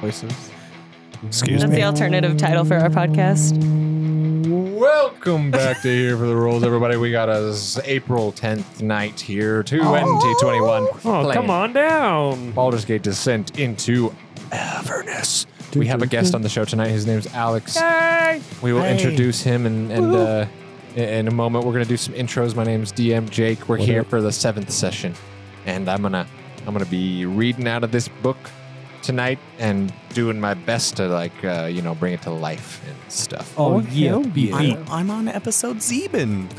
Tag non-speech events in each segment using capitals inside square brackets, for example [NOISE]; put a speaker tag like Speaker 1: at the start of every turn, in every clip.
Speaker 1: voices.
Speaker 2: Excuse
Speaker 3: That's
Speaker 2: me.
Speaker 3: the alternative title for our podcast.
Speaker 1: Welcome back to Here for the Rules, everybody. We got us April 10th night here, 2021.
Speaker 2: Oh,
Speaker 1: Playing
Speaker 2: come on down.
Speaker 1: Baldur's Gate Descent into Avernus. We have a guest on the show tonight. His name's Alex.
Speaker 2: Hey.
Speaker 1: We will
Speaker 2: Hey.
Speaker 1: introduce him and, and uh, in a moment. We're gonna do some intros. My name's DM Jake. We're here for the seventh session, and I'm gonna I'm gonna be reading out of this book tonight and doing my best to like uh, you know bring it to life and stuff.
Speaker 4: Oh, yeah,
Speaker 5: I'm, I'm on episode Zeben.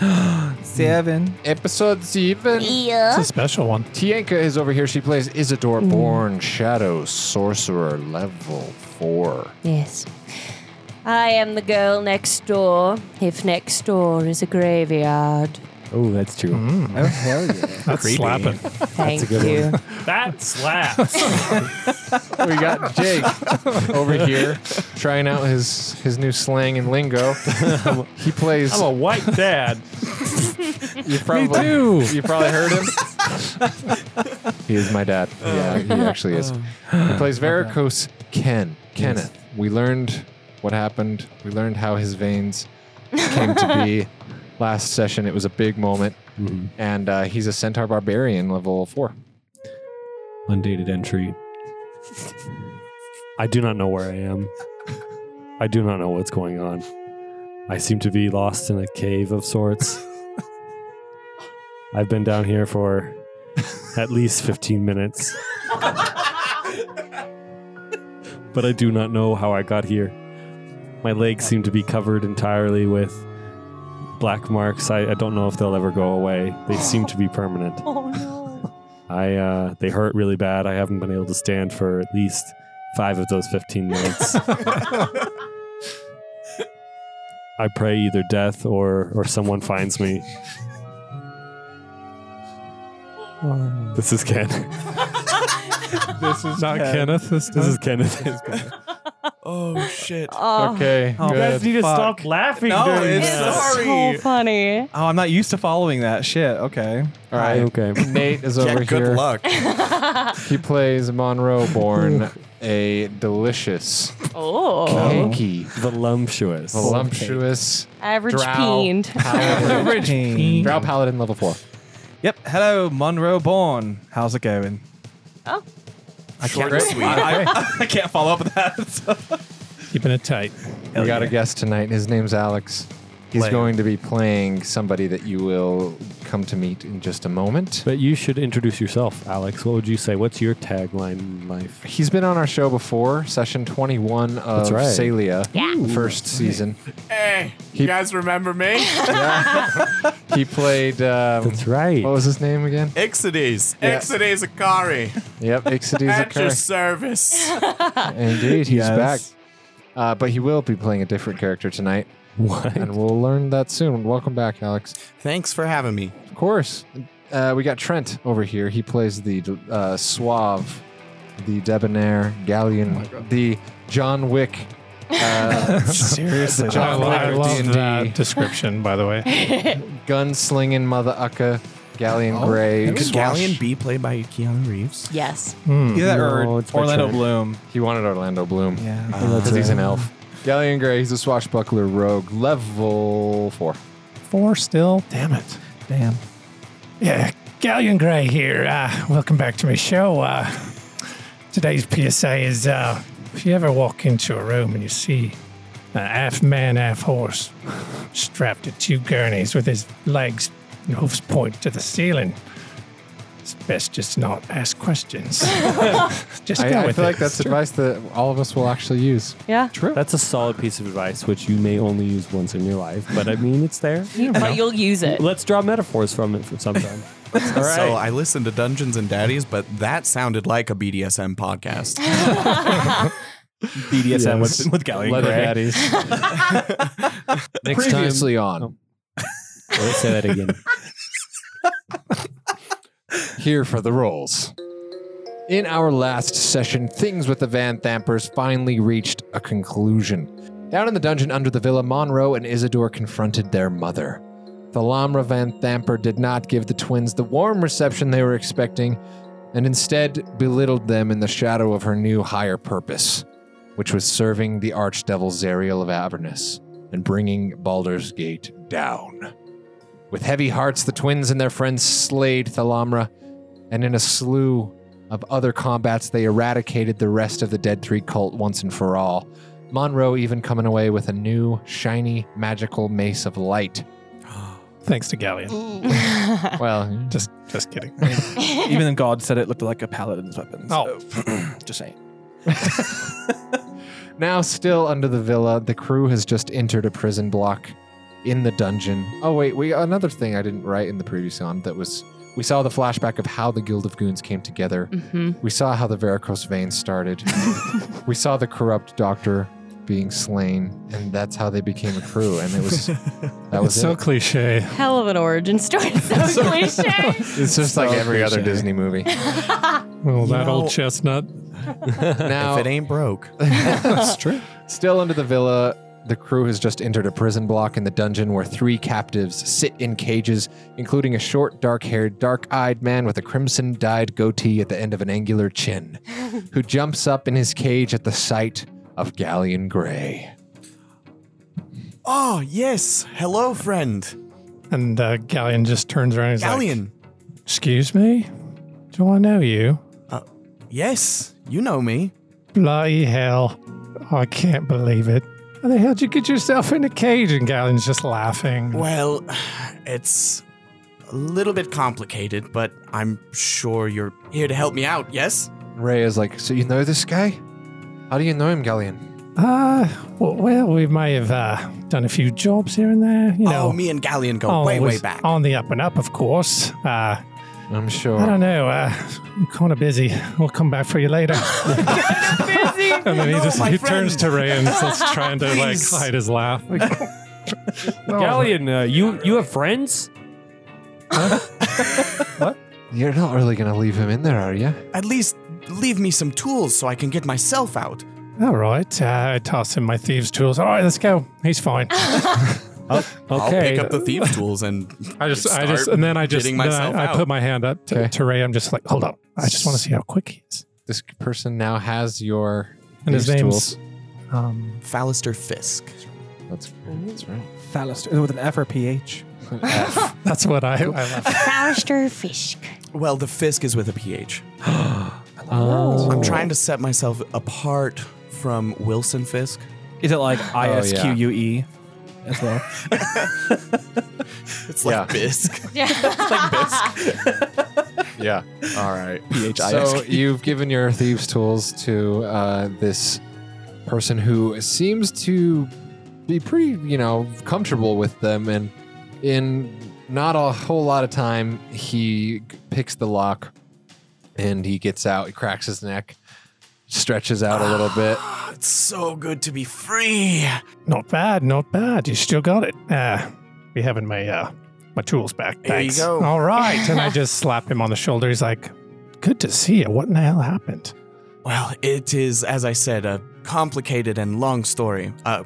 Speaker 4: seven.
Speaker 1: Episode seven.
Speaker 2: It's a special one.
Speaker 1: Tienka is over here. She plays Isidore
Speaker 4: Mm-hmm.
Speaker 1: Born Shadow Sorcerer level four.
Speaker 3: Yes. I am the girl next door, if next door is a graveyard.
Speaker 4: Oh, that's true. Oh hell yeah!
Speaker 2: That's slapping.
Speaker 3: Thank you.
Speaker 2: [LAUGHS] That slaps.
Speaker 1: we got Jake over [LAUGHS] here trying out his his new slang and lingo. He plays.
Speaker 2: I'm a white dad.
Speaker 1: you probably
Speaker 2: too.
Speaker 1: you probably heard him. [LAUGHS] Uh. he is my dad. yeah, he actually is. He plays Varicose Ken Kenneth. We learned what happened. We learned how his veins came to [LAUGHS] be. Last session, it was a big moment, and uh, he's a Centaur Barbarian level four.
Speaker 6: undated entry.
Speaker 2: I do not know where I am. I do not know what's going on. I seem to be lost in a cave of sorts. I've been down here for at least 15 minutes. but I do not know how I got here. My legs seem to be covered entirely with black marks. I, I don't know if they'll ever go away. They seem to be permanent.
Speaker 3: Oh no.
Speaker 2: I uh, they hurt really bad. I haven't been able to stand for at least five of those fifteen minutes. I pray either death or or someone finds me. This is Ken.
Speaker 5: [LAUGHS]
Speaker 6: This is not Kenneth. This,
Speaker 2: This is Kenneth.
Speaker 5: Oh shit.
Speaker 1: Uh,
Speaker 3: Oh,
Speaker 1: Okay,
Speaker 4: Oh,
Speaker 1: good.
Speaker 4: that's- You just stop
Speaker 2: laughing.
Speaker 5: No,
Speaker 3: [LAUGHS]
Speaker 5: during
Speaker 3: It's
Speaker 5: it's
Speaker 3: so
Speaker 5: Sorry.
Speaker 3: funny.
Speaker 4: Oh, I'm not used to following that shit. Okay.
Speaker 1: All right.
Speaker 2: Okay.
Speaker 1: Nate is over
Speaker 5: Yeah,
Speaker 1: here.
Speaker 4: [LAUGHS]
Speaker 5: good luck.
Speaker 1: He plays Monroe Born, a delicious,
Speaker 3: Oh.
Speaker 1: cakey,
Speaker 2: Voluptuous.
Speaker 1: voluptuous
Speaker 3: Average
Speaker 1: drow
Speaker 3: peened.
Speaker 4: [LAUGHS]
Speaker 1: paladin,
Speaker 4: King.
Speaker 1: drow paladin level four.
Speaker 4: Yep. Hello, Monroe Born. How's it going?
Speaker 3: Oh.
Speaker 4: I
Speaker 5: Short
Speaker 4: can't.
Speaker 5: and sweet.
Speaker 4: I,
Speaker 5: [LAUGHS]
Speaker 4: I- I can't follow up with that. [LAUGHS]
Speaker 6: keeping it tight.
Speaker 1: we
Speaker 4: Oh,
Speaker 1: got a guest tonight. His name's Alex. He's
Speaker 5: Later.
Speaker 1: going to be playing somebody that you will come to meet in just a moment.
Speaker 2: But you should introduce yourself, Alex. What would you say? What's your tagline in life?
Speaker 1: He's been on our show before, session 21 of
Speaker 2: That's right.
Speaker 1: Salia,
Speaker 3: Yeah. Ooh,
Speaker 1: first season.
Speaker 7: Hey, you guys remember me?
Speaker 5: [LAUGHS]
Speaker 1: He
Speaker 2: [LAUGHS]
Speaker 1: played, um,
Speaker 2: That's right.
Speaker 1: what was his name again?
Speaker 5: Exodes.
Speaker 1: Yeah.
Speaker 7: Exodus Akari
Speaker 1: Yep, Ixides
Speaker 7: at your
Speaker 1: Akari.
Speaker 7: service.
Speaker 1: Indeed, he's
Speaker 4: Yes.
Speaker 1: back. Uh, but he will be playing a different character tonight,
Speaker 2: What?
Speaker 1: and we'll learn that soon. Welcome back, Alex.
Speaker 5: [LAUGHS] Thanks for having me.
Speaker 1: Of course. Uh, we got Trent over here. He plays the uh, suave, the debonair galleon, the John Wick. Uh,
Speaker 4: Seriously.
Speaker 1: John
Speaker 6: I, lo- I
Speaker 1: Wick of
Speaker 6: love
Speaker 1: D&D.
Speaker 6: that description, by the way.
Speaker 1: gunslinging mother ucka, galleon gray.
Speaker 5: Could
Speaker 1: swash.
Speaker 5: Galleon be played by Keanu Reeves?
Speaker 3: [LAUGHS] Yes.
Speaker 4: Either that or
Speaker 2: No, it's my
Speaker 4: Orlando
Speaker 2: turn.
Speaker 4: Bloom.
Speaker 1: He wanted Orlando Bloom.
Speaker 4: Yeah.
Speaker 1: Because he's an elf. Galleon Gray, he's a swashbuckler rogue, level four.
Speaker 6: [LAUGHS] Four still. Damn it.
Speaker 4: Damn.
Speaker 6: Yeah, Galleon Gray here. Uh, welcome back to my show. Uh, today's PSA is uh, if you ever walk into a room and you see a half man, half horse strapped to two gurneys with his legs and hoofs pointed to the ceiling, it's best just not ask
Speaker 1: [LAUGHS]
Speaker 6: questions. just go
Speaker 1: I, I
Speaker 6: with
Speaker 1: feel
Speaker 6: it.
Speaker 1: like that's advice that all of us will actually use.
Speaker 3: Yeah.
Speaker 2: That's a solid piece of advice, which you may only use once in your life, but I mean, it's there.
Speaker 3: But you'll use it.
Speaker 2: Let's draw metaphors from it for [LAUGHS] sometime.
Speaker 5: So I listened to Dungeons and Daddies, but that sounded like a BDSM [LAUGHS] podcast.
Speaker 4: BDSM with, with Galleon
Speaker 1: Leather
Speaker 4: Gray.
Speaker 1: daddies. Next Previously on.
Speaker 2: Let's say that [LAUGHS] again.
Speaker 1: here for the rolls. In our last session, things with the Van Thampers finally reached a conclusion. Down in the dungeon under the villa, Monroe and Isidore confronted their mother. The Lamra Van Thamper did not give the twins the warm reception they were expecting, and instead belittled them in the shadow of her new higher purpose. which was serving the archdevil Zariel of Avernus and bringing Baldur's Gate down. With heavy hearts, the twins and their friends slayed Thalamra, and in a slew of other combats, they eradicated the rest of the Dead Three cult once and for all. Monroe even coming away with a new, shiny, magical mace of light.
Speaker 6: Thanks to Galleon.
Speaker 1: Well,
Speaker 6: Just, just kidding.
Speaker 4: [LAUGHS] Even God said it looked like a paladin's weapon.
Speaker 6: Oh.
Speaker 4: so, [CLEARS THROAT] just saying.
Speaker 1: Now, still under the villa, the crew has just entered a prison block in the dungeon. Oh, wait, we another thing I didn't write in the previous one that was we saw the flashback of how the Guild of Goons came together. We saw how the varicose veins started. we saw the corrupt doctor being slain, and that's how they became a crew. And it was that was
Speaker 6: It's so
Speaker 1: it.
Speaker 6: cliche.
Speaker 8: Hell of an origin
Speaker 3: [LAUGHS]
Speaker 2: [LAUGHS]
Speaker 8: story. So cliche.
Speaker 1: It's just like every other
Speaker 4: cliche.
Speaker 1: Disney movie.
Speaker 6: Well, that
Speaker 5: know-
Speaker 6: old chestnut.
Speaker 1: now,
Speaker 5: If it ain't [LAUGHS] broke.
Speaker 1: That's true. Still under the villa, the crew has just entered a prison block in the dungeon where three captives sit in cages, including a short, dark haired, dark eyed man with a crimson dyed goatee at the end of an angular chin, who jumps up in his cage at the sight of Galleon Grey.
Speaker 5: Oh, yes. Hello, friend.
Speaker 6: And uh, Galleon just turns around and he's like,
Speaker 5: Galleon.
Speaker 6: Excuse me? Do I know you?
Speaker 5: Yes, you know me.
Speaker 6: Bloody hell. I can't believe it. How the hell did you get yourself in a cage? And Galleon's just laughing.
Speaker 5: Well, [SIGHS] it's a little bit complicated, but I'm sure you're here to help me out, yes?
Speaker 1: Ray is like, So you know this guy? How do you know him, Galleon?
Speaker 6: Uh, well, well, we may have uh, done a few jobs here and there, you know.
Speaker 5: Oh, me and Galleon go
Speaker 6: Oh,
Speaker 5: way,
Speaker 6: it
Speaker 5: way
Speaker 6: was
Speaker 5: back.
Speaker 6: On the up and up, of course. Uh,
Speaker 1: I'm
Speaker 6: I
Speaker 1: sure.
Speaker 6: don't know. Uh, I'm kind of busy. We'll come back for
Speaker 5: [LAUGHS]
Speaker 6: you later. [LAUGHS] and then he
Speaker 5: No,
Speaker 6: just
Speaker 5: my
Speaker 6: he
Speaker 5: friend.
Speaker 6: turns to Ray and starts trying to like
Speaker 5: Please.
Speaker 6: hide his laugh.
Speaker 2: Galleon, uh, you you have friends?
Speaker 1: You're not really going to leave him in there, are you?
Speaker 5: At least leave me some tools so I can get myself out.
Speaker 6: All right. Uh, I toss him my thieves' tools. All right, let's go. He's fine.
Speaker 2: Okay.
Speaker 5: [LAUGHS] I'll pick up the thieves' tools and
Speaker 6: [LAUGHS] I just, I
Speaker 5: start
Speaker 6: just, and then I just,
Speaker 5: getting
Speaker 6: then
Speaker 5: myself
Speaker 6: I, I
Speaker 5: out.
Speaker 6: put my hand up to,
Speaker 1: Okay.
Speaker 6: to Ray. I'm just like, hold up. I just want to see how quick he is.
Speaker 1: This person now has your.
Speaker 6: And his
Speaker 1: thieves'
Speaker 6: name's
Speaker 1: tools.
Speaker 6: um,
Speaker 5: Fallister Fisk.
Speaker 1: That's, that's right.
Speaker 4: Phalaster with an F or PH.
Speaker 6: that's what I, I left.
Speaker 8: Fauster Fisk.
Speaker 5: Well, the Fisk is with a [GASPS] PH.
Speaker 6: Oh.
Speaker 5: I'm trying to set myself apart from Wilson Fisk.
Speaker 4: Is it like
Speaker 5: Oh,
Speaker 4: I S Q U E? As
Speaker 5: [LAUGHS]
Speaker 4: well.
Speaker 5: It's like
Speaker 1: Yeah.
Speaker 5: [LAUGHS] Fisk.
Speaker 1: Yeah. [LAUGHS] All right. So
Speaker 5: PHISK.
Speaker 1: you've given your thieves' tools to uh, this person who seems to be pretty, you know, comfortable with them, and in not a whole lot of time, he picks the lock and he gets out. He cracks his neck, stretches out a little bit.
Speaker 5: it's so good to be free.
Speaker 6: Not bad, not bad. You still got it. Uh, be having my uh, my tools back.
Speaker 5: Here you
Speaker 6: Thanks.
Speaker 5: go.
Speaker 6: All right. And
Speaker 5: [LAUGHS]
Speaker 6: I just slap him on the shoulder. He's like, good to see you. What in the hell happened?
Speaker 5: Well, it is, as I said, a complicated and long story. Uh,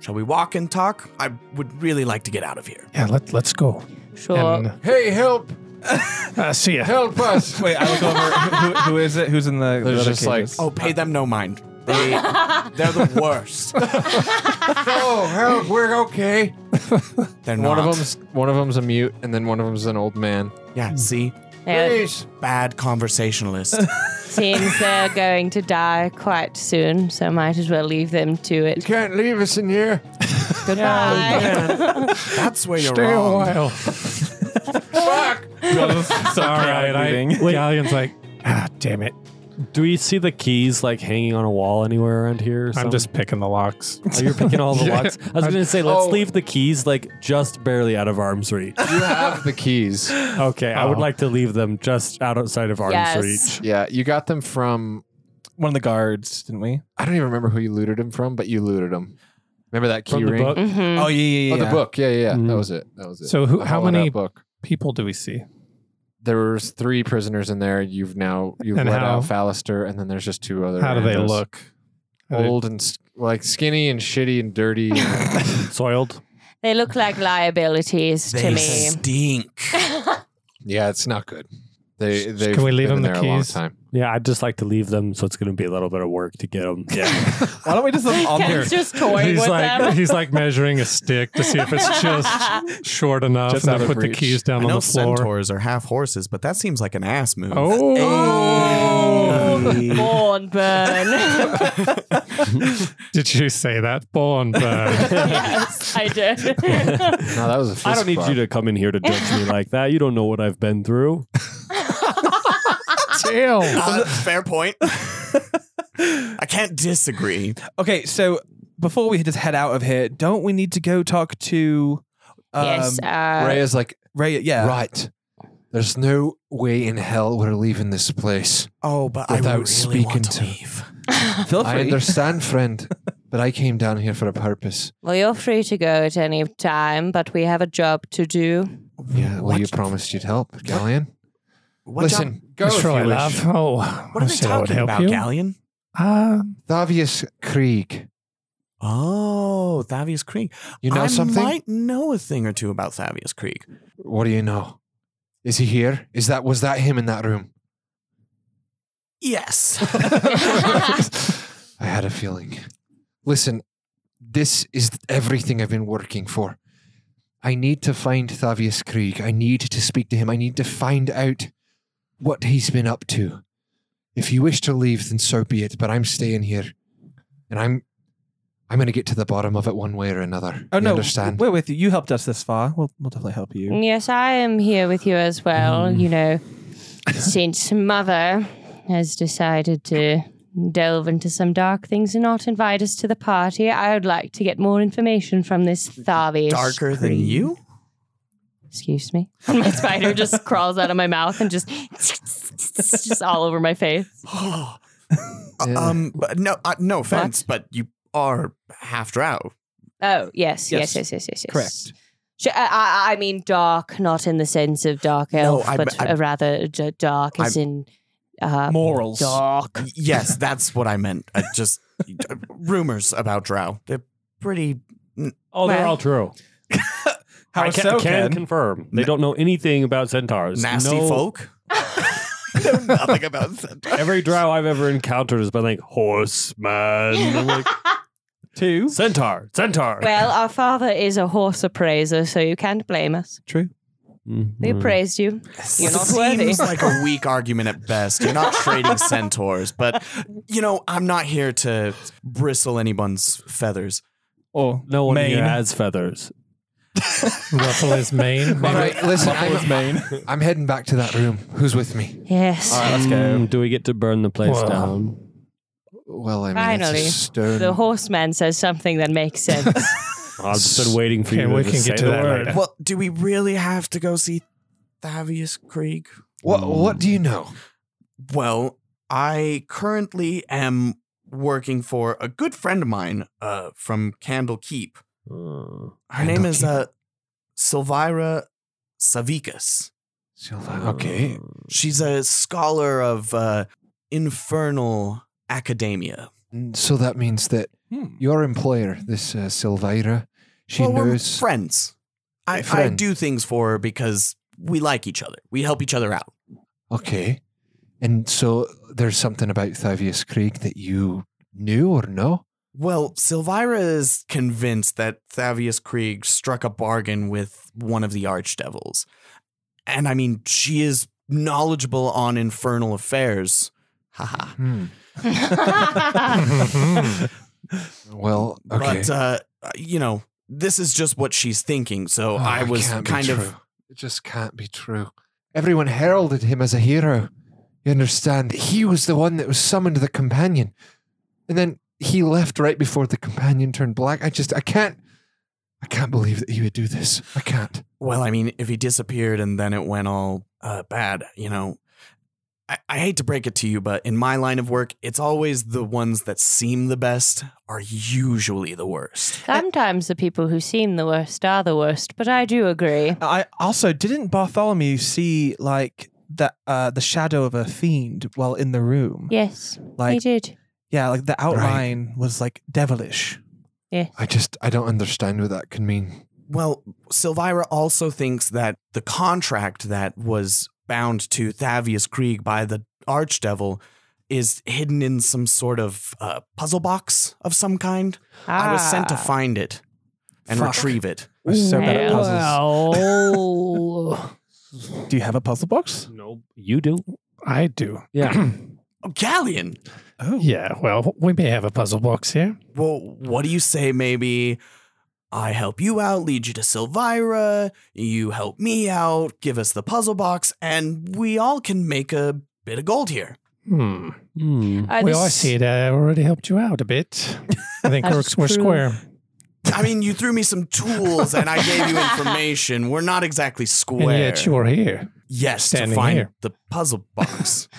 Speaker 5: shall we walk and talk? I would really like to get out of here.
Speaker 6: Yeah, let, let's go.
Speaker 3: Sure.
Speaker 6: And
Speaker 1: [SIGHS] Hey, help!
Speaker 6: uh,
Speaker 5: [LAUGHS]
Speaker 6: see ya.
Speaker 1: Help us!
Speaker 4: Wait, I look over. [LAUGHS] who, who- who is it? Who's in the?
Speaker 1: [LAUGHS] There's
Speaker 4: the
Speaker 1: just like,
Speaker 5: Oh, pay them no mind. They, they're the worst.
Speaker 1: oh, help! We're okay.
Speaker 5: They're
Speaker 1: One
Speaker 5: not.
Speaker 1: of them's one of them's a mute, and then one of them's an old man.
Speaker 5: Yeah, see?
Speaker 3: Yeah,
Speaker 5: Bad conversationalist.
Speaker 3: seems they're going to die quite soon, so might as well leave them to it.
Speaker 1: Can't leave us in here.
Speaker 3: Goodbye.
Speaker 5: That's where you're
Speaker 6: [LAUGHS] Stay a
Speaker 5: wrong.
Speaker 6: while. [LAUGHS]
Speaker 2: All right. I, wait,
Speaker 6: Galleon's like, ah, damn it.
Speaker 2: do we see the keys like hanging on a wall anywhere around here? or
Speaker 6: I'm
Speaker 2: something?
Speaker 6: just picking the locks.
Speaker 2: Oh, you're picking all the [LAUGHS] locks. I was gonna say let's
Speaker 1: Oh.
Speaker 2: leave the keys like just barely out of arm's reach.
Speaker 1: You have the keys.
Speaker 2: [LAUGHS] Okay, uh-huh. I would
Speaker 6: Oh.
Speaker 2: like to leave them just outside of arm's
Speaker 3: Yes.
Speaker 2: reach.
Speaker 1: Yeah, you got them from.
Speaker 4: one of the guards, didn't we?
Speaker 1: I don't even remember who you looted them from, but you looted them. Remember that key
Speaker 2: From the
Speaker 1: ring?
Speaker 2: book.
Speaker 4: Oh yeah, yeah, yeah.
Speaker 1: Oh, the
Speaker 4: yeah.
Speaker 1: book. Yeah, yeah, yeah. That
Speaker 2: Mhm.
Speaker 1: was it. That was it.
Speaker 6: Mm-hmm. So who-
Speaker 1: I
Speaker 6: how
Speaker 1: followed that
Speaker 6: many-
Speaker 1: book?
Speaker 6: People do we see?
Speaker 1: There was three prisoners in there. You've now you've
Speaker 6: And
Speaker 1: let
Speaker 6: how-
Speaker 1: out Fallister, and then there's just two other.
Speaker 6: How do they
Speaker 1: randos.
Speaker 6: look? Are they-
Speaker 1: Old and s- like skinny and shitty and
Speaker 6: [LAUGHS]
Speaker 1: dirty.
Speaker 2: Soiled.
Speaker 3: They look like liabilities
Speaker 5: They
Speaker 3: to me.
Speaker 6: [LAUGHS]
Speaker 5: stink.
Speaker 1: yeah, it's not good. They they
Speaker 6: we leave
Speaker 1: been in
Speaker 6: them the
Speaker 1: there a long
Speaker 6: keys?
Speaker 1: time.
Speaker 2: Yeah, I'd just like to leave them, so it's going to be a little bit of work to get them. Yeah,
Speaker 4: Why don't we
Speaker 2: [LAUGHS]
Speaker 4: just leave them on here?
Speaker 3: Ken's just toying
Speaker 2: He's
Speaker 3: with [LAUGHS]
Speaker 2: like- [LAUGHS]
Speaker 3: them.
Speaker 6: He's like measuring a stick to see if it's just short enough,
Speaker 1: Just
Speaker 6: and
Speaker 1: out
Speaker 6: then
Speaker 1: of
Speaker 6: put
Speaker 1: reach.
Speaker 6: the keys down
Speaker 5: I
Speaker 6: on
Speaker 5: know
Speaker 6: the floor.
Speaker 5: centaurs are half horses, but that seems like an ass move.
Speaker 6: Oh,
Speaker 3: Born burn. [LAUGHS]
Speaker 6: did you say that? Born [LAUGHS] bird.
Speaker 3: yes, I [LAUGHS] did.
Speaker 2: Um,
Speaker 1: No, that was a fist
Speaker 2: I don't need you to come in here to judge me like that. You don't know what I've been through.
Speaker 6: Damn.
Speaker 5: Uh,
Speaker 6: [LAUGHS]
Speaker 5: fair point. I can't disagree.
Speaker 4: Okay, so before we just head out of here, don't we need to go talk to um,
Speaker 3: yes, uh,
Speaker 1: Ray is like,
Speaker 4: Ray? Yeah.
Speaker 1: right. There's no way in hell we're leaving this place.
Speaker 5: Oh, but I
Speaker 1: Without
Speaker 5: really
Speaker 1: speaking
Speaker 5: want to,
Speaker 1: to-
Speaker 5: leave.
Speaker 4: [LAUGHS] Feel
Speaker 1: I
Speaker 4: free.
Speaker 5: [LAUGHS]
Speaker 1: understand, friend, but I came down here for a purpose.
Speaker 3: Well, you're free to go at any time, but we have a job to [LAUGHS] do.
Speaker 1: Yeah, well,
Speaker 5: Mm, What-
Speaker 1: you promised you'd help, Galleon.
Speaker 5: What
Speaker 1: Listen,
Speaker 5: job-
Speaker 1: go if
Speaker 6: That's right,
Speaker 1: you wish.
Speaker 6: love. Oh,
Speaker 5: what are
Speaker 6: I
Speaker 5: they
Speaker 6: said I would
Speaker 5: talking
Speaker 6: help
Speaker 5: about,
Speaker 6: you.
Speaker 5: Galleon?
Speaker 6: Uh,
Speaker 1: Thavius Krieg.
Speaker 5: Oh, Thavius Creek.
Speaker 1: You know
Speaker 5: I
Speaker 1: something?
Speaker 5: might know a thing or two about Thavius Creek.
Speaker 1: What do you know? Is he here? Is that was that him in that room?
Speaker 5: Yes.
Speaker 1: I had a feeling. Listen, this is everything I've been working for. I need to find Thavius Krieg. I need to speak to him. I need to find out what he's been up to. If you wish to leave, then so be it, but I'm staying here. And I'm I'm gonna get to the bottom of it one way or another.
Speaker 4: Oh
Speaker 1: You
Speaker 4: no,
Speaker 1: understand?
Speaker 4: we're with you. You helped us this far. We'll we'll definitely help you.
Speaker 3: Yes, I am here with you as well.
Speaker 2: Mm.
Speaker 3: You know, since Mother has decided to delve into some dark things and not invite us to the party, I would like to get more information from this Thavius.
Speaker 5: Darker than you?
Speaker 3: Excuse [LAUGHS] me. My spider just crawls out of my mouth and just [LAUGHS] just all over my face.
Speaker 5: [GASPS] Oh.
Speaker 1: Yeah.
Speaker 5: Um, but no, uh, no offense, but you are half drow.
Speaker 3: Oh yes, yes,
Speaker 4: Yes.
Speaker 3: yes, yes, yes, yes.
Speaker 4: Correct.
Speaker 3: Sh- uh, I, I- I mean dark, not in the sense of dark
Speaker 5: No,
Speaker 3: elf,
Speaker 5: I-
Speaker 3: but
Speaker 5: I-
Speaker 3: uh, rather d- dark as in uh,
Speaker 4: Morals.
Speaker 3: dark.
Speaker 5: Y- [LAUGHS] Yes, that's what I meant. I just uh, rumors about drow. They're pretty.
Speaker 2: Oh, they're
Speaker 3: Well-
Speaker 2: all true.
Speaker 4: How
Speaker 2: I
Speaker 4: is
Speaker 2: can,
Speaker 4: so,
Speaker 2: can
Speaker 4: Ken?
Speaker 2: confirm. They don't know anything about centaurs.
Speaker 5: Nasty
Speaker 2: No-
Speaker 5: [LAUGHS] folk? know nothing about centaurs.
Speaker 2: Every drow I've ever encountered has been like horseman. I'm like,
Speaker 4: Two.
Speaker 2: centaur, centaur.
Speaker 3: Well, our father is a horse appraiser, so you can't blame us.
Speaker 4: True.
Speaker 2: Mm-hmm.
Speaker 3: They appraised you. You're not worthy.
Speaker 5: Seems like a weak argument at best. You're not [LAUGHS] trading centaurs, but you know I'm not here to bristle anyone's feathers.
Speaker 4: Or
Speaker 2: no one
Speaker 4: Maine.
Speaker 2: here has feathers.
Speaker 6: ruffle his mane.
Speaker 1: [LAUGHS] All right, listen,
Speaker 4: Buffalo's
Speaker 1: I'm,
Speaker 4: Maine.
Speaker 1: I'm heading back to that room. Who's with me?
Speaker 3: Yes.
Speaker 4: All right, let's
Speaker 2: Mm,
Speaker 4: go.
Speaker 2: do we get to burn the place
Speaker 6: Well.
Speaker 2: down?
Speaker 1: Well, I mean,
Speaker 3: Finally,
Speaker 1: it's a stone.
Speaker 3: the horseman says something that makes sense.
Speaker 2: I've just been waiting for
Speaker 6: Okay,
Speaker 2: you.
Speaker 6: we
Speaker 2: to
Speaker 6: can
Speaker 2: say
Speaker 6: get to
Speaker 2: the
Speaker 6: that
Speaker 2: word.
Speaker 6: later.
Speaker 5: Well, do we really have to go see Thavius Krieg?
Speaker 1: what what do you know?
Speaker 5: Well, I currently am working for a good friend of mine uh, from Candle Keep.
Speaker 2: Uh,
Speaker 5: Her name is
Speaker 1: Candlekeep.
Speaker 5: uh, Silvira Savikas.
Speaker 1: Silva- Okay.
Speaker 5: She's a scholar of uh, infernal academia.
Speaker 1: So that means that your employer, this uh, Silvira, she
Speaker 5: well,
Speaker 1: knows.
Speaker 5: we're friends. I, I
Speaker 1: Friends.
Speaker 5: do things for her because we like each other. We help each other out.
Speaker 1: okay. And so there's something about Thavius Creek that you knew or no?
Speaker 5: Well, Silvira is convinced that Thavius Krieg struck a bargain with one of the archdevils. And I mean, she is knowledgeable on infernal affairs. Haha. [LAUGHS]
Speaker 1: Hmm. Well, okay.
Speaker 5: But, uh, you know, this is just what she's thinking. So
Speaker 1: Oh,
Speaker 5: I
Speaker 1: it
Speaker 5: was
Speaker 1: can't be
Speaker 5: kind of.
Speaker 1: true. It just can't be true. Everyone heralded him as a hero. You understand? He was the one that was summoned the companion. And then he left right before the companion turned black. I just, I can't, I can't believe that he would do this. I can't.
Speaker 5: Well, I mean, if he disappeared and then it went all uh, bad, you know, I, I hate to break it to you, but in my line of work, it's always the ones that seem the best are usually the worst.
Speaker 3: Sometimes the people who seem the worst are the worst, but I do agree.
Speaker 4: I also didn't Bartholomew see like the uh the shadow of a fiend while in the room.
Speaker 3: Yes, he
Speaker 4: Like
Speaker 3: did.
Speaker 4: yeah, like the outline was like devilish.
Speaker 3: Yes.
Speaker 1: I just, I don't understand what that can mean.
Speaker 5: Well, Silvira also thinks that the contract that was bound to Thavius Krieg by the Archdevil is hidden in some sort of uh, puzzle box of some kind. I was sent to
Speaker 3: Ah.
Speaker 5: find it and retrieve it.
Speaker 4: We're so bad at puzzles.
Speaker 3: Well,
Speaker 4: Do you have a puzzle box?
Speaker 2: No, you do.
Speaker 6: I do.
Speaker 2: Yeah.
Speaker 5: Oh, Galleon.
Speaker 4: Oh,
Speaker 6: Yeah, well, we may have a puzzle box here.
Speaker 5: Well, what do you say? Maybe I help you out, lead you to Silvira, you help me out, give us the puzzle box, and we all can make a bit of gold here.
Speaker 6: Hmm.
Speaker 2: Hmm.
Speaker 3: uh,
Speaker 6: well, I
Speaker 3: this-
Speaker 6: see it. I already helped you out a bit. I think
Speaker 3: [LAUGHS]
Speaker 6: we're,
Speaker 3: That's
Speaker 6: we're
Speaker 3: true.
Speaker 6: square.
Speaker 5: I mean, you threw me some tools and I gave you information. We're not exactly square.
Speaker 6: And yet you are here.
Speaker 5: yes, to
Speaker 6: standing
Speaker 5: find
Speaker 6: here.
Speaker 5: the puzzle
Speaker 6: [LAUGHS]
Speaker 5: box.
Speaker 3: [LAUGHS]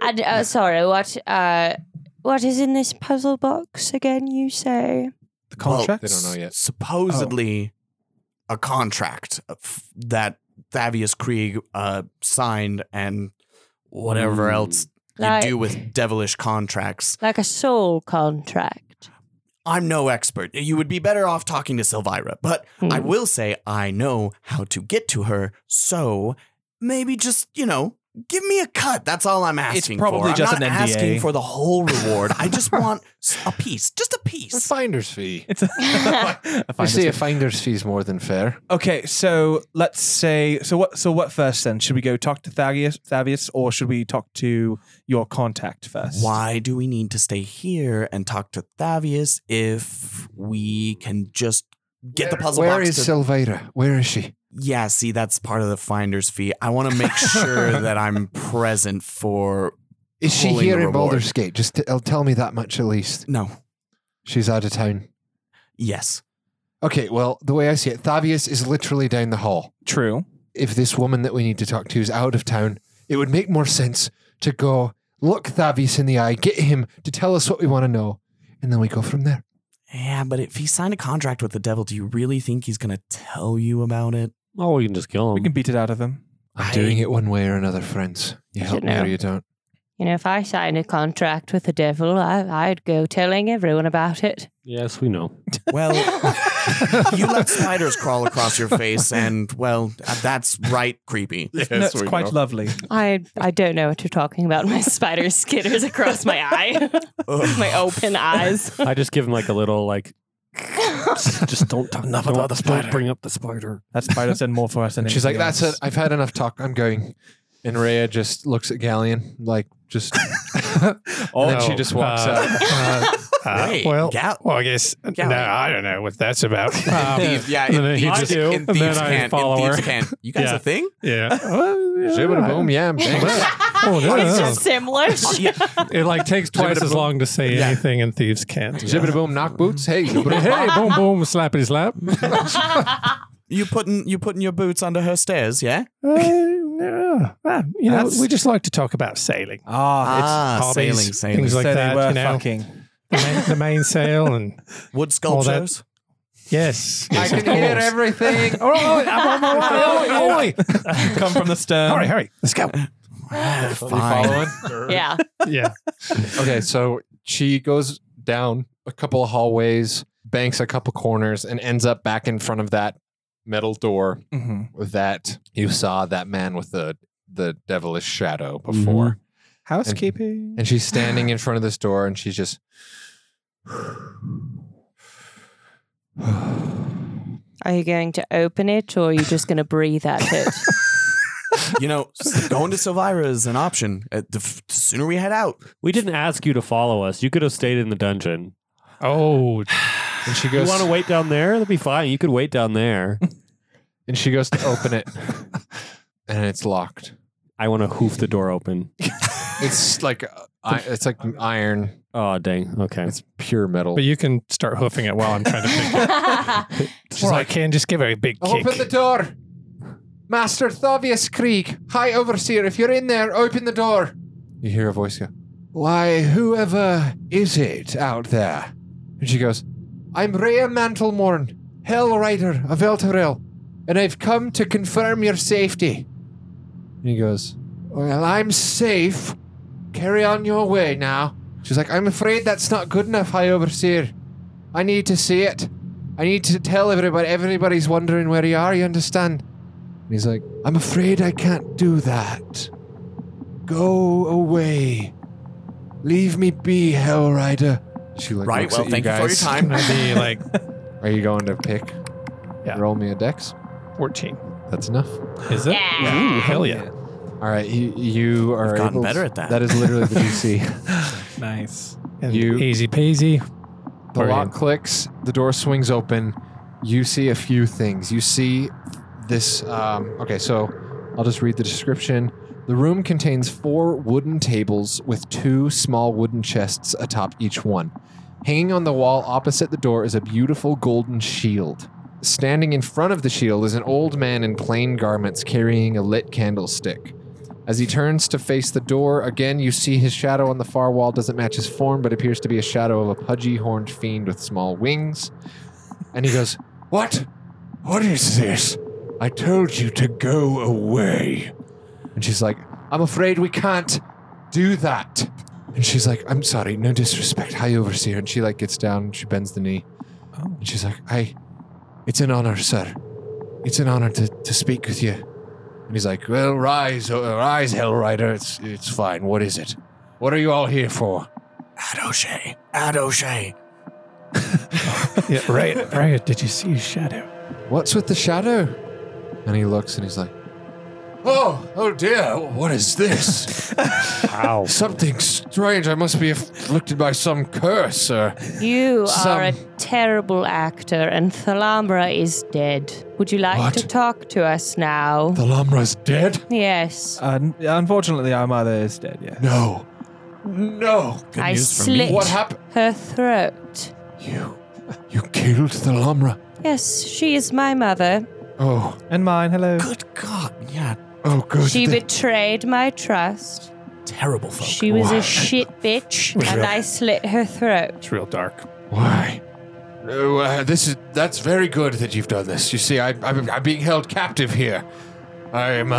Speaker 3: And uh, sorry, what uh, what is in this puzzle box again? You say?
Speaker 4: the
Speaker 5: Well,
Speaker 4: contract.
Speaker 1: They don't know yet.
Speaker 5: Supposedly, a contract of- that Thavius Krieg uh, signed and whatever
Speaker 2: Mm.
Speaker 6: Hmm.
Speaker 5: else you
Speaker 3: Like-
Speaker 5: do with devilish contracts.
Speaker 3: Like a soul contract.
Speaker 5: I'm no expert. You would be better off talking to Silvira, but I
Speaker 3: Hmm.
Speaker 5: will say I know how to get to her. So maybe just, you know, give me a cut. That's all I'm asking for.
Speaker 4: probably just
Speaker 5: I'm not
Speaker 4: an NDA.
Speaker 5: asking for the whole reward.
Speaker 4: [LAUGHS]
Speaker 5: I just want s- a piece, just a piece.
Speaker 1: finder's fee.
Speaker 4: It's a, [LAUGHS] I
Speaker 1: I
Speaker 4: find
Speaker 1: say a
Speaker 4: this-
Speaker 1: finder's fee is more than fair.
Speaker 4: okay, so let's say so. What so what first then? Should we go talk to Thavius, Thavius, or should we talk to your contact first?
Speaker 5: Why do we need to stay here and talk to Thavius if we can just get the puzzle
Speaker 1: Where
Speaker 5: box?
Speaker 1: is
Speaker 5: to-
Speaker 1: Silvira? Where is she?
Speaker 5: Yeah, see, that's part of the finder's fee. I want to make sure
Speaker 1: [LAUGHS]
Speaker 5: that I'm present for.
Speaker 1: Is she
Speaker 5: Pulling
Speaker 1: here
Speaker 5: the
Speaker 1: in
Speaker 5: reward.
Speaker 1: Baldur's Gate? Just t- uh, tell me that much at least.
Speaker 5: No,
Speaker 1: She's out of town.
Speaker 5: yes.
Speaker 1: Okay, well, the way I see it, Thavius is literally down the hall.
Speaker 4: True.
Speaker 1: If this woman that we need to talk to is out of town, it would make more sense to go look Thavius in the eye, get him to tell us what we want to know, and then we go from there.
Speaker 5: Yeah, but if he signed a contract with the devil, do you really think he's going to tell you about it?
Speaker 2: Oh, we can just kill him.
Speaker 4: We can beat it out
Speaker 1: [LAUGHS]
Speaker 4: of him.
Speaker 1: I'm
Speaker 5: I-
Speaker 1: doing it one way or another, friends. You
Speaker 3: Should
Speaker 1: help me
Speaker 3: know.
Speaker 1: or you don't.
Speaker 3: You know, if I signed a contract with the devil, I, I'd go telling everyone about it.
Speaker 2: yes, we know.
Speaker 5: Well, you let spiders crawl across your face, and well, uh, that's right creepy. [LAUGHS]
Speaker 4: That's quite lovely.
Speaker 3: I I don't know what you're talking about. My [LAUGHS] spider skitters across my
Speaker 6: [LAUGHS]
Speaker 3: eye, [LAUGHS]
Speaker 5: Oh,
Speaker 3: my open eyes.
Speaker 2: [LAUGHS] I just give him like a little
Speaker 6: [LAUGHS]
Speaker 2: like. just don't talk enough
Speaker 6: about the spider.
Speaker 2: Don't bring up the spider.
Speaker 4: That spider said more for us than
Speaker 1: She's like,
Speaker 4: anything
Speaker 1: that's it.
Speaker 4: else."
Speaker 1: I've had enough talk. I'm going. And Rhea just looks at Galleon, like, just. [LAUGHS] Oh, and then she
Speaker 6: No,
Speaker 1: just walks
Speaker 6: uh,
Speaker 1: out.
Speaker 6: [LAUGHS] uh, uh,
Speaker 5: Wait,
Speaker 6: well,
Speaker 5: Gal-
Speaker 6: well, I guess uh,
Speaker 5: Gal-
Speaker 6: no, I don't know what that's about. Um,
Speaker 5: Thieves- yeah,
Speaker 6: And then
Speaker 5: in
Speaker 6: he
Speaker 5: thieves-
Speaker 6: just-
Speaker 5: in
Speaker 6: I do, and
Speaker 5: thieves
Speaker 6: then I
Speaker 5: can't- in
Speaker 6: follow
Speaker 5: thieves
Speaker 6: her.
Speaker 5: can't. You guys
Speaker 6: Yeah.
Speaker 5: a
Speaker 6: [LAUGHS]
Speaker 5: thing?
Speaker 6: yeah. Well, yeah,
Speaker 1: Shibbada
Speaker 6: I-
Speaker 1: boom, yam.
Speaker 3: [LAUGHS]
Speaker 1: bang.
Speaker 6: Oh, no,
Speaker 3: It's
Speaker 6: no.
Speaker 3: just similar.
Speaker 5: Oh,
Speaker 6: It like takes twice as long to say
Speaker 5: Yeah.
Speaker 6: anything, and thieves can't.
Speaker 1: Zibbity boom, knock boots. Hey, zibbity
Speaker 6: Hey, boom, boom, slappity slap.
Speaker 5: You putting you putting your boots under her stairs, yeah?
Speaker 6: Uh, yeah. Ah, you know,
Speaker 5: That's-
Speaker 6: we just like to to talk about sailing,
Speaker 4: ah,
Speaker 5: ah,
Speaker 6: hobbies,
Speaker 5: sailing, sailing.
Speaker 6: things
Speaker 4: it's
Speaker 6: like
Speaker 4: so
Speaker 6: that.
Speaker 4: they were
Speaker 6: you know,
Speaker 4: fucking.
Speaker 6: The, main, the main sail, and
Speaker 5: Wood
Speaker 6: All that-
Speaker 5: sculptures.
Speaker 6: yes,
Speaker 1: I
Speaker 6: yes, of
Speaker 1: can hear
Speaker 6: course.
Speaker 1: everything. [LAUGHS]
Speaker 6: Oh, oh, I'm on my way. Oh, oh, oh.
Speaker 4: Come from the stern.
Speaker 6: Hurry, hurry, let's go.
Speaker 5: Fine.
Speaker 3: yeah.
Speaker 6: Yeah,
Speaker 1: okay, so she goes down a couple of hallways, banks a couple corners, and ends up back in front of that metal door
Speaker 4: hmm
Speaker 1: that you saw that man with the the devilish shadow before.
Speaker 4: Housekeeping.
Speaker 1: And she's standing in front of this door and she's just
Speaker 3: Are you going to open it, or are you just going to breathe at it?
Speaker 5: You know, going to Silvira is an option. Uh, the f- the sooner we head out,
Speaker 2: We didn't ask you to follow us. You could have stayed in the dungeon.
Speaker 6: Oh,
Speaker 1: and she
Speaker 2: You
Speaker 1: goes
Speaker 2: want to wait down there? That'd be fine. You could wait down there.
Speaker 1: and she goes to open [LAUGHS] it and it's locked.
Speaker 2: I want to hoof the door open.
Speaker 1: It's like uh, I, it's like iron.
Speaker 2: Oh dang. Okay.
Speaker 1: It's pure metal.
Speaker 6: but you can start hoofing it while I'm trying to [LAUGHS] think. or I can just give it a big kick.
Speaker 1: Open the door. Master Thavius Krieg, High Overseer, if you're in there, open the door. You hear a voice go, Why, whoever is it out there? And she goes, I'm Rhea Mantlemorn, Hell Rider of Elturel, and I've come to confirm your safety. And he goes, Well, I'm safe. Carry on your way now. She's like, I'm afraid that's not good enough, High Overseer. I need to see it. I need to tell everybody. Everybody's wondering where you are. You understand? And he's like, I'm afraid I can't do that. Go away. Leave me be, Hellrider. She like,
Speaker 5: Right,
Speaker 1: looks
Speaker 5: well,
Speaker 1: at
Speaker 5: thank you for your
Speaker 1: guys.
Speaker 5: time.
Speaker 6: Be like
Speaker 1: [LAUGHS] Are you going to pick?
Speaker 6: Yeah.
Speaker 1: Roll me a dex.
Speaker 6: 14.
Speaker 1: That's enough.
Speaker 6: Is it?
Speaker 3: Yeah.
Speaker 6: Ooh, hell yeah.
Speaker 1: All right, you, you are
Speaker 5: gotten
Speaker 1: able-
Speaker 5: better at that.
Speaker 1: That is literally the
Speaker 5: [LAUGHS]
Speaker 1: DC.
Speaker 4: Nice.
Speaker 6: And
Speaker 1: You-
Speaker 6: easy peasy.
Speaker 1: The
Speaker 6: Or
Speaker 1: lock
Speaker 6: in.
Speaker 1: clicks, the door swings open. You see a few things. You see this. Um, okay, so I'll just read the description. The room contains four wooden tables with two small wooden chests atop each one. Hanging on the wall opposite the door is a beautiful golden shield. Standing in front of the shield is an old man in plain garments carrying a lit candlestick. As he turns to face the door, again you see his shadow on the far wall doesn't match his form, but appears to be a shadow of a pudgy horned fiend with small wings. And he goes, What? What is this? I told you to go away. And she's like, I'm afraid we can't do that. And she's like, I'm sorry, no disrespect, High Overseer. And she like gets down, she bends the knee. And she's like, I it's an honor, sir. It's an honor to, to speak with you. And he's like, Well, rise, uh, rise, Hellrider. It's it's fine. What is it? What are you all here for?
Speaker 5: Ad O'Shea. Ad O'Shea.
Speaker 6: Yeah, right. Right. Did you see his shadow?
Speaker 1: What's with the shadow? And he looks and he's like, Oh, oh dear, what is this?
Speaker 2: Ow.
Speaker 1: Something strange. I must be afflicted by some curse, sir.
Speaker 3: You
Speaker 1: Some-
Speaker 3: are a terrible actor, and Thalambra is dead. Would you like
Speaker 1: What?
Speaker 3: to talk to us now?
Speaker 1: The Lamra's dead?
Speaker 3: yes.
Speaker 4: Uh, n- unfortunately, our mother is dead. Yeah.
Speaker 1: No. No.
Speaker 3: I slit
Speaker 1: What happened?
Speaker 3: her throat.
Speaker 1: You. You killed the Lamra.
Speaker 3: Yes, she is my mother.
Speaker 1: Oh.
Speaker 4: And mine. Hello.
Speaker 5: Good God. Yeah.
Speaker 1: Oh, good.
Speaker 3: She
Speaker 1: The-
Speaker 3: betrayed my trust.
Speaker 5: Terrible folk.
Speaker 3: She was
Speaker 1: Why?
Speaker 3: a shit bitch, and I slit her throat.
Speaker 6: It's real dark.
Speaker 1: Why? No, uh, this is that's very good that you've done this. You see, I, I'm, I'm being held captive here. I am uh,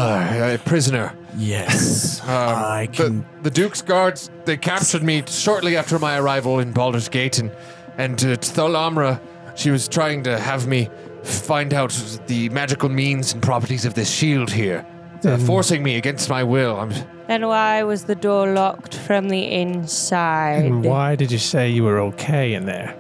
Speaker 1: a prisoner.
Speaker 5: yes.
Speaker 1: Um,
Speaker 5: I
Speaker 1: the-
Speaker 5: can.
Speaker 1: The, Duke's guards they captured me shortly after my arrival in Baldur's Gate, and and uh, Thalamra, she was trying to have me find out the magical means and properties of this shield here, uh, forcing me against my will. I'm,
Speaker 3: And why was the door locked from the inside?
Speaker 6: And why did you say you were okay in there?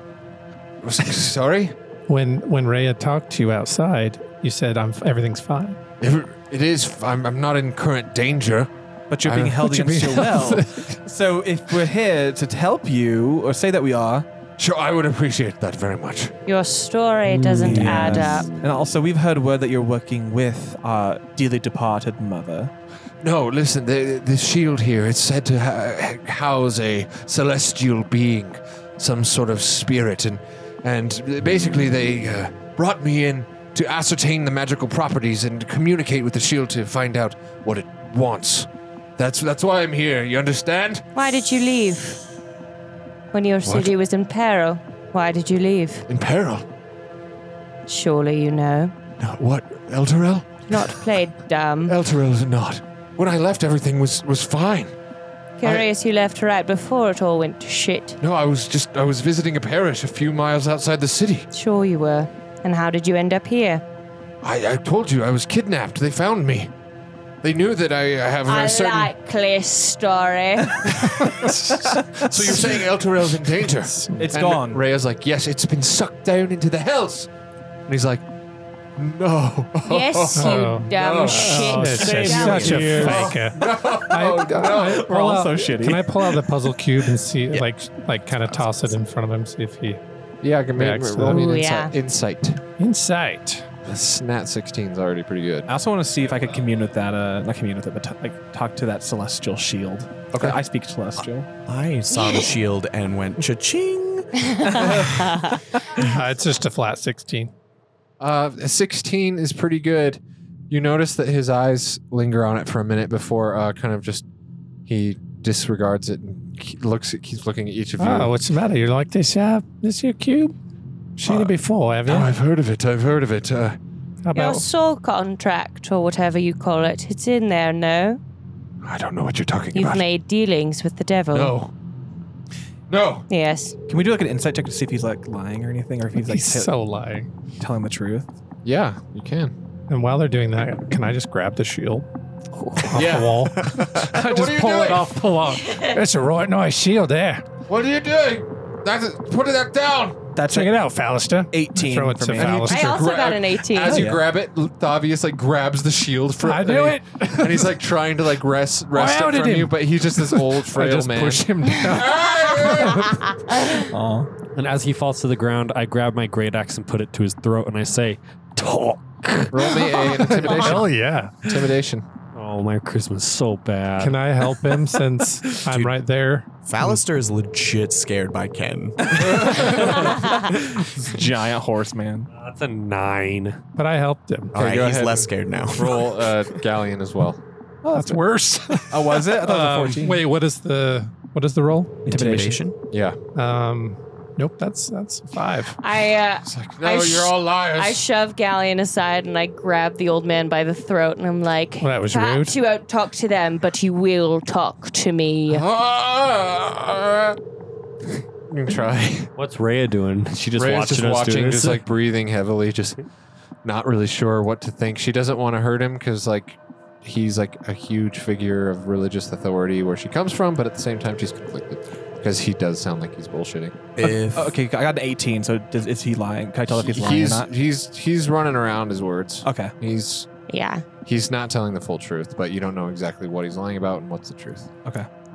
Speaker 1: sorry.
Speaker 6: When when Raya talked to you outside, you said I'm everything's fine.
Speaker 1: It, it is. I'm, I'm not in current danger.
Speaker 4: Uh, But you're
Speaker 1: I
Speaker 4: being
Speaker 1: don't-
Speaker 4: held
Speaker 1: What you
Speaker 4: against
Speaker 1: mean?
Speaker 4: your will. [LAUGHS] so if we're here to help you, or say that we are,
Speaker 1: Sure, I would appreciate that very much.
Speaker 3: Your story doesn't
Speaker 4: Mm,
Speaker 3: add up.
Speaker 4: and also we've heard word that you're working with our dearly departed mother.
Speaker 1: No, listen, the, the shield here, it's said to ha- house a celestial being, some sort of spirit, and, and basically they uh, brought me in to ascertain the magical properties and communicate with the shield to find out what it wants. That's, that's why I'm here, you understand?
Speaker 3: Why did you leave? When your city was in peril, why did you leave?
Speaker 1: In peril.
Speaker 3: Surely you know.
Speaker 1: No, what? Elturel?
Speaker 3: Not
Speaker 1: [LAUGHS]
Speaker 3: played um, dumb.
Speaker 1: Elturel is not. When I left, everything was, was fine.
Speaker 3: Curious you left right before it all went to shit.
Speaker 1: No, I was just, I was visiting a parish a few miles outside the city.
Speaker 3: Sure you were. And how did you end up here?
Speaker 1: I, I told you I was kidnapped. They found me. They knew that I, I have a
Speaker 3: I
Speaker 1: certain.
Speaker 3: like this [LAUGHS] story.
Speaker 1: So you're
Speaker 3: [LAUGHS]
Speaker 1: saying El Torel's in danger? It's
Speaker 4: It's gone.
Speaker 1: Raya's like, yes, it's been sucked down into the hells. And he's like, no. [LAUGHS]
Speaker 3: yes, you [LAUGHS] dumb
Speaker 1: No.
Speaker 3: shit.
Speaker 6: It's Oh, just
Speaker 3: Dumb
Speaker 6: such a
Speaker 3: shit.
Speaker 6: faker.
Speaker 1: Oh,
Speaker 6: I,
Speaker 1: no.
Speaker 6: We're
Speaker 4: all so shitty.
Speaker 6: Can I pull out the puzzle cube and see, like, like kind of toss it in front of him, see if he
Speaker 1: Yeah, I can
Speaker 6: make- roll
Speaker 3: me an Ooh, insight- yeah.
Speaker 1: insight.
Speaker 6: insight?
Speaker 1: Snat 16 is already pretty good.
Speaker 4: I also want to see if I could commune with that. Uh, not commune with it, but t- like talk to that celestial shield. Okay, I speak celestial.
Speaker 5: [LAUGHS] I saw the shield and went cha-ching.
Speaker 6: Uh, it's just a flat sixteen.
Speaker 1: Uh, 16 is pretty good. You notice that his eyes linger on it for a minute before uh, kind of just he disregards it and ke- looks at, keeps looking at each of you.
Speaker 6: Oh, what's the matter? You like this? Uh, this your cube? Seen it before, have you?
Speaker 1: Oh, I've heard of it. I've heard of it. Uh,
Speaker 6: How
Speaker 3: Your
Speaker 6: about
Speaker 3: soul contract, or whatever you call it, it's in there, no?
Speaker 1: I don't know what you're talking
Speaker 3: You've
Speaker 1: about.
Speaker 3: made dealings with the devil.
Speaker 1: no. No.
Speaker 3: Yes.
Speaker 4: Can we do like an insight check to see if he's like lying or anything, or if he's like
Speaker 6: he's
Speaker 4: te-
Speaker 6: so lying?
Speaker 4: telling the truth?
Speaker 1: Yeah, you can.
Speaker 6: And while they're doing that, can I just grab the shield off the
Speaker 1: [LAUGHS]
Speaker 6: wall? I just
Speaker 1: are you
Speaker 6: pull it
Speaker 1: doing?
Speaker 6: off the wall. It's a right nice shield there.
Speaker 1: What are you doing? That's it. Put that down.
Speaker 4: That's
Speaker 6: Check
Speaker 4: it.
Speaker 6: it out, Fallister.
Speaker 4: 18
Speaker 6: Throw it
Speaker 4: for
Speaker 6: to
Speaker 4: me.
Speaker 3: I
Speaker 6: Fallister.
Speaker 3: also
Speaker 1: grab-
Speaker 3: got an 18.
Speaker 1: As you
Speaker 4: yeah.
Speaker 1: grab it, Thavius like grabs the shield from.
Speaker 6: I knew
Speaker 1: and he- [LAUGHS] and he's like trying to like rest rest it
Speaker 6: outed
Speaker 1: from
Speaker 6: him.
Speaker 1: you, but he's just [LAUGHS] this old
Speaker 2: I
Speaker 1: frail
Speaker 2: just
Speaker 1: man.
Speaker 2: push him down. and as he falls to the ground, I grab my great axe and put it to his throat, and I say, "Talk."
Speaker 1: Roll me [LAUGHS] a intimidation.
Speaker 6: Hell yeah.
Speaker 1: intimidation.
Speaker 2: Oh, my Christmas so bad.
Speaker 6: Can I help him since I'm right there?
Speaker 5: Fallister is legit scared by Ken.
Speaker 2: giant horse man? That's a nine.
Speaker 6: But I helped him.
Speaker 5: All right,
Speaker 1: go
Speaker 5: he's
Speaker 1: ahead.
Speaker 5: less scared now.
Speaker 1: Roll uh, galleon as well.
Speaker 6: That's worse.
Speaker 4: Oh, was it? I thought it
Speaker 6: Um,
Speaker 4: was a 14.
Speaker 6: wait, what is the what is the roll?
Speaker 5: [LAUGHS] Intimidation.
Speaker 1: Yeah.
Speaker 6: Um, nope, that's that's five.
Speaker 3: I uh,
Speaker 1: No,
Speaker 3: I sh-
Speaker 1: you're all liars.
Speaker 3: I shove Galleon aside and I grab the old man by the throat and I'm like,
Speaker 6: Well, that was
Speaker 3: Perhaps
Speaker 6: rude.
Speaker 3: you won't talk to them, but you will talk to me.
Speaker 6: Uh-huh.
Speaker 2: [LAUGHS]
Speaker 1: you can try.
Speaker 2: What's Rhea doing? She just
Speaker 1: Rhea's
Speaker 2: watching
Speaker 1: just
Speaker 2: us do
Speaker 1: watching,
Speaker 2: this.
Speaker 1: just like breathing heavily, just not really sure what to think. She doesn't want to hurt him because like he's like a huge figure of religious authority where she comes from, but at the same time she's conflicted because he does sound like he's bullshitting.
Speaker 5: If
Speaker 4: Oh, Okay, I got an 18, so does, is he lying? Can I tell if he's lying
Speaker 1: he's
Speaker 4: or not?
Speaker 1: he's he's running around his words.
Speaker 2: Uh,
Speaker 4: Okay.
Speaker 1: He's
Speaker 3: Yeah,
Speaker 1: he's not telling the full truth, but you don't know exactly what he's lying about and what's the truth.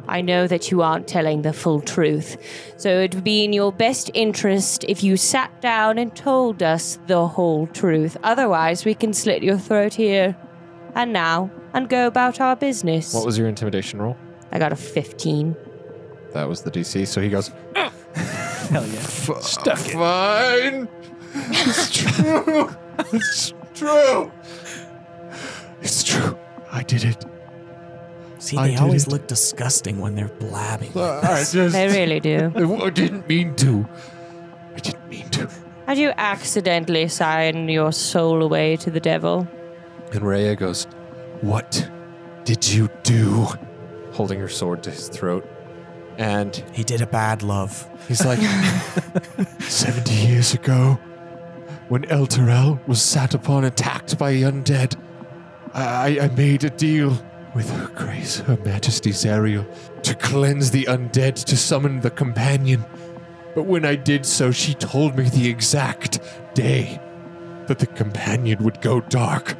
Speaker 3: I know that you aren't telling the full truth. So it would be in your best interest if you sat down and told us the whole truth. Otherwise, we can slit your throat here and now and go about our business.
Speaker 1: What was your intimidation roll?
Speaker 3: I got a 15.
Speaker 1: That was the DC. So he [LAUGHS] goes,
Speaker 4: Hell yeah.
Speaker 1: Stuck Fine. [LAUGHS] It's true. it's true. It's true. I did [LAUGHS] it.
Speaker 5: see,
Speaker 1: I
Speaker 5: they
Speaker 1: did
Speaker 5: always
Speaker 1: it.
Speaker 5: look disgusting when they're blabbing.
Speaker 1: Uh,
Speaker 5: Like
Speaker 1: I
Speaker 5: this.
Speaker 1: just.
Speaker 3: They really
Speaker 6: [LAUGHS]
Speaker 3: do.
Speaker 1: [LAUGHS] I didn't mean to. I didn't mean to.
Speaker 3: Had you accidentally sign your soul away to the devil?
Speaker 1: And Rhea goes, What did you do? Holding her sword to his throat. And
Speaker 5: He did a bad love.
Speaker 1: He's like, 70 years ago, when El Terrell was sat upon attacked by the undead, I, I made a deal with Her Grace, Her Majesty Zariel, to cleanse the undead to summon the companion. But when I did so, she told me the exact day that the companion would go dark.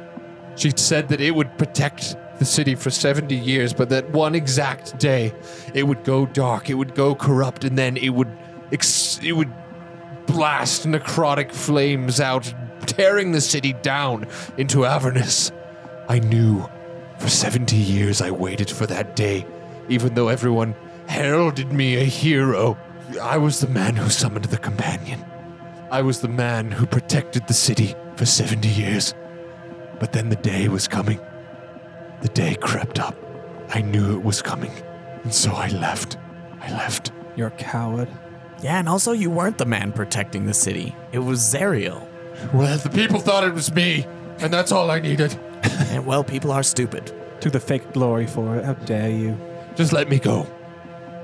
Speaker 1: She said that it would protect the city for 70 years, but that one exact day it would go dark, it would go corrupt, and then it would ex- it would blast necrotic flames out, tearing the city down into Avernus. I knew for 70 years I waited for that day, even though everyone heralded me a hero. I was the man who summoned the companion. I was the man who protected the city for 70 years. But then the day was coming. The day crept up. I knew it was coming. And so I left. I left.
Speaker 4: You're a coward.
Speaker 5: Yeah, and also you weren't the man protecting the city. It was Zariel.
Speaker 1: Well, the people thought it was me, and that's all I needed.
Speaker 5: And well, people are stupid.
Speaker 4: Took the fake glory for it. How dare you?
Speaker 1: Just let me go.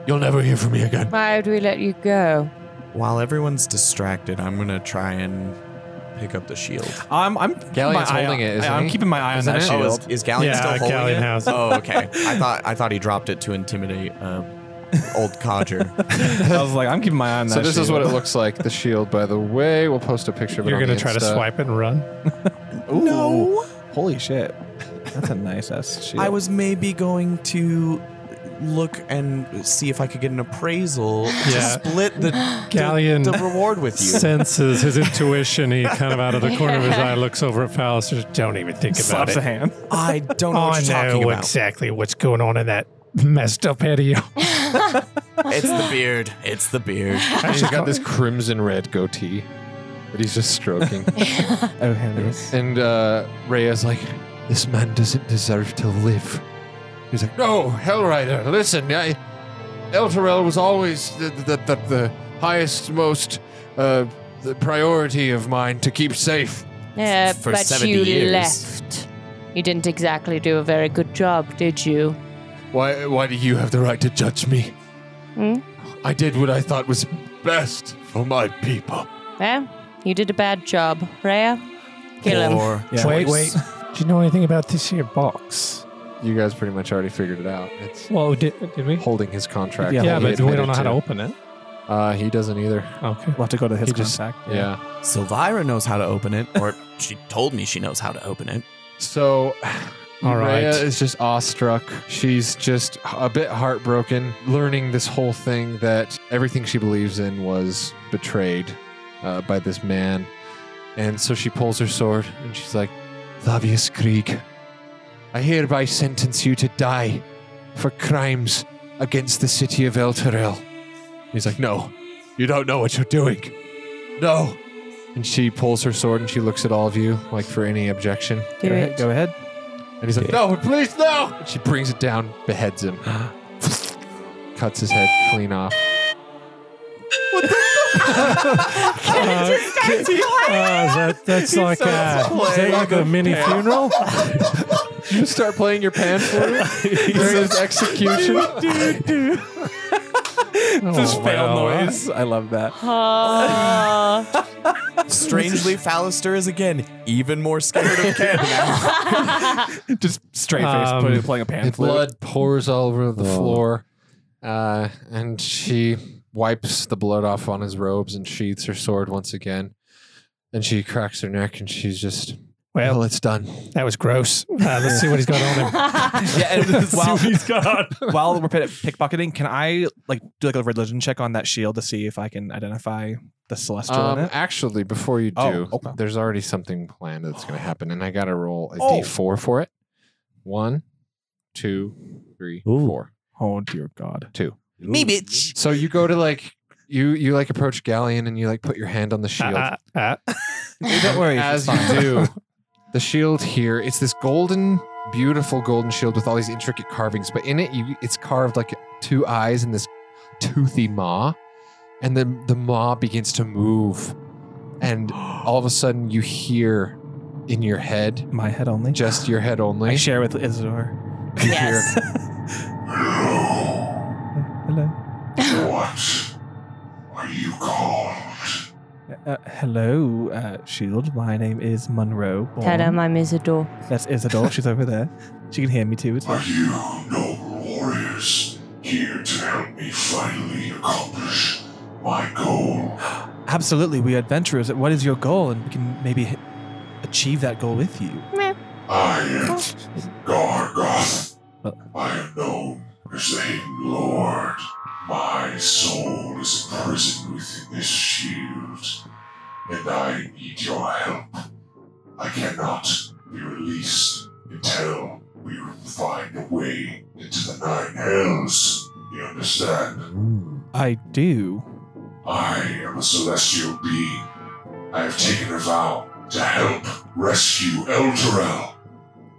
Speaker 1: You'll never hear from me again.
Speaker 3: Why would we let you go?
Speaker 5: While everyone's distracted, I'm gonna try and pick up the shield.
Speaker 4: I'm I'm
Speaker 1: Galleon's
Speaker 4: keeping my eye
Speaker 1: holding
Speaker 4: on-
Speaker 1: it, isn't
Speaker 4: I'm
Speaker 1: he?
Speaker 4: keeping my eye on
Speaker 1: Isn't
Speaker 4: that
Speaker 1: it?
Speaker 5: Oh, is,
Speaker 4: shield.
Speaker 5: is Galleon
Speaker 6: Yeah,
Speaker 5: still holding
Speaker 6: Galleon
Speaker 5: it?
Speaker 6: has it.
Speaker 5: Oh, okay. I thought I thought he dropped it to intimidate um, old codger.
Speaker 4: [LAUGHS] I was like, I'm keeping my eye on that.
Speaker 1: So this is
Speaker 4: shield.
Speaker 1: what it looks like. The shield, by the way, we'll post a picture. Of it
Speaker 6: You're
Speaker 1: on
Speaker 6: gonna
Speaker 1: the
Speaker 6: try to
Speaker 1: Insta.
Speaker 6: swipe it and run.
Speaker 4: Ooh. No. Holy shit. That's a nice ass shield.
Speaker 5: I was maybe going to look and see if I could get an appraisal to
Speaker 6: Yeah.
Speaker 5: split the
Speaker 6: Galleon
Speaker 5: the, the reward with you. [LAUGHS]
Speaker 6: senses his intuition. He kind of out of the corner of his eye looks over at Fallister. Don't even think about
Speaker 4: slaps a
Speaker 6: it.
Speaker 4: hand.
Speaker 5: I don't know
Speaker 6: "Oh, I
Speaker 5: what you're talking
Speaker 6: know
Speaker 5: about.
Speaker 6: exactly what's going on in that [LAUGHS] messed up head
Speaker 5: [LAUGHS]
Speaker 6: of yours.
Speaker 5: It's the beard. It's the beard.
Speaker 1: And He's got this crimson red goatee that he's just
Speaker 6: [LAUGHS]
Speaker 1: stroking.
Speaker 4: Oh, Henry's.
Speaker 1: and uh, Rhea's like, "This man doesn't deserve to live." He's like, "No, Hellrider, listen. I, Elturel was always the the, the, the highest, most uh, the priority of mine to keep safe."
Speaker 3: Yeah,
Speaker 5: For
Speaker 3: Uh, but
Speaker 5: 70
Speaker 3: you
Speaker 5: years.
Speaker 3: left. You didn't exactly do a very good job, did you?
Speaker 1: Why, why do you have the right to judge me?
Speaker 3: Hmm?
Speaker 1: I did what I thought was best for my people.
Speaker 3: Well, you did a bad job, Rhea. Kill him.
Speaker 5: or
Speaker 4: Yeah.
Speaker 6: Wait, wait. Do you know anything about this here box?
Speaker 1: You guys pretty much already figured it out. It's
Speaker 6: Well, did, did we?
Speaker 1: holding his contract.
Speaker 4: Yeah,
Speaker 1: that
Speaker 6: Yeah,
Speaker 1: he
Speaker 6: but we
Speaker 1: admitted
Speaker 6: don't know how to
Speaker 1: to
Speaker 6: open it.
Speaker 1: Uh, he doesn't either.
Speaker 6: Okay.
Speaker 4: We'll have to go to his
Speaker 1: He just-
Speaker 4: contact.
Speaker 1: yeah.
Speaker 5: Silvira knows how to open it, or she told me she knows how to open it.
Speaker 1: So, [SIGHS]
Speaker 6: All right.
Speaker 1: Rhea is just awestruck. She's just a bit heartbroken, learning this whole thing that everything she believes in was betrayed uh, by this man. And so she pulls her sword and she's like, Lavius Krieg, I hereby sentence you to die for crimes against the city of El Terrell. He's like, No, you don't know what you're doing. No. And she pulls her sword and she looks at all of you, like for any objection.
Speaker 3: Do
Speaker 4: Go
Speaker 3: it. [LAUGHS]
Speaker 4: ahead. Go ahead.
Speaker 1: And he's like, no, please, no. And she brings it down, beheads [GASPS] him, cuts his head clean off.
Speaker 2: Uh, that, that's like a, is that like a mini funeral.
Speaker 1: You start playing your pan [LAUGHS] flute during his execution.
Speaker 4: Just fail
Speaker 6: wow.
Speaker 4: noise. Oh, [LAUGHS] I love that.
Speaker 3: Oh,
Speaker 5: Strangely, Fallister is again even more scared of Ken now.
Speaker 4: Just straight face
Speaker 6: Um,
Speaker 4: putting- playing a pan
Speaker 1: And
Speaker 4: flute.
Speaker 1: blood pours all over the floor, uh, and she wipes the blood off on his robes and sheathes her sword once again. And she cracks her neck, and she's just, well,
Speaker 6: well,
Speaker 1: it's done.
Speaker 6: that was gross. Uh, let's see what he's got
Speaker 5: [LAUGHS]
Speaker 6: on him.
Speaker 4: Yeah,
Speaker 2: [LAUGHS]
Speaker 4: and while,
Speaker 2: He's got
Speaker 4: [LAUGHS] while we're pick- pickpocketing, can I like do like a religion check on that shield to see if I can identify the celestial
Speaker 1: Um,
Speaker 4: in it?
Speaker 1: actually, before you do,
Speaker 4: Oh, okay.
Speaker 1: there's already something planned that's going to happen, and I got to roll a
Speaker 4: Oh.
Speaker 1: 4 for it. One, two, three,
Speaker 2: Ooh.
Speaker 1: four.
Speaker 4: Oh dear God!
Speaker 1: Two.
Speaker 5: me, bitch.
Speaker 1: So you go to like you you like approach Galleon and you like put your hand on the shield.
Speaker 4: [LAUGHS]
Speaker 6: Uh, uh, uh,
Speaker 4: Don't worry.
Speaker 1: As you
Speaker 4: [LAUGHS]
Speaker 1: do, the shield here, it's this golden, beautiful golden shield with all these intricate carvings, but in it you it's carved like two eyes and this toothy maw. And then the maw begins to move.
Speaker 4: [GASPS]
Speaker 1: And all of a sudden you hear in your head,
Speaker 4: My head only.
Speaker 1: just your head
Speaker 4: I
Speaker 1: only.
Speaker 4: share with Isidore.
Speaker 1: You
Speaker 3: yes.
Speaker 1: hear,
Speaker 4: Hello.
Speaker 9: What were you called?
Speaker 4: Uh, hello, uh, Shield. My name is Monroe. Bourne.
Speaker 3: Tell him I'm Isidore.
Speaker 4: That's Isidore. She's over there. She can hear me too. It's
Speaker 9: Are
Speaker 4: fine.
Speaker 9: you noble warriors here to help me finally accomplish my goal?
Speaker 4: Absolutely, we are adventurers. What is your goal? And we can maybe h- achieve that goal with you.
Speaker 9: I am Gargoth. I am known as the Hidden Lord. My soul is imprisoned within this shield, and I need your help. I cannot be released until we find a way into the Nine Hells. You understand?
Speaker 4: I do.
Speaker 9: I am a celestial being. I have taken a vow to help rescue Elturel.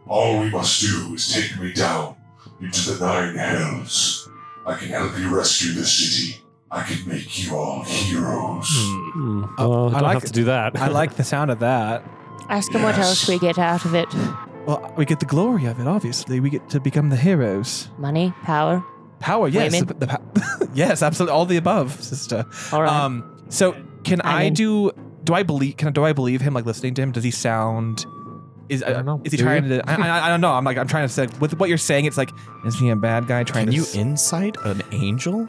Speaker 9: All we must do is take me down into the Nine Hells. I can help you rescue the city. I can make you all heroes.
Speaker 2: Mm. Well,
Speaker 4: I
Speaker 2: I don't
Speaker 4: like
Speaker 2: have
Speaker 4: it.
Speaker 2: to do that.
Speaker 4: I like the sound of that.
Speaker 3: Ask him what else we get out of it.
Speaker 4: Well, we get the glory of it, obviously. We get to become the heroes.
Speaker 3: Money, power.
Speaker 4: Power, yes.
Speaker 3: Women.
Speaker 4: The, the pa- [LAUGHS] yes, absolutely. All the above, sister.
Speaker 3: All right.
Speaker 4: Um, so can
Speaker 3: I'm
Speaker 4: I
Speaker 3: in.
Speaker 4: do do I believe can I- do I believe him like listening to him? Does he sound is
Speaker 1: don't know.
Speaker 4: is he
Speaker 1: Do
Speaker 4: trying to I, I, I don't know. I'm like I'm trying to say with what you're saying, it's like, is he a bad guy trying
Speaker 5: Can
Speaker 4: to
Speaker 5: you
Speaker 4: s-
Speaker 5: insight an angel?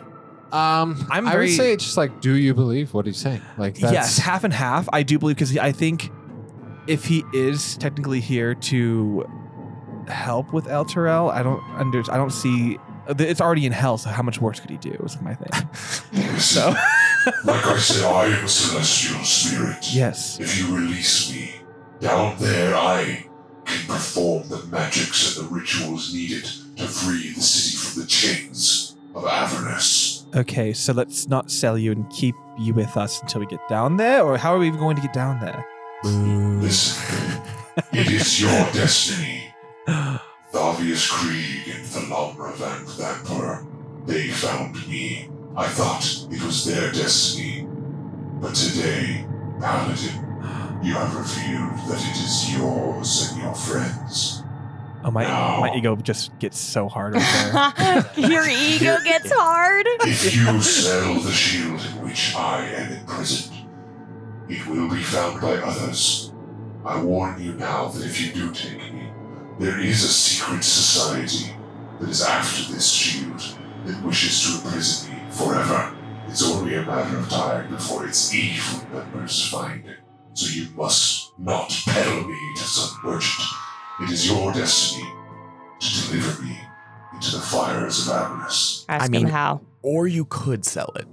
Speaker 1: um,
Speaker 4: I'm
Speaker 1: I
Speaker 4: very-
Speaker 1: would say it's just like, do you believe what he's saying? Like, that's,
Speaker 4: Yes, half and half. I do believe because I think if he is technically here to help with El Terrell, I don't under I don't see it's already in hell, so how much worse could he do? Is my thing. so
Speaker 9: Like I said, I am a celestial spirit.
Speaker 4: yes,
Speaker 9: If you release me, down there I can perform the magics and the rituals needed to free the city from the chains of Avernus.
Speaker 4: okay. So let's not sell you and keep you with us until we get down there, or how are we even going to get down there?
Speaker 9: Listen, it is your destiny. Thavius Krieg and Thalamra Van Vamper, they found me. I thought it was their destiny. But today, Paladin, you have revealed that it is yours and your friends.
Speaker 4: Oh my, my
Speaker 9: No.
Speaker 4: ego just gets so hard right there.
Speaker 8: Your
Speaker 3: [LAUGHS]
Speaker 8: ego gets hard.
Speaker 9: If you sell the shield in which I am imprisoned, it will be found by others, I warn you now that if you do take me, there is a secret society that is after this shield that wishes to imprison me forever. It's only a matter of time before its evil members find it. So you must not peddle me to some merchant. It is your destiny to deliver me into the fires of Avernus.
Speaker 3: Ask
Speaker 5: mean-
Speaker 3: him how.
Speaker 5: Or you could sell it.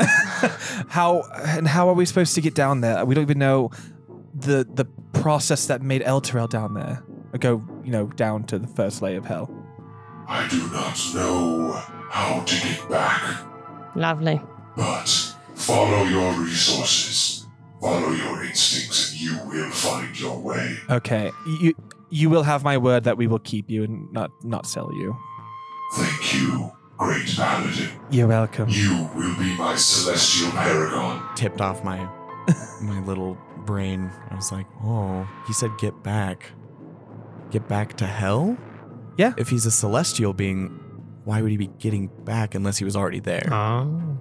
Speaker 4: How and how are we supposed to get down there? We don't even know the the process that made Elturel down there. Or go, you know, down to the first layer of hell.
Speaker 9: I do not know how to get back.
Speaker 3: Lovely.
Speaker 9: But follow your resources, follow your instincts, and you will find your way.
Speaker 4: Okay. You you will have my word that we will keep you and not not sell you.
Speaker 9: Thank you, great paladin.
Speaker 4: You're welcome.
Speaker 9: You will be my celestial paragon.
Speaker 5: Tipped
Speaker 4: [LAUGHS]
Speaker 5: off my my little brain. I was like, oh, he said get back. Get back to hell?
Speaker 4: Yeah.
Speaker 5: If he's a celestial being, why would he be getting back unless he was already there?
Speaker 4: Uh,
Speaker 1: Oh.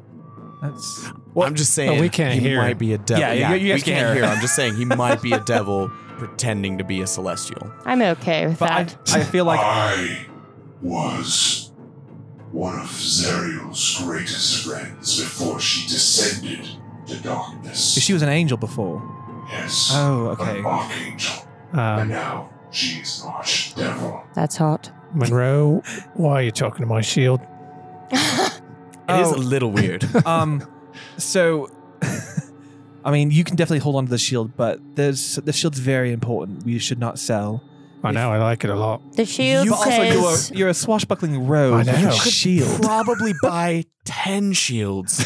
Speaker 6: uh,
Speaker 4: That's
Speaker 5: I'm just saying
Speaker 1: we can't
Speaker 5: he
Speaker 1: hear.
Speaker 5: might be a devil.
Speaker 4: Yeah, you- you
Speaker 5: we
Speaker 4: guys can't
Speaker 5: can't
Speaker 4: hear.
Speaker 5: hear. I'm just saying he
Speaker 4: [LAUGHS]
Speaker 5: might be a devil pretending to be a celestial.
Speaker 3: I'm okay with
Speaker 4: but I,
Speaker 3: that.
Speaker 4: I feel like
Speaker 9: I was one of Zeriel's greatest friends before she descended to darkness.
Speaker 4: she was an angel before.
Speaker 9: yes,
Speaker 4: Oh,
Speaker 9: an
Speaker 4: okay.
Speaker 9: archangel, and
Speaker 6: Um,
Speaker 9: now she is an archdevil.
Speaker 8: [LAUGHS]
Speaker 3: That's hot.
Speaker 6: Monroe, why are you talking to my shield?
Speaker 5: It is
Speaker 4: Oh.
Speaker 5: a little weird.
Speaker 4: [LAUGHS] um, so, [LAUGHS] I mean, you can definitely hold on to the shield, but there's the shield's very important. We should not sell.
Speaker 6: I know, I like it a lot.
Speaker 3: The shield
Speaker 5: You also
Speaker 3: says.
Speaker 5: do
Speaker 4: You're a, you're a swashbuckling rogue.
Speaker 6: I know.
Speaker 4: with a
Speaker 6: You could
Speaker 4: Shield. [LAUGHS]
Speaker 5: Probably buy 10 shields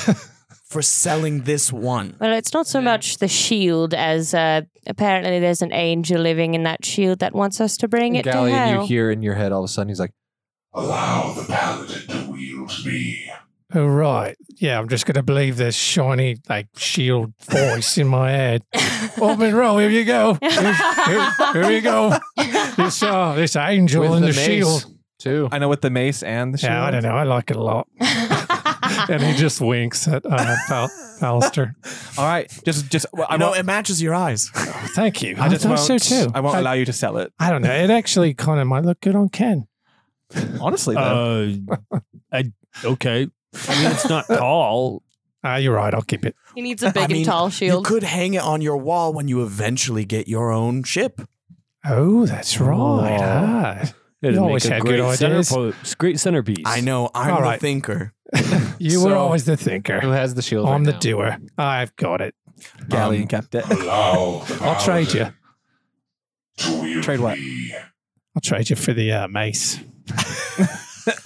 Speaker 5: for selling this one.
Speaker 3: Well, it's not so much the shield as uh, apparently there's an angel living in that shield that wants us to bring it to
Speaker 1: Galleon,
Speaker 3: hell.
Speaker 1: you hear in your head all of a sudden, he's like,
Speaker 9: Allow the paladin to wield me.
Speaker 6: Oh, right. Yeah, I'm just going to believe this shiny, like, shield voice in my head. Oh, Monroe, here you go.
Speaker 3: [LAUGHS]
Speaker 6: Here, here, here you go. This, uh, this angel
Speaker 1: with
Speaker 6: and
Speaker 1: the,
Speaker 6: the,
Speaker 1: mace,
Speaker 6: shield.
Speaker 1: too.
Speaker 4: I know with the mace and the shield.
Speaker 6: Yeah, I don't know. I like it a lot. and he just winks at uh, Fal- Alistair.
Speaker 4: All right, just just well, I
Speaker 5: I know
Speaker 4: won't.
Speaker 5: it matches your eyes.
Speaker 6: Oh, thank you.
Speaker 4: I just
Speaker 6: thought
Speaker 4: won't.
Speaker 6: so too.
Speaker 4: I won't allow you to sell it.
Speaker 6: I don't know. It actually kind of might look good on Ken.
Speaker 4: Honestly, though,
Speaker 2: Uh, I okay. I mean, it's not [LAUGHS] tall.
Speaker 6: Ah, you're right. I'll keep it.
Speaker 3: he needs a
Speaker 5: I
Speaker 3: big
Speaker 5: mean,
Speaker 3: and tall
Speaker 5: You
Speaker 3: shield.
Speaker 5: could hang it on your wall when you eventually get your own ship.
Speaker 6: Oh, that's right.
Speaker 2: Oh.
Speaker 6: Ah.
Speaker 2: It'd make
Speaker 6: You always
Speaker 2: a
Speaker 6: had
Speaker 2: great
Speaker 6: good ideas.
Speaker 2: centerpo- s- great centerpiece.
Speaker 5: I know. I'm
Speaker 6: All
Speaker 5: the
Speaker 6: right.
Speaker 5: thinker.
Speaker 6: You were
Speaker 1: So-
Speaker 6: always the
Speaker 1: Who
Speaker 6: thinker.
Speaker 1: has the shield? right
Speaker 6: I'm the
Speaker 1: now?
Speaker 6: doer. I've got it.
Speaker 4: Galleon
Speaker 5: um,
Speaker 4: kept it. [LAUGHS]
Speaker 9: Allow the
Speaker 6: I'll trade you.
Speaker 9: paladin to wield
Speaker 4: Trade what?
Speaker 9: me.
Speaker 6: I'll trade you for the uh, mace.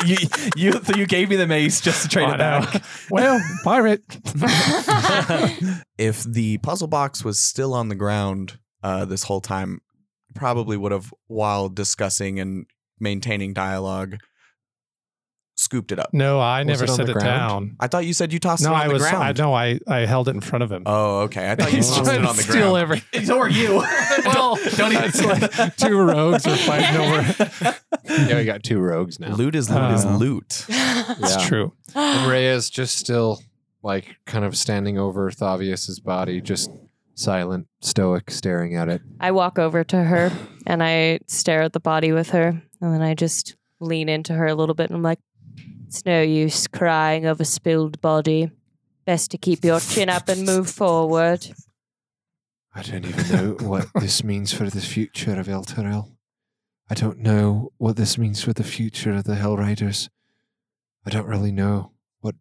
Speaker 4: you you so you gave me the mace just to trade
Speaker 6: Oh, I
Speaker 4: it
Speaker 6: know.
Speaker 4: back. [LAUGHS]
Speaker 6: Well, pirate.
Speaker 5: If the puzzle box was still on the ground uh, this whole time, probably would have, while discussing and maintaining dialogue, scooped it up.
Speaker 6: No, I
Speaker 1: Was
Speaker 6: never
Speaker 1: it on
Speaker 6: said
Speaker 1: the
Speaker 6: it
Speaker 1: ground?
Speaker 6: down.
Speaker 5: I thought you said you tossed
Speaker 6: No,
Speaker 5: it on
Speaker 6: I
Speaker 5: the
Speaker 6: was. I
Speaker 5: ground.
Speaker 6: no, I I held it in front of him.
Speaker 5: oh, okay.
Speaker 6: [LAUGHS]
Speaker 5: I thought you tossed it on the
Speaker 6: steal
Speaker 5: ground.
Speaker 6: every
Speaker 1: [LAUGHS]
Speaker 4: So are you.
Speaker 6: [LAUGHS]
Speaker 4: well, [LAUGHS] don't even.
Speaker 6: It's like two rogues are fighting over.
Speaker 1: Yeah, we got two rogues now.
Speaker 5: Loot is loot is
Speaker 6: Oh.
Speaker 5: loot.
Speaker 6: It's
Speaker 1: Yeah.
Speaker 6: true.
Speaker 1: And Rhea's just still like kind of standing over Thavius's body, just silent, stoic, staring at it.
Speaker 3: [LAUGHS] I walk over to her and I stare at the body with her, and then I just lean into her a little bit and I'm like, "It's no use crying over spilled body. Best to keep your chin up and move forward."
Speaker 1: I don't even [LAUGHS] know what this means for the future of El Terrell. I don't know what this means for the future of the Hell Riders. I don't really know what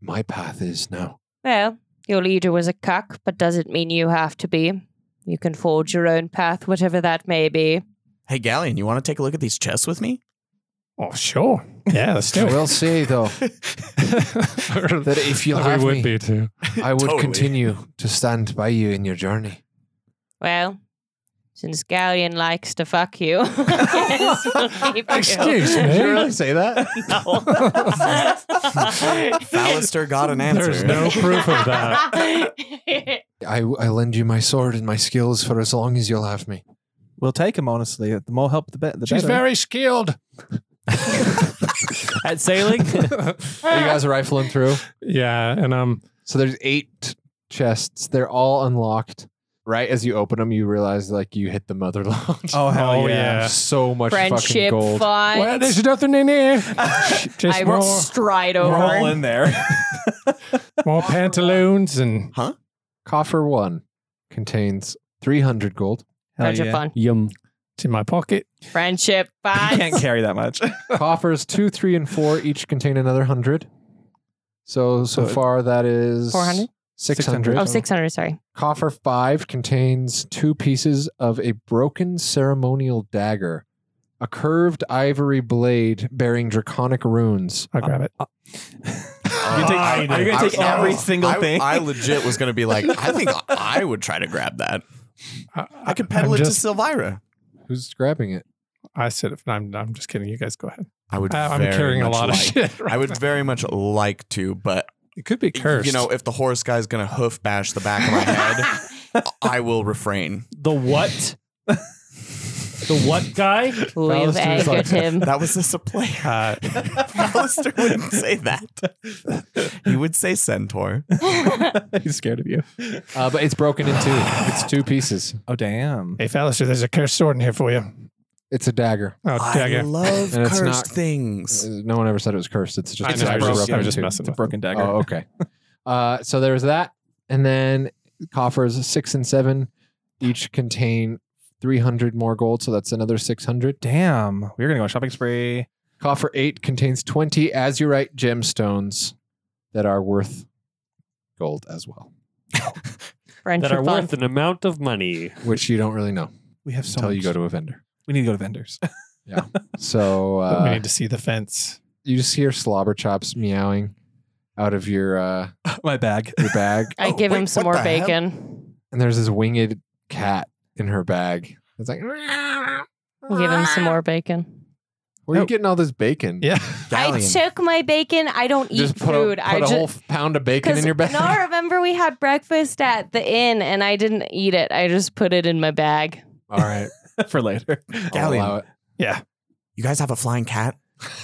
Speaker 1: my path is now.
Speaker 3: Well, your leader was a cuck, but doesn't mean you have to be. You can forge your own path, whatever that may be.
Speaker 5: Hey, Galleon, you want to take a look at these chests with
Speaker 6: [LAUGHS]
Speaker 5: me?
Speaker 6: Oh, sure. Yeah, let's do
Speaker 1: I
Speaker 6: it.
Speaker 1: will say though
Speaker 6: [LAUGHS]
Speaker 1: that if you have
Speaker 6: we would
Speaker 1: me,
Speaker 6: be too.
Speaker 1: I [LAUGHS] would
Speaker 5: Totally.
Speaker 1: continue to stand by you in your journey.
Speaker 3: Well, since Galleon likes to fuck
Speaker 1: [LAUGHS]
Speaker 3: you, [LAUGHS] yes,
Speaker 5: [LAUGHS]
Speaker 3: we'll keep you. [LAUGHS]
Speaker 6: Excuse me.
Speaker 1: say that?
Speaker 5: Ballister got an answer. [LAUGHS]
Speaker 6: There's no proof
Speaker 3: [LAUGHS]
Speaker 6: of that.
Speaker 1: I, I lend you my sword and my skills for as long as you'll have me.
Speaker 4: [LAUGHS] We'll take him honestly. The more help, the, be- the better.
Speaker 6: She's very skilled.
Speaker 2: at
Speaker 4: [LAUGHS]
Speaker 2: sailing.
Speaker 4: Oh,
Speaker 1: Are you guys rifling through?
Speaker 6: Yeah, and um,
Speaker 1: So there's eight chests. They're all unlocked. right as you open them, you realize like you hit the mother [LAUGHS] lode.
Speaker 4: Oh hell
Speaker 2: Oh,
Speaker 4: yeah.
Speaker 2: yeah.
Speaker 1: so much fucking
Speaker 3: Friendship
Speaker 1: gold.
Speaker 3: fight.
Speaker 2: Well, there's nothing in here.
Speaker 4: [LAUGHS]
Speaker 6: Just
Speaker 3: I
Speaker 5: [LAUGHS]
Speaker 6: more,
Speaker 3: stride over.
Speaker 4: We're all in there. [LAUGHS]
Speaker 6: more pantaloons and
Speaker 1: Coffer one contains 300 gold.
Speaker 3: Friendship bond.
Speaker 2: Yum.
Speaker 6: it's in my pocket.
Speaker 5: [LAUGHS]
Speaker 3: Friendship
Speaker 4: You can't
Speaker 3: bond.
Speaker 4: carry that
Speaker 6: [LAUGHS]
Speaker 4: much.
Speaker 1: Coffers two, three, and four each contain another 100. So, so,
Speaker 4: So it-
Speaker 1: far that is
Speaker 3: 400?
Speaker 1: 600.
Speaker 3: Oh, 600, sorry.
Speaker 1: Coffer five contains two pieces of a broken ceremonial dagger, a curved ivory blade bearing draconic runes.
Speaker 6: I'll grab it.
Speaker 4: You take- you're gonna take every single
Speaker 5: I,
Speaker 4: thing.
Speaker 5: I legit was gonna be like, I think I would try to grab that.
Speaker 6: I,
Speaker 5: I could peddle
Speaker 6: I'm
Speaker 5: it
Speaker 6: just-
Speaker 5: to Silvira.
Speaker 1: Who's grabbing it?
Speaker 6: I said it. I'm, I'm just kidding. You guys go ahead.
Speaker 5: I would.
Speaker 6: I, I'm
Speaker 5: very
Speaker 6: carrying a
Speaker 5: much
Speaker 6: lot
Speaker 5: like,
Speaker 6: of shit. Right?
Speaker 5: I would very much like to, but
Speaker 6: it could be cursed.
Speaker 5: you know, if the horse guy's gonna hoof bash the back of my
Speaker 6: [LAUGHS]
Speaker 5: head, I will refrain.
Speaker 2: The what? the what guy?
Speaker 3: We've
Speaker 1: Ballister's like-
Speaker 3: angered him.
Speaker 5: That was just a play.
Speaker 6: uh,
Speaker 5: Alistair wouldn't say that. He would say centaur.
Speaker 4: He's scared of you.
Speaker 1: Uh, but it's broken in two. It's two pieces.
Speaker 4: Oh damn.
Speaker 6: hey, Alistair, there's a cursed sword in here for you.
Speaker 1: It's a dagger.
Speaker 6: Oh,
Speaker 5: I
Speaker 6: dagger.
Speaker 5: love
Speaker 1: And it's
Speaker 5: cursed
Speaker 1: not- Uh,
Speaker 5: things.
Speaker 1: No one ever said it was cursed. It's just
Speaker 6: I
Speaker 1: it's
Speaker 6: know, I was
Speaker 1: broken
Speaker 6: just- I was
Speaker 1: in
Speaker 6: just
Speaker 1: two.
Speaker 6: messing
Speaker 4: It's a [LAUGHS]
Speaker 6: with
Speaker 4: broken dagger.
Speaker 1: Oh, okay. uh, so there's that, and then coffers six and seven each contain 300 more gold, so that's another 600.
Speaker 4: Damn. We were gonna go on shopping spree.
Speaker 1: Coffer 8 contains 20 azurite gemstones that are worth gold as well,
Speaker 3: Friendship
Speaker 2: That are
Speaker 3: bond.
Speaker 2: worth an amount of money.
Speaker 1: which you don't really know
Speaker 4: We have so
Speaker 1: until
Speaker 4: much.
Speaker 1: you go to a vendor.
Speaker 4: we need to go to vendors. [LAUGHS]
Speaker 1: So
Speaker 6: we
Speaker 1: uh,
Speaker 6: need to see the fence.
Speaker 1: you just hear slobber chops meowing out of your uh,
Speaker 4: My bag.
Speaker 1: your bag, [LAUGHS]
Speaker 3: I
Speaker 5: Oh,
Speaker 3: give him
Speaker 5: wait,
Speaker 3: some
Speaker 5: what
Speaker 3: more
Speaker 5: the hell?
Speaker 3: bacon.
Speaker 1: and there's this winged cat in her bag. It's like,
Speaker 3: Give him
Speaker 5: Ah.
Speaker 3: some more bacon.
Speaker 1: where are
Speaker 6: Oh.
Speaker 1: you getting all this bacon?
Speaker 6: Yeah. [LAUGHS]
Speaker 3: I took my bacon. I don't eat
Speaker 1: Just put a,
Speaker 3: food.
Speaker 1: put
Speaker 3: I
Speaker 1: a
Speaker 3: just
Speaker 1: whole pound of bacon in your bag.
Speaker 3: No, remember we had breakfast at the inn and I didn't eat it. I just put it in my bag.
Speaker 1: [LAUGHS] All right,
Speaker 4: [LAUGHS] for [LAUGHS] later.
Speaker 1: I'll
Speaker 5: Galleon.
Speaker 1: allow it.
Speaker 5: You guys have a flying cat?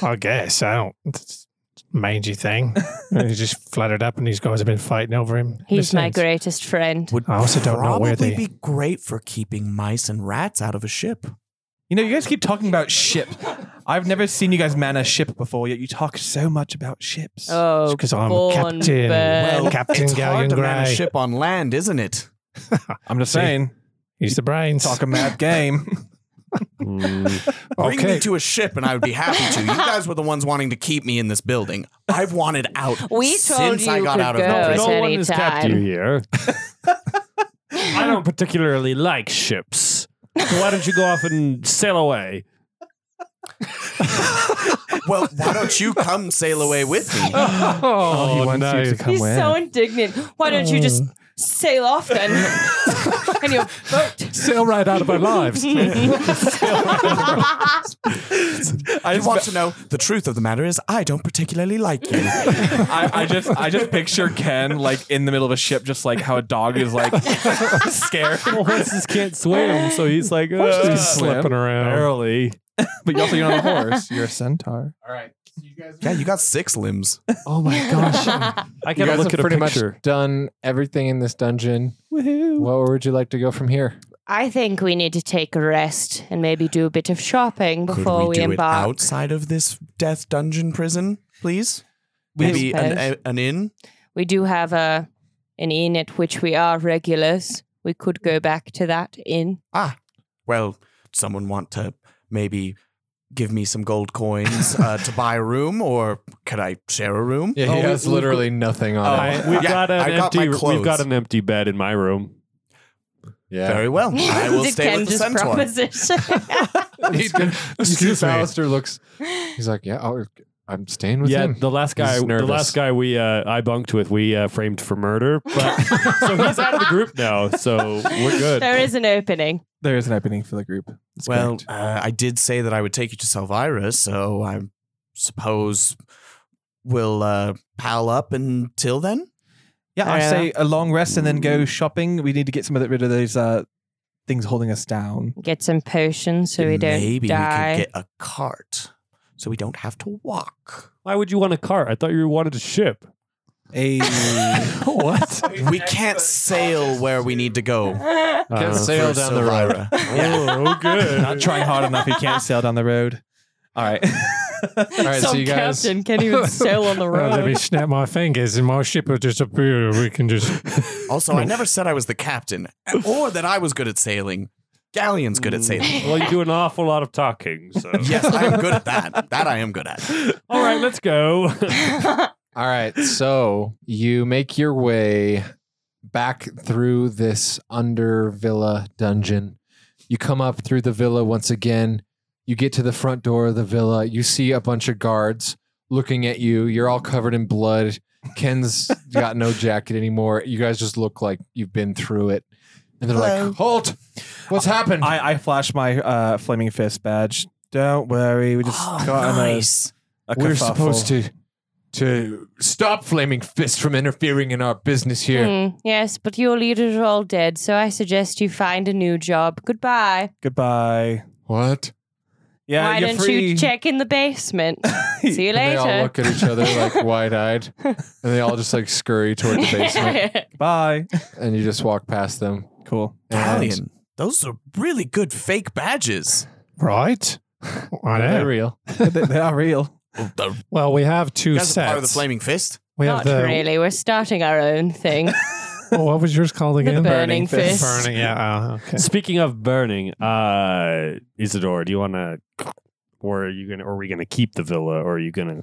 Speaker 6: I guess. I don't. It's a
Speaker 5: [LAUGHS]
Speaker 6: mangy thing. he just fluttered up and these guys have been fighting over him.
Speaker 3: He's
Speaker 6: Listen,
Speaker 3: my greatest friend.
Speaker 5: Would
Speaker 6: I also don't know where
Speaker 5: probably
Speaker 6: they-
Speaker 5: be great for keeping mice and rats out of a ship.
Speaker 3: Uh,
Speaker 4: You know, you guys keep talking about ship. I've never seen you guys man a ship before, yet you talk so much about ships.
Speaker 2: Uh,
Speaker 3: Oh,
Speaker 6: Because I'm
Speaker 3: born
Speaker 6: captain.
Speaker 3: bad.
Speaker 6: Well, Captain
Speaker 5: it's hard
Speaker 6: Galleon
Speaker 5: to man a
Speaker 6: Gray.
Speaker 5: ship on land, isn't it?
Speaker 4: I'm just
Speaker 6: See?
Speaker 4: [LAUGHS] saying.
Speaker 6: He's the brains.
Speaker 4: Talk a mad game.
Speaker 2: Hmm.
Speaker 5: Bring
Speaker 6: Okay.
Speaker 5: me to a ship and I would be happy to. You
Speaker 3: [LAUGHS]
Speaker 5: guys were the ones wanting to keep me in this building. I've wanted
Speaker 3: [LAUGHS]
Speaker 5: out
Speaker 3: We told
Speaker 5: since I
Speaker 3: you
Speaker 5: got
Speaker 3: could
Speaker 5: out of
Speaker 3: go.
Speaker 5: the prison.
Speaker 2: no one
Speaker 3: any
Speaker 2: has kept you
Speaker 3: time.
Speaker 2: here. I don't particularly like ships. So why don't you go off and sail away?
Speaker 5: Well, why don't you come sail away with
Speaker 6: [LAUGHS]
Speaker 5: me?
Speaker 6: Oh,
Speaker 4: he wants you to come
Speaker 3: Oh, He's
Speaker 4: with.
Speaker 3: [LAUGHS] so indignant. Why don't you just sail off
Speaker 5: [LAUGHS]
Speaker 3: then? and your boat.
Speaker 6: Sail right out of our lives.
Speaker 5: Oh I just want to know the truth of the matter is I don't particularly
Speaker 3: [LAUGHS]
Speaker 5: like you.
Speaker 4: [LAUGHS] I, I just I just picture Ken like in the middle of a ship, just like how a dog is like [LAUGHS] scared.
Speaker 2: Well, [LAUGHS] horses
Speaker 4: [LAUGHS]
Speaker 2: can't swim, so he's like, uh,
Speaker 6: Just slipping around.
Speaker 2: barely.
Speaker 4: But also you're not a horse. You're a centaur.
Speaker 1: All right, you guys.
Speaker 5: Yeah, you got six limbs.
Speaker 1: Oh
Speaker 3: [LAUGHS]
Speaker 1: my gosh. You
Speaker 2: I gotta
Speaker 1: guys
Speaker 2: look
Speaker 1: have
Speaker 2: at a
Speaker 1: pretty
Speaker 2: picture.
Speaker 1: much done everything in this dungeon. Where would you like to go from here?
Speaker 3: I think we need to take a rest and maybe do a bit of shopping before
Speaker 5: Could we, do it
Speaker 3: embark.
Speaker 5: outside of this death dungeon prison, please?
Speaker 3: I
Speaker 5: Maybe an,
Speaker 3: suppose.
Speaker 5: a- an inn?
Speaker 3: We do have a an inn at which we are regulars. We could go back to that inn.
Speaker 5: Ah, well, someone want to maybe give me some gold coins uh,
Speaker 1: [LAUGHS]
Speaker 5: to buy a room, or could I share a room?
Speaker 1: Yeah, he has literally nothing on
Speaker 5: Oh.
Speaker 1: it.
Speaker 2: I, we've
Speaker 5: Yeah,
Speaker 2: got an
Speaker 5: I got my
Speaker 2: empty.
Speaker 5: clothes.
Speaker 2: we've got an empty bed in my room.
Speaker 1: [LAUGHS] Yeah.
Speaker 5: Very well. I
Speaker 3: [LAUGHS]
Speaker 5: will
Speaker 3: Did
Speaker 5: stay
Speaker 3: Ken
Speaker 5: with the
Speaker 3: just
Speaker 5: centaur. [LAUGHS]
Speaker 1: [LAUGHS]
Speaker 3: proposition?
Speaker 1: He's gonna,
Speaker 6: Excuse me.
Speaker 1: Alistair looks. He's like, yeah, I'll, I'm staying with
Speaker 2: yeah,
Speaker 1: him.
Speaker 2: the last
Speaker 1: He's
Speaker 2: guy, the
Speaker 1: nervous.
Speaker 2: last guy we uh, I bunked with, we uh, framed for murder. But, so he's out of the group now. So we're good.
Speaker 3: there is an opening.
Speaker 4: There is an opening for the group. That's
Speaker 5: Well,
Speaker 4: correct.
Speaker 5: uh, I did say that I would take you to Salvira, so I suppose we'll uh, pal up until then.
Speaker 4: yeah, I say a long rest and then go shopping. We need to get some of the, rid of those uh, things holding us down.
Speaker 3: Get some potions so we don't
Speaker 5: Maybe
Speaker 3: die.
Speaker 5: we could get a cart so we don't have to walk.
Speaker 1: [LAUGHS]
Speaker 2: Why would you want a cart? I thought you wanted a ship.
Speaker 4: A
Speaker 2: what?
Speaker 5: We can't sail where we need to go.
Speaker 1: Can't sail
Speaker 5: Uh, for
Speaker 1: down the road.
Speaker 5: Silvira.
Speaker 2: oh,
Speaker 5: [LAUGHS]
Speaker 2: good.
Speaker 4: [LAUGHS] not trying hard enough. He can't sail down the road. All right.
Speaker 1: [LAUGHS] All right,
Speaker 3: Some
Speaker 1: so you guys.
Speaker 3: captain
Speaker 1: [LAUGHS]
Speaker 3: can't even sail on the
Speaker 6: Uh, let me
Speaker 3: road.
Speaker 6: snap my fingers and my ship will disappear. We can just. [LAUGHS]
Speaker 5: Also, I never said I was the captain or that I was good at sailing. Galleon's good at
Speaker 2: [LAUGHS]
Speaker 5: sailing.
Speaker 2: Well, you do an awful lot of talking. So.
Speaker 5: Yes, I am good at that. That I am good at.
Speaker 2: All right, let's
Speaker 5: [LAUGHS]
Speaker 2: go.
Speaker 1: All right, so you make your way back through this under villa dungeon. You come up through the villa once again. You get to the front door of the villa. You see a bunch of guards looking at you. You're all covered in blood.
Speaker 4: [LAUGHS]
Speaker 1: Ken's got no jacket anymore. You guys just look like you've been through it. And they're like, "Halt! What's happened?"
Speaker 4: I, I flash my uh, flaming fist badge. Don't worry, we just
Speaker 5: Oh,
Speaker 4: got in a- a,
Speaker 1: We're
Speaker 4: kerfuffle.
Speaker 1: supposed to to stop Flaming Fist from interfering in our business here.
Speaker 3: Hmm, yes, but your leaders are all dead, so I suggest you find a new job. Goodbye.
Speaker 4: Goodbye.
Speaker 1: What?
Speaker 4: Yeah,
Speaker 3: Why
Speaker 4: you're
Speaker 3: don't
Speaker 4: free.
Speaker 3: you check in the basement? See you
Speaker 1: And [LAUGHS] they all
Speaker 3: later. [LAUGHS]
Speaker 1: look at each other like wide eyed, and they all just like scurry toward the basement,
Speaker 4: Bye.
Speaker 1: and you just walk past them.
Speaker 4: Cool.
Speaker 1: And
Speaker 5: Galleon, those are really good fake badges.
Speaker 6: Right? I
Speaker 1: they're
Speaker 6: know.
Speaker 1: real.
Speaker 4: they, they are real.
Speaker 5: The
Speaker 6: Well, we have two
Speaker 5: you guys are
Speaker 6: sets.
Speaker 5: part of the Flaming Fist.
Speaker 6: We have uh,
Speaker 3: Not
Speaker 6: the.
Speaker 3: really. We're starting our own
Speaker 1: [LAUGHS]
Speaker 3: thing.
Speaker 6: Oh, what was yours called
Speaker 3: the
Speaker 6: again?
Speaker 3: burning fist.
Speaker 6: Burning, yeah. uh, okay.
Speaker 2: Speaking of burning, uh, Isidore, do you want to, or are you gonna, or are we gonna keep the villa, or are you gonna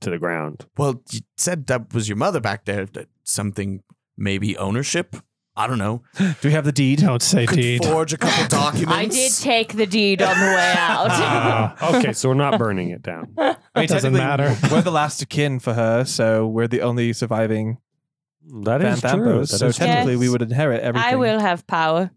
Speaker 2: to the ground?
Speaker 5: Well, you said that was your mother back there. That something, maybe ownership. I don't know.
Speaker 4: Do we have the deed?
Speaker 6: Don't say
Speaker 5: Could
Speaker 6: deed.
Speaker 5: forge a couple documents.
Speaker 3: I did take the deed on
Speaker 1: [LAUGHS]
Speaker 3: the way
Speaker 1: Ah,
Speaker 3: out.
Speaker 5: Uh.
Speaker 2: okay, so we're not burning it down.
Speaker 4: I mean,
Speaker 6: doesn't
Speaker 4: technically,
Speaker 6: matter.
Speaker 4: We're the last of kin for her, so we're the only surviving
Speaker 2: That
Speaker 4: Van
Speaker 2: is true.
Speaker 4: Thampos.
Speaker 2: That
Speaker 4: So
Speaker 2: is true.
Speaker 4: technically,
Speaker 3: Yes.
Speaker 4: we would inherit
Speaker 3: [LAUGHS]
Speaker 4: everything.
Speaker 3: I will have power.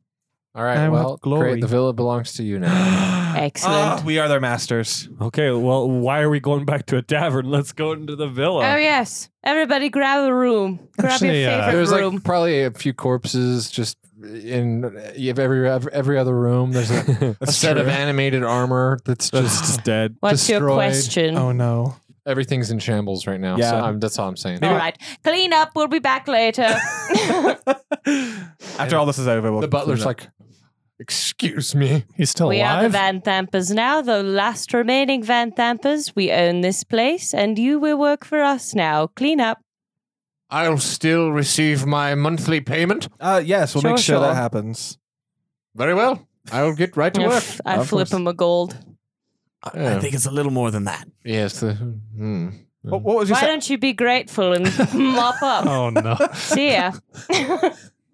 Speaker 1: All right,
Speaker 4: I want
Speaker 1: well,
Speaker 4: glory.
Speaker 1: great. The villa belongs to you
Speaker 4: [GASPS]
Speaker 1: now.
Speaker 3: Excellent.
Speaker 4: Ah, we are their masters.
Speaker 2: Okay, well, why are we going back to a tavern? Let's go into the villa.
Speaker 3: Oh yes, everybody grab a room. Grab
Speaker 6: Actually,
Speaker 3: your
Speaker 6: uh,
Speaker 3: favorite
Speaker 1: There's
Speaker 3: room.
Speaker 1: like probably a few corpses just in every every other room. There's a, a set of animated armor that's
Speaker 2: That's
Speaker 1: just
Speaker 4: [LAUGHS]
Speaker 2: just dead.
Speaker 3: What's your
Speaker 1: destroyed.
Speaker 3: question?
Speaker 4: Oh no.
Speaker 1: everything's in shambles right now.
Speaker 4: Yeah.
Speaker 1: so I'm, that's all I'm saying.
Speaker 3: All right, clean up. We'll be back later.
Speaker 4: [LAUGHS] After all this is over, we'll
Speaker 1: The butler's like, "Excuse me."
Speaker 6: He's still
Speaker 3: we are the
Speaker 6: alive.
Speaker 3: Van Thampers now, the last remaining Van Thampers. We own this place, and you will work for us now. Clean up.
Speaker 1: I'll still receive my monthly payment.
Speaker 4: uh, yes, we'll
Speaker 3: Sure,
Speaker 4: make sure,
Speaker 3: sure.
Speaker 4: that happens.
Speaker 1: Very well. I'll get right to
Speaker 3: I
Speaker 1: work.
Speaker 3: f- I
Speaker 4: Of
Speaker 3: flip
Speaker 4: course.
Speaker 3: him a gold.
Speaker 5: I, I
Speaker 1: Yeah.
Speaker 5: think it's a little more than that.
Speaker 1: Yes. The, hmm.
Speaker 4: What, what was your
Speaker 3: Why
Speaker 4: sa-
Speaker 3: don't you be grateful and mop up?
Speaker 6: Oh, no.
Speaker 3: See ya.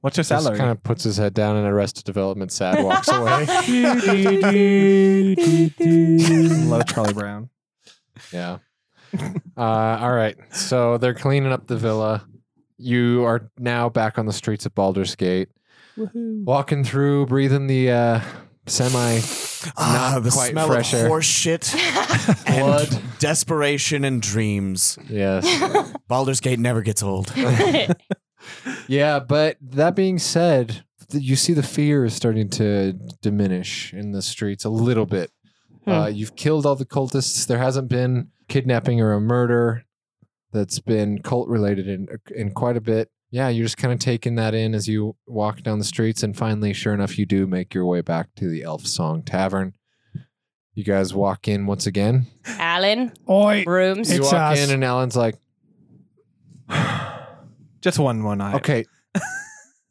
Speaker 4: What's your salary?
Speaker 1: Just kind of puts his head down in arrested development, sad, walks away. [LAUGHS]
Speaker 4: [LAUGHS] Love Charlie Brown.
Speaker 1: Yeah. Uh, all right. So they're cleaning up the villa. You are now back on the streets of Baldur's Gate, walking through, breathing the uh, semi
Speaker 5: Ah,
Speaker 1: Not
Speaker 5: the
Speaker 1: quite
Speaker 5: smell
Speaker 1: fresh
Speaker 5: of
Speaker 1: air.
Speaker 5: horse shit and
Speaker 1: blood.
Speaker 5: desperation and dreams.
Speaker 1: Yes.
Speaker 5: Baldur's Gate never gets old.
Speaker 1: Yeah. But that being said, th- you see the fear is starting to diminish in the streets a little bit.
Speaker 6: Hmm.
Speaker 1: Uh, you've killed all the cultists. There hasn't been kidnapping or a murder that's been cult related in in quite a bit. Yeah, you're just kind of taking that in as you walk down the streets, and finally, sure enough, you do make your way back to the Elf Song Tavern. You guys walk in once again.
Speaker 3: Alan,
Speaker 6: Oi.
Speaker 3: rooms.
Speaker 6: It's
Speaker 1: you walk
Speaker 6: us.
Speaker 1: in, and Alan's like,
Speaker 4: Just one more night.
Speaker 1: "Okay, [LAUGHS]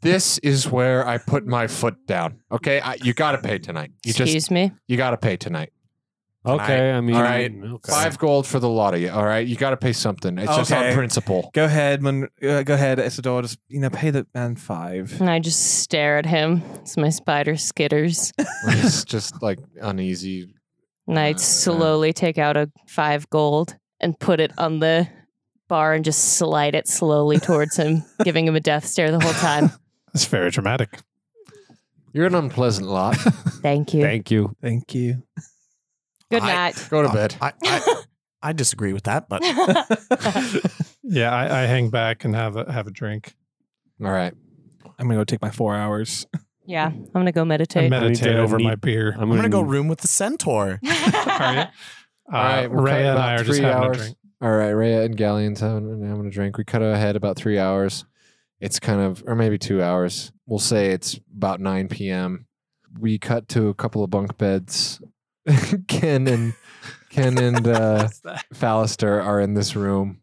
Speaker 1: this is where I put my foot down. Okay, I, you got to pay tonight. You
Speaker 3: Excuse
Speaker 1: just
Speaker 3: me.
Speaker 1: you got to pay tonight.
Speaker 2: Okay, I mean,
Speaker 1: All right.
Speaker 2: okay.
Speaker 1: Five gold for the lot of you. All right, you got to pay something. It's just on
Speaker 4: Okay.
Speaker 1: principle."
Speaker 4: Go ahead, Mon- uh, go ahead, Isidore. Just you know, pay the man five.
Speaker 3: And I just stare at him. It's my spider skitters.
Speaker 1: It's just like uneasy.
Speaker 3: And I
Speaker 1: Uh,
Speaker 3: slowly take out a five gold and put it on the bar and just slide it slowly towards him,
Speaker 1: [LAUGHS]
Speaker 3: giving him a death stare the whole time.
Speaker 6: That's very dramatic.
Speaker 1: You're an unpleasant lot.
Speaker 3: Thank you.
Speaker 2: Thank you.
Speaker 4: Thank you.
Speaker 3: Good
Speaker 5: I-
Speaker 3: night.
Speaker 1: Go to bed.
Speaker 5: Uh, I, I, [LAUGHS] I disagree with that, [LAUGHS] but
Speaker 1: [LAUGHS]
Speaker 6: Yeah, I, I hang back and have a have a drink.
Speaker 1: All right.
Speaker 4: I'm gonna go take my four hours.
Speaker 3: [LAUGHS]
Speaker 4: [LAUGHS]
Speaker 3: yeah, I'm gonna go
Speaker 6: I
Speaker 1: [LAUGHS]
Speaker 3: meditate.
Speaker 2: I
Speaker 6: meditate
Speaker 2: need to-
Speaker 6: over
Speaker 2: need-
Speaker 6: my beer.
Speaker 5: I'm gonna go room with the centaur.
Speaker 6: All right,
Speaker 1: All right.
Speaker 6: Raya and I are just having a drink.
Speaker 1: All right, Rhea and Galleon's having, having a drink. We cut ahead about three hours. It's kind of, or maybe two hours. We'll say it's about 9 p.m. We cut to a couple of bunk beds. [LAUGHS] Ken and Ken and uh, Fallister are in this room.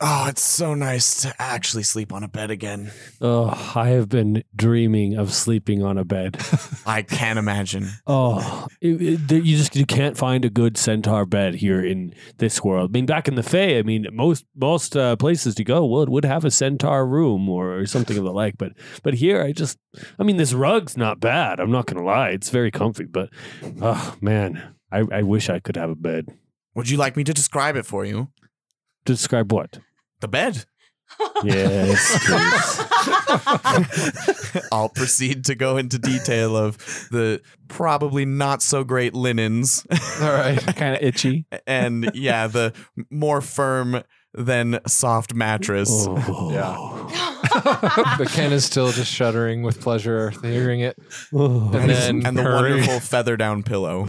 Speaker 5: Oh, it's so nice to actually sleep on a bed again.
Speaker 2: Oh, I have been dreaming of sleeping on a bed.
Speaker 5: [LAUGHS] I can't imagine.
Speaker 2: Oh, it, it, there- you just you can't find a good centaur bed here in this world. I mean, back in the Fae, I mean, most most uh, places to go would would have a centaur room or, or something of the like. But but here, I just, I mean, this rug's not bad. I'm not gonna lie, it's very comfy. But oh man, I, I wish I could have a bed.
Speaker 5: Would you like me to describe it for you?
Speaker 2: Describe what?
Speaker 5: The bed.
Speaker 2: [LAUGHS] Yes. please.
Speaker 5: [LAUGHS] I'll proceed to go into detail of the probably not so great [LAUGHS] linens
Speaker 1: [LAUGHS] All right.
Speaker 4: kind of itchy.
Speaker 5: and yeah, the more firm than soft mattress.
Speaker 2: Oh.
Speaker 1: but Ken is still just shuddering with pleasure hearing it.
Speaker 2: Oh.
Speaker 1: And then,
Speaker 5: and the wonderful feather down pillow.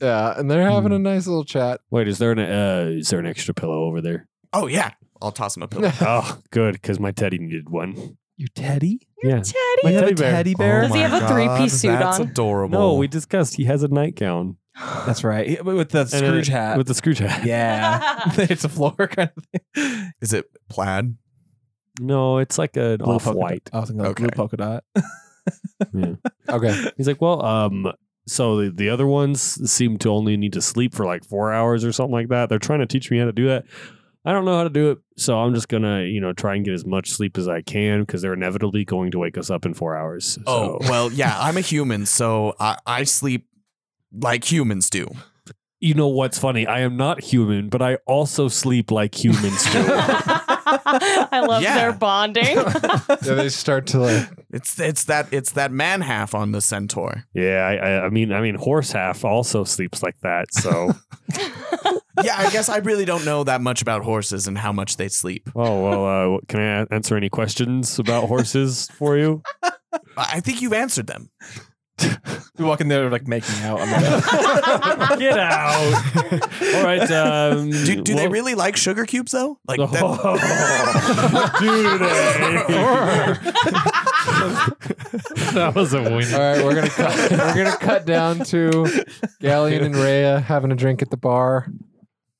Speaker 1: yeah, Uh, and they're having a nice little chat. [LAUGHS]
Speaker 2: Wait, is there an uh, is there an extra pillow over there?
Speaker 5: Oh yeah, I'll toss him a pillow.
Speaker 2: Oh, good, because my teddy needed one.
Speaker 4: You teddy?
Speaker 2: Yeah.
Speaker 3: [LAUGHS] Teddy.
Speaker 2: My
Speaker 4: You have
Speaker 2: teddy
Speaker 4: a
Speaker 2: bear.
Speaker 4: teddy bear?
Speaker 3: Does he have a three-piece suit
Speaker 5: Oh that's
Speaker 3: on?
Speaker 5: adorable.
Speaker 2: No, we discussed he has a nightgown.
Speaker 4: That's right. Yeah, With the
Speaker 2: And a-
Speaker 4: Scrooge hat.
Speaker 2: With the Scrooge [LAUGHS] hat.
Speaker 3: [LAUGHS]
Speaker 4: yeah. [LAUGHS] it's a floor kind of thing.
Speaker 5: Is it plaid?
Speaker 2: No, it's like an
Speaker 4: Blue
Speaker 2: off
Speaker 4: polka
Speaker 2: white.
Speaker 4: dot. I was thinking of blue
Speaker 5: Okay.
Speaker 4: polka dot.
Speaker 1: [LAUGHS] Okay.
Speaker 2: He's like, well, um, so the, the other ones seem to only need to sleep for like four hours or something like that. They're trying to teach me how to do that. I don't know how to do it, so I'm just gonna, you know, try and get as much sleep as I can because they're inevitably going to wake us up in four hours.
Speaker 5: Oh
Speaker 2: so,
Speaker 5: [LAUGHS] well, yeah. I'm a human, so I, I sleep like humans do.
Speaker 2: you know what's funny? I am not human, but I also sleep like humans
Speaker 4: [LAUGHS]
Speaker 2: do.
Speaker 3: I love
Speaker 5: Yeah.
Speaker 3: their bonding. [LAUGHS]
Speaker 1: So they start to like
Speaker 5: It's it's that it's that man half on the centaur.
Speaker 2: yeah, I, I, I mean, I mean, horse half also sleeps like that.
Speaker 5: [LAUGHS]
Speaker 2: So,
Speaker 5: Yeah, I guess I really don't know that much about horses and how much they sleep.
Speaker 2: oh well. Uh, can I a- answer any questions about horses for you?
Speaker 5: I I think you answered them.
Speaker 4: We walk in there like making out on the bed.
Speaker 2: [LAUGHS] Get out. All right. Um,
Speaker 5: [LAUGHS] Do, do they
Speaker 2: well-
Speaker 5: really like sugar cubes though? Like that,
Speaker 2: [LAUGHS] Oh, do they? that was a win.
Speaker 1: All right, we're gonna cut, [LAUGHS] we're gonna cut down to Galleon and Rhea having a drink at the bar.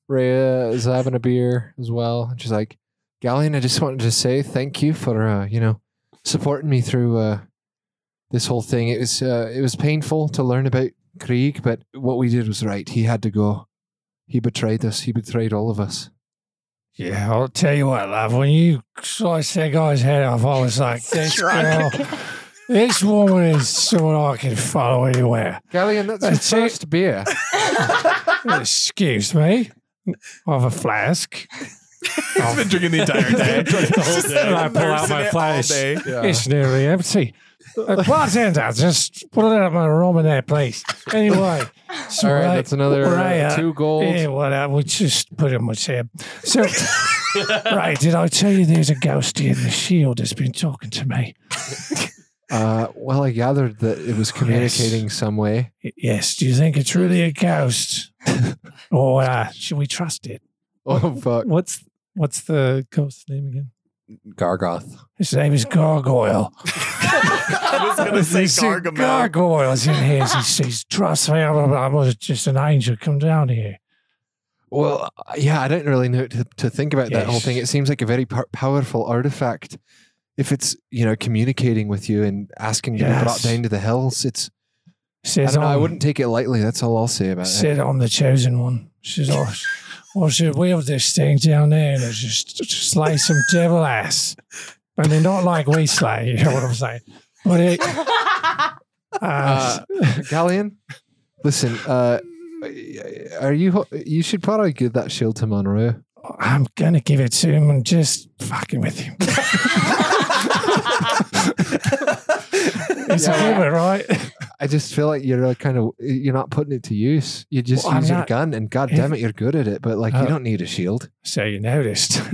Speaker 1: Rhea is having a beer as well, and she's like, "Galleon, I just wanted to say thank you for uh, you know supporting me through uh, this whole thing. It was uh, it was painful to learn about Krieg, but what we did was right. He had to go. He betrayed us. He betrayed all of us.
Speaker 6: Yeah, I'll tell you what, love. When you sliced that guy's head off, I
Speaker 5: [LAUGHS]
Speaker 6: was like, this girl, this woman is someone I can follow anywhere.
Speaker 1: Galleon, that's your
Speaker 6: That's it.
Speaker 1: first beer.
Speaker 6: Excuse me, I have a
Speaker 5: [LAUGHS]
Speaker 6: flask.
Speaker 5: [LAUGHS] I've been drinking the entire day.
Speaker 6: And I pull out my flask. It's nearly empty. Uh, bartender, just put it out my room in there, please. Anyway, so
Speaker 1: All right,
Speaker 6: I-
Speaker 1: that's another uh,
Speaker 6: Right, uh,
Speaker 1: two gold.
Speaker 6: Yeah, well, I would just put it on my tab. So, right, did I tell you there's a ghost in the shield that's been talking to me?
Speaker 1: Uh, well, I gathered that
Speaker 6: Oh,
Speaker 1: it was communicating some way.
Speaker 6: Y- Yes, do you think it's really a ghost? [LAUGHS] or uh, should we trust it?
Speaker 1: Oh fuck,
Speaker 6: What's what's the ghost's name again?
Speaker 1: Gargoth.
Speaker 6: His name is Gargoyle.
Speaker 5: [LAUGHS] [LAUGHS] I was
Speaker 6: [LAUGHS]
Speaker 5: gonna say
Speaker 6: He said,
Speaker 5: Gargamel.
Speaker 6: Gargoyle's in here. He says, trust me, I'm, I'm I'm just an angel. Come down here.
Speaker 1: Well, uh, yeah, I don't really know what to, to think about that whole
Speaker 6: Yes.
Speaker 1: thing. It seems like a very par- powerful artifact. If it's you know communicating with you and asking to be brought
Speaker 6: Yes.
Speaker 1: down to the hills, it's
Speaker 6: He
Speaker 1: I
Speaker 6: Says,
Speaker 1: don't know. I
Speaker 6: "I'm-
Speaker 1: wouldn't uh, take it lightly. That's all I'll say about it.
Speaker 6: Said I'm the chosen one. She says,
Speaker 1: [LAUGHS]
Speaker 6: oh, well, should we have this thing down there and just just
Speaker 1: [LAUGHS]
Speaker 6: slay some devil ass? I mean, not like we slay, you know what I'm saying? But it,
Speaker 1: Uh,
Speaker 6: uh, [LAUGHS]
Speaker 1: Galleon, listen. Uh, are you? ho- You should probably give that shield to Monroe.
Speaker 6: I'm going to give it to him and just fucking with him. It's
Speaker 1: Yeah.
Speaker 6: over, right? [LAUGHS]
Speaker 1: I just feel like you're uh, kind of you're not putting it to use. You just
Speaker 6: Well, I'm
Speaker 1: use your
Speaker 6: not-
Speaker 1: gun, and god damn it, you're good at it. But like, you
Speaker 6: Oh.
Speaker 1: don't need a shield.
Speaker 6: So you noticed. [LAUGHS]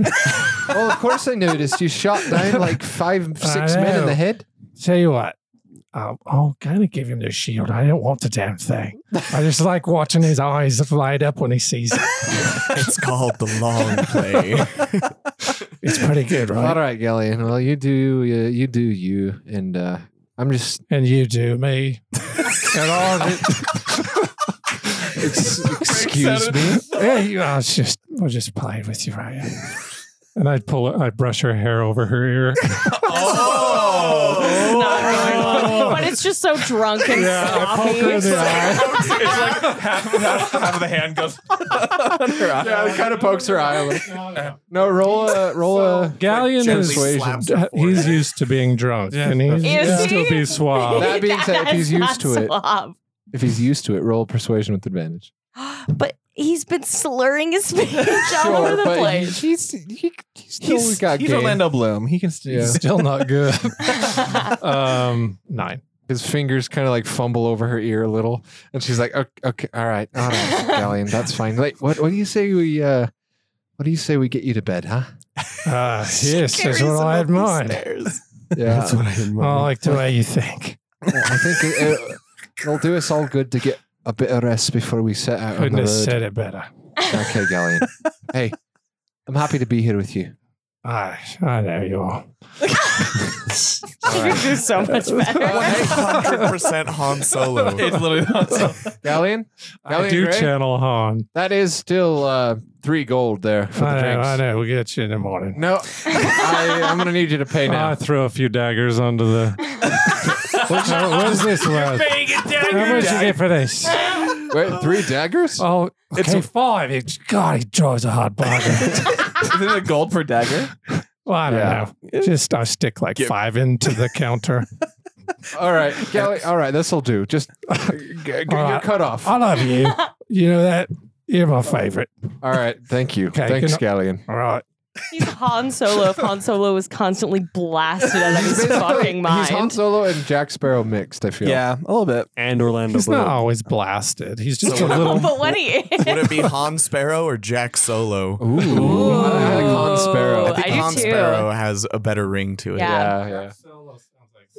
Speaker 1: well, of course I noticed you shot down like five,
Speaker 6: I
Speaker 1: six men in
Speaker 6: know.
Speaker 1: the head.
Speaker 6: Tell you what, I'll, I'll kind of give him the shield. I don't want the damn thing. I just like watching his eyes light up when he sees it.
Speaker 5: It's called the long play.
Speaker 6: It's
Speaker 1: [LAUGHS]
Speaker 6: pretty good,
Speaker 1: All
Speaker 6: right?
Speaker 1: right, Galleon. Well, you do uh, you do you, and uh, I'm just
Speaker 6: And you do me. and all of it.
Speaker 1: [LAUGHS]
Speaker 6: [LAUGHS]
Speaker 1: ex- excuse me.
Speaker 6: Yeah, you, I was just, I was just playing with you, right?
Speaker 3: [LAUGHS]
Speaker 6: And I'd pull her, I'd brush her hair over her
Speaker 3: [LAUGHS]
Speaker 6: ear.
Speaker 5: Oh,
Speaker 3: Not really. But it's just so drunk and
Speaker 6: I poke her in
Speaker 3: sloppy.
Speaker 6: the
Speaker 3: [LAUGHS]
Speaker 6: eye.
Speaker 4: it's like half, half, half of the hand goes.
Speaker 1: Yeah, it kind of pokes her eye. A little. No, roll
Speaker 6: [LAUGHS]
Speaker 1: a roll a.
Speaker 6: Galleon
Speaker 5: Gently
Speaker 6: is, uh,
Speaker 5: slaps her
Speaker 6: he's
Speaker 5: forehead.
Speaker 6: used to being drunk and he's
Speaker 3: Is
Speaker 6: used to
Speaker 3: he?
Speaker 6: be suave.
Speaker 1: That being said, if
Speaker 3: That's
Speaker 1: he's used
Speaker 3: not
Speaker 1: to it.
Speaker 3: suave. [GASPS]
Speaker 1: If he's used to it, roll persuasion with advantage.
Speaker 8: But he's been slurring
Speaker 1: [LAUGHS]
Speaker 3: [LAUGHS]
Speaker 8: his speech all over the
Speaker 1: but
Speaker 8: place.
Speaker 1: he- he's he, he's still
Speaker 4: [LAUGHS] he's
Speaker 1: got
Speaker 4: he's
Speaker 1: game.
Speaker 4: Orlando Bloom. He can still.
Speaker 1: Yeah.
Speaker 6: [LAUGHS] Still not good.
Speaker 1: [LAUGHS]
Speaker 3: [LAUGHS]
Speaker 6: um, nine.
Speaker 1: His fingers kind of like fumble over her ear a little, and she's like, "Okay, okay all right, all [LAUGHS] right, Galleon, that's fine. Wait, what? What do you say we? uh What do you say we get you to bed, huh?
Speaker 6: Uh, yes, that's what I had in mind.
Speaker 1: Yeah, [LAUGHS]
Speaker 5: what I had
Speaker 6: I like the way you think.
Speaker 1: I think it, it, it'll do us all good to get a bit of rest before we set out
Speaker 6: Couldn't
Speaker 1: on
Speaker 6: have
Speaker 1: the road.
Speaker 6: said it better.
Speaker 1: Okay,
Speaker 6: [LAUGHS]
Speaker 1: Galleon. hey, I'm happy to be here with you.
Speaker 6: I, I know you are.
Speaker 3: [LAUGHS] You could do so much
Speaker 6: [LAUGHS]
Speaker 3: better.
Speaker 5: 100% Han Solo.
Speaker 4: It's literally.
Speaker 1: Galleon?
Speaker 6: I do
Speaker 1: Gray?
Speaker 6: channel Han.
Speaker 1: That is still uh, three gold there for the
Speaker 6: I know,
Speaker 1: drinks.
Speaker 6: I know. We'll get you in the morning.
Speaker 1: No, I, I'm going to need you to
Speaker 6: [LAUGHS]
Speaker 1: pay now.
Speaker 6: Oh, I throw a few daggers onto
Speaker 3: [LAUGHS]
Speaker 6: the. What's what
Speaker 1: [LAUGHS]
Speaker 6: is this worth? How much you get for this?
Speaker 1: Wait, three daggers?
Speaker 6: Oh, okay, it's five. It's, God, he draws a hard bargain.
Speaker 4: Isn't it gold per dagger?
Speaker 6: well, I don't
Speaker 1: Yeah.
Speaker 6: know. Just I stick like five into the counter.
Speaker 1: All right, Gally, all right, this will do.
Speaker 6: [LAUGHS]
Speaker 1: Just g- g- get
Speaker 6: All
Speaker 1: your
Speaker 6: right. Uh,
Speaker 1: cut off.
Speaker 6: I love you. You know that. You're my favorite.
Speaker 1: All right, thank you.
Speaker 6: Okay,
Speaker 1: Thanks,
Speaker 6: good
Speaker 1: Galleon.
Speaker 6: All right.
Speaker 3: He's Han Solo. If Han Solo was constantly blasted out of his
Speaker 1: [LAUGHS]
Speaker 3: fucking
Speaker 1: He's Han
Speaker 3: mind.
Speaker 1: Solo and Jack Sparrow mixed, I feel.
Speaker 4: Yeah, a little bit.
Speaker 2: [LAUGHS] and Orlando
Speaker 6: He's not
Speaker 2: Bloom.
Speaker 6: always blasted. He's just
Speaker 5: So [LAUGHS]
Speaker 6: a
Speaker 3: [LAUGHS]
Speaker 6: little.
Speaker 3: But when he is.
Speaker 5: Would it be Han Sparrow or Jack Solo?
Speaker 1: Ooh. I like Han Sparrow.
Speaker 3: Ooh,
Speaker 5: I think
Speaker 3: I do
Speaker 5: Han
Speaker 3: too.
Speaker 5: Sparrow has a better ring to it.
Speaker 3: Yeah.
Speaker 1: yeah, yeah.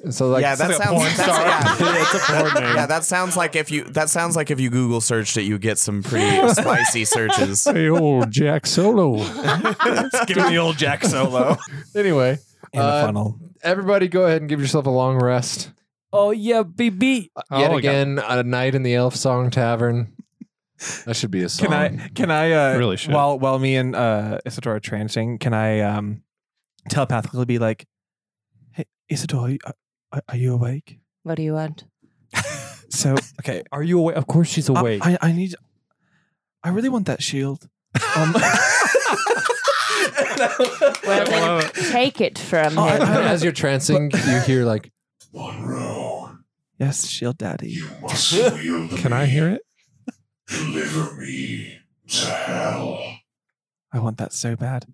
Speaker 1: So like,
Speaker 5: yeah, that
Speaker 6: like a
Speaker 5: sounds.
Speaker 6: porn
Speaker 5: [LAUGHS] that's- yeah.
Speaker 2: it's a porn name.
Speaker 5: Yeah, that sounds like if you that sounds like if you Google searched it, you get some pretty spicy searches.
Speaker 6: Hey, old Jack Solo.
Speaker 5: Give me the old Jack Solo.
Speaker 1: anyway,
Speaker 4: In
Speaker 1: Uh,
Speaker 4: the funnel.
Speaker 1: everybody go ahead and give yourself a long rest.
Speaker 2: Oh yeah, BB.
Speaker 1: Yet
Speaker 6: Oh,
Speaker 1: again, a night in the Elf Song Tavern. That should be a song.
Speaker 4: Can I? Can I? Uh,
Speaker 6: Really should.
Speaker 4: While while me and uh, Isadora are trancing, can I um, telepathically be like, "Hey, Isadora, are you, are, are you awake?"
Speaker 3: What do you want?
Speaker 6: [LAUGHS]
Speaker 4: So okay,
Speaker 2: Are you awake? Of course she's
Speaker 4: I-
Speaker 6: Uh,
Speaker 2: awake.
Speaker 4: I, I, need. I really want that shield.
Speaker 6: [LAUGHS]
Speaker 4: Um, [LAUGHS]
Speaker 3: Well, then take it from
Speaker 4: Oh,
Speaker 3: him.
Speaker 4: I-
Speaker 1: As you're trancing, you hear like,
Speaker 9: Monroe,
Speaker 4: yes, shield daddy.
Speaker 9: you must yield to
Speaker 6: Can I
Speaker 9: me.
Speaker 6: hear it?
Speaker 9: Deliver me to hell.
Speaker 4: I want that so bad.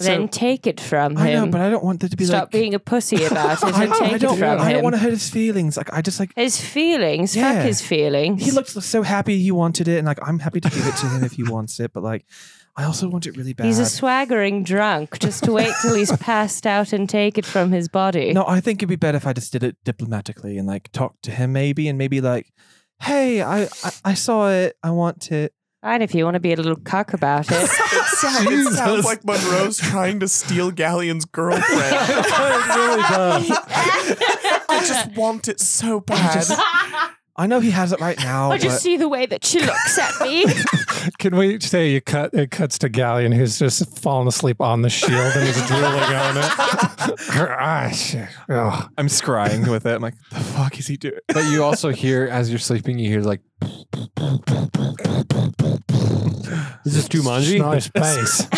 Speaker 4: So-
Speaker 3: Then take it from
Speaker 4: I
Speaker 3: him.
Speaker 4: know, but I don't want there to be
Speaker 3: Stop
Speaker 4: like.
Speaker 3: being a pussy about it
Speaker 4: [LAUGHS] I,
Speaker 3: and
Speaker 4: don't-
Speaker 3: take
Speaker 4: I
Speaker 3: it
Speaker 4: don't.
Speaker 3: from
Speaker 4: I don't
Speaker 3: him.
Speaker 4: want to hurt his feelings. Like I just like.
Speaker 3: His feelings.
Speaker 4: Yeah.
Speaker 3: Fuck his feelings.
Speaker 4: He looked so happy he wanted it, and like I'm happy to give it to him if he wants it, but like I also want it really bad.
Speaker 3: He's a swaggering drunk. Just wait till
Speaker 4: [LAUGHS]
Speaker 3: he's passed out and take it from his body.
Speaker 4: No, I think it'd be better if I just did it diplomatically and like talked to him maybe and maybe like, hey, I I, I saw it. I
Speaker 3: [LAUGHS]
Speaker 4: want it.
Speaker 3: And if you want to be a little cuck about it.
Speaker 5: [LAUGHS]
Speaker 4: [LAUGHS]
Speaker 5: It sounds, it sounds like Monroe's trying to steal Galleon's girlfriend.
Speaker 4: Oh,
Speaker 5: I
Speaker 3: [LAUGHS]
Speaker 5: just want it so bad.
Speaker 4: I know he has it right
Speaker 3: [LAUGHS]
Speaker 4: now.
Speaker 3: I
Speaker 4: but
Speaker 3: just see the way that she looks at me.
Speaker 4: [LAUGHS]
Speaker 6: Can we say you cut? It cuts to Galleon, who's just fallen asleep on the shield and is drooling on it. Her eyes. Oh,
Speaker 4: I'm scrying with it. I'm like, the fuck is he [LAUGHS] doing?
Speaker 1: but you also hear as you're sleeping, you hear like,
Speaker 2: Is this Jumanji?
Speaker 6: nice bass.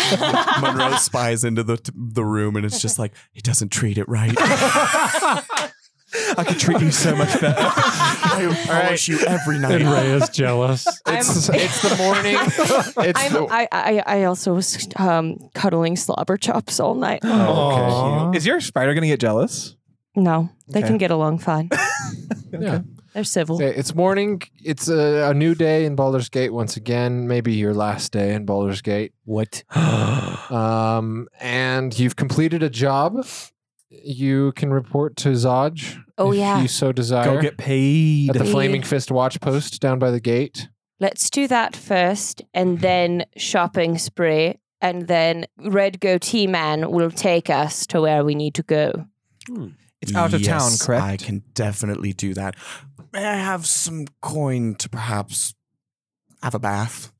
Speaker 5: Monroe spies into the the room and it's just like he doesn't treat it right.
Speaker 4: I could treat you so much better.
Speaker 5: I will polish you every
Speaker 6: and
Speaker 5: night.
Speaker 6: Ray is jealous.
Speaker 1: it's, it's the morning. It's
Speaker 3: I'm,
Speaker 1: the,
Speaker 3: I, I, I also was um, cuddling slobber chops all night.
Speaker 1: Oh.
Speaker 6: Aw.
Speaker 4: Is your spider gonna get [GASPS] jealous?
Speaker 3: No, they
Speaker 4: Okay.
Speaker 3: can get
Speaker 1: [LAUGHS]
Speaker 3: along fine.
Speaker 1: yeah.
Speaker 3: They're civil.
Speaker 1: Okay, It's morning. It's a, a new day in Baldur's Gate once again. Maybe your last day in Baldur's Gate.
Speaker 2: What?
Speaker 1: Um, and you've completed a job. You can report to Zodge
Speaker 8: Oh,
Speaker 1: if
Speaker 8: yeah.
Speaker 1: you so desire.
Speaker 4: Go get paid.
Speaker 1: at the
Speaker 8: paid.
Speaker 1: Flaming Fist watch post down by the gate.
Speaker 3: Let's do that first and then shopping spree. And then Red Goatee Man will take us to where we need to go.
Speaker 4: It's out of town,
Speaker 5: Yes,
Speaker 4: correct?
Speaker 5: I can definitely do that. May I have some coin to perhaps have a bath?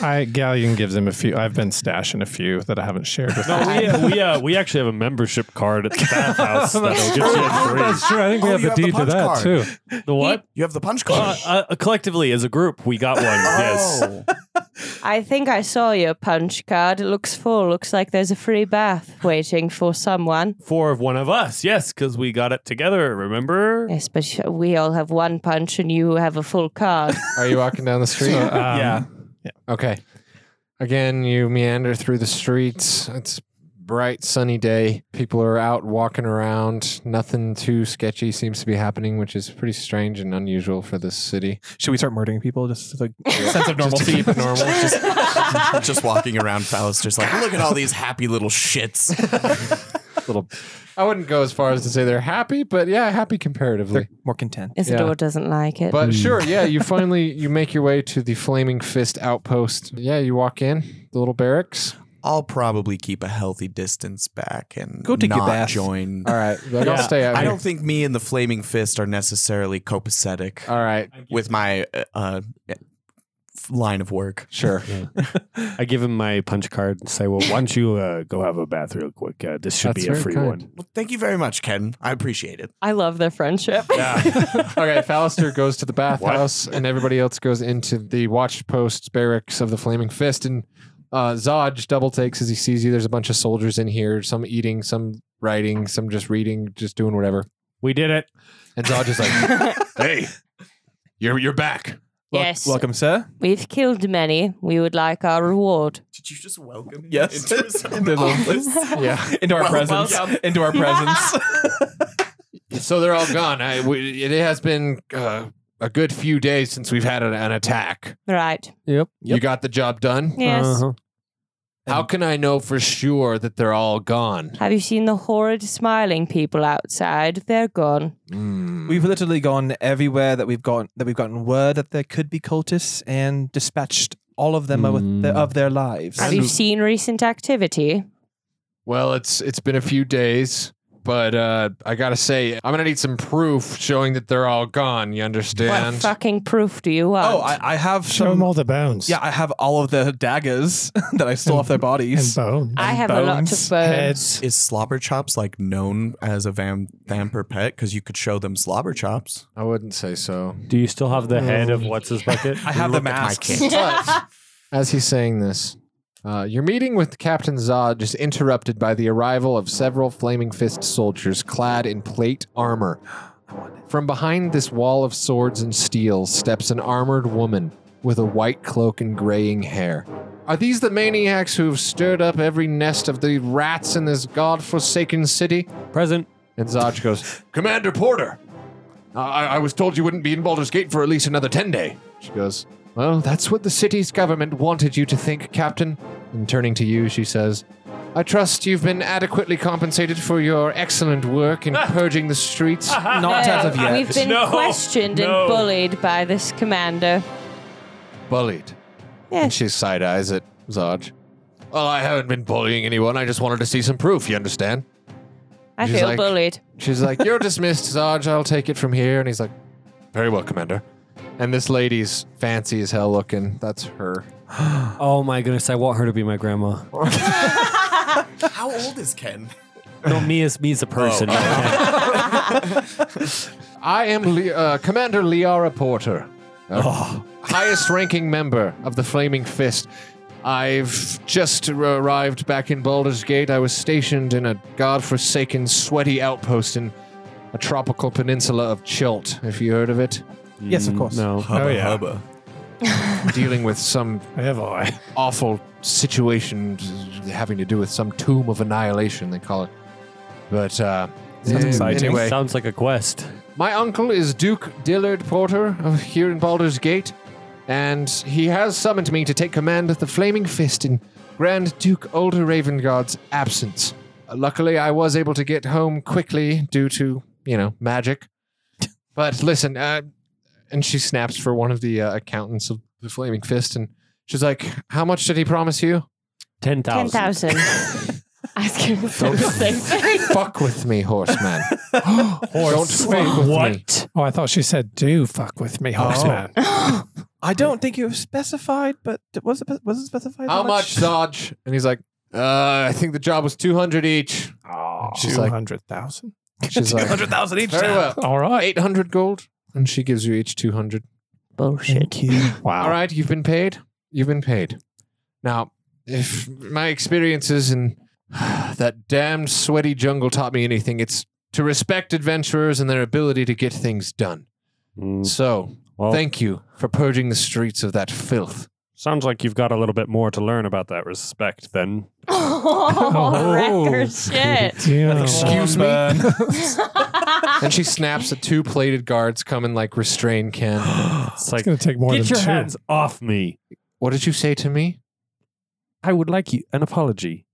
Speaker 6: I Galleon gives him a few. I've been stashing a few that I haven't
Speaker 2: [LAUGHS]
Speaker 6: shared with.
Speaker 2: No, we, uh, we, uh, we actually have a membership card at the
Speaker 4: [LAUGHS]
Speaker 2: bathhouse that'll get you in free.
Speaker 6: true. I think
Speaker 5: we Oh, have you the have the deed to punch that, card. too.
Speaker 2: The what?
Speaker 5: You have the punch
Speaker 2: Uh,
Speaker 5: card.
Speaker 2: uh, collectively, as a group, we got one. Yes.
Speaker 5: Oh.
Speaker 3: I think I saw your punch card. It looks full. Looks like there's a free bath waiting for someone.
Speaker 2: Four of one of us. Yes, because we got it together, remember?
Speaker 3: Yes, but sh- we all have one punch and you have a full card. [LAUGHS]
Speaker 1: Are you walking down the street?
Speaker 6: Um,
Speaker 2: yeah.
Speaker 1: [LAUGHS] Okay. Again, you meander through the streets. It's bright sunny day. People are out walking around. Nothing too sketchy seems to be happening, which is pretty strange and unusual for this city.
Speaker 4: Should we start murdering people just to like sense of normalcy?
Speaker 1: keep it normal.
Speaker 5: [LAUGHS] Just walking around, Pallister's like, look at all these happy little shits.
Speaker 4: [LAUGHS]
Speaker 1: little I wouldn't go as far as to say they're happy, but yeah, happy comparatively.
Speaker 4: They're more content.
Speaker 3: Isidore
Speaker 1: Yeah.
Speaker 3: doesn't like it.
Speaker 1: But sure, yeah, you finally you make your way to the Flaming Fist outpost. Yeah, you walk in the little barracks.
Speaker 5: I'll probably keep a healthy distance back and
Speaker 4: Go take your
Speaker 5: not
Speaker 4: bath.
Speaker 5: join.
Speaker 1: All right, like, I'll
Speaker 2: Yeah.
Speaker 1: stay out
Speaker 5: I
Speaker 1: here.
Speaker 5: don't think me and the flaming fist are necessarily copacetic
Speaker 1: All right,
Speaker 5: with my uh, uh, line of work.
Speaker 9: [LAUGHS]
Speaker 1: sure.
Speaker 2: I give him my punch card and say, well, why don't you uh, go have a bath real quick? Uh, this should
Speaker 1: That's
Speaker 2: be a
Speaker 1: very
Speaker 2: free
Speaker 1: kind.
Speaker 2: one.
Speaker 5: Well, thank you very much, Ken. I appreciate it.
Speaker 3: I love their friendship.
Speaker 1: okay, Fallister goes to the bathhouse, and everybody else goes into the watch post barracks of the Flaming Fist. And uh, Zodge double takes as he sees you. There's a bunch of soldiers in here, some eating, some writing, some just reading, just doing whatever.
Speaker 2: We did it.
Speaker 1: And Zodge is like,
Speaker 9: [LAUGHS] Hey, you're you're back.
Speaker 4: Wel-
Speaker 3: Yes.
Speaker 4: Welcome, sir.
Speaker 3: We've killed many. We would like our reward.
Speaker 5: Did you just welcome him [LAUGHS]
Speaker 4: Yes.
Speaker 5: into his own
Speaker 4: [LAUGHS] Into the-
Speaker 5: [LAUGHS] office?
Speaker 1: yeah.
Speaker 4: Into our
Speaker 5: Well,
Speaker 4: presence.
Speaker 5: welcome.
Speaker 4: Into our
Speaker 5: [LAUGHS]
Speaker 4: presence.
Speaker 1: So they're all gone. I, we, it has been uh, a good few days since we've had an, an attack.
Speaker 3: Right.
Speaker 2: Yep.
Speaker 1: You got the job done.
Speaker 3: Yes.
Speaker 2: Uh-huh.
Speaker 1: How can I know for sure that they're all gone?
Speaker 3: Have you seen the horrid smiling people outside? They're gone.
Speaker 1: Mm.
Speaker 4: We've literally gone everywhere that we've gotten that we've gotten word that there could be cultists and dispatched all of them of, their, of their lives.
Speaker 3: Have you seen recent activity?
Speaker 1: Well, it's it's been a few days, but uh, I gotta say, I'm gonna need some proof showing that they're all gone. You
Speaker 3: What
Speaker 1: understand?
Speaker 3: fucking proof do you want?
Speaker 4: oh, I, I have
Speaker 6: Show him
Speaker 2: Um,
Speaker 4: some.
Speaker 6: all the bones.
Speaker 4: Yeah, I have all of the daggers [LAUGHS] that I stole off their
Speaker 6: and
Speaker 4: bodies.
Speaker 6: bones.
Speaker 3: I have a lot of
Speaker 4: bones,
Speaker 3: bones.
Speaker 6: Heads.
Speaker 5: Is slobber chops like known as a vam- vampire pet? Because you could show them slobber chops.
Speaker 1: I wouldn't say so.
Speaker 2: Do you still have the head of what's his bucket?
Speaker 4: I have the masks.
Speaker 5: kid.
Speaker 1: But as he's saying this, uh, your meeting with Captain Zod is interrupted by the arrival of several Flaming Fist soldiers clad in plate armor. From behind this wall of swords and steel steps an armored woman with a white cloak and graying hair. Are these the maniacs who have stirred up every nest of the rats in this god-forsaken city?
Speaker 2: Present.
Speaker 1: And Zodge goes, Commander Porter, I, I I was told you wouldn't be in Baldur's Gate for at least another 10 day. She goes, Well, that's what the city's government wanted you to think, Captain. And turning to you, she says, I trust you've been adequately compensated for your excellent work in purging the streets.
Speaker 4: Ah. [LAUGHS] Not as of
Speaker 3: Uh,
Speaker 4: yet.
Speaker 3: We've been
Speaker 2: No.
Speaker 3: questioned
Speaker 2: No.
Speaker 3: and bullied by this commander.
Speaker 1: Bullied.
Speaker 3: Yeah.
Speaker 1: And she side eyes at Zodge. Well, I haven't been bullying anyone. I just wanted to see some proof, you understand?
Speaker 3: I
Speaker 1: She's
Speaker 3: feel
Speaker 1: like-
Speaker 3: bullied.
Speaker 1: She's like, You're dismissed, Zodge. I'll take it from here. And he's like, Very well, Commander. And this lady's fancy as hell looking. That's her.
Speaker 2: Oh my goodness, I want her to be my grandma.
Speaker 5: [LAUGHS] How old is Ken?
Speaker 2: No, me is me as a person.
Speaker 1: I am Le- uh, Commander Liara Porter, uh, highest ranking member of the Flaming Fist. I've just ar- arrived back in Baldur's Gate. I was stationed in a godforsaken, sweaty outpost in a tropical peninsula of Chult, if you heard of it,
Speaker 4: yes, of course.
Speaker 2: No.
Speaker 6: Oh yeah.
Speaker 1: dealing with some
Speaker 6: Have I?
Speaker 1: awful situation having to do with some tomb of annihilation, they call it. But uh, anyway,
Speaker 2: Mm. Sounds like a quest.
Speaker 1: My uncle is Duke Dillard Porter of here in Baldur's Gate, and he has summoned me to take command of the Flaming Fist in Grand Duke Older Ravengard's absence. Uh, Luckily, I was able to get home quickly due to you know, magic. [LAUGHS] But listen, uh, and she snaps for one of the uh, accountants of the Flaming Fist, and she's like, "How much did he promise you?"
Speaker 2: Ten
Speaker 3: Ten
Speaker 2: thousand.
Speaker 3: thousand. I was going to say
Speaker 1: Don't
Speaker 3: the same thing.
Speaker 1: fuck with me, horseman. [GASPS] Don't fuck with me.
Speaker 6: [LAUGHS]
Speaker 2: What?
Speaker 6: Oh, I thought she said, "Do fuck with
Speaker 2: Oh, [LAUGHS]
Speaker 6: me, horseman."
Speaker 4: I don't think you have specified, but was it was it specified?
Speaker 1: How much, Dodge? And he's like, uh, I think the job was two hundred each. she's
Speaker 6: Two
Speaker 1: like,
Speaker 6: hundred thousand.
Speaker 1: she's
Speaker 4: Two
Speaker 1: like,
Speaker 4: hundred thousand each.
Speaker 1: very well,
Speaker 6: All right.
Speaker 1: eight hundred gold, and she gives you each two hundred.
Speaker 3: Bullshit.
Speaker 6: Wow.
Speaker 1: All right, you've been paid. You've been paid. Now, if my experiences in [SIGHS] that damned sweaty jungle taught me anything, it's to respect adventurers and their ability to get things done.
Speaker 2: Mm,
Speaker 1: So,
Speaker 2: well,
Speaker 1: thank you for purging the streets of that filth.
Speaker 2: sounds like you've got a little bit more to learn about that respect. Then [GASPS]
Speaker 3: Oh, [LAUGHS] record shit.
Speaker 6: [LAUGHS] Damn.
Speaker 1: Excuse
Speaker 4: Oh,
Speaker 1: me. and she snaps at two plated guards come and like restrain Ken. [GASPS]
Speaker 2: it's
Speaker 6: It's
Speaker 2: like,
Speaker 6: gonna take more
Speaker 2: get
Speaker 6: than
Speaker 2: your
Speaker 6: two.
Speaker 2: hands off me.
Speaker 1: What did you say to me?
Speaker 2: I would like you an apology.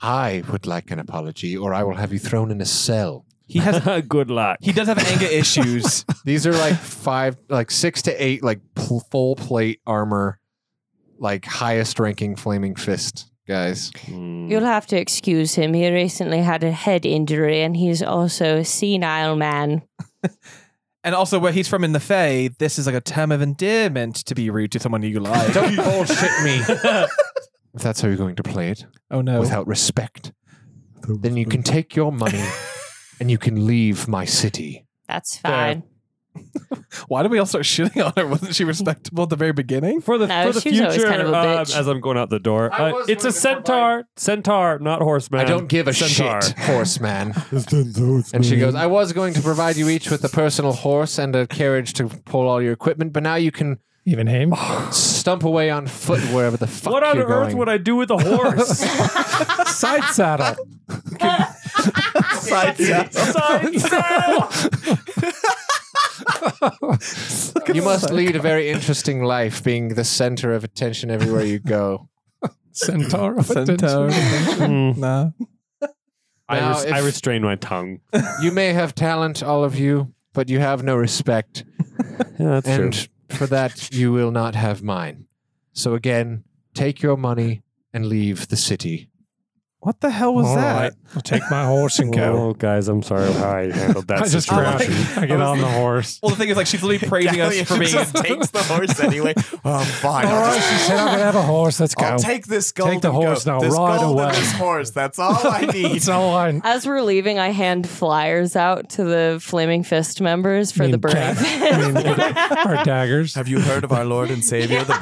Speaker 1: I would like an apology, or I will have you thrown in a cell.
Speaker 4: He
Speaker 2: [LAUGHS]
Speaker 4: has
Speaker 2: Good luck.
Speaker 4: [LAUGHS] he does have [LAUGHS] anger issues.
Speaker 1: These are like five, like six to eight, like pl- full plate armor, like highest ranking flaming fist guys.
Speaker 2: Mm. [LAUGHS]
Speaker 3: You'll have to excuse him. He recently had a head injury and he's also a senile man.
Speaker 4: And also, where he's from in the Fae, this is like a term of endearment to be rude to someone you like.
Speaker 1: Don't bullshit
Speaker 2: [LAUGHS]
Speaker 1: me. if that's how you're going to play it,
Speaker 4: [LAUGHS] oh no!
Speaker 1: without respect, then you can take your money and you can leave my city.
Speaker 3: That's fine.
Speaker 4: Why did we all start shitting on her? Wasn't she respectable at the very beginning?
Speaker 2: for the
Speaker 3: No,
Speaker 2: for the
Speaker 3: she was
Speaker 2: future,
Speaker 3: always kind of a
Speaker 2: uh,
Speaker 3: bitch.
Speaker 2: as I'm going out the door,
Speaker 1: I
Speaker 2: uh,
Speaker 1: was
Speaker 2: it's a
Speaker 1: looking for
Speaker 2: centaur, centaur, not horseman.
Speaker 1: I don't give a
Speaker 2: centaur.
Speaker 1: shit, horseman. and she goes, I was going to provide you each with a personal horse and a carriage to pull all your equipment, but now you can
Speaker 6: Even him.
Speaker 2: [LAUGHS]
Speaker 1: stump away on foot wherever the fuck
Speaker 2: What on
Speaker 1: you're
Speaker 2: earth
Speaker 1: going.
Speaker 2: would I do with a horse?
Speaker 6: Side saddle.
Speaker 2: Side saddle.
Speaker 1: you must lead a very interesting life, being the center of attention everywhere you go.
Speaker 6: Centaur. of
Speaker 4: Centaur.
Speaker 6: attention.
Speaker 2: Mm.
Speaker 4: Nah.
Speaker 2: I,
Speaker 1: Now,
Speaker 2: res-
Speaker 1: if-
Speaker 2: I restrain my tongue.
Speaker 1: you may have talent, all of you, but you have no respect,
Speaker 2: Yeah, that's
Speaker 1: and
Speaker 2: true.
Speaker 1: for that you will not have mine. So again, take your money and leave the city.
Speaker 4: What the hell was
Speaker 6: All
Speaker 4: that?
Speaker 6: right, I'll take my horse and go.
Speaker 2: Oh, guys, I'm sorry how [LAUGHS] I handled that
Speaker 6: I just
Speaker 2: situation.
Speaker 6: crouch. I get on the horse.
Speaker 4: [LAUGHS] Well, the thing is, like, she's literally praising us for being. [LAUGHS]
Speaker 5: just takes the horse anyway. Oh, fine.
Speaker 6: All
Speaker 5: I'll,
Speaker 6: right,
Speaker 5: just-
Speaker 6: she said I'm gonna have a horse. Let's go.
Speaker 5: I'll take this gold.
Speaker 6: Take the
Speaker 5: and
Speaker 6: horse
Speaker 5: go.
Speaker 6: now,
Speaker 5: This
Speaker 6: right
Speaker 5: gold and
Speaker 6: away.
Speaker 5: This horse. That's all
Speaker 6: [LAUGHS]
Speaker 5: I need.
Speaker 6: It's all I.
Speaker 1: [LAUGHS]
Speaker 3: As we're leaving, I hand flyers out to the Flaming Fist members for
Speaker 6: mean,
Speaker 3: the burning
Speaker 6: cat-
Speaker 3: [LAUGHS]
Speaker 6: I mean, our daggers.
Speaker 5: Have you heard of our Lord and Savior, the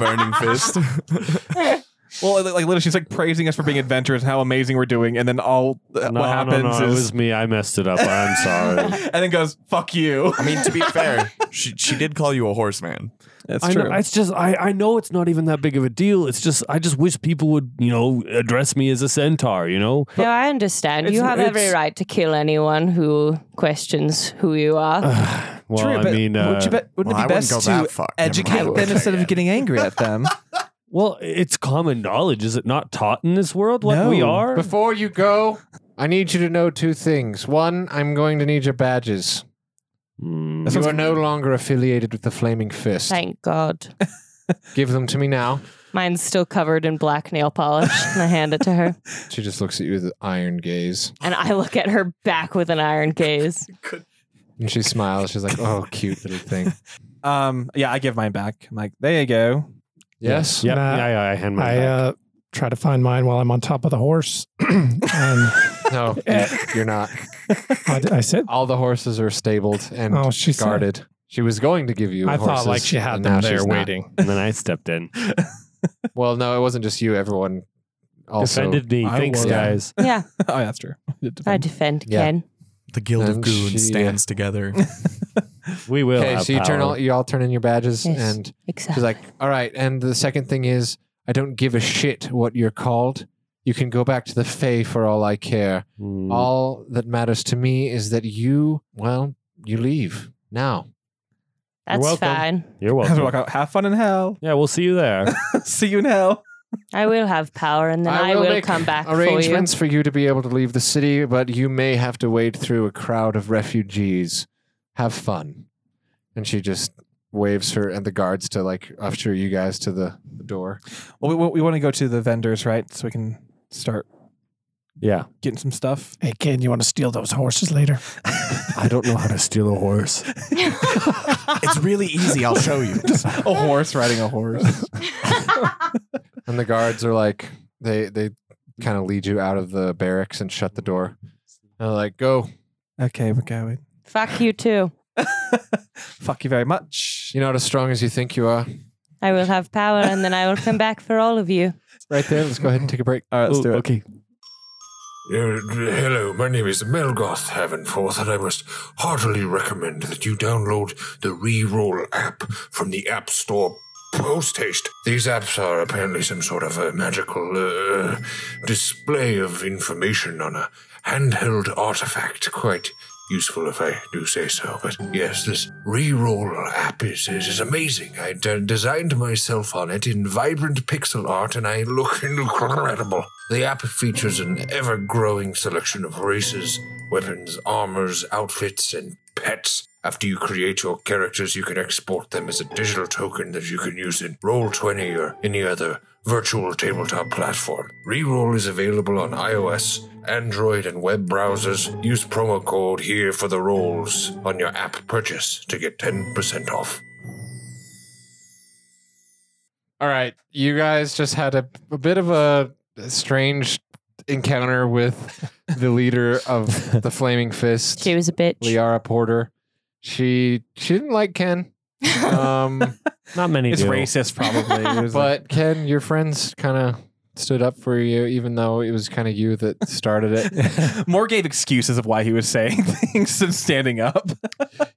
Speaker 6: [LAUGHS]
Speaker 5: Burning Fist?
Speaker 4: Well, like, literally, she's like praising us for being adventurous and how amazing we're doing, and then all uh,
Speaker 2: No,
Speaker 4: what happens
Speaker 2: no, no, it
Speaker 4: is,
Speaker 2: was me. I messed it up. [LAUGHS] I'm sorry.
Speaker 4: [LAUGHS] and then goes, "Fuck you."
Speaker 5: I mean, to be fafair, she, she did call you a horseman.
Speaker 4: That's
Speaker 2: I know, it's just I, I know it's not even that big of a deal. It's just I just wish people would you know address me as a centaur. You know,
Speaker 3: No, I understand. You
Speaker 4: It's-
Speaker 3: have every
Speaker 4: it's-
Speaker 3: right to kill anyone who questions who you are.
Speaker 2: well I mean uh,
Speaker 4: would not
Speaker 5: Well, I
Speaker 4: it be
Speaker 5: wouldn't
Speaker 4: best
Speaker 5: go
Speaker 4: to
Speaker 5: that far. Never mind.
Speaker 4: educate them instead of getting angry at them?
Speaker 2: well it's common knowledge. Is it not taught in this world what we
Speaker 4: No.
Speaker 2: are?
Speaker 1: Before you go, I need you to know two things. One, I'm going to need your badges.
Speaker 2: Mm.
Speaker 1: You are no longer affiliated with the Flaming Fist.
Speaker 3: Thank God.
Speaker 1: Give them to me now.
Speaker 3: Mine's still covered in black nail polish, and I hand it to her.
Speaker 1: She just looks at you with an iron gaze.
Speaker 3: And I look at her back with an iron gaze.
Speaker 1: And she smiles. She's like, oh, cute little thing.
Speaker 4: Um, yeah, I give mine back. I'm like, there you go.
Speaker 1: Yes?
Speaker 2: [LAUGHS] Yeah,
Speaker 6: Nah.
Speaker 2: yeah, yeah, I hand my.
Speaker 6: I
Speaker 2: back.
Speaker 6: uh, try to find mine while I'm on top of the horse. [CLEARS THROAT] and [LAUGHS]
Speaker 1: No, you're not.
Speaker 6: I, I said,
Speaker 1: All the horses are stabled and
Speaker 6: "Oh, she said."
Speaker 1: guarded. She was going to give you
Speaker 6: I
Speaker 1: horses.
Speaker 6: thought like she had
Speaker 1: and
Speaker 6: them
Speaker 1: now
Speaker 6: there
Speaker 1: she's not. [LAUGHS]
Speaker 6: waiting.
Speaker 2: and then I stepped in.
Speaker 1: Well, no, it wasn't just you. Everyone also.
Speaker 2: Defended me.
Speaker 4: I
Speaker 2: Thanks,
Speaker 4: was-
Speaker 2: guys.
Speaker 3: Yeah,
Speaker 4: oh, yeah, that's true.
Speaker 3: I defend
Speaker 1: Yeah.
Speaker 3: Ken.
Speaker 5: The Guild of
Speaker 1: And
Speaker 5: Goons
Speaker 1: she-
Speaker 5: stands together.
Speaker 2: We will.
Speaker 1: Okay,
Speaker 2: have
Speaker 1: so you turn
Speaker 2: power.
Speaker 1: all you all turn in your badges,
Speaker 3: Yes.
Speaker 1: and
Speaker 3: Exactly.
Speaker 1: she's like, "All right." And the second thing is, I don't give a shit what you're called. You can go back to the Fae for all I care.
Speaker 2: Mm.
Speaker 1: All that matters to me is that you, well, you leave now.
Speaker 3: That's
Speaker 2: welcome.
Speaker 3: fine.
Speaker 2: You're
Speaker 4: Have,
Speaker 2: welcome.
Speaker 4: to walk out. Have fun in hell. [LAUGHS]
Speaker 2: Yeah, we'll see you there.
Speaker 4: See you in hell.
Speaker 3: I will have power, and then I will,
Speaker 1: make
Speaker 3: come back for you.
Speaker 1: arrangements for you. to be able to leave the city, but you may have to wade through a crowd of refugees. Have fun. And she just waves her and the guards to like usher you guys to the, the door.
Speaker 4: Well, we, we want to go to the vendors, right? So we can start
Speaker 2: Yeah.
Speaker 4: getting some stuff.
Speaker 6: Hey, kid, you want to steal those horses later?
Speaker 2: I don't know how to steal a horse.
Speaker 5: It's really easy. I'll
Speaker 1: [LAUGHS]
Speaker 5: show you.
Speaker 4: A horse riding a horse.
Speaker 1: And the guards are like they they kind of lead you out of the barracks and shut the door. And they're like, go.
Speaker 4: okay, we're going.
Speaker 3: [LAUGHS] Fuck you too.
Speaker 4: Fuck you very much.
Speaker 1: You're not as strong as you think you are.
Speaker 3: I will have power, and then I will come back for all of you.
Speaker 1: Right there. Let's go ahead and take a break.
Speaker 4: All right, let's do it.
Speaker 2: Okay.
Speaker 9: Uh, hello, my name is Melgoth Havenforth, and I must heartily recommend that you download the Reroll app from the App Store post haste. These apps are apparently some sort of a magical uh, display of information on a handheld artifact. Quite useful, if I do say so. But yes, this Reroll app is, is, is amazing. I d- designed myself on it in vibrant pixel art, and I look [LAUGHS] incredible. The app features an ever growing selection of races, weapons, armors, outfits, and pets. After you create your characters, you can export them as a digital token that you can use in Roll20 or any other virtual tabletop platform. Reroll is available on iOS, Android, and web browsers. Use promo code here for the rolls on your app purchase to get 10% off.
Speaker 1: All right, you guys just had a, a bit of a strange encounter with the leader of the Flaming Fist,
Speaker 3: She was a bitch.
Speaker 1: Liara Porter. She she didn't like Ken,
Speaker 3: [LAUGHS]
Speaker 1: um,
Speaker 2: Not many.
Speaker 4: It's
Speaker 2: do. [LAUGHS]
Speaker 4: racist, probably. It was like-
Speaker 1: but Ken, your friends kind of stood up for you, even though it was kind of you that started
Speaker 4: [LAUGHS]
Speaker 1: it.
Speaker 4: Moore gave excuses of why he was saying [LAUGHS] things and standing up.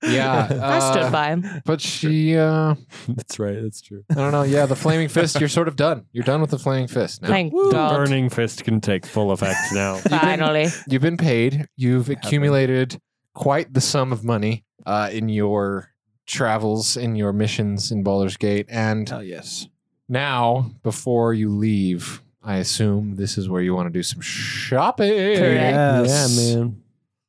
Speaker 1: Yeah,
Speaker 3: I
Speaker 1: uh,
Speaker 3: stood by him.
Speaker 1: but she, uh,
Speaker 2: That's right. That's [LAUGHS] true.
Speaker 1: I don't know. Yeah, the Flaming Fist. You're sort of done. You're done with the Flaming Fist now.
Speaker 3: Thank God.
Speaker 2: Burning fist can take full effect now.
Speaker 1: been-
Speaker 3: Finally.
Speaker 1: You've been paid. You've accumulated quite the sum of money uh, in your travels, in your missions in Baldur's Gate. And
Speaker 4: Oh yes.
Speaker 1: now, before you leave, I assume this is where you want to do some shopping.
Speaker 3: Correct.
Speaker 2: Yeah, man.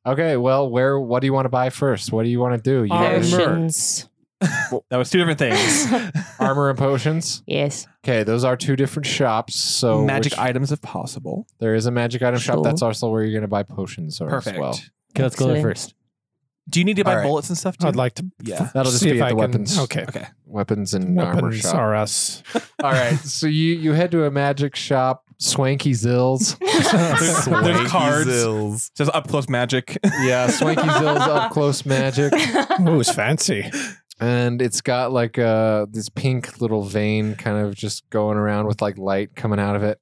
Speaker 1: Okay, well, where? what do you want to buy first? What do you want to do? You want armor.
Speaker 3: Potions.
Speaker 4: That was two different things.
Speaker 1: armor and potions?
Speaker 3: [LAUGHS] Yes.
Speaker 1: Okay, those are two different shops. So
Speaker 4: Magic
Speaker 1: which-
Speaker 4: items, if possible.
Speaker 1: There is a magic item shop.
Speaker 2: Sure.
Speaker 1: That's also where you're going to buy potions or as
Speaker 4: Perfect.
Speaker 1: well.
Speaker 2: Okay, let's go there
Speaker 3: Excellent.
Speaker 2: first.
Speaker 4: Do you need to buy
Speaker 1: All right.
Speaker 4: bullets and stuff? Too?
Speaker 6: I'd like to.
Speaker 4: Yeah.
Speaker 1: That'll just
Speaker 6: see
Speaker 1: be
Speaker 6: if
Speaker 1: at
Speaker 6: I
Speaker 1: the
Speaker 6: can-
Speaker 1: weapons. [LAUGHS]
Speaker 6: Okay.
Speaker 4: Okay.
Speaker 1: Weapons and armor
Speaker 6: Weapons
Speaker 1: shop.
Speaker 6: are us.
Speaker 1: All right, [LAUGHS] so you you head to a magic shop, Swanky Zills.
Speaker 4: [LAUGHS] [LAUGHS] there's, there's cards.
Speaker 5: Zills.
Speaker 4: Says up close magic.
Speaker 1: [LAUGHS] Yeah, Swanky Zills up close magic,
Speaker 6: Ooh, it's
Speaker 1: [LAUGHS]
Speaker 6: fancy.
Speaker 1: and it's got like uh this pink little vein kind of just going around with like light coming out of it.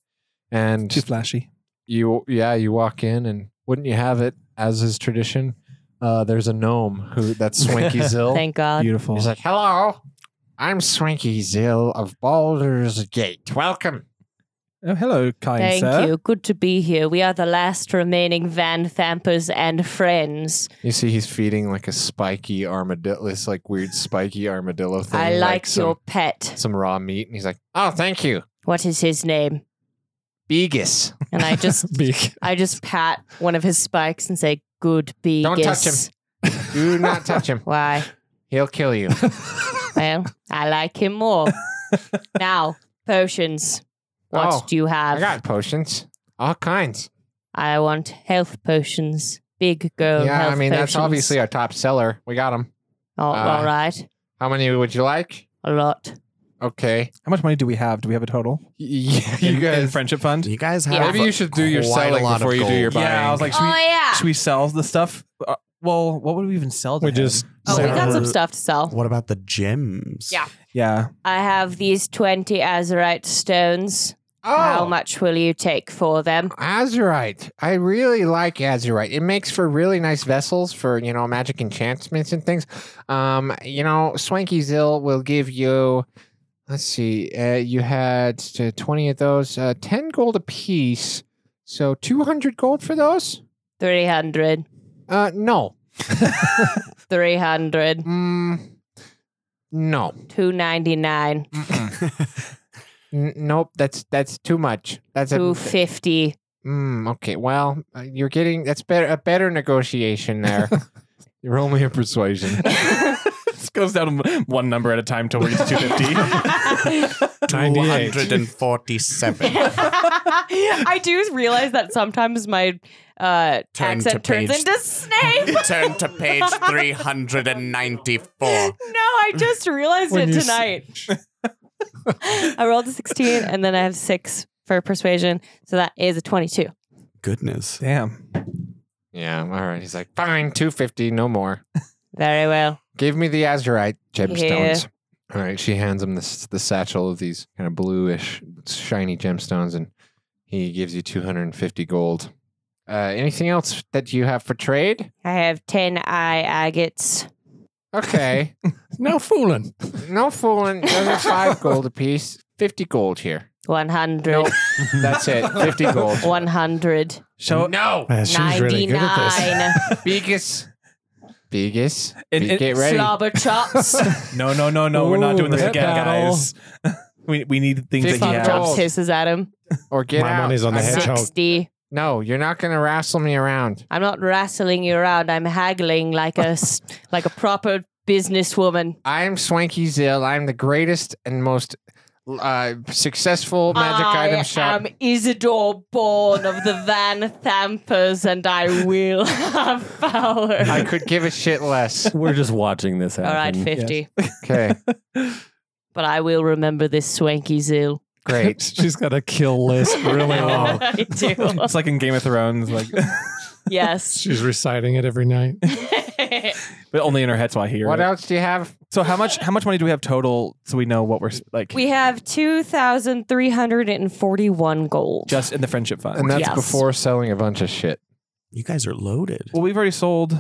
Speaker 1: And
Speaker 4: [LAUGHS] Too flashy.
Speaker 1: you yeah you walk in and wouldn't you have it as is tradition? Uh, there's a gnome who that's [LAUGHS] Swanky Zill.
Speaker 3: Thank God.
Speaker 4: Beautiful.
Speaker 1: He's like, "Hello, I'm Swanky Zill of Baldur's Gate. Welcome."
Speaker 4: oh, hello, kind
Speaker 3: Thank
Speaker 4: sir.
Speaker 3: you. Good to be here. We are the last remaining Van Thampers and friends.
Speaker 1: You see, he's feeding like a spiky armadillo, this like weird spiky armadillo thing.
Speaker 3: I like,
Speaker 1: some,
Speaker 3: your pet.
Speaker 1: some raw meat, and he's like, "Oh, thank you,
Speaker 3: What is his name?
Speaker 1: Begus.
Speaker 3: And I just I just pat one of his spikes and say, Good Begus.
Speaker 1: Don't touch him. Do not touch
Speaker 3: [LAUGHS]
Speaker 1: him;
Speaker 3: Why?
Speaker 1: he'll kill
Speaker 3: [LAUGHS]
Speaker 1: you."
Speaker 3: Well, I like
Speaker 1: [LAUGHS]
Speaker 3: him more. now, potions. What
Speaker 1: Oh,
Speaker 3: do you have?
Speaker 1: I got potions, all kinds.
Speaker 3: I want health potions. Big girl.
Speaker 1: yeah, I
Speaker 3: health
Speaker 1: mean that's
Speaker 3: potions.
Speaker 1: obviously our top seller. We got them.
Speaker 3: Oh,
Speaker 1: uh,
Speaker 3: all right.
Speaker 1: How many would you like?
Speaker 3: A lot.
Speaker 1: Okay.
Speaker 4: How much money do we have? Do we have a total? [LAUGHS]
Speaker 1: Yeah,
Speaker 4: In-
Speaker 1: [LAUGHS] you
Speaker 4: in
Speaker 1: guys.
Speaker 4: friendship fund?
Speaker 5: You guys have.
Speaker 3: Yeah.
Speaker 1: Maybe you should do your
Speaker 5: quite a
Speaker 1: selling
Speaker 5: lot of
Speaker 1: before you do
Speaker 5: gold.
Speaker 1: your buying.
Speaker 4: Yeah, I was like, should, we,
Speaker 3: yeah.
Speaker 4: should we sell the stuff? Uh, well, what would we even sell? To
Speaker 6: We
Speaker 4: him?
Speaker 6: just.
Speaker 3: Oh, we got some
Speaker 5: Sour-
Speaker 3: stuff to sell.
Speaker 5: What about the gems?
Speaker 3: Yeah.
Speaker 4: yeah.
Speaker 3: I have these 20 Azurite stones.
Speaker 1: "Oh,
Speaker 3: How much will you take for them?
Speaker 1: Azurite. I really like Azurite. It makes for really nice vessels for, you know, magic enchantments and things. Um, you know, Swanky Zill will give you, let's see, uh, you had uh, 20 of those, uh, 10 gold apiece. So 200 gold for those?
Speaker 3: 300.
Speaker 1: Uh, no.
Speaker 3: 300.
Speaker 1: Mm, no.
Speaker 3: 299.
Speaker 1: N- nope, that's that's too much. That's a
Speaker 3: Two fifty.
Speaker 1: mm, okay. Well, uh, you're getting that's better a better negotiation there. Roll me a persuasion.
Speaker 4: This goes down one number at a time till we get to 250.
Speaker 1: [LAUGHS]
Speaker 2: 98.
Speaker 5: 247.
Speaker 3: [LAUGHS] I do realize that sometimes my uh,
Speaker 5: Turn to
Speaker 3: accent turns
Speaker 5: page.
Speaker 3: into snake.
Speaker 6: [LAUGHS]
Speaker 5: Turn to page 394.
Speaker 3: No, I just realized
Speaker 2: When
Speaker 3: it
Speaker 2: you
Speaker 3: tonight. [LAUGHS] I rolled a 16 and then I have six for persuasion. So that is a 22.
Speaker 5: Goodness.
Speaker 4: Damn.
Speaker 1: yeah, all right. He's like, fine, two fifty, no more.
Speaker 3: Very well.
Speaker 1: Give me the azurite gemstones. All right, she hands him this the satchel of these kind of bluish, shiny gemstones, and he gives you two hundred and fifty gold. Uh, anything else that you have for trade?
Speaker 3: I have 10 eye agates.
Speaker 1: Okay,
Speaker 2: No fooling.
Speaker 1: no fooling. Those are five gold apiece. Fifty gold here.
Speaker 3: 100.
Speaker 1: Nope, that's it. Fifty gold.
Speaker 3: 100.
Speaker 4: So
Speaker 1: no,
Speaker 6: Man, she was really good at this. [LAUGHS]
Speaker 3: 99.
Speaker 1: Bigus. Bigus.
Speaker 4: And-
Speaker 1: Be-
Speaker 4: and-
Speaker 1: get ready.
Speaker 3: Slobber chops.
Speaker 1: [LAUGHS]
Speaker 4: [LAUGHS]
Speaker 6: [LAUGHS]
Speaker 4: no, no, no, no. we're not
Speaker 2: Ooh,
Speaker 4: doing this
Speaker 2: rip
Speaker 4: again,
Speaker 2: battle.
Speaker 4: guys. [LAUGHS] we we need things that he
Speaker 3: Slobber
Speaker 1: Yeah.
Speaker 4: has.
Speaker 3: chops
Speaker 1: Gold.
Speaker 3: hisses at him.
Speaker 1: Or get
Speaker 6: My
Speaker 1: out.
Speaker 6: money's on the
Speaker 1: I'm not-
Speaker 6: hedgehog.
Speaker 3: 60.
Speaker 1: No, you're not going to wrestle me around.
Speaker 3: I'm not wrestling you around. I'm haggling like a, s- [LAUGHS] like a proper businesswoman.
Speaker 1: I'm Swanky Zill. I'm the greatest and most uh, successful magic
Speaker 3: I
Speaker 1: item shop.
Speaker 3: am Isidore born of the Van Thampers, and I will [LAUGHS] have power.
Speaker 1: I could give a shit
Speaker 3: [LAUGHS]
Speaker 1: less.
Speaker 2: [LAUGHS] We're just watching this happen.
Speaker 3: All right, 50.
Speaker 1: Okay,
Speaker 3: But I will remember this swanky zill.
Speaker 1: great.
Speaker 6: She's got a kill list really
Speaker 3: [LAUGHS]
Speaker 6: long.
Speaker 3: I do.
Speaker 4: [LAUGHS] It's like in Game of Thrones, like, [LAUGHS]
Speaker 3: yes. [LAUGHS]
Speaker 6: She's reciting it every night.
Speaker 4: but only in her head, so I hear
Speaker 1: What
Speaker 4: it.
Speaker 1: else do you have?
Speaker 4: So how much how much money do we have total? So we know what we're s- like
Speaker 3: we have 2,341 gold.
Speaker 4: just in the friendship fund.
Speaker 1: And that's
Speaker 3: Yes.
Speaker 1: before selling a bunch of shit.
Speaker 5: You guys are loaded.
Speaker 4: well, we've already sold.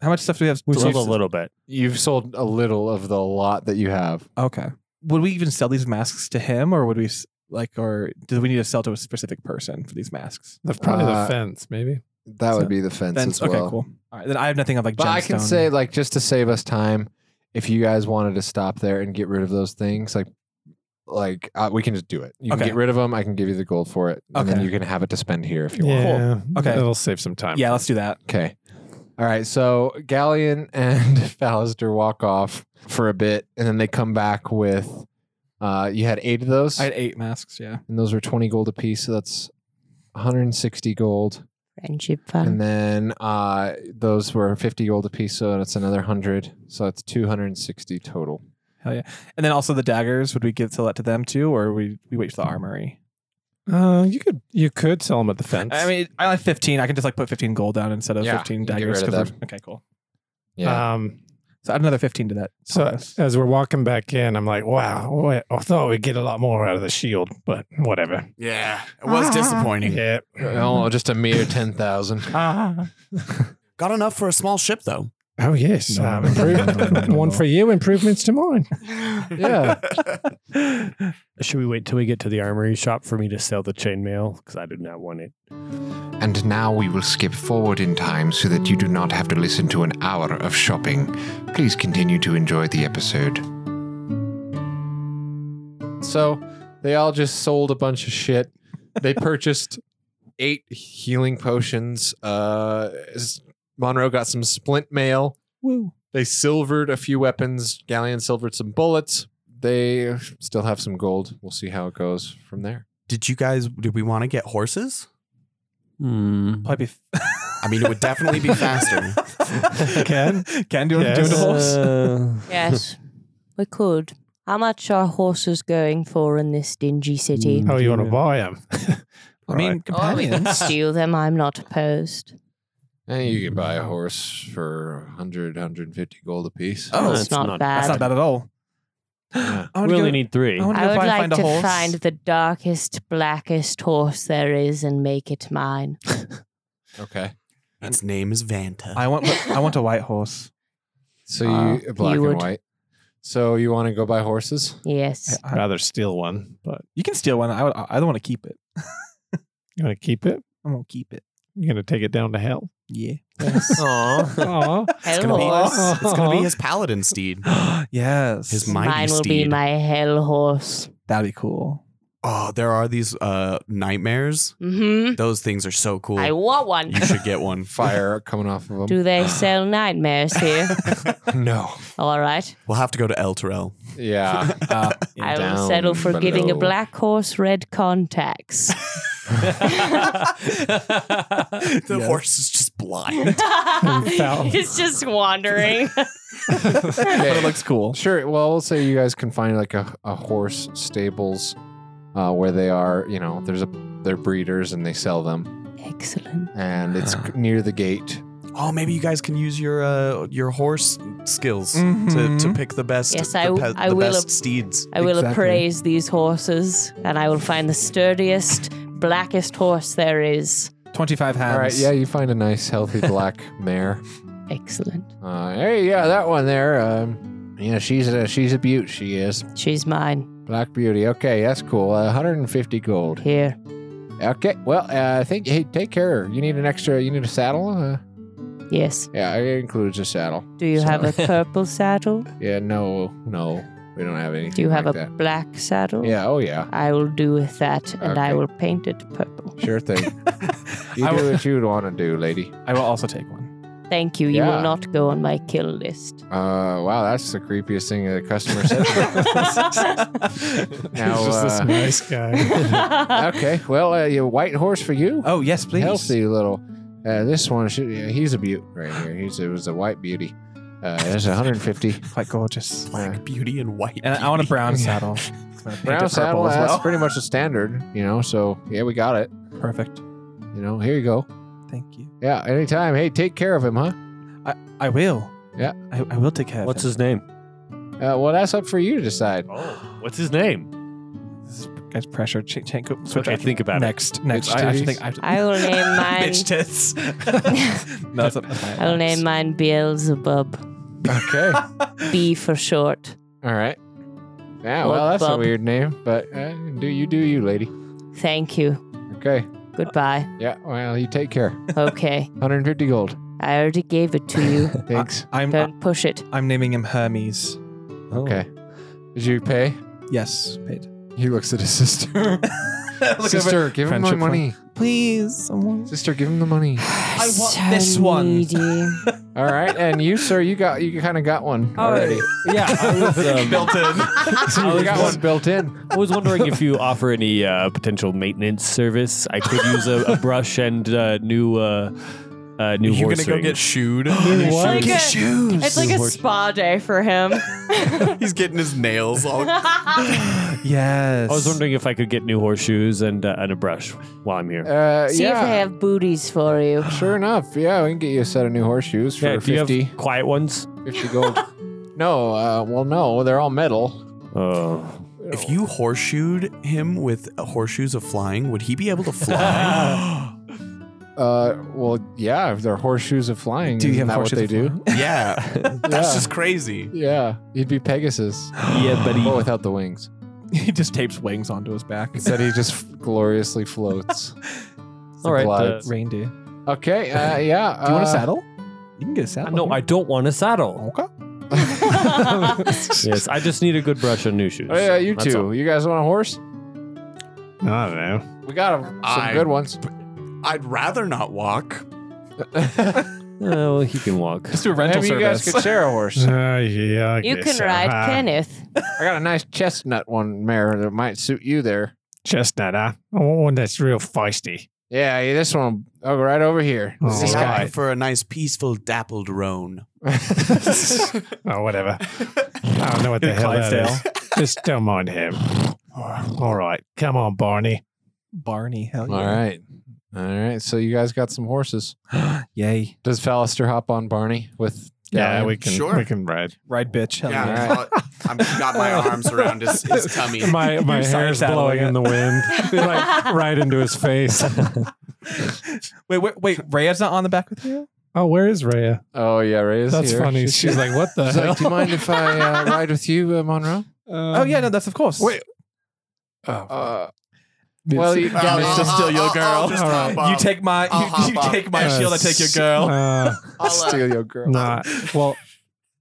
Speaker 4: How much stuff do we have?
Speaker 2: We
Speaker 4: to
Speaker 2: sold a
Speaker 4: lose?
Speaker 2: little bit.
Speaker 1: You've sold a little of the lot that you have.
Speaker 4: Okay. Would we even sell these masks to him, or would we s- like, or do we need to sell to a specific person for these masks?
Speaker 6: The, probably
Speaker 1: Uh,
Speaker 6: the fence, maybe.
Speaker 1: That
Speaker 4: So-
Speaker 1: would be the fence,
Speaker 4: Fence.
Speaker 1: as well.
Speaker 4: Okay, cool. All right, then I have nothing of like.
Speaker 1: But I can
Speaker 4: gemstone.
Speaker 1: say, like, just to save us time, if you guys wanted to stop there and get rid of those things, like, like uh, we can just do it. You
Speaker 4: Okay.
Speaker 1: can get rid of them. I can give you the gold for it, and then
Speaker 4: Okay.
Speaker 1: you can have it to spend here if you want.
Speaker 6: Yeah.
Speaker 4: Okay.
Speaker 6: It'll save some time.
Speaker 4: yeah, let's do that.
Speaker 1: Okay. All right. So Galleon [LAUGHS] and Fallister walk off for a bit, and then they come back with. Uh, you had eight of those,
Speaker 4: I had eight masks. Yeah.
Speaker 1: and those were twenty gold apiece. So that's one hundred and sixty gold,
Speaker 3: Friendship
Speaker 1: and
Speaker 3: fund.
Speaker 1: then uh, those were fifty gold apiece. So that's another hundred. So that's two hundred and sixty total.
Speaker 4: And then also the daggers, would we give sell that to them too, or we we wait for the armory?
Speaker 6: Uh, you could you could sell them at the fence.
Speaker 4: I mean, I like fifteen. I can just like put fifteen gold down instead of
Speaker 1: Yeah,
Speaker 4: fifteen
Speaker 1: you can get
Speaker 4: daggers.
Speaker 1: rid of
Speaker 4: 'cause
Speaker 1: them.
Speaker 4: we're- Okay, cool.
Speaker 1: Yeah.
Speaker 6: Um,
Speaker 4: So add another fifteen to that.
Speaker 6: so
Speaker 4: bonus.
Speaker 6: as we're walking back in, I'm like, wow, wait, I thought we'd get a lot more out of the shield, but whatever.
Speaker 5: Yeah. It was disappointing.
Speaker 6: Yeah.
Speaker 1: oh, just a mere ten thousand.
Speaker 6: Ah.
Speaker 5: Got enough for a small ship, though.
Speaker 6: Oh, yes.
Speaker 4: No,
Speaker 6: um,
Speaker 4: no,
Speaker 2: [LAUGHS]
Speaker 4: no,
Speaker 6: improve-
Speaker 4: no, no, no,
Speaker 6: One
Speaker 4: no.
Speaker 6: for you, improvements to mine.
Speaker 1: yeah.
Speaker 2: Should we wait till we get to the armory shop for me to sell the chainmail? Because I did not want it.
Speaker 10: And now we will skip forward in time so that you do not have to listen to an hour of shopping. Please continue to enjoy the episode.
Speaker 1: So they all just sold a bunch of shit.
Speaker 10: [LAUGHS]
Speaker 1: They purchased eight healing potions. Uh, s- Monroe got some splint mail.
Speaker 4: Woo.
Speaker 1: They silvered a few weapons. Galleon silvered some bullets. They still have some gold. We'll see how it goes from there.
Speaker 5: Did you guys, did we want to get horses?
Speaker 1: Hmm.
Speaker 4: Probably. be-
Speaker 5: I mean, it would
Speaker 1: [LAUGHS]
Speaker 5: definitely be faster.
Speaker 4: [LAUGHS] Can can do it. Do it
Speaker 6: Yes.
Speaker 4: to
Speaker 3: Uh,
Speaker 4: horse.
Speaker 2: Uh,
Speaker 3: [LAUGHS] yes. We could. How much are horses going for in this dingy
Speaker 1: Mm.
Speaker 3: city?
Speaker 6: Oh, you want to buy [LAUGHS] them?
Speaker 4: I mean,
Speaker 3: Oh, we could [LAUGHS]
Speaker 4: companions.
Speaker 3: steal them. I'm not opposed.
Speaker 1: And Eh, you can buy a horse for 100, 150 gold apiece.
Speaker 4: Oh,
Speaker 3: That's not bad.
Speaker 4: that's not bad at all.
Speaker 1: Yeah.
Speaker 4: [GASPS] I wanna
Speaker 2: really
Speaker 4: go-
Speaker 2: need three.
Speaker 4: I wanna
Speaker 3: I
Speaker 4: go
Speaker 3: would
Speaker 4: find-
Speaker 3: like
Speaker 4: find a
Speaker 3: to
Speaker 4: horse.
Speaker 3: find the darkest, blackest horse there is and make it mine.
Speaker 1: Okay.
Speaker 5: Its name is Vanta.
Speaker 4: I want I want a white [LAUGHS] horse.
Speaker 1: So
Speaker 3: Uh,
Speaker 1: you black
Speaker 3: you
Speaker 1: and
Speaker 3: would-
Speaker 1: white. So you want to go buy horses?
Speaker 4: I-
Speaker 3: Yes.
Speaker 4: I-
Speaker 6: rather steal one, but
Speaker 4: you can steal one. I would, I don't want to keep it.
Speaker 6: you want to keep it?
Speaker 4: I'm gonna keep it.
Speaker 6: You're going to take it down to hell.
Speaker 4: Yeah.
Speaker 6: Aw.
Speaker 5: It's
Speaker 3: Hell
Speaker 5: gonna,
Speaker 6: Oh,
Speaker 3: horse.
Speaker 5: be, it's gonna
Speaker 2: [LAUGHS]
Speaker 5: be his paladin steed.
Speaker 4: [GASPS] yes.
Speaker 5: His mighty
Speaker 3: Mine will be
Speaker 5: steed.
Speaker 3: my hell horse.
Speaker 4: [LAUGHS] That'd be cool.
Speaker 5: oh, there are these uh, nightmares.
Speaker 3: Mm-hmm.
Speaker 5: Those things are so cool.
Speaker 3: I want one.
Speaker 5: you should get one.
Speaker 1: [LAUGHS] Fire coming off of them.
Speaker 3: Do they sell nightmares here?
Speaker 1: [LAUGHS] No.
Speaker 3: All right.
Speaker 5: We'll have to go to El Terrell.
Speaker 1: [LAUGHS] Yeah. Uh, Up and
Speaker 3: I will
Speaker 1: down,
Speaker 3: settle for getting a
Speaker 1: below.
Speaker 3: black horse red contacts.
Speaker 5: The horse is just blind.
Speaker 3: [LAUGHS] He's just wandering.
Speaker 1: Okay.
Speaker 4: [LAUGHS] But it looks cool.
Speaker 1: Sure. Well, we'll say you guys can find like a, a horse stables uh, where they are, you know, there's a they're breeders and they sell them.
Speaker 3: Excellent.
Speaker 1: And it's near the gate.
Speaker 5: oh, maybe you guys can use your uh, your horse skills
Speaker 4: Mhm.
Speaker 5: to, to pick the best.
Speaker 3: Yes,
Speaker 5: the
Speaker 3: I w- I
Speaker 5: the
Speaker 3: will
Speaker 5: best
Speaker 3: ap-
Speaker 5: steeds.
Speaker 3: I will
Speaker 4: Exactly.
Speaker 3: appraise these horses and I will find the sturdiest, blackest horse there is.
Speaker 4: 25 hands.
Speaker 1: All right. Yeah, you find a nice, [LAUGHS] healthy black mare.
Speaker 3: Excellent.
Speaker 1: Uh, hey, yeah, that one there. Um, yeah, she's a she's a beaut. She is
Speaker 3: She's mine.
Speaker 1: black beauty. Okay, that's cool. Uh, 150 gold.
Speaker 3: Here.
Speaker 1: Okay. Well, uh, I think hey, take care. You need an extra. You need a saddle. Uh,
Speaker 3: Yes.
Speaker 1: yeah, it includes a saddle.
Speaker 3: Do you have
Speaker 1: [LAUGHS]
Speaker 3: a purple saddle?
Speaker 1: Yeah. No. No. We don't have anything.
Speaker 3: Do you have
Speaker 1: like
Speaker 3: a
Speaker 1: that.
Speaker 3: black saddle?
Speaker 1: Yeah. Oh yeah.
Speaker 3: I will do with that and I
Speaker 1: Okay.
Speaker 3: will paint it purple.
Speaker 1: Sure
Speaker 4: [LAUGHS]
Speaker 1: thing. you
Speaker 4: I
Speaker 1: do
Speaker 4: will-
Speaker 1: what you would want to do, lady.
Speaker 4: I will also take [LAUGHS] one.
Speaker 3: Thank you. You
Speaker 1: Yeah.
Speaker 3: will not go on my kill list.
Speaker 1: Uh, wow, that's the creepiest thing a customer
Speaker 4: [LAUGHS]
Speaker 1: said. now,
Speaker 6: He's just
Speaker 1: uh,
Speaker 6: this
Speaker 3: [LAUGHS]
Speaker 6: nice guy.
Speaker 1: okay. Well, uh, your white horse for you.
Speaker 4: Oh, yes, please.
Speaker 1: healthy little. Uh, this one, should, yeah, he's a beaut right here. He's it was a white beauty. Uh, that's 150.
Speaker 4: Quite gorgeous.
Speaker 5: Black beauty and white.
Speaker 4: And I want a brown [LAUGHS] saddle.
Speaker 1: [LAUGHS] Brown saddle.
Speaker 4: as
Speaker 1: That's
Speaker 4: well.
Speaker 1: pretty much the standard, you know. So yeah, we got it.
Speaker 4: Perfect.
Speaker 1: You know, here you go.
Speaker 4: Thank you.
Speaker 1: Yeah, anytime. Hey, take care of him, huh?
Speaker 4: I will.
Speaker 1: Yeah.
Speaker 4: I, I will take care
Speaker 2: What's
Speaker 4: of
Speaker 2: his name?
Speaker 1: Uh, well, that's up for you to decide.
Speaker 4: [LAUGHS]
Speaker 2: Oh, what's his name?
Speaker 4: this? This guy's pressure. Ch- ch- go- switch
Speaker 2: I
Speaker 4: after-
Speaker 2: think about it.
Speaker 4: next. Next.
Speaker 1: Bitch
Speaker 4: I, I
Speaker 1: titties.
Speaker 4: should think. I, should-
Speaker 3: I will name
Speaker 4: [LAUGHS]
Speaker 3: mine. [LAUGHS]
Speaker 4: Bitch tits. no, that's not that's not-
Speaker 3: I will
Speaker 4: [LAUGHS]
Speaker 3: name mine Beelzebub.
Speaker 1: Okay.
Speaker 3: B for short.
Speaker 1: All right. Yeah.
Speaker 3: Or
Speaker 1: Well, that's a
Speaker 3: Bub.
Speaker 1: weird name, but uh, do you do you, lady?
Speaker 3: Thank you.
Speaker 1: Okay. [LAUGHS]
Speaker 3: Goodbye.
Speaker 1: Yeah. Well, you take care.
Speaker 4: [LAUGHS]
Speaker 3: Okay.
Speaker 1: 150 gold.
Speaker 3: I already gave it to
Speaker 1: [LAUGHS]
Speaker 3: you.
Speaker 1: Thanks.
Speaker 4: I'm. I,
Speaker 3: Don't push it.
Speaker 4: I'm naming him Hermes.
Speaker 1: Okay. Did you pay?
Speaker 4: Yes. Paid.
Speaker 1: He looks at his
Speaker 4: [LAUGHS]
Speaker 1: sister. [LAUGHS] sister, give him my
Speaker 4: Friendship
Speaker 1: money.
Speaker 4: Please, someone.
Speaker 1: Sister, give him the money.
Speaker 3: [SIGHS]
Speaker 4: I want this one.
Speaker 3: needy.
Speaker 1: All right, and you, sir, you got you kind of got one already.
Speaker 2: Yeah, I was, um,
Speaker 4: Built in.
Speaker 1: So you got
Speaker 2: was-
Speaker 1: one built in.
Speaker 2: I was wondering if you offer any uh, potential maintenance service. I could use a, a brush and uh, new uh, uh, new
Speaker 5: You're
Speaker 2: horse
Speaker 5: gonna go
Speaker 2: ring.
Speaker 5: get shooed.
Speaker 3: Like a-
Speaker 5: Shoes.
Speaker 3: [LAUGHS] it's like a spa day for [LAUGHS] him.
Speaker 5: He's getting his
Speaker 3: [LAUGHS]
Speaker 5: nails all.
Speaker 4: Yes.
Speaker 2: I was wondering if I could get new horseshoes and uh, and a brush while I'm here.
Speaker 1: Uh,
Speaker 3: See if they
Speaker 1: yeah,
Speaker 3: have booties for [LAUGHS] you.
Speaker 1: sure enough. Yeah, we can get you a set of new horseshoes for
Speaker 2: Yeah, do you
Speaker 1: 50,
Speaker 2: have quiet ones?
Speaker 1: 50 gold. no, uh, well, no, they're all metal.
Speaker 2: Oh,
Speaker 5: If you horseshoed him with horseshoes of flying, would he be able
Speaker 4: [LAUGHS]
Speaker 5: to fly?
Speaker 1: Uh, well, yeah, if they're horseshoes of flying,
Speaker 4: [GASPS] Do you
Speaker 1: isn't
Speaker 4: have
Speaker 1: that what
Speaker 4: horseshoes
Speaker 1: they
Speaker 4: of
Speaker 1: do?
Speaker 4: [GASPS] flying?
Speaker 5: yeah, that's
Speaker 1: Yeah.
Speaker 5: just crazy.
Speaker 1: Yeah, he'd be Pegasus,
Speaker 2: yeah, buddy.
Speaker 1: but without the wings.
Speaker 4: [LAUGHS] he just tapes wings onto his back.
Speaker 1: Instead, he just gloriously floats.
Speaker 2: All right,
Speaker 1: Glides.
Speaker 2: uh,
Speaker 4: [LAUGHS] Reindeer. Do
Speaker 1: okay, uh, yeah.
Speaker 4: you want a
Speaker 1: uh,
Speaker 4: saddle? You can get a saddle.
Speaker 2: no, I don't want a saddle.
Speaker 4: Okay.
Speaker 1: [LAUGHS]
Speaker 3: [LAUGHS]
Speaker 2: yes, I just need a good brush and new shoes.
Speaker 1: Oh, yeah, you
Speaker 2: That's
Speaker 1: two.
Speaker 2: all.
Speaker 1: You guys want a horse?
Speaker 6: I don't know.
Speaker 1: We got 'em. some
Speaker 5: I-
Speaker 1: good ones.
Speaker 5: I'd rather not walk.
Speaker 2: Oh, well, he can walk.
Speaker 4: Just do a rental
Speaker 1: Maybe you guys
Speaker 4: service.
Speaker 1: could share a
Speaker 6: [LAUGHS]
Speaker 1: horse.
Speaker 6: Uh, yeah, I
Speaker 3: you
Speaker 6: guess
Speaker 3: can
Speaker 6: so.
Speaker 3: ride
Speaker 6: Uh,
Speaker 3: Kenneth.
Speaker 1: I got a nice chestnut one, mare that might suit you there.
Speaker 6: Chestnut, huh? I want one that's real feisty.
Speaker 1: Yeah, yeah, this one. Oh, right over here.
Speaker 6: Oh,
Speaker 5: This guy
Speaker 6: right.
Speaker 5: for a nice, peaceful, dappled roan.
Speaker 1: [LAUGHS]
Speaker 6: [LAUGHS] Oh, whatever.
Speaker 2: [LAUGHS]
Speaker 6: I don't know what the hell that
Speaker 1: eh?
Speaker 6: is. Just don't
Speaker 2: [LAUGHS]
Speaker 6: mind him. All right. Come on, Barney.
Speaker 4: [LAUGHS] Barney. Hell Oh, yeah.
Speaker 1: All right. All right. So you guys got some horses.
Speaker 4: Yay.
Speaker 1: Does Fallister hop on Barney with
Speaker 6: Yeah,
Speaker 1: Galleon?
Speaker 6: we can
Speaker 5: Sure.
Speaker 6: we can ride.
Speaker 4: Ride bitch. Hell yeah.
Speaker 1: Yeah.
Speaker 5: I've got my arms around his, [LAUGHS] his tummy.
Speaker 6: My my
Speaker 4: side
Speaker 6: hair's
Speaker 4: saddling
Speaker 6: blowing
Speaker 4: it.
Speaker 6: in the wind. like
Speaker 3: [LAUGHS]
Speaker 6: right into his face.
Speaker 4: Wait, wait, wait. Rhea's not on the back with you?
Speaker 6: [LAUGHS] Oh, where is Rhea?
Speaker 1: Oh yeah, Ray is
Speaker 6: That's
Speaker 1: here.
Speaker 6: funny.
Speaker 1: She's,
Speaker 6: She's like, what the
Speaker 1: she's
Speaker 6: hell? Um,
Speaker 1: like, do you mind if I uh, ride with you, uh, Monroe?
Speaker 4: oh, yeah, no, that's of course.
Speaker 1: Wait. Uh, well, you,
Speaker 5: Uh,
Speaker 1: yeah, it's
Speaker 5: I'll- I'll-
Speaker 1: just-
Speaker 5: I'll- I'll just
Speaker 6: All
Speaker 5: hop
Speaker 6: right.
Speaker 5: on.
Speaker 4: you take my
Speaker 5: I'll hop
Speaker 4: you, you
Speaker 5: up.
Speaker 4: take my
Speaker 6: Uh,
Speaker 4: shield, I take your [LAUGHS] girl.
Speaker 6: Uh,
Speaker 1: steal your girl.
Speaker 6: nah. Well,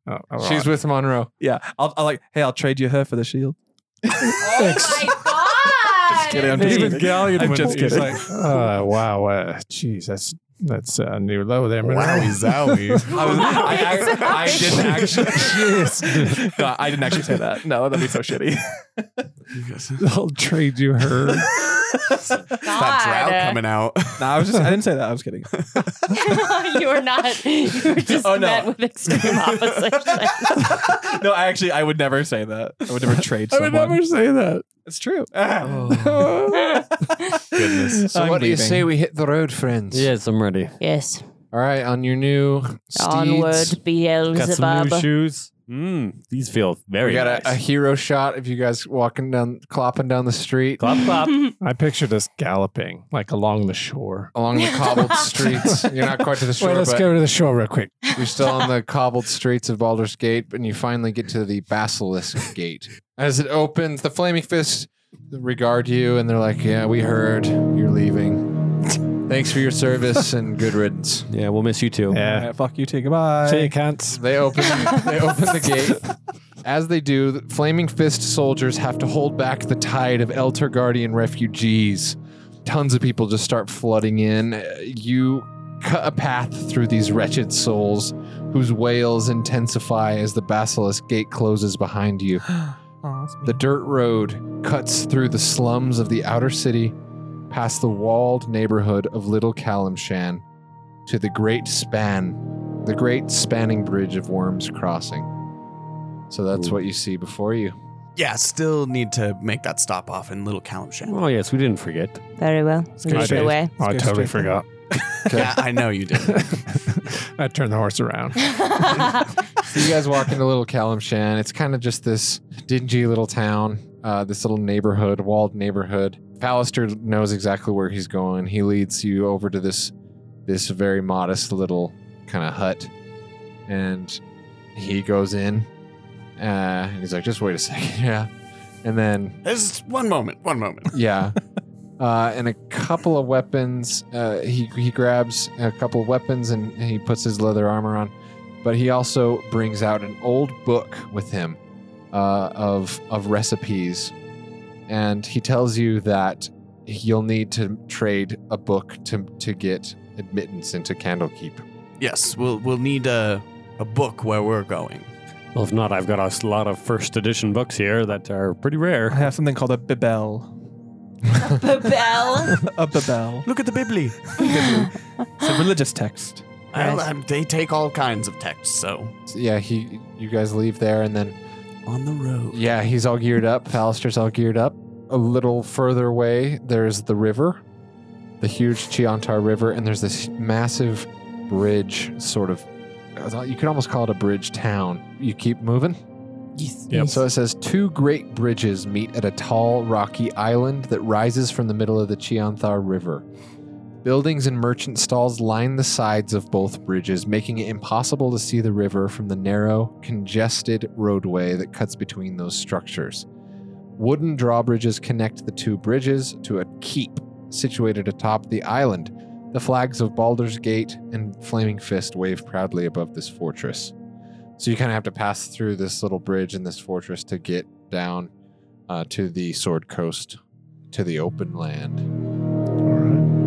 Speaker 6: oh, all
Speaker 1: She's with Monroe.
Speaker 4: yeah. I'll, I'll like, hey, I'll trade you her for the shield.
Speaker 6: right. Ex-
Speaker 3: my
Speaker 6: just kidding. I'm just
Speaker 4: Even
Speaker 6: kidding.
Speaker 4: Galleon
Speaker 6: I'm
Speaker 4: went-
Speaker 6: just
Speaker 4: he's
Speaker 6: kidding.
Speaker 4: like-
Speaker 6: uh, wow. Uh, geez, that's that's a new low there.
Speaker 5: [LAUGHS]
Speaker 6: Wow,
Speaker 4: I, was, [LAUGHS] I, ac- I didn't [LAUGHS] actually. no, I didn't actually say that. No, that'd be
Speaker 6: [LAUGHS]
Speaker 4: so shitty.
Speaker 6: [LAUGHS] I'll trade you her.
Speaker 5: that drought coming out. [LAUGHS]
Speaker 4: No, I was just. I didn't say that. I was kidding.
Speaker 3: [LAUGHS]
Speaker 4: [LAUGHS]
Speaker 3: you are not. You were just
Speaker 4: Oh, no.
Speaker 3: met with extreme opposition.
Speaker 4: No, I actually. I would never say that. I would never trade
Speaker 6: I
Speaker 4: someone.
Speaker 6: would never say that.
Speaker 4: It's true. [LAUGHS]
Speaker 1: Goodness. So
Speaker 4: I'm
Speaker 1: what do you
Speaker 4: leaving.
Speaker 1: say we hit the road, friends?
Speaker 2: Yes, I'm ready.
Speaker 3: [LAUGHS] yes.
Speaker 1: All right, on your new steeds.
Speaker 3: Onward,
Speaker 2: Got some new
Speaker 3: Beelzebub.
Speaker 2: shoes. Mm, these feel
Speaker 1: We
Speaker 2: very
Speaker 1: got
Speaker 2: nice.
Speaker 1: a, a hero shot of you guys walking down, clopping down the street
Speaker 2: Clop clop. [LAUGHS]
Speaker 6: I pictured us galloping like along the shore.
Speaker 1: along the
Speaker 6: [LAUGHS]
Speaker 1: cobbled streets. You're not quite to the shore,
Speaker 6: Wait, let's
Speaker 1: but
Speaker 6: go to the shore real quick.
Speaker 1: you're still on the cobbled streets of Baldur's Gate, and you finally get to the Basilisk Gate. As it opens, the Flaming Fist regard you, and they're like, "Yeah, we heard you're leaving. Thanks for your service and good riddance."
Speaker 2: yeah, we'll miss you too.
Speaker 6: Yeah.
Speaker 4: Alright, fuck you too. Goodbye.
Speaker 6: See you, cunts.
Speaker 1: They open they open the gate. As they do, the flaming fist soldiers have to hold back the tide of Elter Guardian refugees. Tons of people just start flooding in. Uh, You cut a path through these wretched souls whose wails intensify as the basilisk gate closes behind you. The dirt road cuts through the slums of the outer city, past the walled neighborhood of Little Calamshan, to the great span, the great spanning bridge of Worms Crossing. So that's what you see before you.
Speaker 5: Yeah, still need to make that stop off in Little Calamshan.
Speaker 2: Oh yes, we didn't forget.
Speaker 3: Very well.
Speaker 6: go
Speaker 3: Lead the [LAUGHS]
Speaker 6: straight.
Speaker 3: way.
Speaker 6: Oh, I
Speaker 4: go
Speaker 6: totally
Speaker 4: straight.
Speaker 6: forgot.
Speaker 5: yeah, I know you did.
Speaker 6: [LAUGHS] I turned the horse around.
Speaker 1: So you guys walk into Little Calamshan. It's kind of just this dingy little town, uh, this little neighborhood, walled neighborhood. Pallister knows exactly where he's going. He leads you over to this this very modest little kind of hut, and he goes in, uh, and he's like, "Just wait a second, [LAUGHS] yeah." And then
Speaker 5: Just one moment, one moment.
Speaker 1: yeah. Uh, and a couple of weapons. Uh, he, he grabs a couple of weapons and he puts his leather armor on. But he also brings out an old book with him uh, of, of recipes. And he tells you that you'll need to trade a book to, to get admittance into Candlekeep.
Speaker 5: Yes, we'll we'll need a a book where we're going.
Speaker 2: Well, if not, I've got a s- lot of first edition books here that are pretty
Speaker 4: I
Speaker 2: rare.
Speaker 4: have something called a bibel.
Speaker 8: Babel.
Speaker 4: A bibel.
Speaker 5: Look at the Bibli.
Speaker 4: It's a religious text.
Speaker 5: Well, um, they take all kinds of texts, so
Speaker 1: So, yeah, he you guys leave there and then
Speaker 5: on the road.
Speaker 1: Yeah, he's all geared up. Falister's all geared up. A little further away, there's the river, the huge Chiantar River, and there's this massive bridge, sort of. You could almost call it a bridge town. You keep moving.
Speaker 6: Yes.
Speaker 1: So it says two great bridges meet at a tall, rocky island that rises from the middle of the Chianthar River. Buildings and merchant stalls line the sides of both bridges, making it impossible to see the river from the narrow, congested roadway that cuts between those structures. Wooden drawbridges connect the two bridges to a keep situated atop the island. The flags of Baldur's Gate and Flaming Fist wave proudly above this fortress. So you kind of have to pass through this little bridge and this fortress to get down uh, to the Sword Coast, to the open land.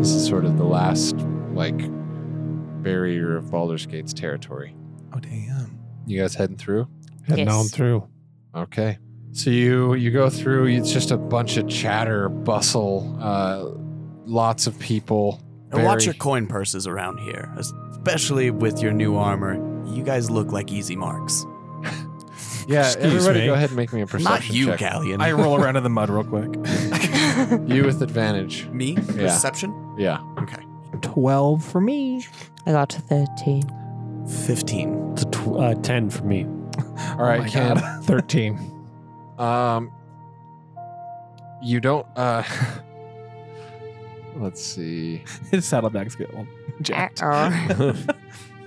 Speaker 1: This is sort of the last, like, barrier of Baldur's Gate's territory.
Speaker 4: Oh damn.
Speaker 1: You guys heading through?
Speaker 6: Heading
Speaker 3: Yes.
Speaker 6: on through.
Speaker 1: Okay. So you you go through. It's just a bunch of chatter, bustle, uh, lots of people.
Speaker 5: And watch
Speaker 1: very-
Speaker 5: your coin purses around here, especially with your new armor. You guys look like easy marks.
Speaker 1: Yeah,
Speaker 6: Excuse
Speaker 1: everybody,
Speaker 6: me.
Speaker 1: go ahead and make me a
Speaker 5: Not
Speaker 1: perception
Speaker 5: you,
Speaker 1: check.
Speaker 5: [LAUGHS] Galleon.
Speaker 4: I roll around in the mud real quick.
Speaker 1: You with advantage.
Speaker 5: Me? Perception?
Speaker 1: Yeah.
Speaker 5: Okay.
Speaker 4: Twelve for me.
Speaker 3: [LAUGHS] I got to 13.
Speaker 5: 15.
Speaker 2: It's a tw- uh, ten for [LAUGHS] me.
Speaker 1: All right,
Speaker 4: my
Speaker 1: Cam.
Speaker 6: 13.
Speaker 1: Um, you don't. Uh, [LAUGHS] let's see.
Speaker 4: His saddlebags get all jacked.
Speaker 3: Uh-oh.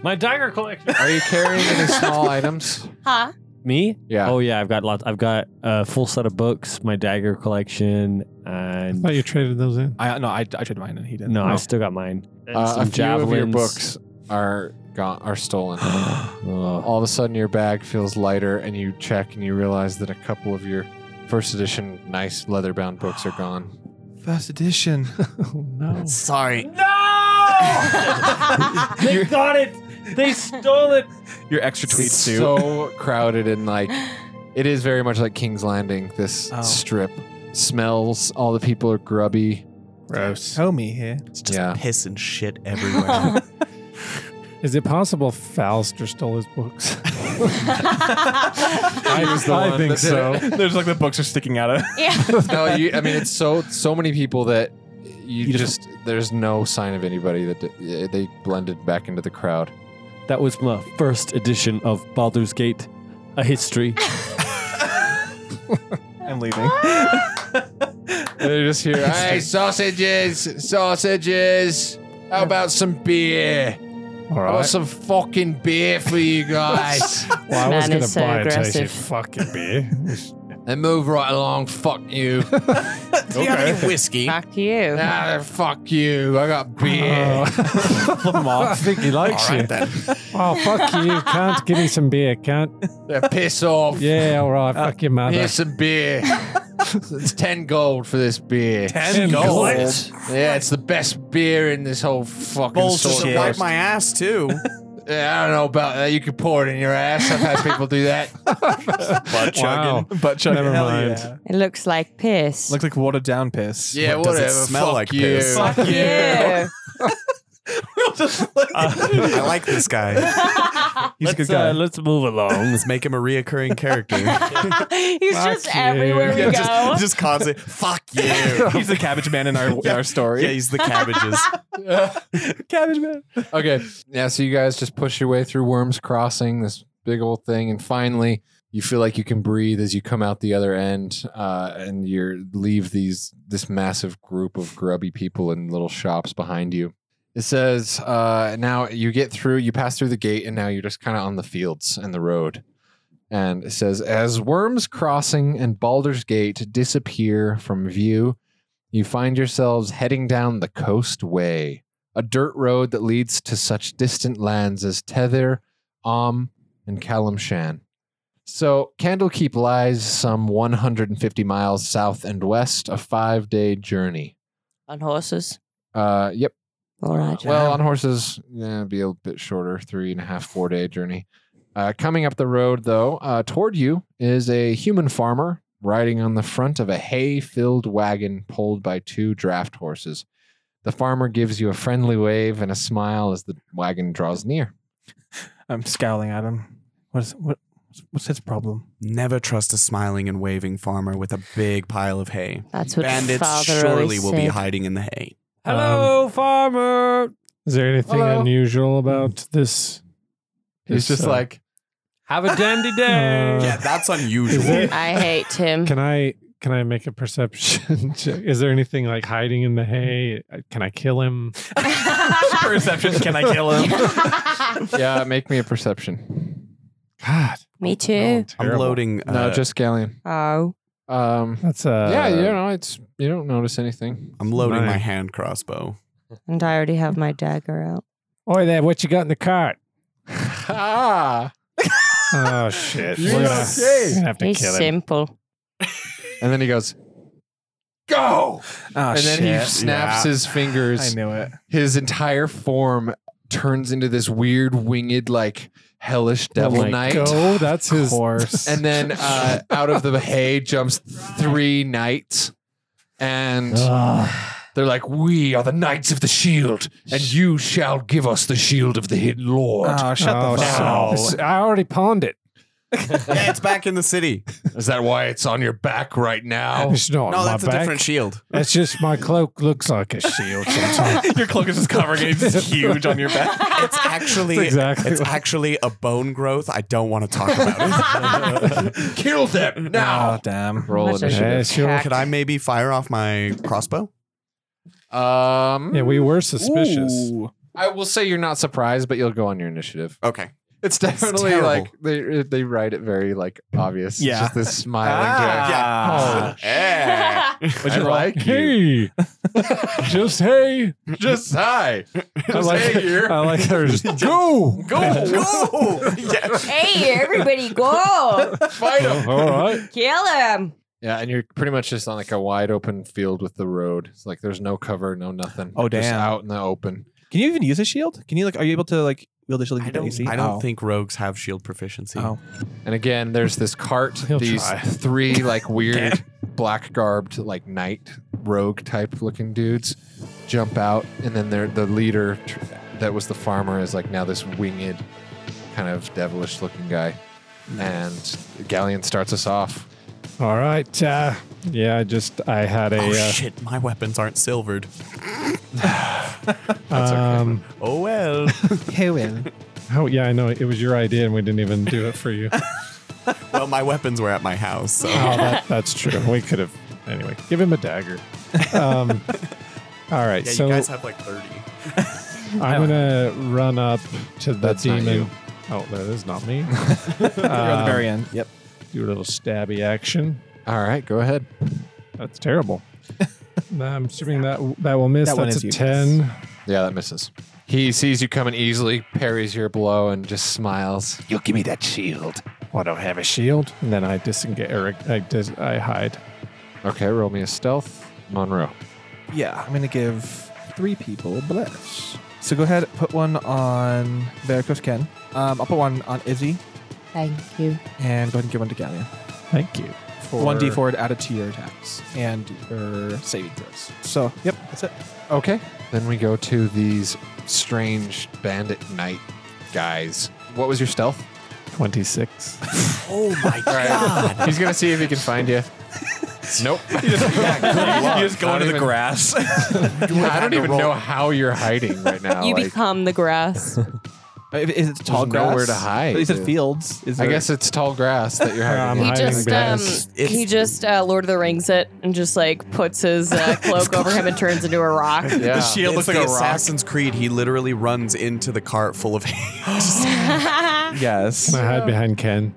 Speaker 2: My dagger collection.
Speaker 1: Are you carrying any [LAUGHS] small items?
Speaker 3: Huh?
Speaker 2: Me?
Speaker 1: Yeah.
Speaker 2: Oh yeah, I've got lots. I've got a full set of books, my dagger collection,
Speaker 6: I
Speaker 2: and
Speaker 6: thought you traded those in.
Speaker 4: I no, I, I traded mine and he didn't.
Speaker 2: no,
Speaker 4: Oh.
Speaker 2: I still got mine. And
Speaker 1: Uh, a
Speaker 2: some
Speaker 1: few of your
Speaker 2: javelins.
Speaker 1: books are gone. Are stolen.
Speaker 2: Oh,
Speaker 1: [SIGHS] All of a sudden, your bag feels lighter, and you check, and you realize that a couple of your first edition nice leather bound books are gone.
Speaker 4: First [LAUGHS] edition.
Speaker 2: no.
Speaker 5: Sorry.
Speaker 2: they got it. They stole it.
Speaker 4: Your extra tweet
Speaker 1: It's
Speaker 4: too.
Speaker 1: so [LAUGHS] crowded and like it is very much like King's Landing. This
Speaker 4: Oh.
Speaker 1: strip smells. All the people are grubby.
Speaker 6: Gross.
Speaker 4: Homie here.
Speaker 5: It's just [LAUGHS]
Speaker 1: Yeah.
Speaker 5: piss and shit everywhere.
Speaker 6: Is it possible Fouster stole his books?
Speaker 1: I was the one that did it.
Speaker 4: [LAUGHS] There's like the books are sticking out of.
Speaker 8: Yeah.
Speaker 1: no, you, I mean it's so so many people that you, just, there's no sign of anybody that d- they blended back into the crowd.
Speaker 2: That was my first edition of Baldur's Gate, a history.
Speaker 4: I'm leaving.
Speaker 1: And they just hear, "Hey, sausages, sausages! How about some beer?
Speaker 6: All
Speaker 1: How about
Speaker 6: right.
Speaker 1: some fucking beer for you
Speaker 5: [LAUGHS]
Speaker 1: guys?"
Speaker 6: Well, I was
Speaker 3: Man
Speaker 6: going
Speaker 3: is
Speaker 6: to
Speaker 3: so
Speaker 6: buy a
Speaker 3: aggressive.
Speaker 6: tasty fucking beer.
Speaker 1: and move right along. Fuck you.
Speaker 5: Do you have any whiskey?
Speaker 3: Fuck you.
Speaker 1: ah, fuck you. I got
Speaker 5: Oh,
Speaker 1: beer.
Speaker 4: Flip them
Speaker 6: I
Speaker 4: off.
Speaker 6: think he likes you. Oh, fuck you. Can't give me some beer. Can't.
Speaker 1: Yeah, piss off.
Speaker 6: Yeah, all right. Fuck your mother.
Speaker 1: Here's some beer. it's 10 gold for this beer.
Speaker 6: Ten gold.
Speaker 1: Yeah, it's the best beer in this whole fucking
Speaker 5: Bullshit.
Speaker 1: sort
Speaker 5: Wipe my ass too.
Speaker 1: Yeah, I don't know about that. You can pour it in your ass. I've had people do
Speaker 5: [LAUGHS]
Speaker 1: that.
Speaker 5: Butt chugging.
Speaker 4: Butt chug.
Speaker 6: Never
Speaker 4: Hell
Speaker 6: mind.
Speaker 4: yeah.
Speaker 3: It looks like piss.
Speaker 4: Looks like watered down piss.
Speaker 1: Yeah,
Speaker 5: What, does it
Speaker 1: whatever.
Speaker 5: smell
Speaker 1: Fuck
Speaker 5: like
Speaker 1: you.
Speaker 5: piss?
Speaker 1: Fuck
Speaker 3: you. Yeah.
Speaker 5: I like this guy.
Speaker 4: He's a
Speaker 2: let's,
Speaker 4: good guy.
Speaker 2: uh, let's move along.
Speaker 5: Let's make him a reoccurring
Speaker 3: [LAUGHS]
Speaker 5: character.
Speaker 8: He's just
Speaker 6: you.
Speaker 8: everywhere we go.
Speaker 5: just, just constantly. Fuck
Speaker 4: [LAUGHS]
Speaker 5: you.
Speaker 4: he's the cabbage man in our in our
Speaker 5: Yeah,
Speaker 4: story.
Speaker 5: he's the cabbages.
Speaker 4: cabbage man.
Speaker 1: Okay. Yeah, so you guys just push your way through Worms Crossing, this big old thing, and finally you feel like you can breathe as you come out the other end, uh, and you leave these this massive group of grubby people in little shops behind you. It says, uh, now you get through, you pass through the gate, and now you're just kind of on the fields and the road. And it says, as Worms Crossing and Baldur's Gate disappear from view, you find yourselves heading down the coast way a dirt road that leads to such distant lands as Tether, Om, and Kalimshan. So, Candlekeep lies some 150 miles south and west, a five day journey.
Speaker 3: On horses.
Speaker 1: Uh, yep.
Speaker 3: All right.
Speaker 1: Well, on horses, yeah, it'd be a bit shorter, three and a half, four day journey. Uh, coming up the road, though, uh, toward you is a human farmer riding on the front of a hay filled wagon pulled by two draft horses. The farmer gives you a friendly wave and a smile as the wagon draws near.
Speaker 4: I'm scowling at him. What is what? What's his problem?
Speaker 5: Never trust a smiling and waving farmer with a big pile of hay.
Speaker 3: That's what
Speaker 5: Bandits
Speaker 3: father
Speaker 5: surely
Speaker 3: always
Speaker 5: will be
Speaker 3: said.
Speaker 5: [LAUGHS] hiding in the hay.
Speaker 2: Hello, farmer.
Speaker 6: Um, Is there anything
Speaker 1: Hello.
Speaker 6: unusual about this?
Speaker 1: He's
Speaker 6: It's,
Speaker 1: just
Speaker 6: uh,
Speaker 1: like,
Speaker 2: Have a dandy day.
Speaker 6: Uh,
Speaker 5: Yeah, that's
Speaker 6: Is
Speaker 5: unusual.
Speaker 6: there-
Speaker 3: I hate him.
Speaker 6: Can I can I make a perception [LAUGHS] check? Is there anything like hiding in the hay? Can I kill him?
Speaker 4: Perception. Can I
Speaker 1: [LAUGHS]
Speaker 4: kill him?
Speaker 1: [LAUGHS] yeah, make me a perception.
Speaker 6: God,
Speaker 3: Me
Speaker 6: no, I'm
Speaker 3: too.
Speaker 5: I'm
Speaker 6: terrible.
Speaker 5: loading. Uh,
Speaker 1: no, just Galleon.
Speaker 3: Oh.
Speaker 1: Um,
Speaker 6: That's uh
Speaker 1: yeah, you know, it's you don't notice anything.
Speaker 5: I'm loading my
Speaker 6: Nine.
Speaker 5: hand crossbow.
Speaker 3: And I already have my dagger out.
Speaker 6: Oi there, what you got in the cart?
Speaker 1: [LAUGHS] ah.
Speaker 6: Oh shit!
Speaker 1: You
Speaker 6: We're gonna,
Speaker 1: okay?
Speaker 6: we're gonna have to
Speaker 3: He's
Speaker 6: kill him.
Speaker 3: simple.
Speaker 1: And then he goes,
Speaker 9: Go!
Speaker 4: Oh,
Speaker 1: and then he snaps his fingers.
Speaker 4: I knew it.
Speaker 1: his entire form turns into this weird winged like hellish
Speaker 4: Oh
Speaker 1: devil
Speaker 2: my
Speaker 1: knight
Speaker 6: Go, that's his.
Speaker 4: Horse. [LAUGHS]
Speaker 1: and then uh, out of the hay jumps three knights and
Speaker 4: Uh. Oh,
Speaker 1: they're like we are the knights of the shield and you shall give us the shield of the hidden lord
Speaker 4: oh, shut
Speaker 6: Oh,
Speaker 4: the fuck up.
Speaker 6: so- I already pawned it.
Speaker 5: yeah, it's back in the city.
Speaker 1: is that why it's on your back right
Speaker 4: [LAUGHS]
Speaker 1: now
Speaker 6: It's not
Speaker 5: No,
Speaker 6: on my
Speaker 5: that's a
Speaker 6: back.
Speaker 5: different shield.
Speaker 6: That's just my cloak looks like a shield. Sometimes.
Speaker 4: your cloak is just covering it.
Speaker 1: [LAUGHS]
Speaker 4: It's just huge on your back.
Speaker 5: It's actually
Speaker 6: That's exactly
Speaker 5: it's
Speaker 6: what-
Speaker 5: actually a bone growth. I don't want to talk about
Speaker 1: [LAUGHS]
Speaker 5: [LAUGHS] it.
Speaker 1: kill
Speaker 4: [LAUGHS]
Speaker 1: them now
Speaker 4: Oh, damn.
Speaker 1: roll
Speaker 3: Much as
Speaker 1: initiative
Speaker 6: Yeah,
Speaker 3: you
Speaker 6: sure.
Speaker 3: cack.
Speaker 5: Could I maybe fire off my crossbow?
Speaker 1: um
Speaker 6: yeah, we were suspicious.
Speaker 4: Ooh.
Speaker 1: i will say you're not surprised but you'll go on your initiative
Speaker 5: Okay.
Speaker 1: It's definitely
Speaker 5: terrible.
Speaker 1: like they eh, they write it very like obvious. It's
Speaker 4: Yeah.
Speaker 1: just this smiling. joke.
Speaker 4: Ah.
Speaker 3: [LAUGHS]
Speaker 5: [LAUGHS] Yeah.
Speaker 1: Would you
Speaker 4: I
Speaker 1: like you?
Speaker 2: [LAUGHS]
Speaker 6: Hey, just hey.
Speaker 1: Just hi. Just
Speaker 6: like,
Speaker 1: hey, you.
Speaker 4: Um,
Speaker 6: I like
Speaker 1: [LAUGHS]
Speaker 6: her. Just,
Speaker 4: Oh. [LAUGHS]
Speaker 6: go.
Speaker 1: Go
Speaker 5: Go. Yeah.
Speaker 8: hey, everybody, go
Speaker 1: fight him.
Speaker 6: All right.
Speaker 8: kill him.
Speaker 1: Yeah, and you're pretty much just on like a wide open field with the road. It's like there's no cover, no nothing.
Speaker 4: Oh,
Speaker 1: Just
Speaker 4: damn.
Speaker 1: out in the open.
Speaker 4: Can you even use a shield? Can you like? Are you able to like wield a shield?
Speaker 5: I
Speaker 4: against
Speaker 5: don't,
Speaker 4: AC?
Speaker 5: I don't
Speaker 4: Oh.
Speaker 5: think rogues have shield proficiency.
Speaker 4: Oh.
Speaker 1: And again, there's this cart,
Speaker 2: [LAUGHS] He'll
Speaker 1: these
Speaker 2: try.
Speaker 1: three
Speaker 2: [LAUGHS]
Speaker 1: like weird black garbed like knight rogue type looking dudes jump out, and then they're the leader tr- that was the farmer is like now this winged kind of devilish looking guy, and Galleon starts us off.
Speaker 11: All right. Uh, yeah, I just I had a.
Speaker 5: Oh
Speaker 11: uh,
Speaker 5: shit, my weapons aren't [LAUGHS] silvered.
Speaker 11: um,
Speaker 5: Oh well.
Speaker 11: oh yeah, I know it was your idea, and we didn't even do it for you. oh,
Speaker 5: well, my weapons were at my house, so
Speaker 11: that, that's true. We could have. Anyway, give him a dagger. Um, all right,
Speaker 5: yeah,
Speaker 11: so
Speaker 5: you guys have like 30.
Speaker 11: I'm gonna run up to the
Speaker 1: That's not
Speaker 11: demon.
Speaker 1: you.
Speaker 11: Oh, that is not me.
Speaker 4: You're on
Speaker 11: Um,
Speaker 4: the very end. Yep.
Speaker 11: do a little stabby action.
Speaker 1: All right, go ahead.
Speaker 11: That's terrible. I'm assuming that that will miss.
Speaker 4: That one
Speaker 11: That's
Speaker 4: is
Speaker 11: a
Speaker 4: you.
Speaker 11: ten.
Speaker 1: Yeah, that misses. He sees you coming easily, parries your blow, and just smiles.
Speaker 11: You'll give me that shield. Well, I don't have a shield. And then I disengage. Or I, dis- I hide.
Speaker 1: Okay, roll me a stealth, Monroe.
Speaker 4: Yeah, I'm gonna give three people a bless. So go ahead, put one on Varicose Ken. Um, I'll put one on Izzy,
Speaker 3: Thank you.
Speaker 4: and go ahead and give one to Gallia.
Speaker 11: Thank you. For
Speaker 4: One D4 added to your attacks and your saving throws. So yep, that's it.
Speaker 1: Okay. Then we go to these strange bandit knight guys. What was your stealth?
Speaker 11: 26.
Speaker 5: Oh my
Speaker 1: [LAUGHS] All right.
Speaker 5: god.
Speaker 1: He's gonna see if he can find
Speaker 5: [LAUGHS]
Speaker 1: you. Nope.
Speaker 5: you just
Speaker 1: [LAUGHS]
Speaker 5: go
Speaker 1: Not
Speaker 5: into the
Speaker 1: even-
Speaker 5: grass.
Speaker 1: I don't even know how you're hiding
Speaker 3: [LAUGHS]
Speaker 1: right now.
Speaker 3: you
Speaker 1: like,
Speaker 3: become the grass.
Speaker 4: Uh, Is it tall grass?
Speaker 1: nowhere to hide.
Speaker 4: Is it fields? Is
Speaker 1: I
Speaker 4: there-
Speaker 1: guess it's tall grass that you're
Speaker 11: Um,
Speaker 1: hiding.
Speaker 3: He
Speaker 1: in.
Speaker 11: I-
Speaker 3: just um,
Speaker 11: guess.
Speaker 5: It's-
Speaker 3: he just uh, Lord of the Rings it and just like puts
Speaker 1: [LAUGHS]
Speaker 3: his uh, cloak over him and turns into a rock.
Speaker 1: yeah.
Speaker 5: The shield
Speaker 7: looks
Speaker 5: looks like
Speaker 7: like a rock.
Speaker 5: Assassin's Creed. He literally runs into the cart full of
Speaker 4: yes. [LAUGHS]
Speaker 11: I hide behind Ken.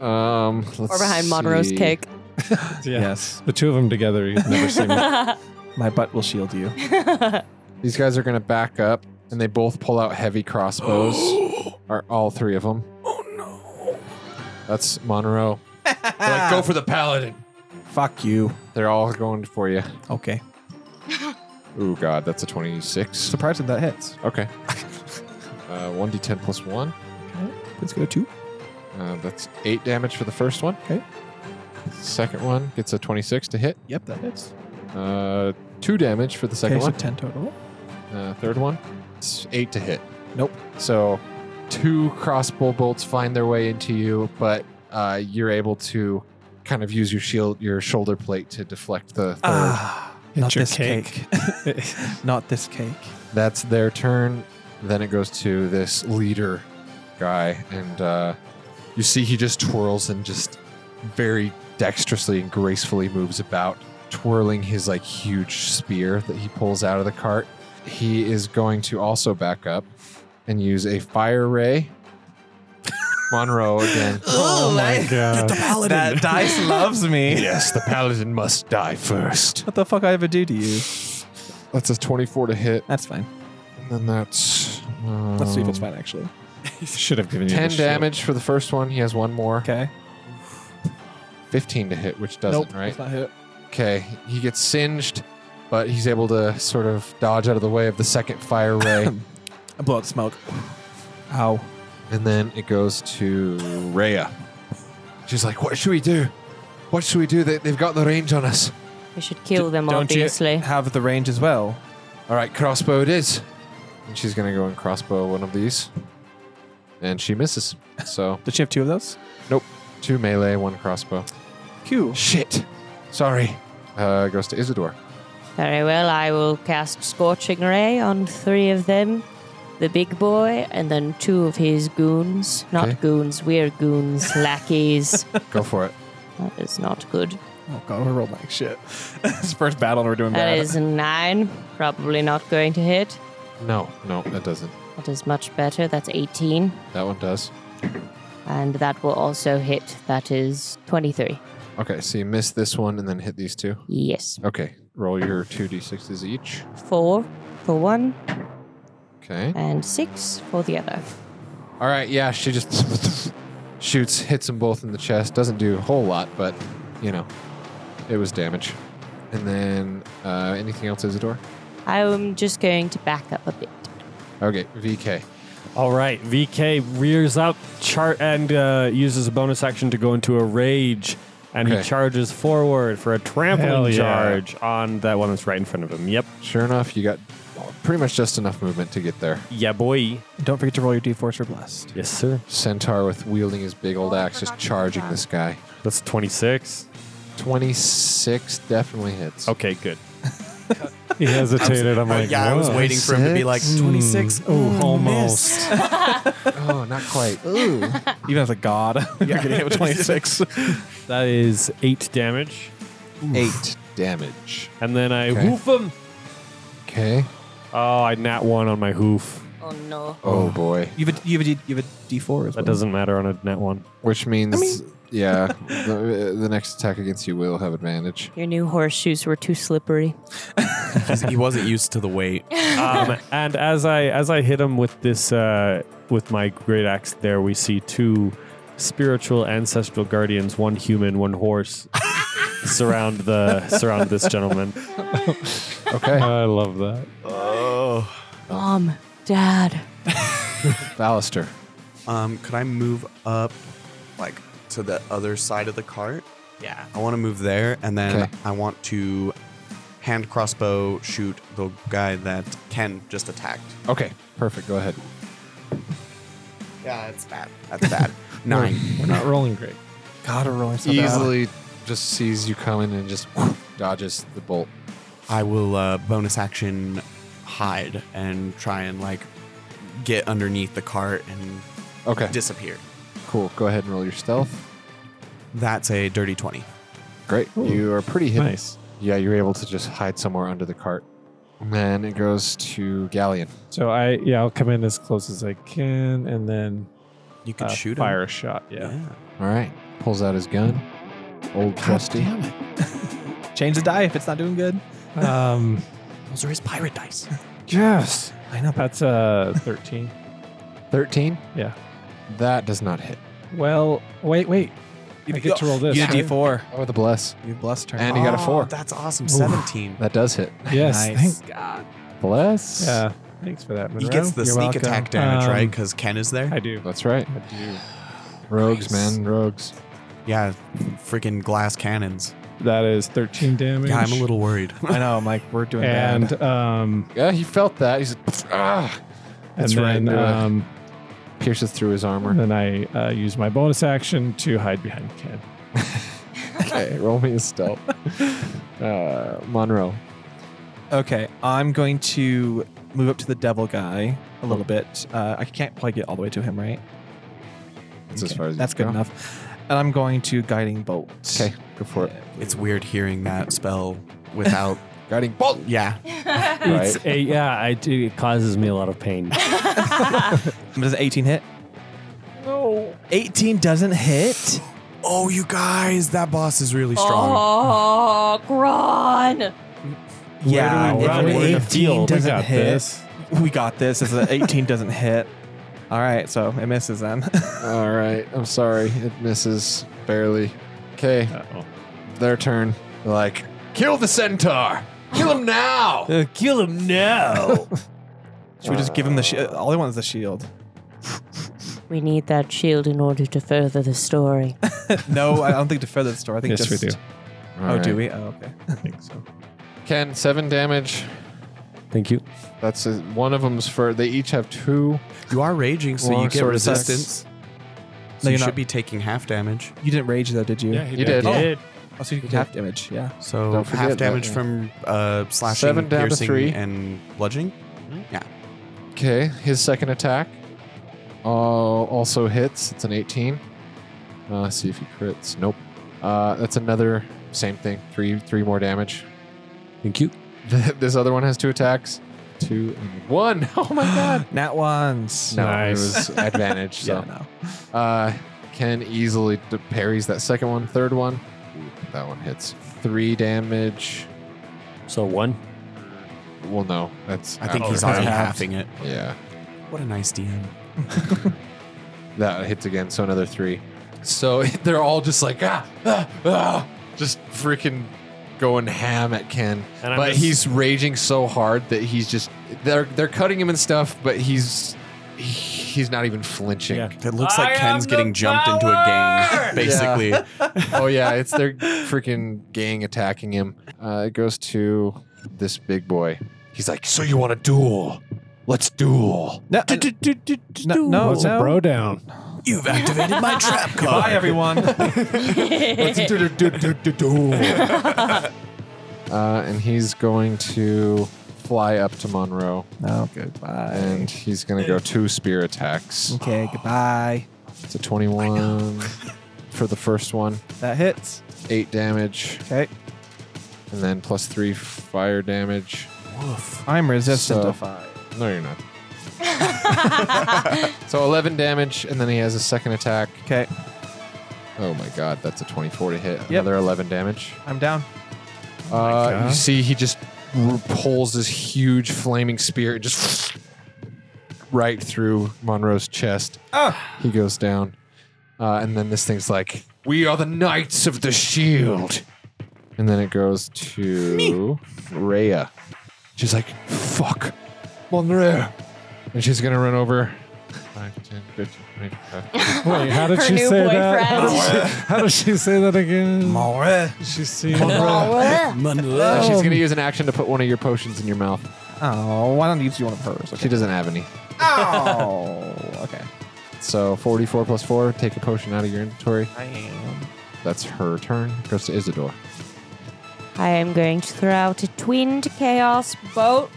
Speaker 1: Um, let's
Speaker 3: [LAUGHS] Or behind Monroe's
Speaker 1: see.
Speaker 3: cake. [LAUGHS]
Speaker 11: Yeah.
Speaker 4: Yes.
Speaker 11: The two of them together, you've never seen me.
Speaker 4: [LAUGHS] My butt will shield you.
Speaker 1: These guys are gonna back up, and they both pull out
Speaker 5: [GASPS]
Speaker 1: heavy crossbows. are all three of them? Oh no! That's Monroe. They're like, go for the paladin.
Speaker 4: Fuck you.
Speaker 1: They're all going for you.
Speaker 4: Okay.
Speaker 1: Ooh, god, that's a twenty-six.
Speaker 4: Surprised that that hits.
Speaker 1: Okay. [LAUGHS] Uh, 1d10 plus 1.
Speaker 4: Let's go two.
Speaker 1: Uh, that's 8 damage for the first one.
Speaker 4: Okay.
Speaker 1: Second one gets a 26 to hit.
Speaker 4: Yep, that hits.
Speaker 1: Uh, 2 damage for the second
Speaker 4: Okay, so
Speaker 1: one.
Speaker 4: ten total.
Speaker 1: Uh, third one, it's 8 to hit.
Speaker 4: Nope.
Speaker 1: So two crossbow bolts find their way into you, but uh, you're able to kind of use your shield, your shoulder plate to deflect the third.
Speaker 4: Ah, not
Speaker 11: Hit your
Speaker 4: this cake. [LAUGHS] not this cake.
Speaker 1: That's their turn. Then it goes to this leader guy, and uh, you see he just twirls and just very dexterously and gracefully moves about, twirling his like huge spear that he pulls out of the cart. He is going to also back up and use a fire [LAUGHS] ray. Monroe again.
Speaker 11: Oh my god.
Speaker 4: That dice loves me.
Speaker 1: yes, the paladin must die first.
Speaker 4: What the fuck I ever do to you?
Speaker 1: That's a 24 to hit,
Speaker 4: That's fine.
Speaker 1: and then that's. Um,
Speaker 4: Let's see if it's fine actually.
Speaker 11: [LAUGHS] Should have given you the
Speaker 1: 10
Speaker 11: shield.
Speaker 1: damage for the first one. He has one more.
Speaker 4: Okay.
Speaker 1: 15 to hit, which doesn't, right?
Speaker 4: That's not hit.
Speaker 1: Okay, he gets singed, but he's able to sort of dodge out of the way of the second fire ray.
Speaker 4: I blow out smoke. Ow.
Speaker 1: and then it goes to Rhea. She's like, What should we do? What should we do? They, they've got the range on us.
Speaker 3: We should kill them,
Speaker 4: Don't
Speaker 3: obviously.
Speaker 4: you have the range as well?
Speaker 1: All right, crossbow it is. And she's going to go and crossbow one of these. And she misses. So,
Speaker 4: Did she have two of those?
Speaker 1: two melee, one crossbow.
Speaker 4: Q.
Speaker 1: Shit. Sorry. Uh, goes to Isidore.
Speaker 3: Very well, I will cast Scorching Ray on three of them. The big boy and then two of his goons. Not
Speaker 1: Okay.
Speaker 3: goons, we're goons,
Speaker 1: [LAUGHS]
Speaker 3: lackeys.
Speaker 1: Go for it.
Speaker 3: That is not good.
Speaker 4: Oh god, we rolled like shit. [LAUGHS] this first battle and we're doing
Speaker 3: That
Speaker 4: bad.
Speaker 3: is a nine. Probably not going to hit.
Speaker 1: No, no, that doesn't.
Speaker 3: That is much better. That's 18.
Speaker 1: That one does.
Speaker 3: And that will also hit. That is 23.
Speaker 1: Okay, so you miss this one and then hit these two.
Speaker 3: Yes.
Speaker 1: Okay, roll your two d6s each.
Speaker 3: Four for one
Speaker 1: Okay.
Speaker 3: and six for the other.
Speaker 1: All right, yeah, she just [LAUGHS] shoots, hits them both in the chest. Doesn't do a whole lot, but you know, it was damage. And then uh, anything else, Isidore?
Speaker 3: I'm just going to back up a bit.
Speaker 1: Okay, VK.
Speaker 2: All right, VK rears up, chart, and uh, uses a bonus action to go into a rage, and he
Speaker 1: Okay.
Speaker 2: charges forward for a
Speaker 1: Hell
Speaker 2: trampling
Speaker 1: yeah.
Speaker 2: charge on that one that's right in front of him. Yep.
Speaker 1: Sure enough, you got pretty much just enough movement to get there.
Speaker 2: Yeah, boy.
Speaker 4: Don't forget to roll your d4s for blessed.
Speaker 2: Yes, sir.
Speaker 1: Centaur with wielding his big old axe, just charging this guy.
Speaker 2: That's 26.
Speaker 1: 26 definitely hits.
Speaker 2: Okay, good.
Speaker 11: He hesitated. I'm
Speaker 2: Oh
Speaker 5: [LAUGHS]
Speaker 1: Uh,
Speaker 11: like,
Speaker 1: yeah, I was
Speaker 11: "Whoa,
Speaker 1: waiting for him to be like, 26?
Speaker 11: Mm, oh,
Speaker 1: Mm,
Speaker 11: almost.
Speaker 1: oh, not quite. [LAUGHS] Ooh.
Speaker 4: Even as a god, [LAUGHS] you're getting hit with 26.
Speaker 2: that is eight damage.
Speaker 1: Eight damage.
Speaker 2: And then I
Speaker 1: Okay.
Speaker 2: hoof him.
Speaker 1: Okay.
Speaker 2: Oh, I nat one on my hoof.
Speaker 3: Oh no.
Speaker 1: Oh, boy.
Speaker 4: You have a, you have a, D- you have a d4 as well.
Speaker 2: That doesn't matter on a nat one.
Speaker 1: Which means, yeah, the, the next attack against you will have advantage.
Speaker 3: Your new horseshoes were too slippery.
Speaker 5: he wasn't used to the weight.
Speaker 2: [LAUGHS] um, and as I as I hit him with this uh, with my great axe, there we see two spiritual ancestral guardians, one human, one [LAUGHS] horse, surround the surround this gentleman.
Speaker 1: Okay.
Speaker 11: I love that.
Speaker 5: [LAUGHS] Oh.
Speaker 3: Mom, Dad.
Speaker 1: Ballister.
Speaker 5: Um, could I move up, like, to the other side of the cart?
Speaker 7: Yeah.
Speaker 5: I want to move there, and then
Speaker 1: Okay.
Speaker 5: I want to hand crossbow shoot the guy that Ken just attacked.
Speaker 1: Okay, perfect. Go ahead.
Speaker 5: Yeah, it's bad. That's bad. [LAUGHS] Nine.
Speaker 11: We're not rolling great.
Speaker 4: God, we're rolling so bad.
Speaker 1: Easily just sees you coming and just dodges the bolt.
Speaker 5: I will uh, bonus action hide and try and like get underneath the cart and
Speaker 1: Okay.
Speaker 5: disappear.
Speaker 1: Cool. Go ahead and roll your stealth.
Speaker 5: That's a dirty twenty.
Speaker 1: Great.
Speaker 11: Ooh.
Speaker 1: You are pretty hidden.
Speaker 11: [LAUGHS] Nice.
Speaker 1: Yeah, you're able to just hide somewhere under the cart. And then it goes to Galleon.
Speaker 11: So I yeah, I'll come in as close as I can, and then
Speaker 5: You can
Speaker 11: uh,
Speaker 5: shoot him.
Speaker 11: fire a shot. Yeah.
Speaker 1: All right. Pulls out his gun. Old trusty.
Speaker 4: Change the die if it's not doing good. [LAUGHS]
Speaker 11: Um.
Speaker 5: Those are his pirate dice.
Speaker 11: Yes. I know. That's uh thirteen.
Speaker 1: 13.
Speaker 11: Yeah.
Speaker 1: That does not hit.
Speaker 11: Well, wait, wait. I get to roll this.
Speaker 4: You
Speaker 11: right?
Speaker 4: get d4.
Speaker 1: Oh, the bless.
Speaker 4: You blessed turn.
Speaker 1: And he got a
Speaker 5: Oh,
Speaker 1: four.
Speaker 5: That's awesome. Seventeen.
Speaker 1: That does hit.
Speaker 11: [LAUGHS] Yes.
Speaker 4: Nice.
Speaker 11: Thank
Speaker 4: God.
Speaker 1: Bless.
Speaker 11: Yeah. Thanks for that, Monroe.
Speaker 5: He gets the
Speaker 11: You're
Speaker 5: sneak
Speaker 11: welcome.
Speaker 5: attack damage, right?
Speaker 11: Um,
Speaker 5: Because Ken is there.
Speaker 11: I do.
Speaker 1: That's right.
Speaker 11: I do.
Speaker 1: Rogues,
Speaker 5: Nice.
Speaker 1: man. Rogues.
Speaker 5: yeah, freaking glass cannons.
Speaker 11: That is thirteen damage.
Speaker 5: Yeah, I'm a little worried.
Speaker 4: I know, Mike. We're doing
Speaker 11: And
Speaker 4: bad.
Speaker 11: um,
Speaker 1: Yeah, he felt that. He's ah.
Speaker 11: and
Speaker 1: That's right,
Speaker 11: then
Speaker 1: do it.
Speaker 11: um,
Speaker 1: Pierces through his armor. [LAUGHS]
Speaker 11: then I uh, use my bonus action to hide behind Ken.
Speaker 1: okay, roll me a [LAUGHS] stealth. Uh, Monroe.
Speaker 4: Okay, I'm going to move up to the devil guy a little bit. Uh, I can't probably get all the way to him, right?
Speaker 1: That's as
Speaker 4: Okay,
Speaker 1: far as you
Speaker 4: That's
Speaker 1: can
Speaker 4: good
Speaker 1: go.
Speaker 4: enough. And I'm going to guiding bolt.
Speaker 1: Okay, go for it.
Speaker 5: it's weird hearing that spell
Speaker 11: [LAUGHS]
Speaker 5: without.
Speaker 1: Guiding bolt.
Speaker 5: yeah.
Speaker 1: Right.
Speaker 2: It's a, yeah, I do, it causes me a lot of pain.
Speaker 4: Does 18 hit? No. 18 doesn't hit.
Speaker 5: Oh, you guys, that boss is really strong.
Speaker 3: Oh, Gron.
Speaker 4: yeah.
Speaker 11: Where do we run?
Speaker 4: if
Speaker 11: We're in a
Speaker 4: 18
Speaker 11: field. We
Speaker 4: doesn't
Speaker 11: got
Speaker 4: hit.
Speaker 11: this.
Speaker 4: We got this. [LAUGHS] It's a 18 doesn't hit. All right, so it misses then.
Speaker 1: All right. I'm sorry. It misses barely. Okay.
Speaker 11: Uh-oh.
Speaker 1: Their turn. They're like, kill the centaur. Kill him now.
Speaker 4: Uh,
Speaker 2: kill him now.
Speaker 4: Should we just give him the shield? All he wants is the shield.
Speaker 3: We need that shield in order to further the story.
Speaker 4: No, I don't think to further the story. I think
Speaker 11: Yes, we
Speaker 4: just.
Speaker 11: do.
Speaker 1: All
Speaker 4: Oh, do
Speaker 1: right.
Speaker 4: we? Oh, okay.
Speaker 11: I think so.
Speaker 1: Ken, seven damage.
Speaker 2: Thank you.
Speaker 1: That's a, one of them's for. They each have two.
Speaker 5: You are raging, so
Speaker 1: Well,
Speaker 5: you get
Speaker 1: sort of
Speaker 5: resistance. So
Speaker 4: No,
Speaker 5: you
Speaker 4: you're
Speaker 5: should
Speaker 4: not.
Speaker 5: be taking half damage.
Speaker 4: You didn't rage though, did you?
Speaker 11: he
Speaker 1: You did.
Speaker 2: Did.
Speaker 4: Oh, so you did half damage. Yeah.
Speaker 5: So
Speaker 1: Don't forget
Speaker 5: half
Speaker 1: that,
Speaker 5: damage
Speaker 1: yeah.
Speaker 5: from uh, slashing,
Speaker 1: Seven down to
Speaker 5: piercing,
Speaker 1: three.
Speaker 5: and bludgeoning.
Speaker 1: Okay. His second attack uh, also hits. It's an 18. Uh, see if he crits. Nope. Uh, that's another same thing. Three, three more damage. [LAUGHS]
Speaker 2: Thank you.
Speaker 1: this other one has two attacks. Two and one. [LAUGHS] Oh my
Speaker 5: [GASPS]
Speaker 1: god.
Speaker 4: Nat ones.
Speaker 1: No,
Speaker 11: Nice.
Speaker 1: it was advantage. So.
Speaker 4: Yeah, no.
Speaker 1: Uh, Ken easily d- parries that second one, third one. Ooh, that one hits three damage.
Speaker 2: So one.
Speaker 1: Well, no, that's
Speaker 5: I
Speaker 11: Oh,
Speaker 5: think
Speaker 1: after
Speaker 5: he's
Speaker 1: half.
Speaker 5: already halving it.
Speaker 1: Yeah,
Speaker 5: What a nice DM.
Speaker 1: that hits again. So another three. So [LAUGHS] they're all just like, ah, ah, ah, just freaking going ham at Ken.
Speaker 2: And I'm
Speaker 1: but
Speaker 2: just-
Speaker 1: he's raging so hard that he's just they're they're cutting him and stuff, but he's he's not even flinching.
Speaker 5: It looks like Ken's getting jumped into [LAUGHS] a game, basically.
Speaker 1: Yeah. [LAUGHS] oh yeah, it's their freaking gang attacking him. Uh, it goes to this big boy. He's like, "So you want a duel? Let's duel."
Speaker 4: No, no, no,
Speaker 11: What's a
Speaker 4: no.
Speaker 11: bro down?
Speaker 5: You've
Speaker 1: [LAUGHS]
Speaker 5: activated my trap card.
Speaker 4: Goodbye, everyone.
Speaker 1: Let's do- do- do- do- do- duel. Uh, and he's going to fly up to Monroe,
Speaker 4: [LAUGHS] no, goodbye.
Speaker 1: and he's going to go two spear attacks.
Speaker 4: Okay, goodbye.
Speaker 1: It's a 21 for the first one,
Speaker 4: That hits.
Speaker 1: eight damage,
Speaker 4: Okay.
Speaker 1: and then plus three fire damage.
Speaker 4: I'm resistant
Speaker 1: So-
Speaker 4: to fire.
Speaker 1: No, you're not. so 11 damage, and then he has a second attack.
Speaker 4: Okay,
Speaker 1: Oh my god, that's a 24 to hit.
Speaker 4: Yep.
Speaker 1: Another 11 damage.
Speaker 4: I'm down.
Speaker 1: Uh, you see, he just r- pulls this huge flaming spear and just right through Monroe's chest. He goes down. Uh, and then this thing's like, We are the Knights of the Shield. And then it goes to Rhea. She's like, Fuck, Monroe. And she's going to run over. Five, 10, 15, 20, uh,
Speaker 11: Wait, how did
Speaker 3: Her
Speaker 11: she
Speaker 3: new
Speaker 11: say that? How
Speaker 3: boyfriend.
Speaker 11: did [LAUGHS] she- How did she say that again? She said.
Speaker 1: uh, She's going to use an action to put one of your potions in your mouth.
Speaker 4: Oh, why don't you do one of hers?
Speaker 1: She doesn't have any.
Speaker 4: Oh, okay.
Speaker 1: So 44 plus 4, take a potion out of your inventory. That's her turn. Goes to Isidore.
Speaker 3: I am going to throw out a twinned chaos bolt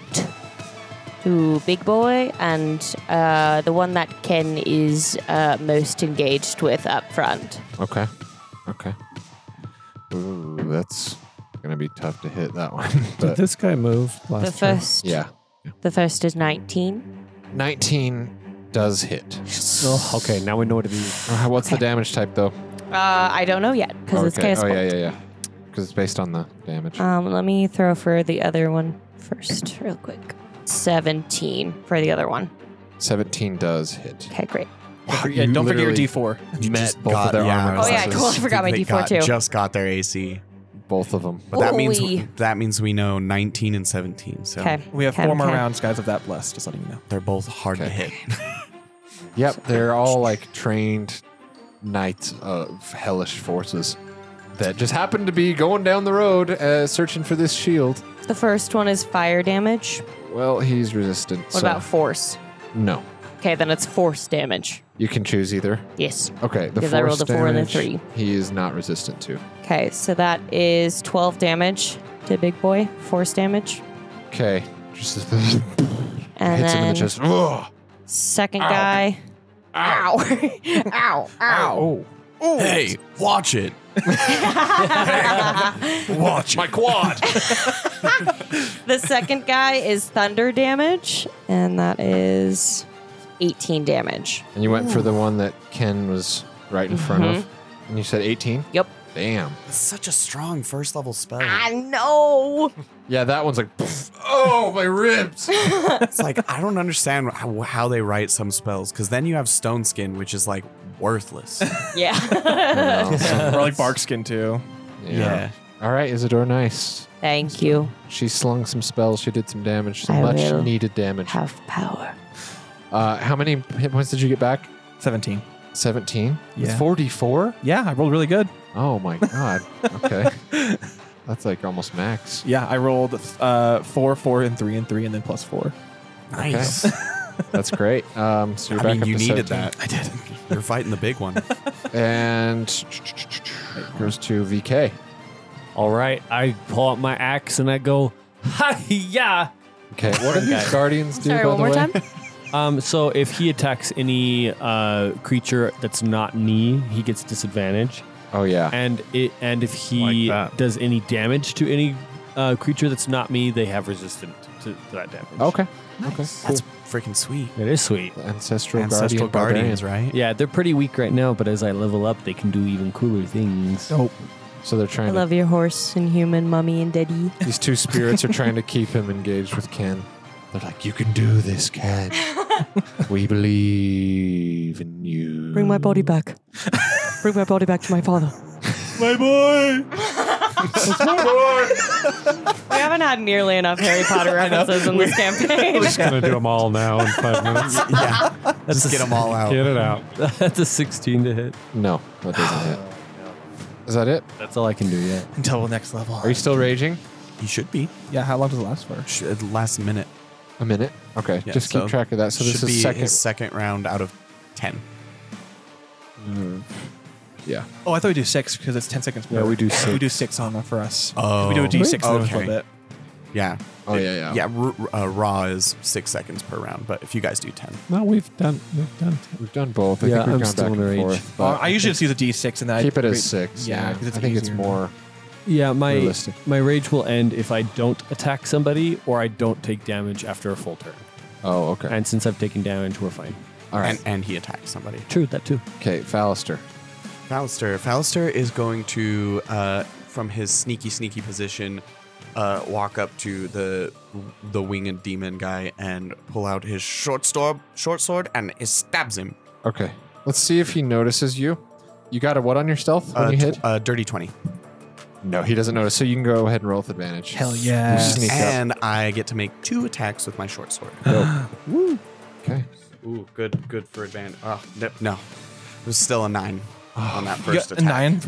Speaker 3: to Big Boy and uh, the one that Ken is uh, most engaged with up front.
Speaker 1: Okay. Okay. Ooh, that's going to be tough to hit that
Speaker 2: [LAUGHS]
Speaker 1: one.
Speaker 11: Did
Speaker 1: But
Speaker 11: this guy move
Speaker 3: The
Speaker 11: last turn?
Speaker 3: first,
Speaker 1: yeah.
Speaker 3: the first is 19.
Speaker 1: 19 does hit.
Speaker 2: Oh, okay, now we know what it is.
Speaker 1: Uh, what's the damage type, though?
Speaker 3: Uh, I don't know yet because it's
Speaker 1: okay.
Speaker 3: chaos
Speaker 1: Oh,
Speaker 3: bolt.
Speaker 1: yeah, yeah, yeah. Because it's based on the damage.
Speaker 3: Um, let me throw for the other one first, real quick. 17 for the other one.
Speaker 1: 17 does hit.
Speaker 3: Okay, great.
Speaker 4: yeah, don't forget your D4.
Speaker 5: You just
Speaker 1: both of
Speaker 5: got-
Speaker 1: their
Speaker 5: yeah,
Speaker 1: armor
Speaker 5: I was
Speaker 3: Oh, yeah,
Speaker 5: like,
Speaker 3: cool. I forgot my
Speaker 5: they
Speaker 3: D4
Speaker 5: got-
Speaker 3: too.
Speaker 5: Just got their AC,
Speaker 1: Both of them.
Speaker 5: but that
Speaker 3: Ooh-wee.
Speaker 5: means that means we know 19 and 17. So
Speaker 3: Okay.
Speaker 4: We have
Speaker 3: okay,
Speaker 4: four more
Speaker 3: okay.
Speaker 4: rounds, guys, of that bless. Just letting you
Speaker 2: [LAUGHS]
Speaker 4: know.
Speaker 5: they're both hard to hit. [LAUGHS]
Speaker 1: Yep, they're all like trained knights of hellish forces that just happen to be going down the road uh, searching for this shield.
Speaker 3: The first one is fire damage.
Speaker 1: Well, he's resistant.
Speaker 3: What about force?
Speaker 1: no?
Speaker 3: Okay, then it's force damage.
Speaker 1: You can choose either.
Speaker 3: Yes.
Speaker 1: Okay, the
Speaker 3: Because
Speaker 1: force
Speaker 3: I rolled a four and a
Speaker 1: damage,
Speaker 3: three.
Speaker 1: He is not resistant to.
Speaker 3: Okay, so that is 12 damage to Big Boy, force damage.
Speaker 1: Okay, just [LAUGHS] hits
Speaker 3: And
Speaker 1: him in
Speaker 3: then
Speaker 1: the chest. Ugh.
Speaker 3: second guy. Ow. Ow. [LAUGHS] Ow.
Speaker 5: Oh. hey, watch
Speaker 3: [LAUGHS]
Speaker 5: it. watch it. [LAUGHS]
Speaker 3: The second guy is thunder damage, and that is 18 damage.
Speaker 1: And you went for the one that Ken was right in front of, and you said 18.
Speaker 3: Mm-hmm. Yep.
Speaker 1: Damn.
Speaker 5: It's such a strong first level spell.
Speaker 3: I know.
Speaker 1: Yeah, that one's like, [LAUGHS] oh my ribs. [LAUGHS]
Speaker 5: It's like I don't understand how, how they write some spells because then you have stone skin, which is like
Speaker 1: [LAUGHS]
Speaker 5: worthless.
Speaker 3: [LAUGHS] Yeah.
Speaker 4: or like bark skin too.
Speaker 1: yeah. All right, Isidore, nice.
Speaker 3: Thank you.
Speaker 1: She slung some spells. She did some damage. Some
Speaker 3: I
Speaker 1: much
Speaker 3: will
Speaker 1: needed damage.
Speaker 3: Have power.
Speaker 1: Uh, how many hit points did you get back?
Speaker 4: 17.
Speaker 1: 17?
Speaker 4: Yeah.
Speaker 1: 44?
Speaker 4: Yeah, I rolled really good.
Speaker 1: Oh
Speaker 5: [LAUGHS]
Speaker 1: my god. Okay. That's like almost max.
Speaker 4: Yeah, I rolled uh, four, four, and three, and three, and then plus four.
Speaker 5: nice.
Speaker 1: That's great. Um, so you're
Speaker 5: I
Speaker 1: back
Speaker 5: mean,
Speaker 1: up
Speaker 5: you
Speaker 1: to
Speaker 5: needed
Speaker 1: 17.
Speaker 5: that. I did. You're fighting the
Speaker 1: [LAUGHS]
Speaker 5: big one.
Speaker 1: And it goes to VK.
Speaker 2: All right, I pull out my axe and I go, ha yeah.
Speaker 1: Okay. What do these guardians do?
Speaker 3: Sorry,
Speaker 1: by the
Speaker 3: one more
Speaker 1: way?
Speaker 3: time?
Speaker 2: Um, so if he attacks any uh, creature that's not me, he gets disadvantage.
Speaker 1: Oh yeah.
Speaker 2: And it and if he
Speaker 11: Like that.
Speaker 2: does any damage to any uh, creature that's not me, they have resistant to, to that damage.
Speaker 1: Okay.
Speaker 5: That's freaking sweet.
Speaker 2: That is sweet.
Speaker 1: The ancestral,
Speaker 5: Ancestral
Speaker 1: guardian
Speaker 5: guardians, right?
Speaker 2: Yeah, they're pretty weak right now, but as I level up, they can do even cooler things.
Speaker 4: Oh.
Speaker 1: barbarian. So they're
Speaker 3: I
Speaker 1: trying to.
Speaker 3: love your horse and human mummy and daddy.
Speaker 1: These two spirits are trying to keep him engaged with Ken. They're like, "You can do this,
Speaker 4: [LAUGHS]
Speaker 1: Ken. we believe in you."
Speaker 3: Bring my body back.
Speaker 12: Bring my body back to my father.
Speaker 4: my boy.
Speaker 3: We haven't had nearly enough Harry Potter references in this campaign.
Speaker 11: I'm just gonna do them all now in
Speaker 2: [LAUGHS]
Speaker 11: five minutes.
Speaker 5: yeah, [LAUGHS]
Speaker 11: That's
Speaker 5: just get them all out.
Speaker 11: Get it out.
Speaker 2: [LAUGHS] That's a 16 to hit.
Speaker 1: No, that
Speaker 4: Oh,
Speaker 1: doesn't hit. Is that it?
Speaker 2: That's all I can do yet.
Speaker 4: Until the next level.
Speaker 1: Are you still raging?
Speaker 5: You should be.
Speaker 4: Yeah, how long does it last for?
Speaker 5: Should last a minute.
Speaker 1: A minute? Okay,
Speaker 5: Yeah,
Speaker 1: just keep
Speaker 5: so
Speaker 1: track of that. So this
Speaker 5: should
Speaker 1: is
Speaker 5: be
Speaker 1: second.
Speaker 5: his second round out of ten.
Speaker 1: yeah.
Speaker 4: Oh, I thought we do six because it's ten seconds.
Speaker 1: Yeah, we do
Speaker 4: We
Speaker 1: six.
Speaker 4: do six on that for us. we do a D six on a little bit.
Speaker 5: Yeah.
Speaker 1: Oh yeah, yeah.
Speaker 5: Yeah, r- uh, raw is six seconds per round, but if you guys do ten,
Speaker 11: No, we've done. We've done.
Speaker 1: We've done both. I
Speaker 2: Yeah,
Speaker 1: think we've
Speaker 2: I'm
Speaker 1: gone
Speaker 2: still
Speaker 1: back
Speaker 2: in
Speaker 1: and
Speaker 2: rage.
Speaker 1: forth. but
Speaker 4: Uh, I usually just use a D six and then
Speaker 1: keep
Speaker 4: I
Speaker 1: it as six. Yeah,
Speaker 4: Yeah, 'cause it's
Speaker 1: I think it's
Speaker 4: easier.
Speaker 1: more.
Speaker 2: Yeah, my
Speaker 1: Realistic.
Speaker 2: my rage will end if I don't attack somebody or I don't take damage after a full turn.
Speaker 1: Oh, okay.
Speaker 2: And since I've taken damage, we're fine.
Speaker 1: All right.
Speaker 5: and, and he attacks somebody.
Speaker 2: True, that too.
Speaker 1: Okay, Fallister.
Speaker 5: Fallister. Fallister is going to, uh, from his sneaky, sneaky position, uh, walk up to the the winged demon guy and pull out his short sword, short sword, and it stabs him.
Speaker 1: Okay, let's see if he notices you. You got a what on your stealth when
Speaker 5: Uh,
Speaker 1: you
Speaker 5: tw-
Speaker 1: hit?
Speaker 5: uh, dirty twenty,
Speaker 1: no, he doesn't notice. So you can go ahead and roll with advantage. Hell
Speaker 4: yeah! [LAUGHS]
Speaker 1: Sneak up.
Speaker 5: and I get to make two attacks with my short sword.
Speaker 1: Dope. [GASPS] Okay.
Speaker 5: Ooh, good, good for advantage. Oh, no, no. it was still a nine on that
Speaker 4: Ah, You got
Speaker 5: first
Speaker 4: a
Speaker 5: attack.
Speaker 1: [LAUGHS]
Speaker 4: nine.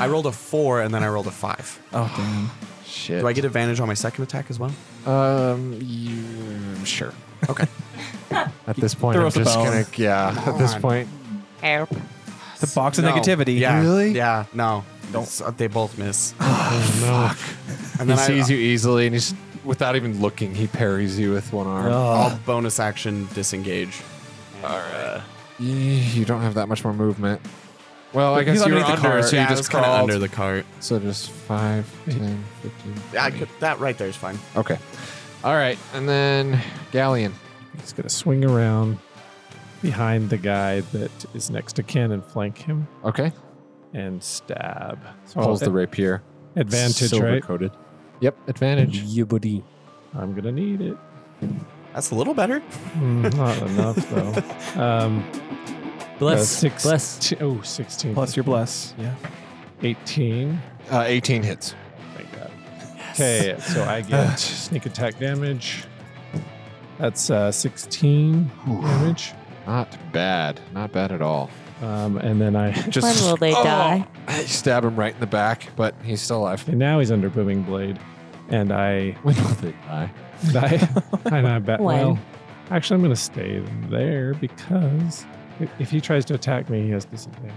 Speaker 5: I rolled a four and then I rolled a five.
Speaker 4: oh damn.
Speaker 1: Shit.
Speaker 5: Do I get advantage on my second attack as well?
Speaker 1: Um, you, sure.
Speaker 5: [LAUGHS] Okay.
Speaker 1: At this point,
Speaker 4: Throw
Speaker 1: I'm
Speaker 4: us a
Speaker 1: just
Speaker 4: bone.
Speaker 1: gonna. Yeah.
Speaker 5: Come
Speaker 1: At this
Speaker 5: on.
Speaker 1: point,
Speaker 4: The box of
Speaker 5: No.
Speaker 4: negativity.
Speaker 5: Yeah.
Speaker 1: Really?
Speaker 5: Yeah. No. Don't. they both
Speaker 4: [LAUGHS]
Speaker 5: miss.
Speaker 1: no.
Speaker 5: And
Speaker 1: he
Speaker 5: Oh, then I, uh,
Speaker 1: sees you easily, and he's without even looking, he parries you with one arm.
Speaker 2: Oh,
Speaker 5: I'll bonus action disengage. All right.
Speaker 1: Y- You don't have that much more movement. Well, I
Speaker 4: He's
Speaker 1: guess you're
Speaker 4: underneath the
Speaker 1: under,
Speaker 4: cart.
Speaker 1: so you
Speaker 5: yeah,
Speaker 1: just
Speaker 5: kind of
Speaker 1: crawled.
Speaker 5: under the cart.
Speaker 1: So just 5, 10, 15.
Speaker 5: Yeah, I
Speaker 1: 20.
Speaker 5: could, that right there is fine.
Speaker 1: Okay. All right. And then Galleon.
Speaker 11: He's gonna swing around behind the guy that is next to Ken and flank him
Speaker 1: Okay.
Speaker 11: and stab.
Speaker 4: Oh.
Speaker 11: So
Speaker 1: Pulls
Speaker 11: a-
Speaker 1: the rapier.
Speaker 11: advantage,
Speaker 2: Silver
Speaker 11: right?
Speaker 2: coated.
Speaker 1: Yep. Advantage.
Speaker 2: Yeah, buddy.
Speaker 11: I'm gonna need it.
Speaker 5: That's a little better.
Speaker 11: Mm, not enough though. Um,
Speaker 2: Bless.
Speaker 11: uh, six,
Speaker 2: Bless.
Speaker 11: t- oh, 16.
Speaker 4: Plus your bless. Yeah.
Speaker 11: 18.
Speaker 1: Uh, 18 hits.
Speaker 11: Thank God. Okay, so I get sneak attack damage. That's uh, 16 damage.
Speaker 1: Not bad. Not bad at all.
Speaker 11: Um, and then I. [LAUGHS]
Speaker 1: Just
Speaker 8: When will
Speaker 1: [LAUGHS]
Speaker 8: they die?
Speaker 1: You stab him right in the back, but he's still alive. [LAUGHS]
Speaker 11: And now he's under booming blade. And I. [LAUGHS]
Speaker 1: When will they die?
Speaker 11: I and I bet.
Speaker 8: When?
Speaker 11: Well, actually, I'm going to stay there because i- if he tries to attack me, he has disadvantage.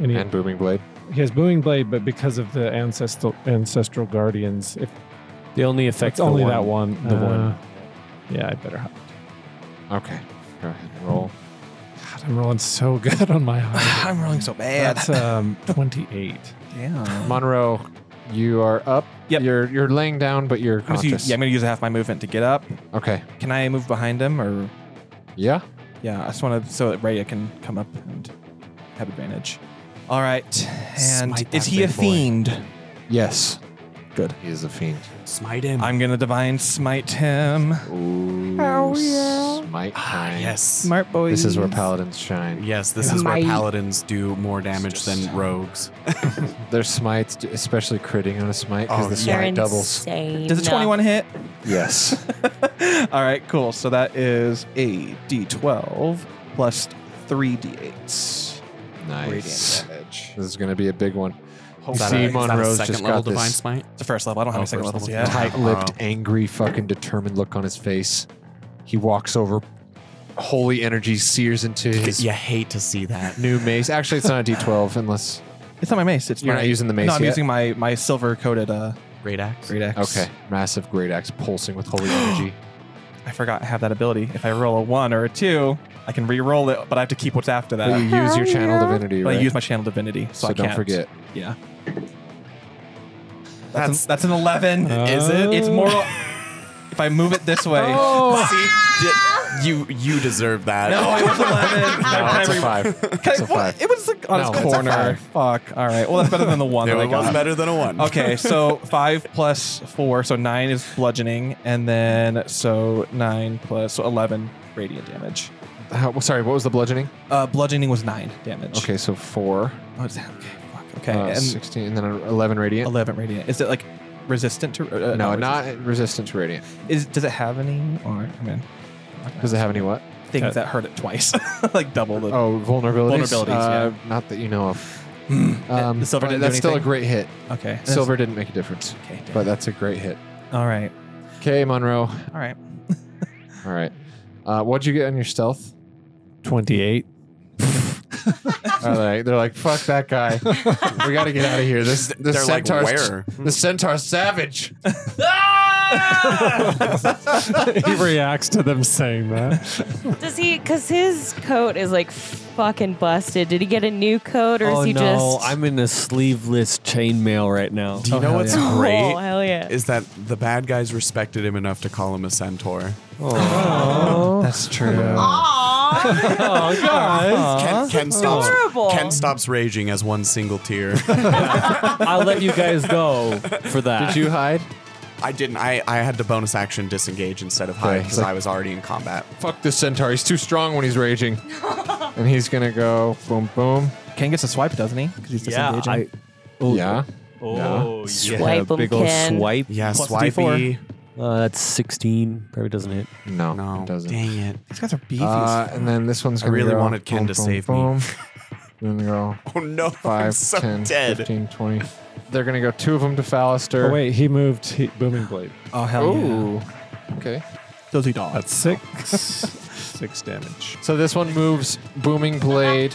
Speaker 11: And he,
Speaker 1: And Booming Blade.
Speaker 11: he has booming blade, but because of the ancestral ancestral guardians, if
Speaker 2: They only affect
Speaker 11: it's only
Speaker 2: the
Speaker 11: that
Speaker 2: one. Uh,
Speaker 11: one.
Speaker 2: The one.
Speaker 11: Yeah, I better. hide.
Speaker 1: Okay. Go ahead and roll.
Speaker 11: God, I'm rolling so [LAUGHS] good on my hide.
Speaker 4: I'm rolling
Speaker 1: [LAUGHS]
Speaker 4: so bad.
Speaker 11: That's um 28.
Speaker 4: [LAUGHS] Damn.
Speaker 1: Monroe, you are up.
Speaker 4: Yep.
Speaker 1: You're you're laying down, but you're
Speaker 4: I'm gonna
Speaker 1: conscious.
Speaker 4: use, yeah, I'm gonna use half my movement to get up.
Speaker 1: Okay.
Speaker 4: Can I move behind him or?
Speaker 1: Yeah.
Speaker 4: Yeah, I just want to so that Raya can come up and have advantage. All right. And
Speaker 5: Smite
Speaker 4: is
Speaker 5: that
Speaker 4: he a
Speaker 5: big boy.
Speaker 4: fiend?
Speaker 1: Yes. Good. He is a fiend.
Speaker 5: Smite him.
Speaker 4: I'm gonna divine smite him.
Speaker 1: Ooh.
Speaker 8: Oh, yeah.
Speaker 1: Smite
Speaker 5: Ah,
Speaker 1: time.
Speaker 5: yes.
Speaker 4: Smart boy.
Speaker 1: This is where paladins shine.
Speaker 5: Yes, this is where paladins do more damage than rogues.
Speaker 1: Their smites, d- especially critting on a smite, because
Speaker 5: Oh,
Speaker 1: the
Speaker 5: yeah.
Speaker 1: smite
Speaker 8: They're
Speaker 1: doubles.
Speaker 8: insane.
Speaker 4: Does a 21 hit?
Speaker 8: [LAUGHS]
Speaker 1: Yes.
Speaker 4: All right, cool. So that is a d12 plus three d8s.
Speaker 1: nice.
Speaker 4: Radiant damage.
Speaker 1: This is going to be a big one. You
Speaker 5: Is that
Speaker 1: see,
Speaker 5: a- is that a
Speaker 1: Monroe's
Speaker 5: second
Speaker 1: just
Speaker 5: level
Speaker 1: got
Speaker 5: divine
Speaker 1: this
Speaker 5: smite.
Speaker 4: It's the first level. I don't have
Speaker 5: Oh,
Speaker 4: any second
Speaker 5: first
Speaker 4: levels
Speaker 5: level.
Speaker 4: yet.
Speaker 1: tight-lipped,
Speaker 5: Wow.
Speaker 1: angry, fucking determined look on his face. He walks over. Holy energy sears into his
Speaker 5: You hate to see that.
Speaker 1: new mace. Actually, it's not a D12 unless
Speaker 4: It's not my mace. It's
Speaker 1: you're
Speaker 4: my,
Speaker 1: not using the mace
Speaker 4: No, I'm
Speaker 1: yet.
Speaker 4: using my my silver coated uh,
Speaker 5: Great axe.
Speaker 4: great axe.
Speaker 1: Okay. Massive great axe pulsing with holy energy.
Speaker 4: I forgot I have that ability. If I roll a one or a two, I can re-roll it, but I have to keep what's after that.
Speaker 1: But you use
Speaker 8: Hell
Speaker 1: your channel
Speaker 8: yeah.
Speaker 1: divinity,
Speaker 4: But
Speaker 1: right?
Speaker 4: I use my channel divinity, so,
Speaker 1: so
Speaker 4: I
Speaker 1: don't
Speaker 4: can't. [LAUGHS]
Speaker 1: forget.
Speaker 4: Yeah. That's an, that's an eleven.
Speaker 11: Is it?
Speaker 4: It's more. if I move it this way.
Speaker 5: Oh. See, you you deserve that.
Speaker 4: No, it was
Speaker 5: [LAUGHS]
Speaker 4: eleven.
Speaker 1: No,
Speaker 4: I-
Speaker 1: it's a
Speaker 4: I-
Speaker 1: five.
Speaker 4: Okay,
Speaker 1: It's a
Speaker 4: well,
Speaker 1: five.
Speaker 4: It was like on
Speaker 1: No,
Speaker 4: its
Speaker 1: it's a
Speaker 4: corner.
Speaker 1: five.
Speaker 4: Fuck. All right. Well, that's better than the one
Speaker 5: It
Speaker 4: that I
Speaker 5: was
Speaker 4: got.
Speaker 5: better than a
Speaker 4: [LAUGHS]
Speaker 5: one.
Speaker 4: Okay,
Speaker 1: [LAUGHS]
Speaker 4: so five plus four, so nine is bludgeoning, and then so nine plus so eleven radiant damage.
Speaker 1: How, well, sorry, what was the bludgeoning?
Speaker 4: Uh, bludgeoning was nine damage.
Speaker 1: Okay, so four.
Speaker 4: What's that? Okay, fuck. Okay,
Speaker 1: Uh,
Speaker 4: and
Speaker 1: 16, and then 11 radiant.
Speaker 4: 11 radiant. Is it like resistant to? Uh,
Speaker 1: no,
Speaker 4: resistant.
Speaker 1: not resistant to radiant.
Speaker 4: Is does it have any? Or I mean,
Speaker 1: Does it have any what?
Speaker 4: things that hurt it twice, [LAUGHS] like double the.
Speaker 1: Oh, vulnerabilities.
Speaker 4: Vulnerabilities, Hmm.
Speaker 1: Uh, Not that you know of. Um,
Speaker 4: The silver
Speaker 1: but
Speaker 4: didn't do
Speaker 1: that's still a
Speaker 4: anything?
Speaker 1: great hit.
Speaker 4: Okay. That's-
Speaker 1: Silver didn't make a difference. Okay, but that's a great hit.
Speaker 4: All right.
Speaker 1: Okay, Monroe.
Speaker 4: All right.
Speaker 1: All right. Uh, what'd you get on your
Speaker 5: [LAUGHS]
Speaker 1: stealth?
Speaker 2: [LAUGHS] 28.
Speaker 1: All right. Oh, They're like, fuck that
Speaker 5: [LAUGHS]
Speaker 1: guy. we got to get out of here. This, this
Speaker 5: They're like,
Speaker 1: centaur's,
Speaker 5: "Where?"
Speaker 1: The centaur's savage.
Speaker 11: he reacts to them saying that.
Speaker 3: Does he? Because his coat is like fucking busted. Did he get a new coat, or
Speaker 2: oh
Speaker 3: is he
Speaker 2: no,
Speaker 3: just?
Speaker 2: I'm in a sleeveless chainmail right now.
Speaker 5: [LAUGHS] Do you know what's [LAUGHS]
Speaker 3: yeah.
Speaker 5: great?
Speaker 3: Oh, hell yeah.
Speaker 5: Is that the bad guys respected him enough to call him a centaur?
Speaker 1: That's true.
Speaker 2: oh guys.
Speaker 5: Ken, Ken stops.
Speaker 3: Adorable.
Speaker 5: Ken stops raging as one single [LAUGHS] tear.
Speaker 2: I'll let you guys go for that.
Speaker 1: Did you hide?
Speaker 5: I didn't. I, I had to bonus action disengage instead of hide
Speaker 1: Okay,
Speaker 5: because
Speaker 1: like-
Speaker 5: I was already in combat.
Speaker 1: Fuck this centaur. He's too strong when he's
Speaker 5: [LAUGHS]
Speaker 1: raging. and he's going to go boom, boom.
Speaker 4: Ken gets a swipe, doesn't he? Because he's
Speaker 2: Yeah,
Speaker 4: disengaging.
Speaker 2: I- oh,
Speaker 1: Yeah.
Speaker 2: Oh, yeah.
Speaker 3: Swipe 'em,
Speaker 2: big old
Speaker 3: Ken.
Speaker 2: swipe.
Speaker 5: Yeah,
Speaker 4: Plus
Speaker 5: swipey.
Speaker 2: Uh, that's 16. Probably doesn't hit.
Speaker 1: No,
Speaker 5: No,
Speaker 1: it doesn't.
Speaker 5: dang it.
Speaker 4: These guys are beefy. as
Speaker 1: Uh,
Speaker 4: fuck.
Speaker 1: and then this one's
Speaker 5: I
Speaker 1: gonna
Speaker 5: really
Speaker 1: go
Speaker 5: wanted
Speaker 1: boom,
Speaker 5: Ken to
Speaker 1: boom,
Speaker 5: save me. [LAUGHS]
Speaker 1: boom. Then they go
Speaker 5: [LAUGHS] Oh no, [LAUGHS] I'm
Speaker 1: five,
Speaker 5: so
Speaker 1: 10,
Speaker 5: dead.
Speaker 1: 15, 20. They're gonna go two of them to Fallister.
Speaker 11: Oh, wait, he moved he, Booming Blade.
Speaker 4: oh hell yeah.
Speaker 1: Ooh. Okay.
Speaker 4: Does he dog?
Speaker 11: That's six.
Speaker 2: [LAUGHS]
Speaker 11: six damage.
Speaker 1: So this one moves booming blade,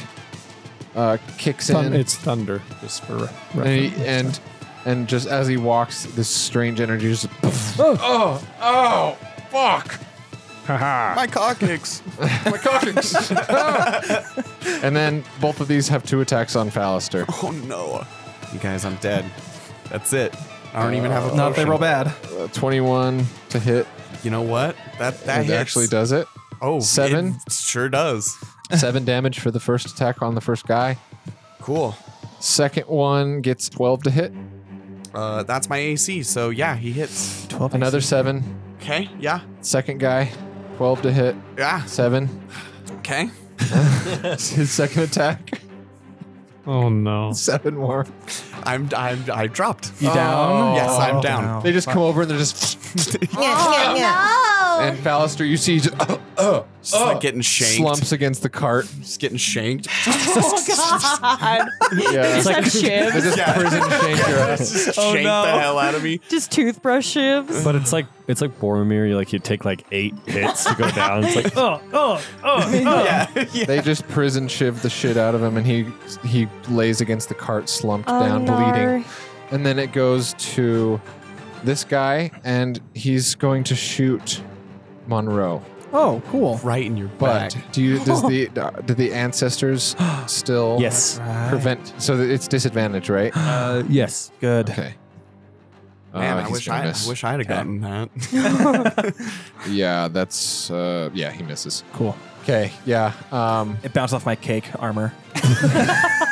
Speaker 1: uh, kicks
Speaker 11: Thun-
Speaker 1: in,
Speaker 11: it's thunder, just for re-
Speaker 1: and, he-
Speaker 11: reference.
Speaker 1: and and just as he walks, this strange energy just oh oh, oh fuck
Speaker 5: My cock kicks.
Speaker 1: my cockings.
Speaker 5: [LAUGHS]
Speaker 1: [LAUGHS] and then both of these have two attacks on
Speaker 5: [LAUGHS]
Speaker 1: Fallister.
Speaker 5: Oh no. You guys, I'm dead. That's it. I don't even have a.
Speaker 4: Not if they
Speaker 5: potion.
Speaker 4: roll bad.
Speaker 1: Uh, Twenty-one to hit.
Speaker 5: You know what? That that
Speaker 1: it
Speaker 5: hits.
Speaker 1: actually
Speaker 11: [LAUGHS]
Speaker 1: does it.
Speaker 5: Oh,
Speaker 1: Seven?
Speaker 5: It sure does.
Speaker 1: Seven damage for the first attack on the first guy.
Speaker 5: Cool.
Speaker 1: Second one gets 12 to hit.
Speaker 5: Uh, that's my AC. So yeah, he hits.
Speaker 4: Twelve.
Speaker 1: Another seven.
Speaker 5: Okay. Yeah.
Speaker 1: Second guy, 12 to hit.
Speaker 5: Yeah.
Speaker 1: Seven. [LAUGHS]
Speaker 5: Okay.
Speaker 1: That's his second attack.
Speaker 11: oh no.
Speaker 1: [LAUGHS] Seven more.
Speaker 5: I'm I'm I dropped. Oh,
Speaker 4: You down?
Speaker 5: yes,
Speaker 1: Oh.
Speaker 5: I'm down.
Speaker 4: Wow.
Speaker 1: They just come over and they're just. [LAUGHS]
Speaker 3: [LAUGHS]
Speaker 1: And Ballister, you see, he just uh, uh,
Speaker 5: Just like getting shanked.
Speaker 1: slumps against the cart.
Speaker 5: Just getting [LAUGHS] shanked. Oh,
Speaker 3: God.
Speaker 1: Yeah. [LAUGHS]
Speaker 3: Just
Speaker 1: It's like-
Speaker 3: have
Speaker 1: They
Speaker 3: shivs.
Speaker 1: just
Speaker 5: Yeah.
Speaker 1: prison shank your [LAUGHS] ass.
Speaker 5: [LAUGHS] Just shanked the hell out of [LAUGHS] me.
Speaker 3: Just toothbrush shivs.
Speaker 2: But it's like it's like Boromir. You like you take like eight hits to [LAUGHS] go down. It's like oh oh oh.
Speaker 5: [LAUGHS] yeah. yeah.
Speaker 1: They just prison shiv the shit out of him, and he he lays against the cart, slumped
Speaker 3: Oh,
Speaker 1: down,
Speaker 3: no.
Speaker 1: bleeding. And then it goes to this guy, and he's going to shoot Monroe.
Speaker 4: Oh,
Speaker 1: [LAUGHS]
Speaker 4: cool.
Speaker 5: Right in your
Speaker 1: But
Speaker 5: butt.
Speaker 1: do you does
Speaker 5: [LAUGHS]
Speaker 1: the do the ancestors
Speaker 5: [GASPS]
Speaker 1: still
Speaker 2: Yes.
Speaker 1: prevent? So that it's disadvantage, right?
Speaker 2: Uh, yes.
Speaker 4: Good.
Speaker 1: Okay.
Speaker 5: Man,
Speaker 1: Uh,
Speaker 5: I
Speaker 1: he's
Speaker 5: wish
Speaker 1: gonna
Speaker 5: I,
Speaker 1: miss.
Speaker 5: I wish I'd have gotten that.
Speaker 1: Yeah, that's uh, yeah. He misses.
Speaker 4: Cool.
Speaker 1: Okay. Yeah. Um,
Speaker 4: It bounced off my cake armor.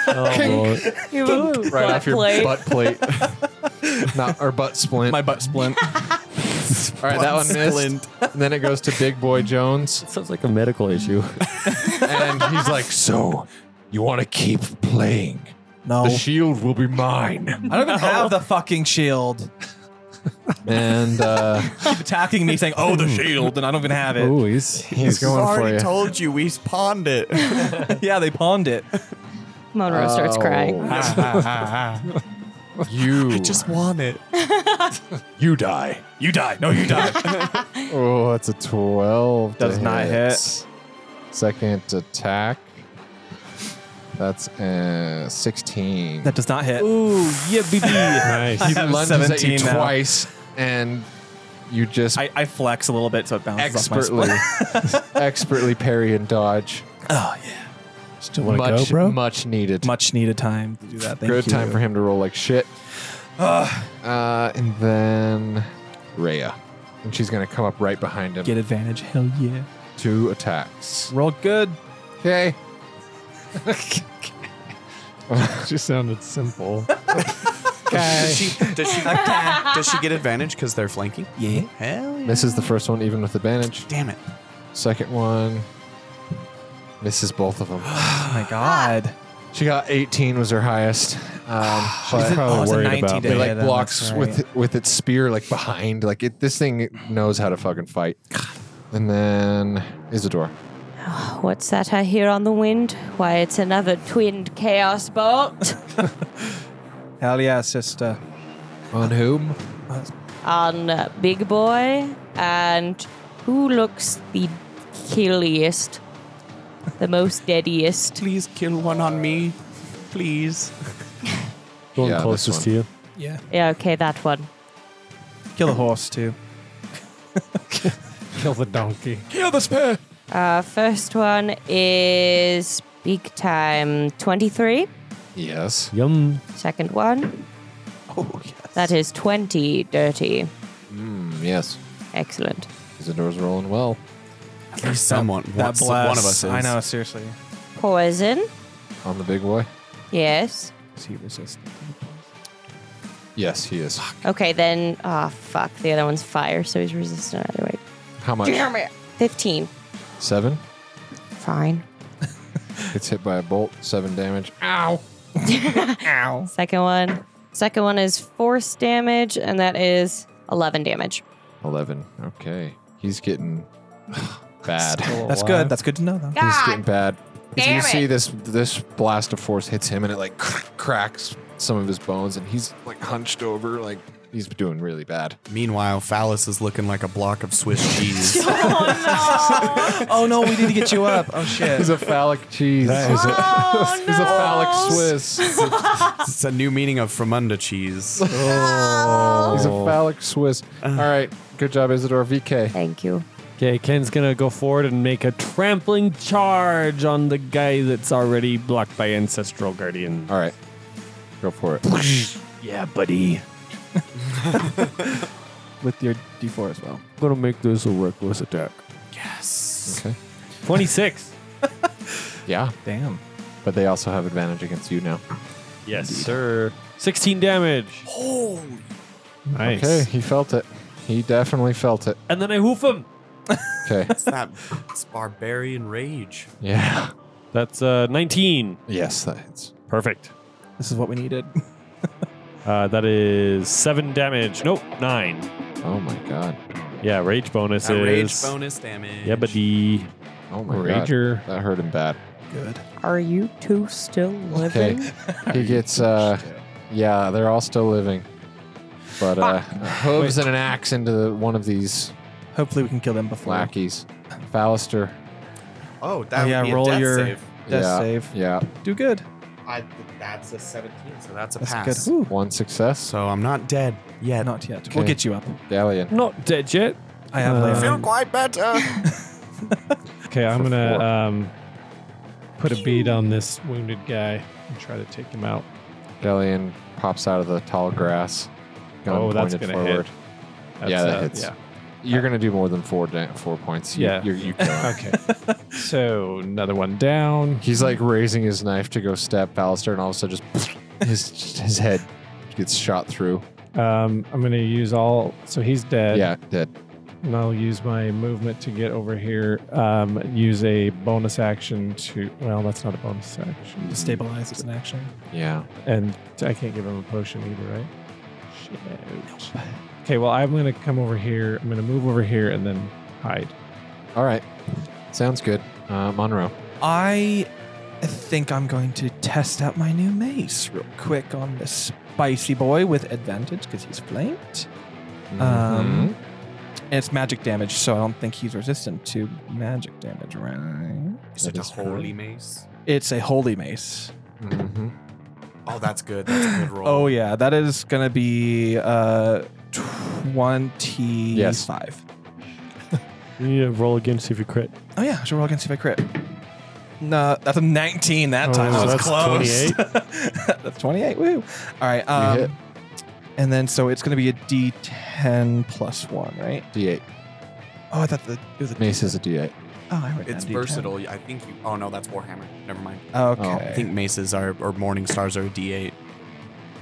Speaker 2: Oh,
Speaker 3: You have
Speaker 1: [LAUGHS]
Speaker 3: a
Speaker 1: right
Speaker 3: butt
Speaker 1: off your
Speaker 3: plate.
Speaker 1: butt plate. [LAUGHS] Not or butt splint.
Speaker 4: My butt splint.
Speaker 1: [LAUGHS] All right, that one missed. And then it goes to Big Boy Jones,
Speaker 2: sounds like a medical [LAUGHS] issue.
Speaker 1: and he's like, "So, you want to keep playing?
Speaker 4: no.
Speaker 1: The shield will be mine."
Speaker 4: I don't even have the fucking shield.
Speaker 1: And uh,
Speaker 4: Keep attacking me saying,
Speaker 1: [LAUGHS]
Speaker 4: oh, the shield, and I don't even have it.
Speaker 11: Ooh,
Speaker 2: [LAUGHS]
Speaker 11: he's,
Speaker 1: he's going for
Speaker 5: already
Speaker 1: you.
Speaker 5: told you we pawned it.
Speaker 1: [LAUGHS]
Speaker 5: [LAUGHS]
Speaker 4: yeah, they pawned it.
Speaker 3: Monroe starts
Speaker 1: Oh.
Speaker 3: crying.
Speaker 4: [LAUGHS]
Speaker 1: You
Speaker 5: Just want [LAUGHS] it.
Speaker 1: you die.
Speaker 4: You die. No, you [LAUGHS] die.
Speaker 1: Oh, that's a twelve.
Speaker 4: Does
Speaker 1: to
Speaker 4: not hit.
Speaker 1: Second attack. That's uh, sixteen.
Speaker 4: that does not hit.
Speaker 2: Ooh yeah,
Speaker 4: [LAUGHS]
Speaker 2: baby.
Speaker 11: nice.
Speaker 1: he
Speaker 4: I'm
Speaker 1: lunges at
Speaker 4: 17
Speaker 1: you
Speaker 4: now.
Speaker 1: twice, and you just
Speaker 4: I, I flex a little bit so it bounces off
Speaker 1: expertly, [LAUGHS] expertly parry and dodge.
Speaker 4: my spine. Oh, yeah.
Speaker 11: Still want to go,
Speaker 1: Much,
Speaker 11: bro?
Speaker 1: much needed.
Speaker 4: Much needed time to do that. Thank
Speaker 1: Good
Speaker 4: you.
Speaker 1: time for him to roll like shit. Uh, and then Rhea. And she's going to come up right behind him.
Speaker 4: Get advantage. Hell yeah.
Speaker 1: Two attacks.
Speaker 4: Roll good.
Speaker 1: Okay.
Speaker 11: she sounded simple.
Speaker 5: Does she does she does she get advantage because they're flanking?
Speaker 4: Yeah.
Speaker 5: Hell yeah.
Speaker 1: Misses the first one, even with advantage.
Speaker 5: Damn it.
Speaker 1: Second one Misses both of them.
Speaker 4: Oh my god.
Speaker 1: She got 18 was her highest. Um, but
Speaker 4: She's probably Oh, it's a worried 90 about to
Speaker 1: it.
Speaker 4: hit,
Speaker 1: Like
Speaker 4: then,
Speaker 1: blocks
Speaker 4: that's right.
Speaker 1: with with its spear like behind. Like it, this thing knows how to fucking fight. And then Isidore.
Speaker 3: What's that I hear on the wind? Why, it's another twinned chaos bolt
Speaker 4: Hell yeah, sister.
Speaker 1: On whom?
Speaker 3: on uh, Big Boy. And who looks the killiest? The most deadiest?
Speaker 5: Please kill one on me. Please.
Speaker 2: The one
Speaker 1: Yeah, this
Speaker 2: closest to
Speaker 1: one.
Speaker 2: you.
Speaker 5: Yeah.
Speaker 3: Yeah, okay, that one.
Speaker 4: Kill a horse too.
Speaker 11: Kill the donkey.
Speaker 4: Kill the spare.
Speaker 3: Uh, first one is big time 23.
Speaker 1: Yes.
Speaker 2: Yum.
Speaker 3: Second one. Oh, yes. That is 20 dirty.
Speaker 1: Mm, yes.
Speaker 3: Excellent.
Speaker 1: Isidore's rolling well.
Speaker 5: At least someone.
Speaker 4: That
Speaker 5: one,
Speaker 4: bless.
Speaker 5: one of us is.
Speaker 4: I know, seriously.
Speaker 3: Poison.
Speaker 1: On the big boy.
Speaker 3: Yes.
Speaker 4: Is he resistant?
Speaker 1: Yes, he is.
Speaker 3: Okay, then. Ah, fuck. The other one's fire, so he's resistant either way.
Speaker 1: How much?
Speaker 3: Damn it. 15.
Speaker 1: Seven.
Speaker 3: Fine.
Speaker 1: It's hit by a bolt. Seven damage.
Speaker 3: Ow. Ow. Second one. Second one is force damage, and that is 11 [LAUGHS] damage.
Speaker 1: Eleven. Okay. He's getting [SIGHS] bad. [LAUGHS]
Speaker 4: That's good. That's good to know,
Speaker 5: [LAUGHS]
Speaker 4: though.
Speaker 1: He's getting bad. As
Speaker 3: damn
Speaker 1: you see
Speaker 3: it.
Speaker 1: this this blast of force hits him and it like [LAUGHS] cr- cracks some of his bones and he's like hunched over like he's doing really bad.
Speaker 5: Meanwhile, Phallus is looking like a block of Swiss
Speaker 4: [LAUGHS]
Speaker 5: cheese.
Speaker 4: oh no, we need to get you up. Oh shit.
Speaker 1: He's a [LAUGHS] phallic cheese.
Speaker 11: is it.
Speaker 1: he's a phallic Swiss.
Speaker 5: it's a new meaning of from under cheese.
Speaker 4: [LAUGHS]
Speaker 1: He's a phallic Swiss. All right, good job, Isidore VK.
Speaker 3: Thank you.
Speaker 2: Okay, Ken's gonna go forward and make a trampling charge on the guy that's already blocked by ancestral guardian.
Speaker 1: All right, go for it.
Speaker 2: Yeah, buddy.
Speaker 4: With your D4 as well.
Speaker 2: I'm gonna make this a reckless attack.
Speaker 1: Okay.
Speaker 2: Twenty-six.
Speaker 1: Yeah,
Speaker 4: Damn.
Speaker 1: but they also have advantage against you now.
Speaker 2: yes, sir. Sixteen damage. Holy. Nice.
Speaker 1: Okay, he felt it. He definitely felt it.
Speaker 2: And then I hoof him.
Speaker 1: [LAUGHS] Okay.
Speaker 5: It's that it's barbarian rage.
Speaker 1: yeah.
Speaker 2: That's uh, nineteen.
Speaker 1: Yes, that hits.
Speaker 2: Perfect.
Speaker 4: This is what we needed.
Speaker 2: Uh, that is seven damage. Nope, nine.
Speaker 1: Oh my god.
Speaker 2: Yeah, rage bonus
Speaker 5: That
Speaker 2: is.
Speaker 5: rage bonus damage.
Speaker 2: Yeah, buddy.
Speaker 1: Oh my
Speaker 2: Rager.
Speaker 1: god. That hurt him bad.
Speaker 4: [LAUGHS] Good.
Speaker 3: Are you two still living?
Speaker 1: Okay. He gets uh yeah, they're all still living. But uh hooves and an axe into the, one of these
Speaker 4: Hopefully we can kill them before.
Speaker 1: lackeys. Fallister.
Speaker 5: Oh, that
Speaker 4: Oh, yeah,
Speaker 5: would be
Speaker 4: roll
Speaker 5: a death
Speaker 4: your-
Speaker 5: save.
Speaker 4: Death
Speaker 1: yeah,
Speaker 4: save.
Speaker 1: Yeah.
Speaker 4: Do good.
Speaker 5: I, that's a 17, so that's a
Speaker 4: That's
Speaker 5: pass.
Speaker 4: good. Ooh.
Speaker 1: One success.
Speaker 5: So I'm not dead yet.
Speaker 4: Not yet. We'll
Speaker 1: Okay.
Speaker 4: get you up.
Speaker 1: Galleon.
Speaker 2: Not dead yet.
Speaker 4: I have
Speaker 11: Uh,
Speaker 4: later.
Speaker 11: Feel
Speaker 5: quite better.
Speaker 11: Okay, I'm
Speaker 1: For
Speaker 11: gonna
Speaker 1: four.
Speaker 11: um, put a bead on this wounded guy and try to take him out.
Speaker 1: Galleon pops out of the tall grass. Gun
Speaker 11: Oh, that's
Speaker 1: pointed
Speaker 11: gonna hit.
Speaker 1: forward.
Speaker 11: That's,
Speaker 1: Yeah, that
Speaker 11: uh,
Speaker 1: hits.
Speaker 11: Yeah.
Speaker 1: You're gonna do more than four da- four points. You-
Speaker 11: Yeah.
Speaker 1: You're, you
Speaker 11: [LAUGHS]
Speaker 1: kill him.
Speaker 11: Okay. so another one down.
Speaker 1: He's like raising his knife to go stab Ballister, and all of a sudden, just [LAUGHS] his his head gets shot through.
Speaker 11: Um, I'm gonna use all. So he's dead.
Speaker 1: Yeah, dead.
Speaker 11: And I'll use my movement to get over here. Um, use a bonus action to. Well, that's not a bonus action.
Speaker 4: To stabilize is an action.
Speaker 1: Yeah.
Speaker 11: And I can't give him a potion either, right? Shit. Okay, well, I'm going to come over here. I'm going to move over here and then hide.
Speaker 1: All right. Sounds good. Uh, Monroe.
Speaker 4: I think I'm going to test out my new mace real quick on this spicy boy with advantage because he's flanked. Um,
Speaker 1: Mm-hmm.
Speaker 4: and it's magic damage, so I don't think he's resistant to magic damage, right?
Speaker 5: Is it a holy mace?
Speaker 4: It's a holy mace.
Speaker 1: Mhm.
Speaker 5: Oh, that's good. That's a
Speaker 4: [LAUGHS]
Speaker 5: good roll.
Speaker 4: Oh yeah, that is gonna be uh twenty-five.
Speaker 2: You need to roll again to see if you crit.
Speaker 4: Oh yeah, I should roll again see if I crit. No, that's a nineteen that time.
Speaker 2: Oh,
Speaker 4: that was
Speaker 2: that's
Speaker 4: close. [LAUGHS] that's twenty-eight. Woo! All right. Um,
Speaker 1: hit.
Speaker 4: And then so it's gonna be a D10 plus one, right?
Speaker 1: D8.
Speaker 4: Oh, I thought the it was a
Speaker 1: Mace is a D8.
Speaker 4: Oh, I wrote
Speaker 5: It's
Speaker 4: down D10.
Speaker 5: versatile. I think you. Oh no, that's Warhammer. Never mind.
Speaker 4: Okay.
Speaker 1: Oh,
Speaker 5: I think maces are or morning stars are a D8.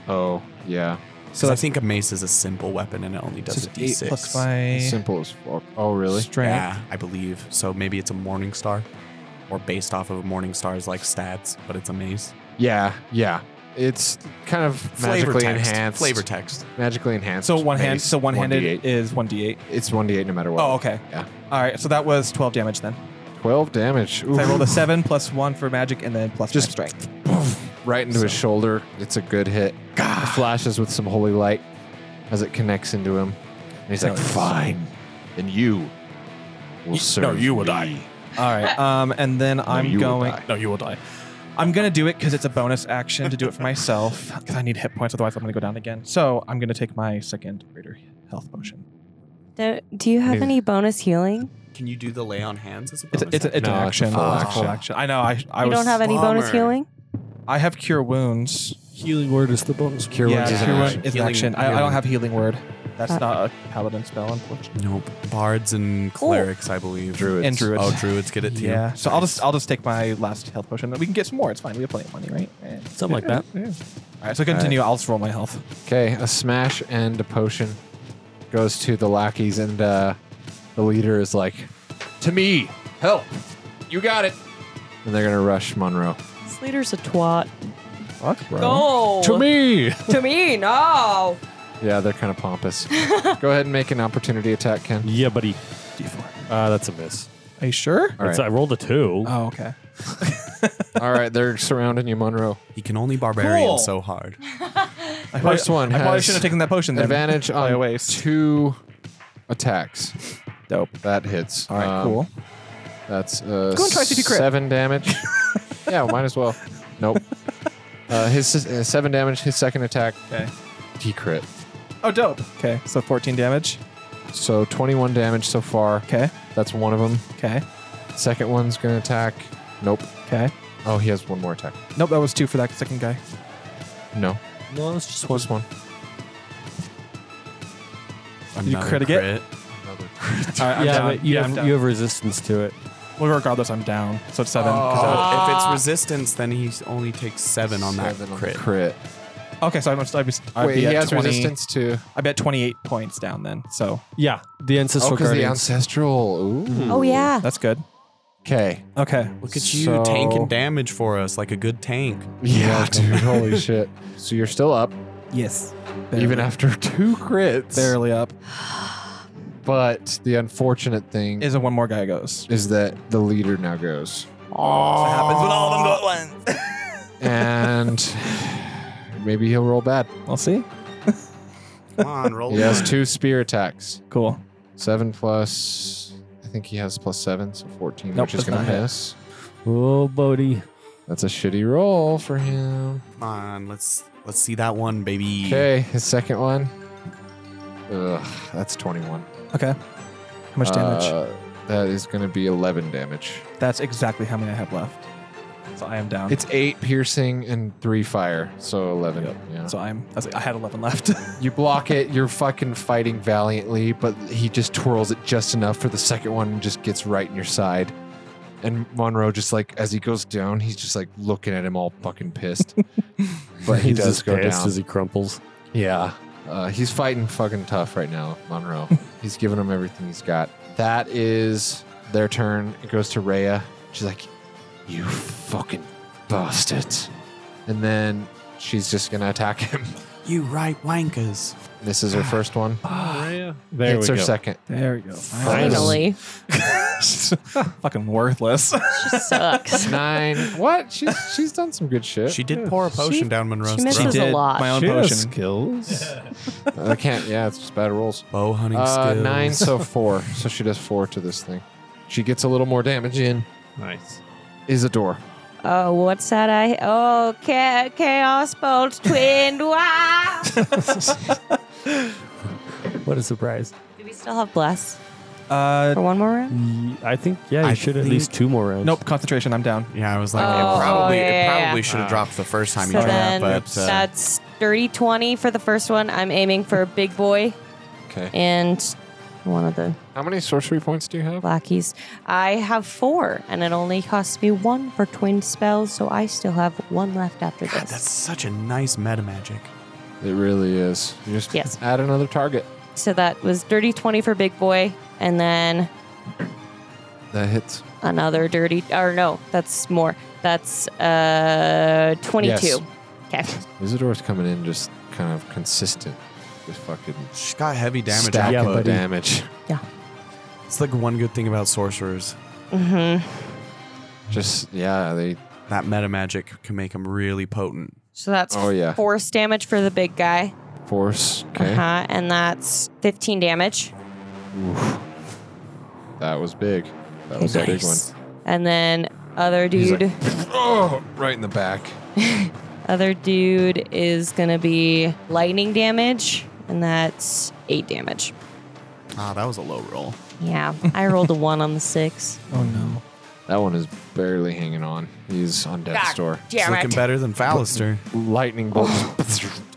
Speaker 1: Oh, yeah.
Speaker 5: So I
Speaker 4: that's-
Speaker 5: think a mace is a simple weapon and it only
Speaker 4: so
Speaker 5: does a
Speaker 4: it's eight
Speaker 5: D6.
Speaker 4: plus my
Speaker 1: Simple as fuck. Oh, really?
Speaker 4: strength.
Speaker 5: Yeah, I believe. So maybe it's a morning star. or based off of Morning Star's like stats, but it's a maze.
Speaker 1: Yeah, yeah. It's kind of
Speaker 5: Flavor
Speaker 1: magically
Speaker 5: text,
Speaker 1: enhanced.
Speaker 5: flavor text.
Speaker 1: Magically enhanced.
Speaker 4: So one hand,
Speaker 1: mace,
Speaker 4: so one-handed
Speaker 1: 1d8.
Speaker 4: is one d8.
Speaker 1: It's 1d8 no matter what.
Speaker 4: Oh, okay.
Speaker 1: Yeah.
Speaker 4: All right, so that was twelve damage then.
Speaker 1: 12 damage.
Speaker 4: So I
Speaker 1: Oof.
Speaker 4: rolled a seven plus one for magic, and then plus just strength.
Speaker 1: right into his shoulder. It's a good hit. It flashes with some holy light as it connects into him. And he's like, "Fine, and you will serve."
Speaker 4: no, you will
Speaker 1: me."
Speaker 4: die. All right. [LAUGHS] Um, and then I'm
Speaker 1: you will
Speaker 4: going.
Speaker 1: die.
Speaker 4: No, you will die. I'm gonna do it because it's a bonus action to do it for
Speaker 1: [LAUGHS]
Speaker 4: myself because I need hit points. Otherwise, I'm gonna go down again. So I'm gonna take my second greater health potion.
Speaker 8: Do, do you have
Speaker 4: Maybe.
Speaker 8: any bonus healing?
Speaker 5: Can you do the lay on hands as a
Speaker 4: It's,
Speaker 5: bonus?
Speaker 4: a, it's, a, it's
Speaker 1: No,
Speaker 4: an
Speaker 1: it's a
Speaker 4: action.
Speaker 1: full
Speaker 4: It's a full
Speaker 1: action.
Speaker 4: action. I know. I I
Speaker 8: you
Speaker 4: was.
Speaker 8: don't have any bonus
Speaker 5: Bummer.
Speaker 8: healing?
Speaker 4: I have cure wounds.
Speaker 2: Healing word is the bonus.
Speaker 1: Cure
Speaker 4: yeah,
Speaker 1: wounds is an
Speaker 4: cure
Speaker 1: action.
Speaker 4: wound is an
Speaker 5: Healing-
Speaker 4: action. I, I don't
Speaker 5: healing.
Speaker 4: have healing word. That's
Speaker 8: Uh,
Speaker 4: not a paladin spell, unfortunately.
Speaker 5: nope. Bards and clerics, I believe.
Speaker 1: Druids.
Speaker 4: And druids.
Speaker 5: Oh, druids get it too.
Speaker 4: Yeah. So I'll just I'll just take my last health potion. We can get some more. It's fine. We have plenty of money, right? Eh.
Speaker 2: Something like that.
Speaker 4: All right. So continue. I'll just roll my health.
Speaker 1: Okay, a smash and a potion goes to the lackeys, and uh, the leader is like, "To me, help! You got it!" And they're gonna rush Monroe.
Speaker 8: This leader's a twat.
Speaker 1: Fuck, bro.
Speaker 8: No.
Speaker 1: To me.
Speaker 8: Oh, to me, no.
Speaker 1: Yeah, they're kind of
Speaker 4: [LAUGHS]
Speaker 1: pompous. Go ahead and make an opportunity attack, Ken.
Speaker 2: Yeah, buddy.
Speaker 4: D4.
Speaker 2: Uh, that's a miss.
Speaker 4: Are you sure?
Speaker 1: All
Speaker 2: It's- I
Speaker 1: right,
Speaker 2: rolled a two.
Speaker 4: Oh, okay.
Speaker 1: all right. They're surrounding you, Monroe.
Speaker 5: He can only barbarian
Speaker 4: Cool.
Speaker 5: so hard.
Speaker 4: I
Speaker 1: First one
Speaker 4: probably, I probably
Speaker 1: has
Speaker 4: shouldn't have taken that potion. [LAUGHS] Then.
Speaker 1: Advantage
Speaker 4: I
Speaker 1: on
Speaker 4: waste.
Speaker 1: two attacks.
Speaker 4: Dope.
Speaker 1: That hits.
Speaker 4: All right.
Speaker 1: Um,
Speaker 4: cool.
Speaker 1: That's uh,
Speaker 4: Go and try CP crit.
Speaker 1: seven
Speaker 4: [LAUGHS]
Speaker 1: damage. yeah, might as well. Nope. Uh, his uh, seven damage. His second attack.
Speaker 4: Okay.
Speaker 1: He crit.
Speaker 4: Oh, dope. Okay. So 14 damage.
Speaker 1: So 21 damage so far.
Speaker 4: Okay.
Speaker 1: That's one of them.
Speaker 4: Okay.
Speaker 1: Second one's gonna attack. Nope.
Speaker 4: Okay.
Speaker 1: Oh, he has one more attack.
Speaker 4: Nope. That was two for that second guy.
Speaker 1: No,
Speaker 2: No, it's just
Speaker 1: just one.
Speaker 4: you
Speaker 5: Another
Speaker 4: crit again?
Speaker 1: Another.
Speaker 4: All right. I'm
Speaker 2: yeah,
Speaker 4: down.
Speaker 2: but you,
Speaker 4: yeah, I'm
Speaker 2: have,
Speaker 4: down.
Speaker 2: you have resistance to it.
Speaker 4: well, regardless, I'm down. So it's seven. 'cause I-
Speaker 5: So if it's
Speaker 1: Ah.
Speaker 5: resistance, then he only takes seven on that
Speaker 1: Seven
Speaker 5: crit.
Speaker 1: crit.
Speaker 4: Okay. So I must. I was. I'd
Speaker 1: Wait,
Speaker 4: be
Speaker 1: he
Speaker 4: at
Speaker 1: has
Speaker 4: 20
Speaker 1: resistance to.
Speaker 4: I bet 28 points down then. So
Speaker 2: Yeah, the ancestral
Speaker 1: Oh, because the
Speaker 2: guardian.
Speaker 1: ancestral. Ooh.
Speaker 8: Oh, yeah.
Speaker 4: that's good.
Speaker 1: Okay.
Speaker 4: Okay.
Speaker 5: Look at you
Speaker 1: So-
Speaker 5: tanking damage for us like a good tank. [LAUGHS]
Speaker 1: Yeah, dude. Holy shit. So you're still up,
Speaker 4: Yes.
Speaker 1: even after [LAUGHS] two crits.
Speaker 4: barely up
Speaker 1: But the unfortunate thing is,
Speaker 4: is a one more guy goes.
Speaker 1: that the leader now goes.
Speaker 5: What happens when all of them go at
Speaker 4: [LAUGHS]
Speaker 5: once?
Speaker 1: And
Speaker 5: [LAUGHS]
Speaker 1: maybe he'll roll bad.
Speaker 4: I'll see.
Speaker 5: Come on, roll.
Speaker 1: He has
Speaker 5: one.
Speaker 1: two spear attacks.
Speaker 4: Cool.
Speaker 1: Seven plus. I think he has plus seven, so 14,
Speaker 4: Nope,
Speaker 1: which is
Speaker 4: that's
Speaker 1: going
Speaker 4: not
Speaker 1: to
Speaker 4: hit.
Speaker 1: miss.
Speaker 2: Oh, buddy.
Speaker 1: That's a shitty roll for him.
Speaker 5: Come on, let's let's see that one, baby.
Speaker 1: Okay, his second one. Ugh, that's 21.
Speaker 4: Okay. How much damage?
Speaker 1: Uh, that is going to be 11 damage.
Speaker 4: That's exactly how many I have left. So I am down.
Speaker 1: It's eight piercing and three fire, so 11. Yeah.
Speaker 4: so I'm. that's- I had 11 left.
Speaker 1: You block it. You're fucking fighting valiantly, but he just twirls it just enough for the second one and just gets right in your side. And Monroe just like as he goes down, he's just like looking at him all fucking
Speaker 2: [LAUGHS]
Speaker 1: pissed. but he
Speaker 2: He's
Speaker 1: does
Speaker 2: just
Speaker 1: go
Speaker 2: pissed
Speaker 1: down.
Speaker 2: as he crumples.
Speaker 1: yeah, uh, he's fighting fucking tough right now,
Speaker 2: [LAUGHS]
Speaker 1: Monroe. he's giving him everything he's got. That is their turn. It goes to Rhea. She's like, "You fucking bastard!" And then she's just gonna attack him. [LAUGHS]
Speaker 5: You right wankers.
Speaker 1: This
Speaker 2: [SIGHS]
Speaker 1: is her first one.
Speaker 2: There
Speaker 1: it's
Speaker 2: we
Speaker 1: her
Speaker 2: go.
Speaker 1: second.
Speaker 4: there we go.
Speaker 3: Finally.
Speaker 4: [LAUGHS] Fucking worthless.
Speaker 3: Just
Speaker 1: [LAUGHS]
Speaker 3: sucks.
Speaker 1: Nine. What? She's she's done some good shit.
Speaker 5: She did pour a potion down Monroe's
Speaker 3: she misses
Speaker 5: throat.
Speaker 3: a lot.
Speaker 4: My own
Speaker 11: She has
Speaker 4: potion.
Speaker 11: skills.
Speaker 1: I can't. Yeah, it's just bad rolls.
Speaker 5: Bow hunting
Speaker 1: Uh,
Speaker 5: skills.
Speaker 1: nine, so four. So she does four to this thing. She gets a little more damage in.
Speaker 11: nice.
Speaker 1: Isidore.
Speaker 8: Oh, what's that? I oh, cha- chaos bolt twin. [LAUGHS] Wow.
Speaker 2: What a surprise.
Speaker 8: Do we still have bless
Speaker 4: Uh,
Speaker 8: for one more round?
Speaker 2: Ye- I think, yeah, you
Speaker 5: I
Speaker 2: should at
Speaker 5: think-
Speaker 2: least two more rounds.
Speaker 4: nope. Concentration. I'm down.
Speaker 5: Yeah, I was like,
Speaker 8: Oh,
Speaker 5: it probably
Speaker 8: yeah, yeah,
Speaker 5: it probably
Speaker 8: yeah.
Speaker 5: should have dropped the first time he
Speaker 8: So
Speaker 5: tried,
Speaker 8: then
Speaker 5: but uh,
Speaker 8: that's dirty 20 for the first one. I'm aiming for a big boy
Speaker 1: Okay.
Speaker 8: and one of the
Speaker 1: How many sorcery points do you have?
Speaker 8: lackeys. I have four, and it only costs me one for twin spells, so I still have one left after
Speaker 5: God,
Speaker 8: this.
Speaker 5: that's such a nice meta magic.
Speaker 1: It really is. You just
Speaker 8: Yes.
Speaker 1: add another target.
Speaker 8: So that was dirty 20 for big boy, and then
Speaker 1: That hits.
Speaker 3: Another dirty, or no, that's more. That's uh 22. Okay.
Speaker 1: Isidore's coming in just kind of consistent. Just fucking
Speaker 5: She got heavy damage.
Speaker 1: stacking
Speaker 5: output.
Speaker 1: the damage.
Speaker 5: It's like one good thing about sorcerers.
Speaker 3: Mm-hmm.
Speaker 1: Just, yeah, they.
Speaker 5: That meta magic can make them really potent.
Speaker 3: So that's
Speaker 1: Oh, yeah.
Speaker 3: force damage for the big guy.
Speaker 1: Force. Okay.
Speaker 3: Uh-huh. And that's 15 damage.
Speaker 1: Oof. That was big. That was a big one.
Speaker 3: Nice. And then other
Speaker 1: He's like,
Speaker 3: dude,
Speaker 1: oh, right in the back.
Speaker 3: other dude is gonna be lightning damage, and that's eight damage.
Speaker 5: Ah, that was a low roll.
Speaker 3: Yeah, I rolled a one on the
Speaker 5: [LAUGHS]
Speaker 3: six.
Speaker 4: Oh no.
Speaker 1: That one is barely hanging on. He's on death's door.
Speaker 5: It's
Speaker 3: Damn
Speaker 5: looking
Speaker 3: it!
Speaker 5: better than Fallister.
Speaker 1: Lightning bolt. [LAUGHS]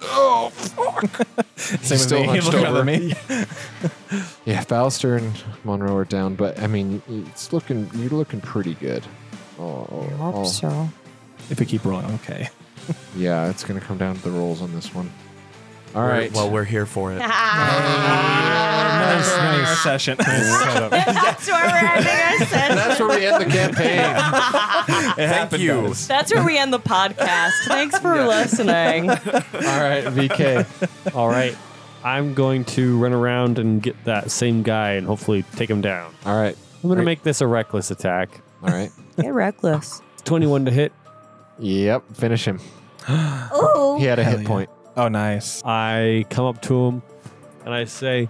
Speaker 1: oh, fuck. Same
Speaker 4: with me. [LAUGHS] He looked over at me.
Speaker 1: yeah, Ballister and Monroe are down, but I mean, it's looking. You're looking pretty good. Oh, oh, oh.
Speaker 5: [LAUGHS]
Speaker 3: So
Speaker 11: If we keep rolling, okay.
Speaker 1: yeah, it's gonna come down to the rolls on this one. All right.
Speaker 5: Well, we're here
Speaker 3: [LAUGHS]
Speaker 5: for it.
Speaker 11: Nice, [LAUGHS] nice session.
Speaker 3: that's where we're ending
Speaker 5: [LAUGHS]
Speaker 3: our
Speaker 1: [LAUGHS]
Speaker 3: session.
Speaker 1: that's where we end the campaign.
Speaker 5: Thank you.
Speaker 3: That's where we end the podcast. Thanks
Speaker 1: [LAUGHS]
Speaker 3: for listening.
Speaker 2: All right, VK. [LAUGHS] All right. I'm going to run around and get that same guy and hopefully take him down.
Speaker 1: All right.
Speaker 2: I'm going
Speaker 1: Right.
Speaker 2: to make this a reckless attack.
Speaker 1: All right.
Speaker 3: Get reckless.
Speaker 2: It's 21 to hit.
Speaker 1: Yep. Finish him.
Speaker 3: Ooh.
Speaker 1: He had a
Speaker 4: Hell
Speaker 1: hit
Speaker 4: yeah.
Speaker 1: point.
Speaker 4: Oh nice.
Speaker 2: I come up to him and I say,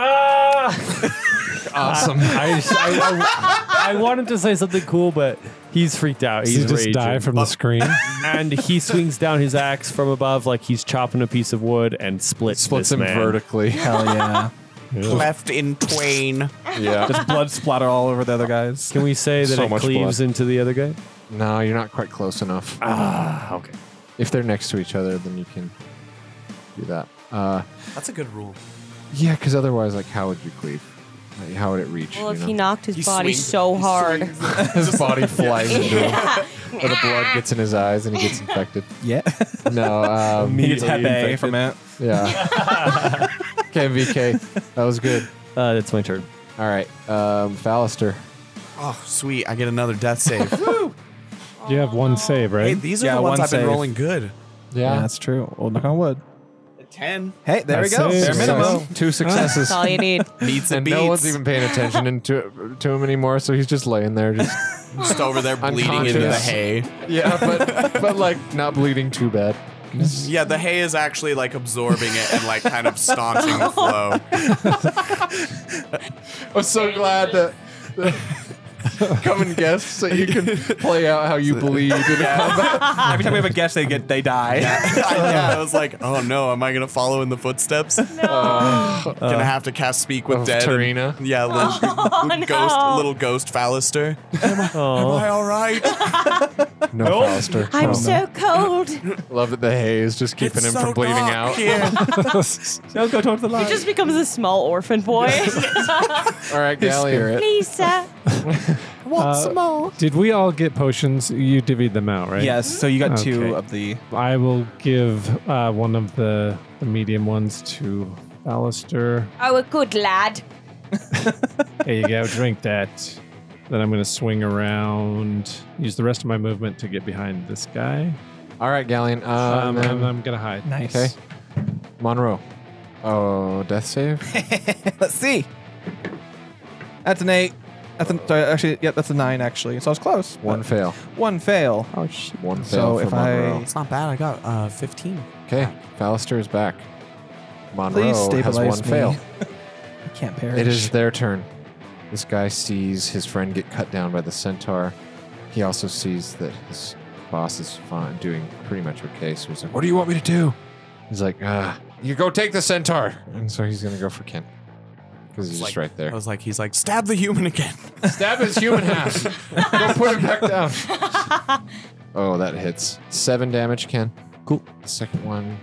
Speaker 2: ah!
Speaker 1: Awesome.
Speaker 2: I, I, I, I wanted to say something cool, but he's freaked out. He's
Speaker 11: you just
Speaker 2: raging.
Speaker 11: die from the screen.
Speaker 2: and he swings down his axe from above like he's chopping a piece of wood and splits,
Speaker 1: [LAUGHS] Splits
Speaker 2: this
Speaker 1: him
Speaker 2: man.
Speaker 1: vertically.
Speaker 4: Hell yeah.
Speaker 5: Left in twain.
Speaker 1: yeah.
Speaker 4: Just blood splatter all over the other guys.
Speaker 2: Can we say that
Speaker 1: So
Speaker 2: it
Speaker 1: much
Speaker 2: cleaves
Speaker 1: blood.
Speaker 2: into the other guy?
Speaker 1: No, you're not quite close enough.
Speaker 2: Ah, okay.
Speaker 1: If they're next to each other, then you can do that. Uh,
Speaker 5: That's a good rule.
Speaker 1: yeah, because otherwise, like, how would you cleave? Like, how would it reach? you
Speaker 3: Well,
Speaker 1: [LAUGHS]
Speaker 3: if
Speaker 1: know?
Speaker 3: he knocked his
Speaker 5: He
Speaker 3: body
Speaker 5: swings-
Speaker 3: so
Speaker 5: he
Speaker 3: hard.
Speaker 5: swings.
Speaker 1: his body flies into him,
Speaker 3: [LAUGHS]
Speaker 1: or the blood gets in his eyes and he gets infected.
Speaker 4: Yeah.
Speaker 3: [LAUGHS]
Speaker 1: No, um,
Speaker 4: He gets Hefe
Speaker 2: infected.
Speaker 4: from it.
Speaker 1: yeah. okay, VK, that was good.
Speaker 2: Uh, it's my turn.
Speaker 1: All right, um, Fallister.
Speaker 5: Oh, sweet. I get another death
Speaker 3: [LAUGHS]
Speaker 5: save.
Speaker 11: You have one save,
Speaker 5: hey,
Speaker 11: right?
Speaker 5: these are
Speaker 4: Yeah,
Speaker 5: the ones
Speaker 4: one
Speaker 5: I've been
Speaker 4: save.
Speaker 5: rolling good.
Speaker 1: Yeah,
Speaker 4: that's true. Well, knock on wood.
Speaker 5: Ten.
Speaker 4: Hey, there
Speaker 11: That's
Speaker 4: we go.
Speaker 11: it.
Speaker 4: Bare
Speaker 1: Success.
Speaker 4: minimum.
Speaker 1: Two successses.
Speaker 3: That's all you
Speaker 5: [LAUGHS]
Speaker 3: need.
Speaker 5: Beats
Speaker 1: And no one's even paying attention into, to him anymore, so he's just laying there, just
Speaker 5: just over there bleeding into the
Speaker 1: Unconscious.
Speaker 5: hay.
Speaker 1: yeah, [LAUGHS] but but like not bleeding too bad.
Speaker 5: Yeah, the hay is actually like absorbing it and like kind of staunching
Speaker 3: [LAUGHS]
Speaker 5: the flow.
Speaker 1: I'm so glad that, [LAUGHS] that come and guess so you can play out how you bleed. [LAUGHS] In a combat.
Speaker 4: Every time we have a guest, they get they [LAUGHS] die.
Speaker 5: yeah, [LAUGHS] I was like, oh no, am I gonna follow in the footsteps? Uh, gonna have to cast speak with
Speaker 1: Uh, Of
Speaker 5: dead. and-
Speaker 1: Tarina?
Speaker 3: [LAUGHS]
Speaker 5: yeah, li-
Speaker 3: Oh,
Speaker 1: Oh,
Speaker 5: li- ghost, little ghost [LAUGHS] Fallister. Am
Speaker 2: Oh,
Speaker 5: I all right?
Speaker 1: No, Foster.
Speaker 3: I'm so cold.
Speaker 1: [LAUGHS]
Speaker 3: He
Speaker 1: Love that the hay is just [LAUGHS] keeping
Speaker 5: It's
Speaker 1: him
Speaker 5: so
Speaker 1: from bleeding
Speaker 5: dark
Speaker 1: out. [LAUGHS]
Speaker 5: here.
Speaker 4: no, go towards the line.
Speaker 3: just becomes a small
Speaker 1: [LAUGHS]
Speaker 3: orphan boy. [LAUGHS]
Speaker 1: All right, Galleon.
Speaker 3: Lisa.
Speaker 11: Did we all get potions? You divvied them out, right?
Speaker 4: Yes, so you got
Speaker 11: Okay.
Speaker 4: two of the.
Speaker 11: I will give uh, one of the, the medium ones to Alistair.
Speaker 3: Oh, a good lad.
Speaker 11: There you go. Drink that. Then I'm going to swing around, use the rest of my movement to get behind this guy.
Speaker 1: All right, Galleon. Um,
Speaker 11: Um, and
Speaker 1: and
Speaker 11: I'm going to hide.
Speaker 4: Nice.
Speaker 1: Okay. Monroe. Oh, death save.
Speaker 4: [LAUGHS] Let's see. That's an eight. That's an, sorry, actually, yeah, that's a nine, actually. So I was close. but
Speaker 1: One fail.
Speaker 4: One fail.
Speaker 3: Oh, shit.
Speaker 1: One fail
Speaker 4: So
Speaker 1: for
Speaker 4: if I-
Speaker 1: Monroe.
Speaker 5: It's not bad. I got uh, 15.
Speaker 1: Okay, Fallister is back.
Speaker 4: Please
Speaker 1: Monroe has
Speaker 4: stabilize
Speaker 1: one
Speaker 4: me.
Speaker 1: fail.
Speaker 4: I can't perish.
Speaker 1: It is their turn. This guy sees his friend get cut down by the centaur. He also sees that his boss is fine, doing pretty much okay. So he's like, "What do you want me to do?" He's like, "Ah, you go take the centaur." And so he's gonna go for Ken because he's
Speaker 5: It's
Speaker 1: just
Speaker 5: like-
Speaker 1: right there.
Speaker 5: I was like, he's like, stab the human again.
Speaker 1: Stab his human half. [LAUGHS] Go put him back [LAUGHS] down. oh, that hits seven damage, Ken.
Speaker 2: Cool.
Speaker 1: The second one,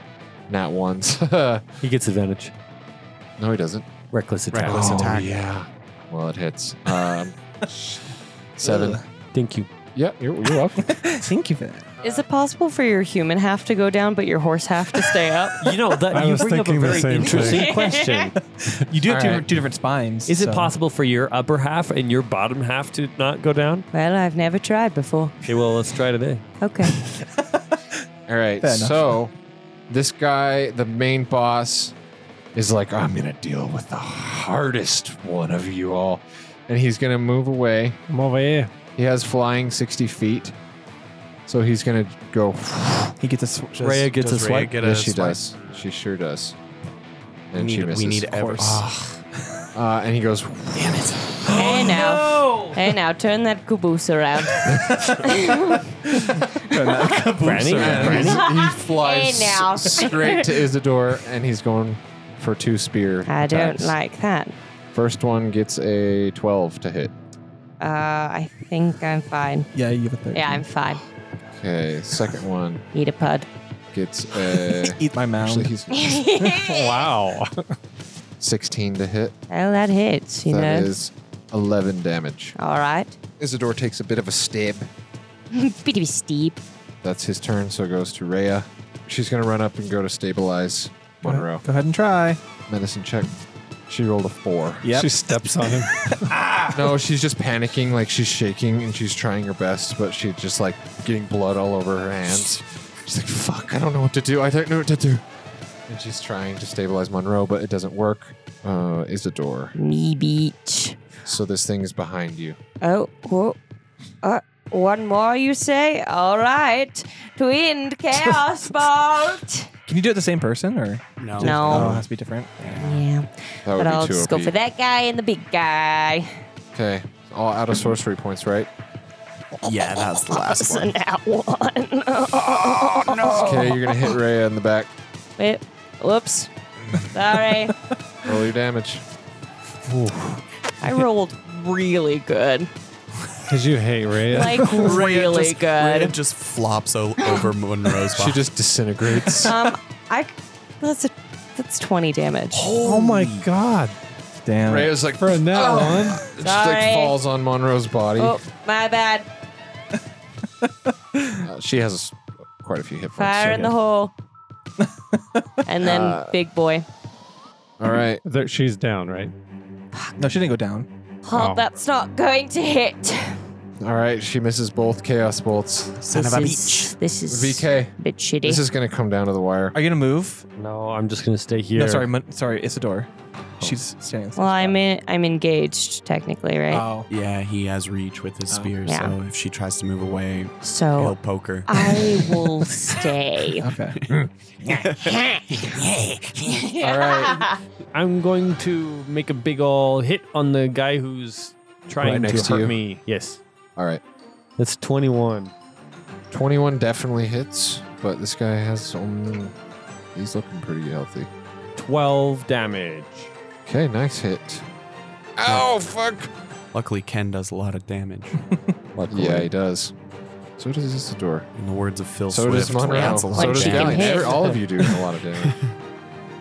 Speaker 1: nat ones. [LAUGHS] no,
Speaker 2: he gets advantage.
Speaker 1: he doesn't.
Speaker 2: Reckless attack.
Speaker 5: Reckless
Speaker 1: [LAUGHS] oh, [LAUGHS]
Speaker 5: attack.
Speaker 1: Yeah. Well, it hits. Um, seven.
Speaker 2: Thank you.
Speaker 1: Yeah, you're, you're welcome.
Speaker 4: Thank you for that.
Speaker 3: Is it possible for your human half to go down, but your horse half to stay
Speaker 1: [LAUGHS]
Speaker 3: up?
Speaker 2: You know that
Speaker 6: I
Speaker 2: you
Speaker 6: was
Speaker 2: bring up a
Speaker 6: thinking the
Speaker 2: very
Speaker 6: same thing.
Speaker 2: interesting question.
Speaker 4: You do have two,
Speaker 1: All right.
Speaker 4: two different spines.
Speaker 2: Is it
Speaker 4: so-
Speaker 2: possible for your upper half and your bottom half to not go down?
Speaker 3: Well, I've never tried before.
Speaker 2: Okay, well, let's try today.
Speaker 1: [GASPS]
Speaker 3: Okay.
Speaker 1: All right.
Speaker 4: Fair enough.
Speaker 1: So this guy, the main boss, is like, I'm going to deal with the hardest one of you all. And he's going to move away.
Speaker 6: Come over here.
Speaker 1: He has flying 60 feet. So he's going to go. [LAUGHS]
Speaker 4: He gets a sw-
Speaker 2: Rhea gets a
Speaker 5: does Rhea
Speaker 2: swipe.
Speaker 5: get a
Speaker 1: yes, she
Speaker 5: swipe?
Speaker 1: does. She sure does.
Speaker 5: We
Speaker 1: And she
Speaker 5: need,
Speaker 1: misses.
Speaker 5: we need Ah. ever. Ugh,
Speaker 1: Uh, and he goes,
Speaker 5: damn it.
Speaker 1: Oh,
Speaker 3: hey now. Hey now, turn that caboose around.
Speaker 1: and he's- [LAUGHS] he flies
Speaker 3: Hey, now.
Speaker 1: straight to Isidore and he's going for two spear.
Speaker 3: I don't
Speaker 1: attacks.
Speaker 3: like that.
Speaker 1: First one gets a 12 to hit.
Speaker 3: Uh, I think I'm fine.
Speaker 4: Yeah, you have a third.
Speaker 3: Yeah, I'm fine.
Speaker 1: Okay, second one
Speaker 3: Eat a pud.
Speaker 1: gets a.
Speaker 4: Eat my mound.
Speaker 1: Actually, he's
Speaker 3: [LAUGHS]
Speaker 6: Wow.
Speaker 1: 16 to hit.
Speaker 3: Well, that hits, you
Speaker 1: That
Speaker 3: know.
Speaker 1: is 11 damage.
Speaker 3: All right.
Speaker 1: Isidore takes a bit of a stab.
Speaker 3: Bitty steep.
Speaker 1: That's his turn, so it goes to Rhea. She's going to run up and go to stabilize Monroe.
Speaker 4: Go ahead and try.
Speaker 1: Medicine check. She rolled a four.
Speaker 4: Yep.
Speaker 6: She steps on him.
Speaker 1: No, she's just panicking, like she's shaking and she's trying her best, but she's just like getting blood all over her hands. She's like, fuck, I don't know what to do. I don't know what to do. And she's trying to stabilize Monroe, but it doesn't work. Uh, Isidore.
Speaker 3: Me beach.
Speaker 1: So this thing is behind you.
Speaker 3: Oh, whoa. Uh, one more, you say? All right. Twinned chaos bolt.
Speaker 4: [LAUGHS] Can you do it the same person or?
Speaker 5: No.
Speaker 4: Oh, it
Speaker 3: Ah, No.
Speaker 4: has to be different.
Speaker 3: Yeah.
Speaker 1: That would
Speaker 3: But
Speaker 1: be
Speaker 3: I'll
Speaker 1: too
Speaker 3: just go
Speaker 1: OP.
Speaker 3: for that guy and the big guy.
Speaker 1: Okay. All out of sorcery points, right?
Speaker 5: Yeah, that's
Speaker 3: [LAUGHS]
Speaker 5: the last one.
Speaker 3: An out one. [LAUGHS]
Speaker 1: Okay, you're gonna hit Rhea in the back.
Speaker 3: Wait. Whoops. Sorry.
Speaker 1: Roll your damage.
Speaker 3: I rolled really good.
Speaker 6: Because you hate Rhea.
Speaker 3: Like
Speaker 5: Rhea
Speaker 3: [LAUGHS] really
Speaker 5: just,
Speaker 3: good.
Speaker 5: Rhea just
Speaker 3: [GASPS]
Speaker 5: flops o- over Monroe's
Speaker 1: She
Speaker 5: body.
Speaker 1: just disintegrates.
Speaker 3: [LAUGHS] Um, I that's a, that's twenty damage.
Speaker 6: oh my god.
Speaker 4: Damn.
Speaker 1: Rhea's like,
Speaker 6: For a net one.
Speaker 1: she like
Speaker 3: Sorry.
Speaker 1: falls on Monroe's body.
Speaker 3: Oh, my bad.
Speaker 1: Uh, she has s- quite a few hit points.
Speaker 3: Fire
Speaker 1: so-
Speaker 3: in the hole. and then big boy.
Speaker 1: All right.
Speaker 6: There- she's down, right?
Speaker 4: No, she didn't go down.
Speaker 3: Oh,
Speaker 6: Wow.
Speaker 3: that's not going to hit.
Speaker 1: All right. She misses both chaos bolts.
Speaker 5: Son
Speaker 3: this
Speaker 5: of a
Speaker 3: is, This is
Speaker 1: VK.
Speaker 3: a bit shitty.
Speaker 1: This is gonna come down to the wire.
Speaker 4: Are you gonna move?
Speaker 2: No, I'm just gonna stay here.
Speaker 4: No, sorry, Mon- sorry, Isidore. She's standing.
Speaker 3: well, I'm in, I'm engaged technically, right?
Speaker 4: Oh,
Speaker 5: Yeah, he has reach with his spear,
Speaker 3: Oh, Yeah. Oh.
Speaker 5: so if she tries to move away, he'll
Speaker 3: so [LAUGHS]
Speaker 5: poke her. [LAUGHS]
Speaker 3: I will
Speaker 4: [LAUGHS]
Speaker 3: stay.
Speaker 4: okay.
Speaker 2: All right. I'm going to make a big ol' hit on the guy who's trying
Speaker 1: Right next
Speaker 2: to
Speaker 1: to
Speaker 2: hurt
Speaker 1: you.
Speaker 2: me. Yes.
Speaker 1: All right.
Speaker 2: That's 21.
Speaker 1: 21 definitely hits, but this guy has only. He's looking pretty healthy.
Speaker 2: 12 damage.
Speaker 1: Okay, nice hit. Oh fuck!
Speaker 5: Luckily, Ken does a lot of damage.
Speaker 1: Yeah, he does. So does Isidore.
Speaker 5: In the words of Phil
Speaker 1: So
Speaker 5: Swift,
Speaker 1: does Monroe.
Speaker 5: that's a lot
Speaker 1: so
Speaker 5: of
Speaker 1: does
Speaker 3: she can
Speaker 1: Galleon.
Speaker 5: damage.
Speaker 3: hit.
Speaker 1: Every- All of you do a lot of damage.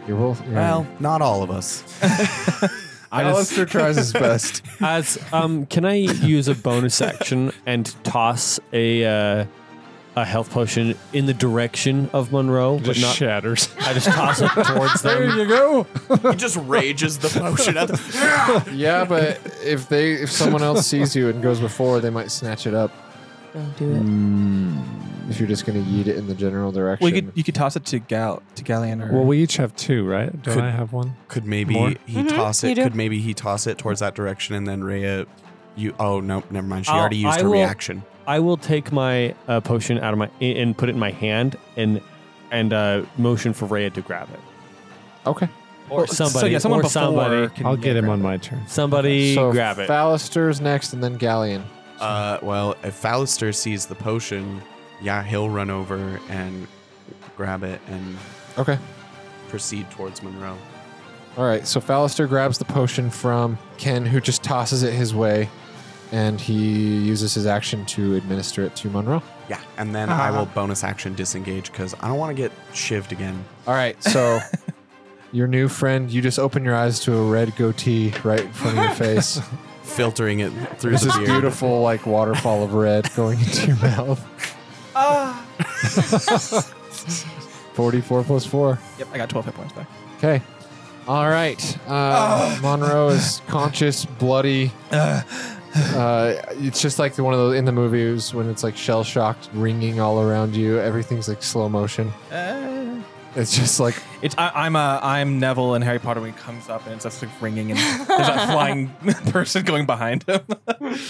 Speaker 1: You're both. you're-
Speaker 5: Well, not all of us. I just,
Speaker 1: Alistair tries his best.
Speaker 2: As um, can I use a bonus action and toss a uh, a health potion in the direction of Monroe, but
Speaker 6: Just
Speaker 2: not?
Speaker 6: shatters.
Speaker 2: I just toss it towards them.
Speaker 1: you go.
Speaker 5: he just rages the potion at the
Speaker 1: Yeah, but if they if someone else sees you and goes before, they might snatch it up. Hmm.
Speaker 3: Don't do it.
Speaker 1: If you're just gonna yeet it in the general direction.
Speaker 4: Well, you could you could toss it to Gal to Galleon or
Speaker 6: [LAUGHS] Well, we each have two, right? Do
Speaker 5: Could-
Speaker 6: I have one?
Speaker 5: [LAUGHS] Could maybe
Speaker 6: More?
Speaker 5: he toss
Speaker 3: you
Speaker 5: it?
Speaker 3: do.
Speaker 5: Could maybe he toss it towards that direction and then Rhea, you? Oh nope, never mind. She
Speaker 2: I'll-
Speaker 5: already used
Speaker 2: I
Speaker 5: her
Speaker 2: will-
Speaker 5: reaction.
Speaker 2: I will take my uh, potion out of my and put it in my hand and and uh, motion for Rhea to grab it.
Speaker 1: okay.
Speaker 2: or somebody- or somebody.
Speaker 4: can-
Speaker 6: I'll
Speaker 4: yeah,
Speaker 6: get him
Speaker 4: grab
Speaker 6: on
Speaker 4: it.
Speaker 6: my turn.
Speaker 2: Somebody
Speaker 1: so
Speaker 2: grab it.
Speaker 1: Ballister's next, and then Galleon.
Speaker 5: Uh, well, if Fallister sees the potion, yeah, he'll run over and grab it and
Speaker 1: Okay.
Speaker 5: proceed towards Monroe.
Speaker 1: All right. So Fallister grabs the potion from Ken, who just tosses it his way, and he uses his action to administer it to Monroe.
Speaker 5: Yeah, and then I will bonus action disengage because I don't want to get shivved again.
Speaker 1: All right. So your new friend, you just open your eyes to a red goatee right in front of your face.
Speaker 5: filtering it through
Speaker 1: There's
Speaker 5: the
Speaker 1: this
Speaker 5: beard.
Speaker 1: beautiful like waterfall of red going into your mouth. [LAUGHS]
Speaker 4: Ah.
Speaker 1: 44 plus 4.
Speaker 4: Yep, I got 12 hit points back.
Speaker 1: Okay. All right. Uh, Monroe is conscious, bloody. Uh, it's just like the one of those in the movies when it's like shell shocked, ringing all around you. Everything's like slow motion.
Speaker 4: Uh,
Speaker 1: It's just like
Speaker 4: it's I, I'm uh, I'm Neville in Harry Potter when he comes up and it's just like ringing and there's a flying [LAUGHS] person going behind him.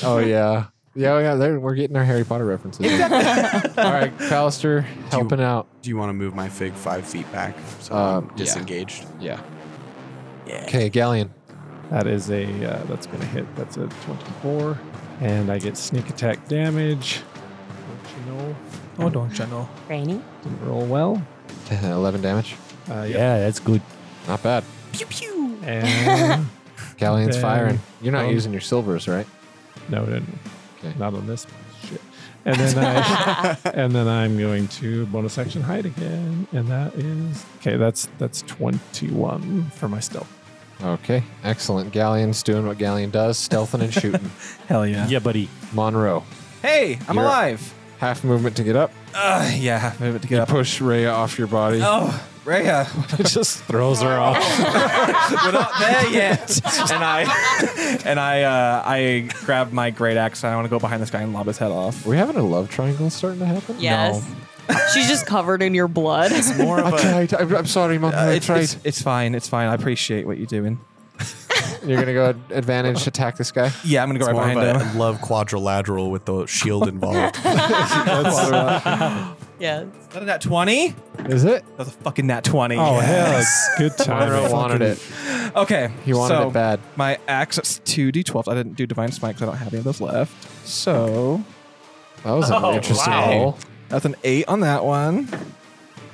Speaker 1: Oh yeah, yeah, yeah. There, we're getting our Harry Potter
Speaker 4: [LAUGHS]
Speaker 1: references. All right, Callister, helping out.
Speaker 5: Do you want to move my fig five feet back so
Speaker 1: Um,
Speaker 5: I'm
Speaker 1: yeah.
Speaker 5: disengaged?
Speaker 1: Yeah.
Speaker 5: Yeah.
Speaker 1: Okay, Galleon. [LAUGHS]
Speaker 11: That is a uh, that's gonna hit. That's a twenty-four, and I get sneak attack damage. Don't you know?
Speaker 4: Oh, don't you know?
Speaker 3: Rainy.
Speaker 11: Didn't roll well.
Speaker 1: Eleven damage.
Speaker 11: Uh,
Speaker 2: Yeah, that's good.
Speaker 1: Not bad.
Speaker 5: Pew pew.
Speaker 11: And [LAUGHS]
Speaker 1: Galleon's
Speaker 11: Then-
Speaker 1: firing. You're not
Speaker 11: um,
Speaker 1: using your silvers, right?
Speaker 11: no, it didn't.
Speaker 1: Okay.
Speaker 11: Not on this shit. And then I and then I'm going to bonus action hide again, and that is okay. That's that's twenty-one for my stealth.
Speaker 1: Okay. Excellent. Galleon's doing what Galleon does, stealthing and
Speaker 4: [LAUGHS]
Speaker 1: shooting.
Speaker 4: Hell yeah.
Speaker 2: Yeah, buddy.
Speaker 1: Monroe,
Speaker 4: Hey, I'm
Speaker 1: You're-
Speaker 4: alive.
Speaker 1: half movement to get up.
Speaker 4: Uh, yeah, half minute to get up.
Speaker 1: Push Rhea off your body.
Speaker 4: Oh, Raya,
Speaker 11: Just throws her off.
Speaker 4: [LAUGHS] we're not there yet. and I and I uh, I grab my great axe and I want to go behind this guy and lob his head off.
Speaker 1: Are we having a love triangle starting to happen?
Speaker 12: Yes. [LAUGHS] She's just covered in your blood.
Speaker 3: [LAUGHS]
Speaker 4: More of
Speaker 1: I
Speaker 4: a.
Speaker 1: tried. I'm, I'm sorry, Monroe.
Speaker 4: Uh,
Speaker 1: I
Speaker 4: it's,
Speaker 1: tried.
Speaker 4: it's, it's fine. It's fine. I appreciate what you're doing.
Speaker 1: You're gonna go ad- advantage attack this
Speaker 4: [LAUGHS]
Speaker 1: guy.
Speaker 4: Yeah, I'm gonna go
Speaker 5: It's
Speaker 4: right
Speaker 5: more
Speaker 4: behind
Speaker 5: of
Speaker 4: him.
Speaker 5: a love quadrilateral with the [LAUGHS] shield involved.
Speaker 12: [LAUGHS] yes.
Speaker 4: Is that a nat twenty?
Speaker 1: Is it?
Speaker 4: That was a fucking nat twenty.
Speaker 11: Oh hell, good
Speaker 1: [LAUGHS] Monroe
Speaker 11: time.
Speaker 1: wanted it.
Speaker 4: [LAUGHS] Okay.
Speaker 1: He wanted
Speaker 4: so
Speaker 1: it bad.
Speaker 4: My axe is two d12. I didn't do divine smite because I don't have any of those left. So
Speaker 1: That was
Speaker 4: Oh,
Speaker 1: an interesting
Speaker 12: wow.
Speaker 1: roll.
Speaker 4: that's an eight on that one.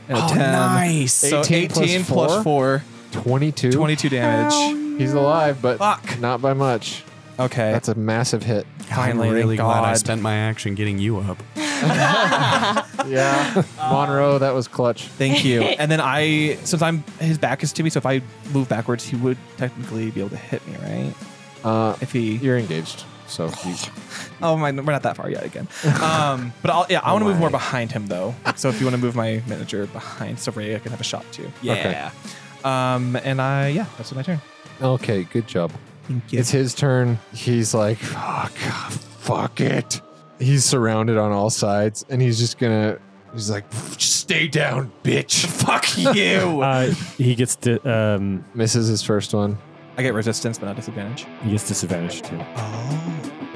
Speaker 4: And a
Speaker 5: Oh,
Speaker 4: ten.
Speaker 5: nice.
Speaker 4: So
Speaker 1: 18
Speaker 4: 18
Speaker 1: plus
Speaker 4: plus four.
Speaker 1: 22.
Speaker 4: 22 damage.
Speaker 1: He's alive, but
Speaker 4: Fuck.
Speaker 1: not by much.
Speaker 4: Okay.
Speaker 1: That's a massive
Speaker 4: [LAUGHS]
Speaker 1: hit.
Speaker 4: Finally,
Speaker 5: I'm really
Speaker 4: thank
Speaker 5: glad I
Speaker 4: God.
Speaker 5: spent my action getting you up.
Speaker 1: Yeah.
Speaker 4: Uh.
Speaker 1: Monroe, that was clutch.
Speaker 4: Thank you. And then I, since I'm his back is to me, so if I move backwards, he would technically be able to hit me, right?
Speaker 1: Uh,
Speaker 4: If he,
Speaker 1: you're engaged, so you,
Speaker 4: oh my, we're not that far yet again. Um, [LAUGHS] but I'll, yeah, I want to move more behind him though. So if you want to move my miniature behind, so Ray, I can have a shot too.
Speaker 1: Yeah.
Speaker 4: Um, and I, yeah, that's my turn.
Speaker 1: okay. Good job.
Speaker 4: Thank
Speaker 1: It's his turn. He's like, fuck, fuck it. He's surrounded on all sides, and he's just gonna. He's like, stay down, bitch.
Speaker 4: Fuck you.
Speaker 2: Uh, he gets di- um,
Speaker 1: [LAUGHS] Misses his first one.
Speaker 4: I get resistance, but not disadvantage.
Speaker 2: he gets disadvantaged too.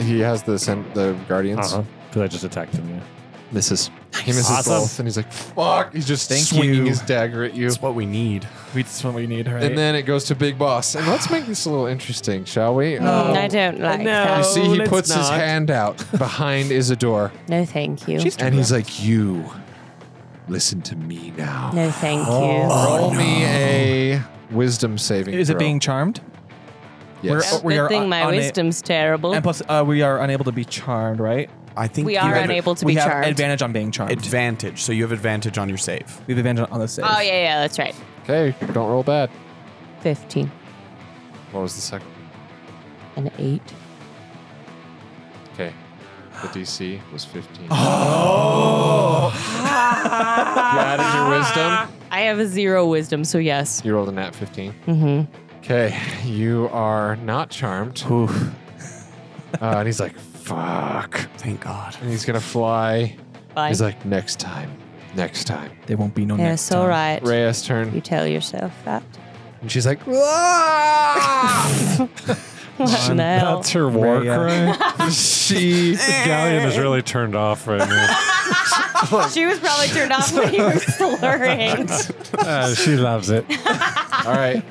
Speaker 1: He has the sem- the guardians.
Speaker 2: Uh huh. Because I just attacked him. Yeah.
Speaker 1: Misses. He misses
Speaker 2: Awesome.
Speaker 1: both, and he's like, fuck. He's just
Speaker 4: Thank
Speaker 1: swinging
Speaker 4: you.
Speaker 1: his dagger at you.
Speaker 5: It's what we need.
Speaker 4: We just what we need, right?
Speaker 1: And then it goes to Big Boss. And let's make this a little interesting, shall we?
Speaker 3: Mm, I don't like
Speaker 1: Oh. You
Speaker 3: that.
Speaker 1: see, he
Speaker 2: let's
Speaker 1: puts his
Speaker 2: not.
Speaker 1: hand out [LAUGHS] behind Isidore,
Speaker 3: No, thank you.
Speaker 1: and he's like, "You, listen to me now.
Speaker 3: No, thank you.
Speaker 1: Roll me a wisdom saving."
Speaker 4: is it
Speaker 1: throw.
Speaker 4: being charmed?
Speaker 1: Yes.
Speaker 4: we're- we
Speaker 3: Good
Speaker 4: are
Speaker 3: thing my
Speaker 4: on a-
Speaker 3: wisdom's terrible.
Speaker 4: And plus, uh, we are unable to be charmed, right?
Speaker 5: I think
Speaker 3: We
Speaker 5: you
Speaker 3: are
Speaker 5: have
Speaker 3: unable to
Speaker 4: we
Speaker 3: be
Speaker 4: have
Speaker 3: charmed.
Speaker 4: advantage on being charmed.
Speaker 5: advantage. So you have advantage on your save.
Speaker 4: we have advantage on the save.
Speaker 3: oh yeah, yeah, that's right.
Speaker 1: okay? Don't roll bad.
Speaker 3: Fifteen
Speaker 1: What was the second?
Speaker 3: and eight.
Speaker 1: Okay, the DC was
Speaker 4: [GASPS]
Speaker 1: fifteen. You
Speaker 12: I
Speaker 1: added your wisdom.
Speaker 12: have a zero wisdom, so yes.
Speaker 1: You rolled a nat fifteen.
Speaker 3: Mm-hmm.
Speaker 1: Okay, [LAUGHS] you are not charmed. Uh, and he's like, "Fuck!"
Speaker 5: Thank God.
Speaker 1: And he's gonna fly.
Speaker 12: Bye.
Speaker 1: He's like, "Next time, next time."
Speaker 4: There won't be no next
Speaker 3: Yes, all
Speaker 4: time.
Speaker 3: right.
Speaker 1: Reyes' turn.
Speaker 3: You tell yourself
Speaker 1: [LAUGHS]
Speaker 3: that.
Speaker 1: And she's like, "Ah!"
Speaker 3: What the hell?
Speaker 11: That's her war
Speaker 2: [LAUGHS]
Speaker 4: Raya.
Speaker 11: cry. she Galleon is really turned off right now.
Speaker 3: She was probably turned off when you [LAUGHS] were slurring.
Speaker 11: Uh, she loves it.
Speaker 1: All right.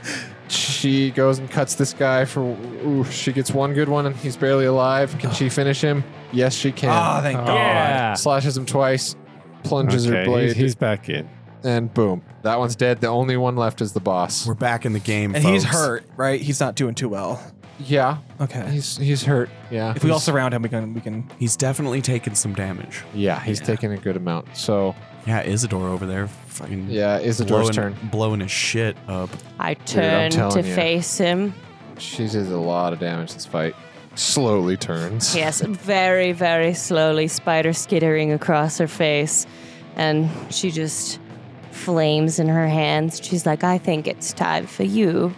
Speaker 1: She goes and cuts this guy for. Ooh, she gets one good one and he's barely alive. Can she finish him? Yes, she can. Uh,
Speaker 4: Ah, thank God.
Speaker 2: Yeah.
Speaker 1: Slashes him twice, plunges her
Speaker 11: Okay,
Speaker 1: blade,
Speaker 11: he's, he's back in.
Speaker 1: and boom. That one's dead. The only one left is the boss.
Speaker 5: We're back in the game,
Speaker 4: [LAUGHS] And he's
Speaker 5: folks.
Speaker 4: hurt, right? He's not doing too well.
Speaker 1: Yeah,
Speaker 4: Okay.
Speaker 1: he's he's hurt. Yeah.
Speaker 4: If we all
Speaker 1: he's-
Speaker 4: surround him, we can. We can.
Speaker 5: He's definitely taken some damage.
Speaker 1: Yeah, he's taking a good amount. So
Speaker 5: Yeah, Isidore over there, fucking
Speaker 1: yeah, Isidore's
Speaker 5: blowing,
Speaker 1: turn.
Speaker 5: blowing his shit up.
Speaker 3: I
Speaker 1: I'm
Speaker 3: turned to
Speaker 1: telling you.
Speaker 3: face him.
Speaker 1: She did a lot of damage this fight. slowly turns.
Speaker 3: Yes, very, very slowly, spider skittering across her face. And she just flames in her hands. She's like, I think it's time for you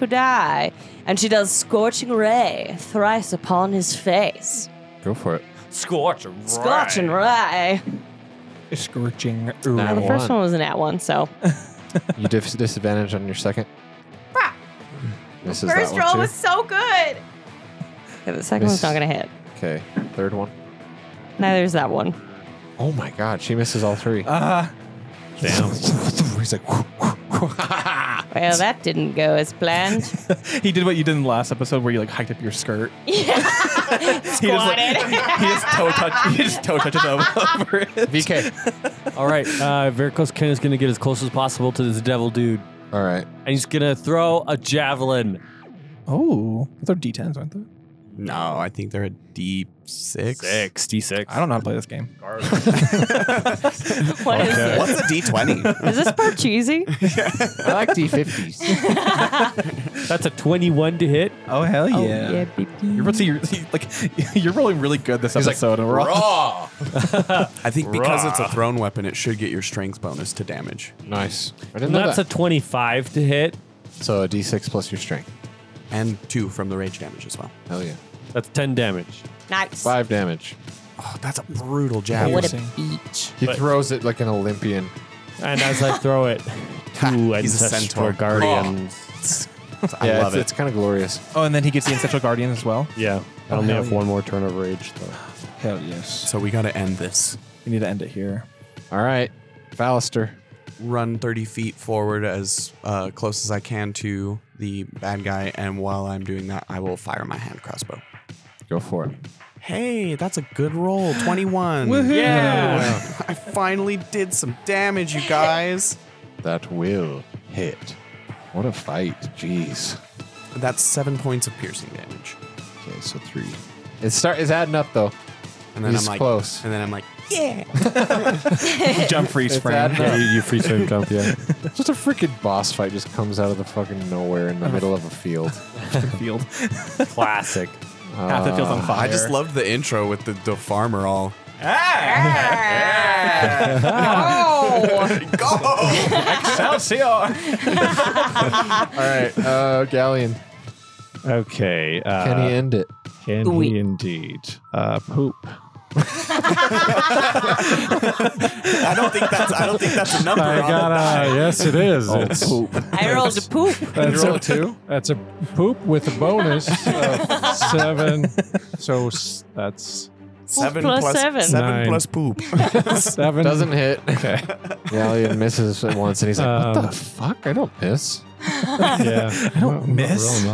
Speaker 3: to die. And she does Scorching Ray thrice upon his face.
Speaker 1: Go for it.
Speaker 2: Scorch
Speaker 3: Scorching Ray.
Speaker 4: Scorching.
Speaker 3: Well, the first one was an at one, so.
Speaker 1: You dis- [LAUGHS] disadvantage on your second. Misses that
Speaker 8: First
Speaker 1: one
Speaker 8: roll
Speaker 1: too.
Speaker 8: was so good.
Speaker 3: Yeah, the second one's not going to hit.
Speaker 1: Okay. Third one.
Speaker 3: Neither is that one.
Speaker 1: Oh my god, she misses all three.
Speaker 4: Uh,
Speaker 1: Damn. He's like, [LAUGHS]
Speaker 3: Well, that didn't go as planned. [LAUGHS]
Speaker 4: he did what you did in the last episode where you like hiked up your skirt. [LAUGHS] He just, like, he just toe touch. He just toe touches over, [LAUGHS] over it.
Speaker 2: VK. All right, uh, Varicose Ken is going to get as close as possible to this devil dude.
Speaker 1: All right.
Speaker 2: And he's going to throw a javelin.
Speaker 4: Oh, they're D10s, aren't they?
Speaker 5: No, I think they're a D six.
Speaker 2: Six D six.
Speaker 4: I don't know how to play this game.
Speaker 3: What is
Speaker 5: Okay.
Speaker 3: this?
Speaker 5: What's a
Speaker 1: [LAUGHS]
Speaker 5: D20?
Speaker 3: Is this part cheesy?
Speaker 1: I like [LAUGHS] D50s.
Speaker 2: That's a 21 to hit.
Speaker 4: Oh hell yeah!
Speaker 3: yeah,
Speaker 4: you're, see, you're like [LAUGHS] you're rolling really good this
Speaker 5: He's like,
Speaker 4: episode. and we're all-
Speaker 5: "Raw." I think because
Speaker 4: Raw.
Speaker 5: it's a thrown weapon, it should get your strength bonus to damage.
Speaker 1: Nice. I
Speaker 2: And that's a 25 to hit.
Speaker 1: So a D6 plus your strength.
Speaker 5: And two from the rage damage as well.
Speaker 1: Hell yeah.
Speaker 2: That's 10 damage.
Speaker 3: Nice.
Speaker 1: Five damage.
Speaker 5: Oh, that's a brutal jab.
Speaker 1: What a
Speaker 3: beach.
Speaker 1: He
Speaker 2: But-
Speaker 1: throws it like an Olympian.
Speaker 2: And as I
Speaker 11: [LAUGHS]
Speaker 2: throw it, two ancestral guardians.
Speaker 11: Oh.
Speaker 5: [LAUGHS]
Speaker 1: I yeah, love it's, it's kind of glorious.
Speaker 4: Oh, and then he gets the ancestral guardian as well.
Speaker 2: Yeah,
Speaker 4: Oh, hell yeah.
Speaker 2: more turn of rage, though.
Speaker 4: Hell yes!
Speaker 5: So we got to end this.
Speaker 4: We need to end it here.
Speaker 1: All right, Ballister.
Speaker 5: Run 30 feet forward as uh, close as I can to the bad guy, and while I'm doing that, I will fire my hand crossbow.
Speaker 1: Go for it.
Speaker 5: Hey, that's a good
Speaker 1: [GASPS]
Speaker 5: roll. 21.
Speaker 4: Woohoo.
Speaker 1: Yeah.
Speaker 5: I finally did some damage, you guys.
Speaker 1: That will hit. What a fight. Jeez.
Speaker 5: That's seven points of piercing damage.
Speaker 1: Okay, so three. It's start. It's adding up though.
Speaker 5: And then
Speaker 1: He's
Speaker 5: I'm like,
Speaker 1: close.
Speaker 5: And then I'm like,
Speaker 4: Jump freeze
Speaker 1: It's
Speaker 4: frame.
Speaker 1: adding up.
Speaker 2: you, you freeze frame
Speaker 11: [LAUGHS]
Speaker 2: jump, yeah.
Speaker 1: Just a freaking boss fight just comes out of the fucking nowhere in the middle of a field.
Speaker 4: Field. [LAUGHS]
Speaker 2: Classic.
Speaker 4: Half the field's on fire.
Speaker 5: I just loved the intro with the, the farmer [LAUGHS] all.
Speaker 3: Ah.
Speaker 8: Oh,
Speaker 5: Go!
Speaker 1: [LAUGHS]
Speaker 4: Excelsior!
Speaker 1: All right, uh, Galleon,
Speaker 11: Okay. Uh,
Speaker 1: can he end it?
Speaker 11: Can
Speaker 3: Oui.
Speaker 11: he indeed? Uh, poop.
Speaker 5: I don't think that's I don't think that's a number.
Speaker 11: I
Speaker 5: on it.
Speaker 11: got a yes. It is. it's Oh, poop.
Speaker 3: I rolled a poop.
Speaker 11: That's
Speaker 1: Roll
Speaker 11: a,
Speaker 1: a two.
Speaker 11: that's a poop with a bonus
Speaker 4: [LAUGHS]
Speaker 11: of seven. So s- that's
Speaker 5: Seven
Speaker 3: Plus
Speaker 5: plus
Speaker 3: seven.
Speaker 5: seven
Speaker 11: Nine.
Speaker 5: plus
Speaker 3: [LAUGHS]
Speaker 5: poop.
Speaker 11: seven.
Speaker 1: Doesn't hit.
Speaker 11: Okay.
Speaker 1: [LAUGHS] Galleon misses it once, and he's like, "What
Speaker 11: Um,
Speaker 1: the fuck? I don't miss."
Speaker 11: Yeah. I don't
Speaker 4: miss.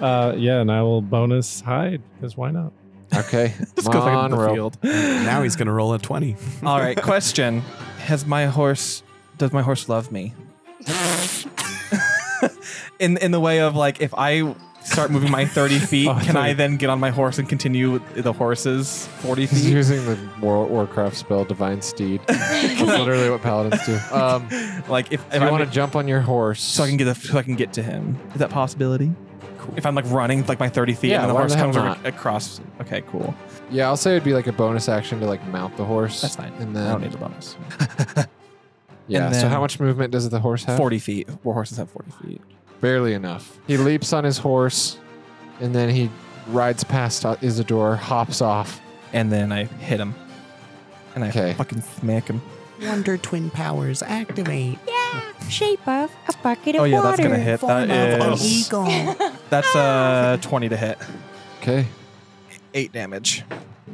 Speaker 11: Uh, yeah, and I will bonus hide because why not?
Speaker 1: Okay,
Speaker 4: Just goes back into the
Speaker 1: Monroe.
Speaker 4: field.
Speaker 5: now he's gonna roll a twenty.
Speaker 4: All right. Question: Has my horse? Does my horse love [LAUGHS] me? in in the way of like, if I start moving my [LAUGHS] thirty feet,
Speaker 11: Oh, I
Speaker 4: can
Speaker 11: thought
Speaker 4: I
Speaker 11: you-
Speaker 4: then get on my horse and continue with the horse's forty
Speaker 1: He's
Speaker 4: feet?
Speaker 1: using the World Warcraft spell Divine Steed. That's literally what paladins do. Um,
Speaker 4: like, if, if
Speaker 1: if
Speaker 4: I
Speaker 1: you want to jump on your horse,
Speaker 4: so I can get the, so I can get to him. Is that a possibility? If I'm like running like my thirty feet,
Speaker 1: Yeah,
Speaker 4: and then the
Speaker 1: why
Speaker 4: horse
Speaker 1: the hell
Speaker 4: comes over
Speaker 1: not?
Speaker 4: across. Okay, cool.
Speaker 1: yeah, I'll say it'd be like a bonus action to like mount the horse.
Speaker 4: That's fine.
Speaker 1: And
Speaker 4: I
Speaker 1: then
Speaker 4: don't need a bonus.
Speaker 1: yeah.
Speaker 4: and
Speaker 1: so
Speaker 4: then-
Speaker 1: how much movement does the horse have?
Speaker 4: Forty feet. War horses have forty feet.
Speaker 1: Barely enough. He leaps on his horse, and then he rides past uh, Isidore, hops off.
Speaker 4: And then I hit him, and I
Speaker 1: Okay.
Speaker 4: fucking smack him.
Speaker 5: Wonder twin powers activate.
Speaker 8: shape of a bucket of
Speaker 4: Oh yeah,
Speaker 8: water.
Speaker 4: that's gonna hit. That is [LAUGHS] that's uh twenty to hit.
Speaker 1: Okay,
Speaker 4: Eight damage.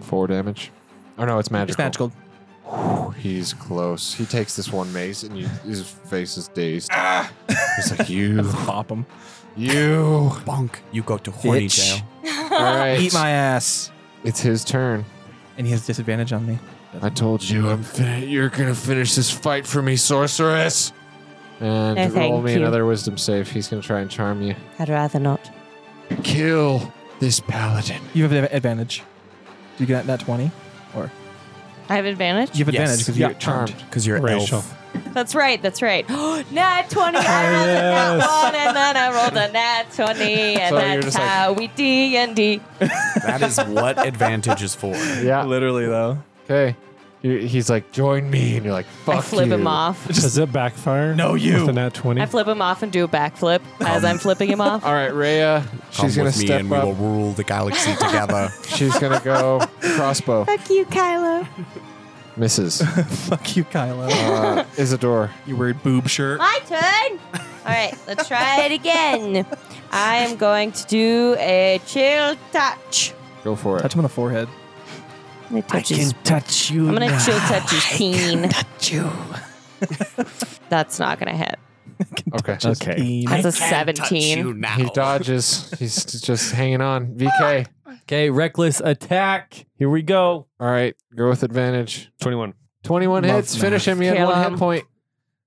Speaker 1: four damage. Oh no, it's magical.
Speaker 4: It's magical.
Speaker 1: He's close. He takes this one mace, and you, his face is dazed.
Speaker 4: Ah!
Speaker 1: He's like, "You,
Speaker 4: Pop him. [LAUGHS]
Speaker 1: you."
Speaker 5: Bonk. You go to horny
Speaker 4: Bitch.
Speaker 5: jail.
Speaker 1: All right,
Speaker 4: Eat my ass.
Speaker 1: it's his turn.
Speaker 4: And he has disadvantage on me.
Speaker 1: I told you I'm fin- you're gonna finish this fight for me, sorceress. And
Speaker 3: No,
Speaker 1: roll
Speaker 3: thank
Speaker 1: me
Speaker 3: you.
Speaker 1: another wisdom save. He's gonna try and charm you.
Speaker 3: I'd rather not.
Speaker 1: Kill this paladin.
Speaker 4: You have an advantage. Do you get that twenty? Or
Speaker 3: I have advantage.
Speaker 4: you have
Speaker 5: Yes.
Speaker 4: advantage because
Speaker 1: You
Speaker 4: you
Speaker 1: got
Speaker 4: get charmed.
Speaker 1: charmed.
Speaker 5: Because you're an
Speaker 11: Racial.
Speaker 5: elf.
Speaker 3: That's That's right. That's right. [GASPS] nat 20. I rolled a nat 1 and then I rolled a nat 20 and
Speaker 5: So you're
Speaker 3: that's
Speaker 5: just like-
Speaker 3: how we D&D.
Speaker 5: That is what advantage is for.
Speaker 1: Yeah.
Speaker 4: Literally, though.
Speaker 1: Okay. He's like, join me. And you're like, fuck
Speaker 3: I flip
Speaker 1: you."
Speaker 3: him off.
Speaker 6: Does it backfire?
Speaker 5: No,
Speaker 6: you. With a nat 20?
Speaker 3: I flip him off and do a backflip as I'm flipping him off.
Speaker 1: All right, Rhea, she's going to
Speaker 5: with me
Speaker 1: step
Speaker 5: and we
Speaker 1: up.
Speaker 5: will rule the galaxy together.
Speaker 1: [LAUGHS] She's going to go
Speaker 3: [LAUGHS]
Speaker 1: crossbow.
Speaker 3: [LAUGHS] Fuck you, Kylo.
Speaker 1: Misses.
Speaker 4: Fuck you, Kylo.
Speaker 1: Uh, Isidore.
Speaker 4: You weird boob shirt.
Speaker 3: My turn. All right, let's try it again. I am going to do a chill touch.
Speaker 1: Go for it.
Speaker 4: Touch him on the forehead.
Speaker 3: I can
Speaker 4: touch you.
Speaker 3: I'm gonna chill touch his peen. touch you. [LAUGHS] That's not gonna hit.
Speaker 1: Okay.
Speaker 2: Okay.
Speaker 3: That's a
Speaker 5: I can't touch
Speaker 3: 17.
Speaker 5: you now.
Speaker 1: He dodges. He's just hanging on. VK.
Speaker 2: Okay, reckless attack. Here we go.
Speaker 1: All right. Go with advantage.
Speaker 2: 21.
Speaker 1: 21
Speaker 4: Love
Speaker 1: hits.
Speaker 4: math.
Speaker 1: Finish him. You had
Speaker 3: Kill
Speaker 1: one
Speaker 3: him.
Speaker 1: hit point.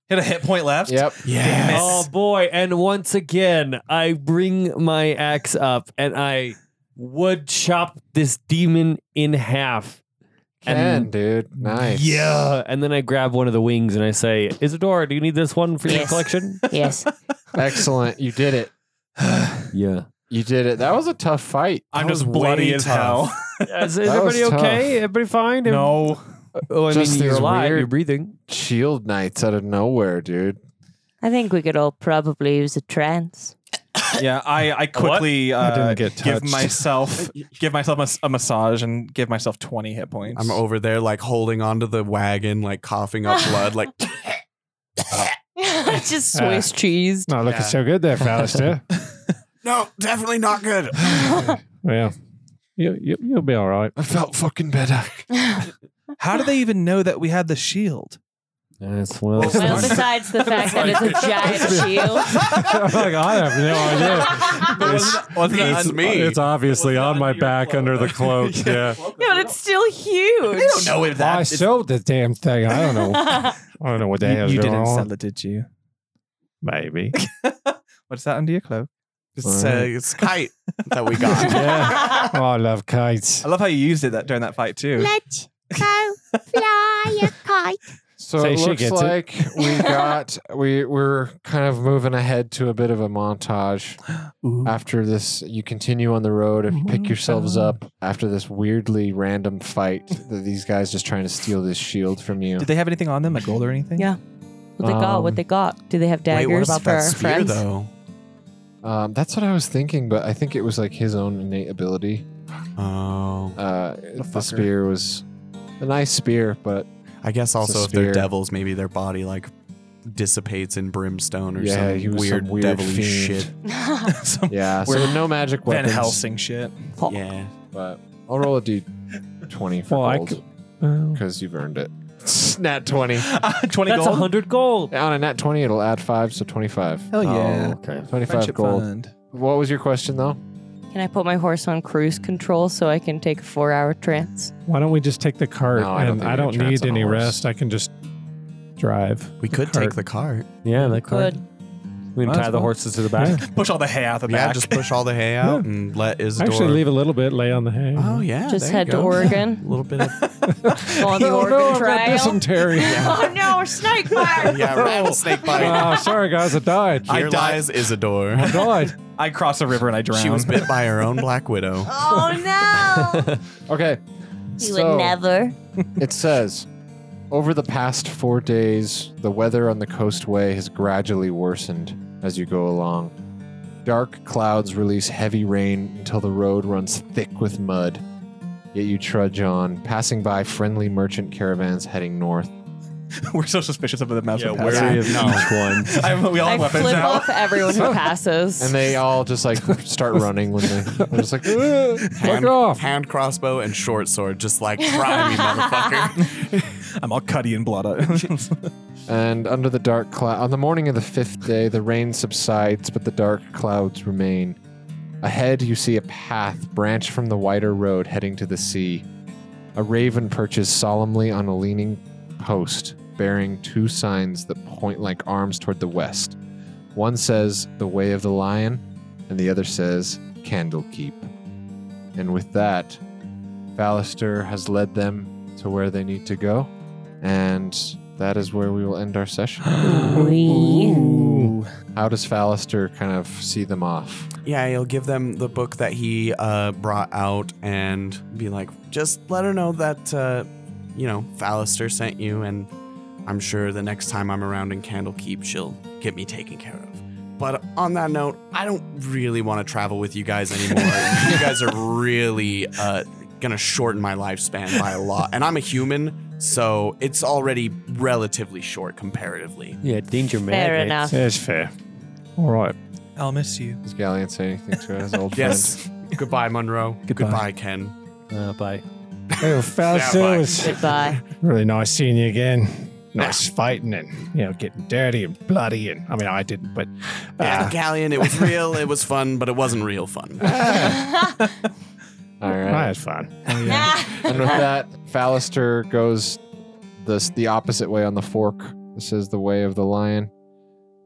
Speaker 4: Hit a hit point left.
Speaker 1: Yep.
Speaker 5: Yes.
Speaker 2: Oh boy! And once again, I bring my axe up and I would chop this demon in half.
Speaker 1: Can, dude. Nice.
Speaker 2: Yeah, and then I grab one of the wings and I say, "Isadora, do you need this one for your
Speaker 3: Yes.
Speaker 2: collection?"
Speaker 1: [LAUGHS]
Speaker 3: Yes.
Speaker 1: Excellent. You did it.
Speaker 2: Yeah.
Speaker 1: You did it. That was a tough fight.
Speaker 5: I'm just bloody as hell.
Speaker 2: Is, is
Speaker 1: That was
Speaker 2: everybody
Speaker 1: tough.
Speaker 2: okay? Everybody fine?
Speaker 4: No.
Speaker 2: Oh, I
Speaker 1: Just
Speaker 2: mean, you're
Speaker 1: these
Speaker 2: alive.
Speaker 1: weird-
Speaker 2: You're breathing.
Speaker 1: Shield knights out of nowhere, dude.
Speaker 3: I think we could all probably use a [LAUGHS] trance.
Speaker 4: Yeah, I, I quickly uh,
Speaker 6: didn't get
Speaker 4: give
Speaker 6: touched.
Speaker 4: myself give myself a s- a, massage and give myself 20 hit points.
Speaker 5: I'm over there, like holding onto the wagon, like
Speaker 3: [LAUGHS]
Speaker 5: coughing up blood, like [LAUGHS]
Speaker 13: Just Swiss
Speaker 6: Ah.
Speaker 13: cheese.
Speaker 11: Oh,
Speaker 6: Not looking so good
Speaker 11: [LAUGHS]
Speaker 6: there, Fallister.
Speaker 5: no, definitely not good.
Speaker 6: well, you, you, you'll be all right.
Speaker 1: I felt fucking better.
Speaker 4: How do they even know that we had the shield?
Speaker 2: That's well.
Speaker 3: Well, besides [LAUGHS] the fact that it's a giant shield.
Speaker 6: I'm like, I have
Speaker 4: [LAUGHS]
Speaker 6: no
Speaker 3: [LAUGHS]
Speaker 6: idea.
Speaker 5: [LAUGHS]
Speaker 4: Wasn't- wasn't it
Speaker 5: It's
Speaker 4: un-
Speaker 5: me.
Speaker 6: It's obviously on my back under the
Speaker 4: [LAUGHS]
Speaker 6: cloak. yeah.
Speaker 13: No, but it's still huge.
Speaker 4: I don't know if that.
Speaker 6: I
Speaker 4: it's-
Speaker 6: sold the damn thing. I don't know.
Speaker 3: [LAUGHS]
Speaker 6: I don't know what the
Speaker 4: you
Speaker 6: hell's
Speaker 4: you
Speaker 6: going
Speaker 4: didn't
Speaker 6: on.
Speaker 4: sell it, did you?
Speaker 6: Maybe.
Speaker 4: What's that under your cloak?
Speaker 5: It's, uh, it's kite that we got.
Speaker 6: yeah. Oh, I love kites.
Speaker 4: I love how you used it that during that fight too.
Speaker 3: Let's go fly a kite.
Speaker 1: [LAUGHS] So
Speaker 6: Say
Speaker 1: it
Speaker 6: she
Speaker 1: looks
Speaker 6: gets it.
Speaker 1: like we got we we're kind of moving ahead to a bit of a montage.
Speaker 4: Ooh.
Speaker 1: After this, you continue on the road. If you pick yourselves up after this weirdly random fight, that these guys just trying to steal this shield from you.
Speaker 4: Did they have anything on them, like gold or anything?
Speaker 3: Yeah. What they got?
Speaker 1: Um,
Speaker 3: What they got? Do they have daggers
Speaker 5: Wait, what about
Speaker 3: for
Speaker 5: that
Speaker 3: our
Speaker 5: spear
Speaker 3: friends?
Speaker 5: though?
Speaker 1: Um, that's what I was thinking, but I think it was like his own innate ability.
Speaker 5: Oh,
Speaker 1: Uh, the
Speaker 4: fucker.
Speaker 1: spear was a nice spear, but
Speaker 5: I guess
Speaker 1: a
Speaker 5: also if they're
Speaker 1: spear.
Speaker 5: devils, maybe their body like dissipates in brimstone or
Speaker 1: yeah,
Speaker 5: some,
Speaker 1: he was
Speaker 5: weird
Speaker 1: some weird
Speaker 5: devilish
Speaker 1: fiend.
Speaker 5: shit.
Speaker 4: [LAUGHS] Some
Speaker 1: [LAUGHS] Yeah, so
Speaker 4: Weird
Speaker 1: no magic
Speaker 4: Van
Speaker 1: weapons.
Speaker 4: Helsing
Speaker 6: [LAUGHS]
Speaker 4: shit. [LAUGHS]
Speaker 5: Yeah,
Speaker 1: But I'll roll a d20 for
Speaker 6: Well, I
Speaker 1: gold
Speaker 6: could- Oh.
Speaker 1: because you've earned it. [LAUGHS] Nat 20.
Speaker 4: Twenty
Speaker 2: That's
Speaker 4: gold.
Speaker 2: hundred gold.
Speaker 1: On a nat 20, it'll add 5, so 25.
Speaker 4: Hell yeah.
Speaker 1: okay. 25
Speaker 4: Friendship
Speaker 1: gold.
Speaker 4: fund.
Speaker 1: What was your question, though?
Speaker 3: [LAUGHS] Can I put my horse on cruise control so I can take a four hour trance?
Speaker 6: Why don't we just take the cart?
Speaker 1: No, I don't
Speaker 6: and
Speaker 1: think
Speaker 6: I
Speaker 1: we can
Speaker 6: don't
Speaker 1: trance
Speaker 6: need
Speaker 1: on a
Speaker 6: any
Speaker 1: horse.
Speaker 6: rest. I can just drive.
Speaker 5: we could take the cart.
Speaker 2: Yeah, that
Speaker 3: Good.
Speaker 5: Ah,
Speaker 2: We can
Speaker 4: Might as
Speaker 2: tie the
Speaker 4: well.
Speaker 2: horses to the back.
Speaker 4: Push all the hay out the
Speaker 5: Yeah,
Speaker 4: back.
Speaker 5: just push all the hay out and let Isidore.
Speaker 6: Actually, leave a little bit, lay on the hay.
Speaker 5: Oh yeah,
Speaker 3: Just
Speaker 5: there you
Speaker 3: head to
Speaker 5: go.
Speaker 3: Oregon.
Speaker 5: A little bit of
Speaker 3: Go [LAUGHS] on the Oregon Trail.
Speaker 6: dysentery. [LAUGHS]
Speaker 3: Oh no, snake bite!
Speaker 5: [LAUGHS] [LAUGHS] yeah, rattlesnake bite.
Speaker 6: Ah, sorry, guys, I died.
Speaker 5: Here
Speaker 4: I died.
Speaker 5: lies Isidore.
Speaker 6: I [LAUGHS] died.
Speaker 4: I cross a river and I drown.
Speaker 5: [LAUGHS] She was bit by her own black widow. [LAUGHS]
Speaker 3: Oh no!
Speaker 1: Okay.
Speaker 3: You
Speaker 1: So-
Speaker 3: would never.
Speaker 1: It says, over the past four days, the weather on the coastway has gradually worsened as you go along. Dark clouds release heavy rain until the road runs thick with mud. Yet you trudge on, passing by friendly merchant caravans heading north.
Speaker 4: [LAUGHS] We're so suspicious of the mouse.
Speaker 2: Yeah,
Speaker 4: that
Speaker 2: where is
Speaker 4: passed.
Speaker 2: each one?
Speaker 4: [LAUGHS] I'm- we all
Speaker 3: I
Speaker 4: have weapons
Speaker 3: flip
Speaker 4: now.
Speaker 3: off everyone
Speaker 5: [LAUGHS]
Speaker 3: who passes.
Speaker 1: And they all just like start running when they, they're just like,
Speaker 5: Hand,
Speaker 6: off.
Speaker 5: hand crossbow and short sword, just like try me, motherfucker.
Speaker 4: [LAUGHS] I'm all cutty and blood.
Speaker 1: And under the dark cloud, on the morning of the fifth day, the rain subsides, but the dark clouds remain. Ahead, you see a path branch from the wider road heading to the sea. A raven perches solemnly on a leaning post, bearing two signs that point like arms toward the west. One says, The Way of the Lion, and the other says, Candlekeep. And with that, Ballister has led them to where they need to go, and that is where we will end our session.
Speaker 5: [GASPS]
Speaker 1: How does Fallister kind of see them off?
Speaker 5: Yeah, he'll give them the book that he uh, brought out and be like, just let her know that, uh, you know, Fallister sent you, and I'm sure the next time I'm around in Candlekeep, she'll get me taken care of. But on that note, I don't really want to travel with you guys [LAUGHS] anymore. you guys are really uh, going to shorten my lifespan by a lot. And I'm a human, so it's already relatively short comparatively.
Speaker 2: Yeah, danger
Speaker 3: Fair magnet. enough. Yeah,
Speaker 5: it's
Speaker 11: fair. All right.
Speaker 4: I'll miss you.
Speaker 1: Does Galleon say anything to his
Speaker 5: [LAUGHS]
Speaker 1: old friend?
Speaker 5: Yes. Goodbye, Monroe. Goodbye, Ken.
Speaker 2: Uh, bye.
Speaker 11: Oh, Fausto,
Speaker 5: Yeah, bye.
Speaker 11: it was
Speaker 5: [LAUGHS]
Speaker 3: Goodbye.
Speaker 11: really nice seeing you again. Nice fighting and you know getting dirty and bloody and I mean I didn't, but
Speaker 5: Yeah,
Speaker 1: Ah.
Speaker 11: uh,
Speaker 5: Galleon, it was real, it was fun, but it wasn't real [LAUGHS] fun. Ah.
Speaker 3: [LAUGHS]
Speaker 5: Oh,
Speaker 1: All right.
Speaker 11: I had fun.
Speaker 1: and with that, Fallister goes the the opposite way on the fork. This is the way of the lion,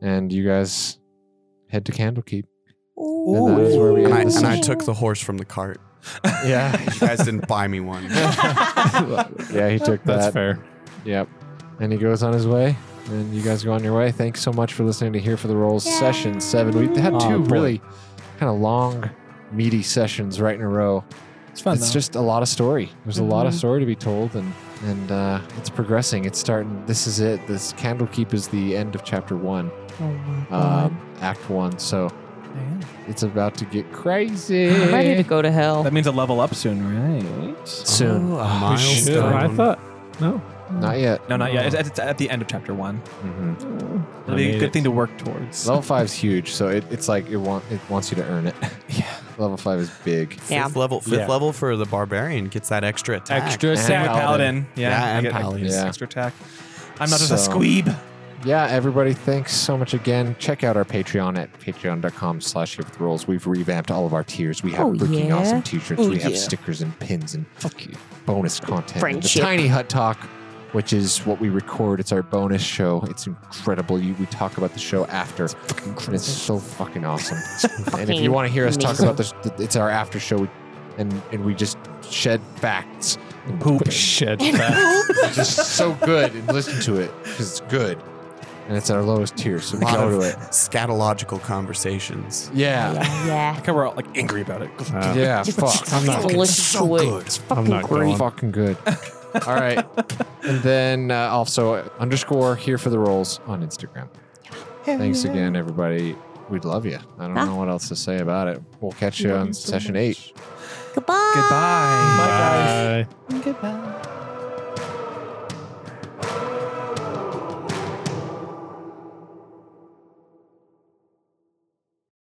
Speaker 1: and you guys head to Candlekeep. And that is where we end
Speaker 5: and, I,
Speaker 1: the
Speaker 5: and I
Speaker 1: session.
Speaker 5: took the horse from the cart.
Speaker 1: Yeah.
Speaker 5: [LAUGHS]
Speaker 1: [LAUGHS]
Speaker 5: You guys didn't buy me [LAUGHS] one.
Speaker 1: yeah, he took that.
Speaker 11: That's fair.
Speaker 1: Yep. And he goes on his way, and you guys go on your way. Thanks so much for listening to Here for the Rolls session seven. We had two
Speaker 2: Oh, boy.
Speaker 1: really kind of long, meaty sessions right in a row.
Speaker 14: It's fun,
Speaker 1: It's
Speaker 14: though.
Speaker 1: just a lot of story. There's a lot of
Speaker 14: Mhm.
Speaker 1: story to be told, and and uh, it's progressing. It's starting. This is it. This Candlekeep is the end of chapter one,
Speaker 14: Oh my God.
Speaker 1: um, act one. So it's about to get crazy.
Speaker 14: I'm ready to
Speaker 3: go to hell.
Speaker 14: That means a level up soon, right?
Speaker 1: Soon. Oh, a
Speaker 11: We should- I thought no.
Speaker 1: Not yet.
Speaker 14: No, not yet. It's, it's at the end of chapter one. It'll
Speaker 1: I
Speaker 14: be
Speaker 1: mean,
Speaker 14: a good thing
Speaker 1: it's-
Speaker 14: to work towards.
Speaker 1: Level five's huge, so it, it's like it want it wants you to earn it. Yeah. [LAUGHS] Level five is big.
Speaker 5: Fifth level, fifth
Speaker 1: Yeah.
Speaker 5: level for the barbarian gets that extra attack.
Speaker 1: Extra
Speaker 14: Same with
Speaker 1: Paladin.
Speaker 14: Paladin. Yeah,
Speaker 5: Yeah,
Speaker 14: I
Speaker 5: and
Speaker 14: get- I get
Speaker 5: Paladin.
Speaker 1: Yeah.
Speaker 14: Extra attack. I'm not just a
Speaker 1: So-
Speaker 14: squeeb.
Speaker 1: Yeah, everybody, thanks so much again. Check out our Patreon at patreon.com slash Here with rolls. We've revamped all of our tiers. We have
Speaker 3: Oh,
Speaker 1: freaking
Speaker 3: yeah.
Speaker 1: awesome t-shirts.
Speaker 3: Oh,
Speaker 1: we have
Speaker 3: yeah.
Speaker 1: stickers and pins and fuck you. bonus content. And The
Speaker 3: Friendship.
Speaker 1: Tiny Hut Talk, which is what we record. It's our bonus show. It's incredible. You, we talk about the show after. It's, and it's so fucking awesome. and if you
Speaker 14: fucking
Speaker 1: want to hear us talk
Speaker 14: amazing.
Speaker 1: about this, it's our after show. And, and we just shed facts. and
Speaker 11: Poop shit.
Speaker 1: it's just so good and listen to it because it's good and it's our lowest tier so
Speaker 5: A lot
Speaker 1: go
Speaker 5: of
Speaker 1: to it
Speaker 5: scatological conversations.
Speaker 1: yeah
Speaker 3: Yeah.
Speaker 14: Like we're all like angry about it.
Speaker 1: yeah
Speaker 5: Just
Speaker 1: fuck
Speaker 5: I'm not- fucking
Speaker 3: listen
Speaker 5: so
Speaker 3: to it.
Speaker 5: good.
Speaker 3: It's
Speaker 1: I'm
Speaker 5: I'm
Speaker 3: fucking
Speaker 1: not
Speaker 3: great.
Speaker 1: going. fucking good all right and then uh, also underscore here for the rolls on instagram thanks again everybody we love you i don't
Speaker 3: Ah.
Speaker 1: know what else to say about it we'll catch you on session 8
Speaker 3: Goodbye.
Speaker 14: Goodbye.
Speaker 1: bye guys
Speaker 11: Bye.
Speaker 14: Goodbye.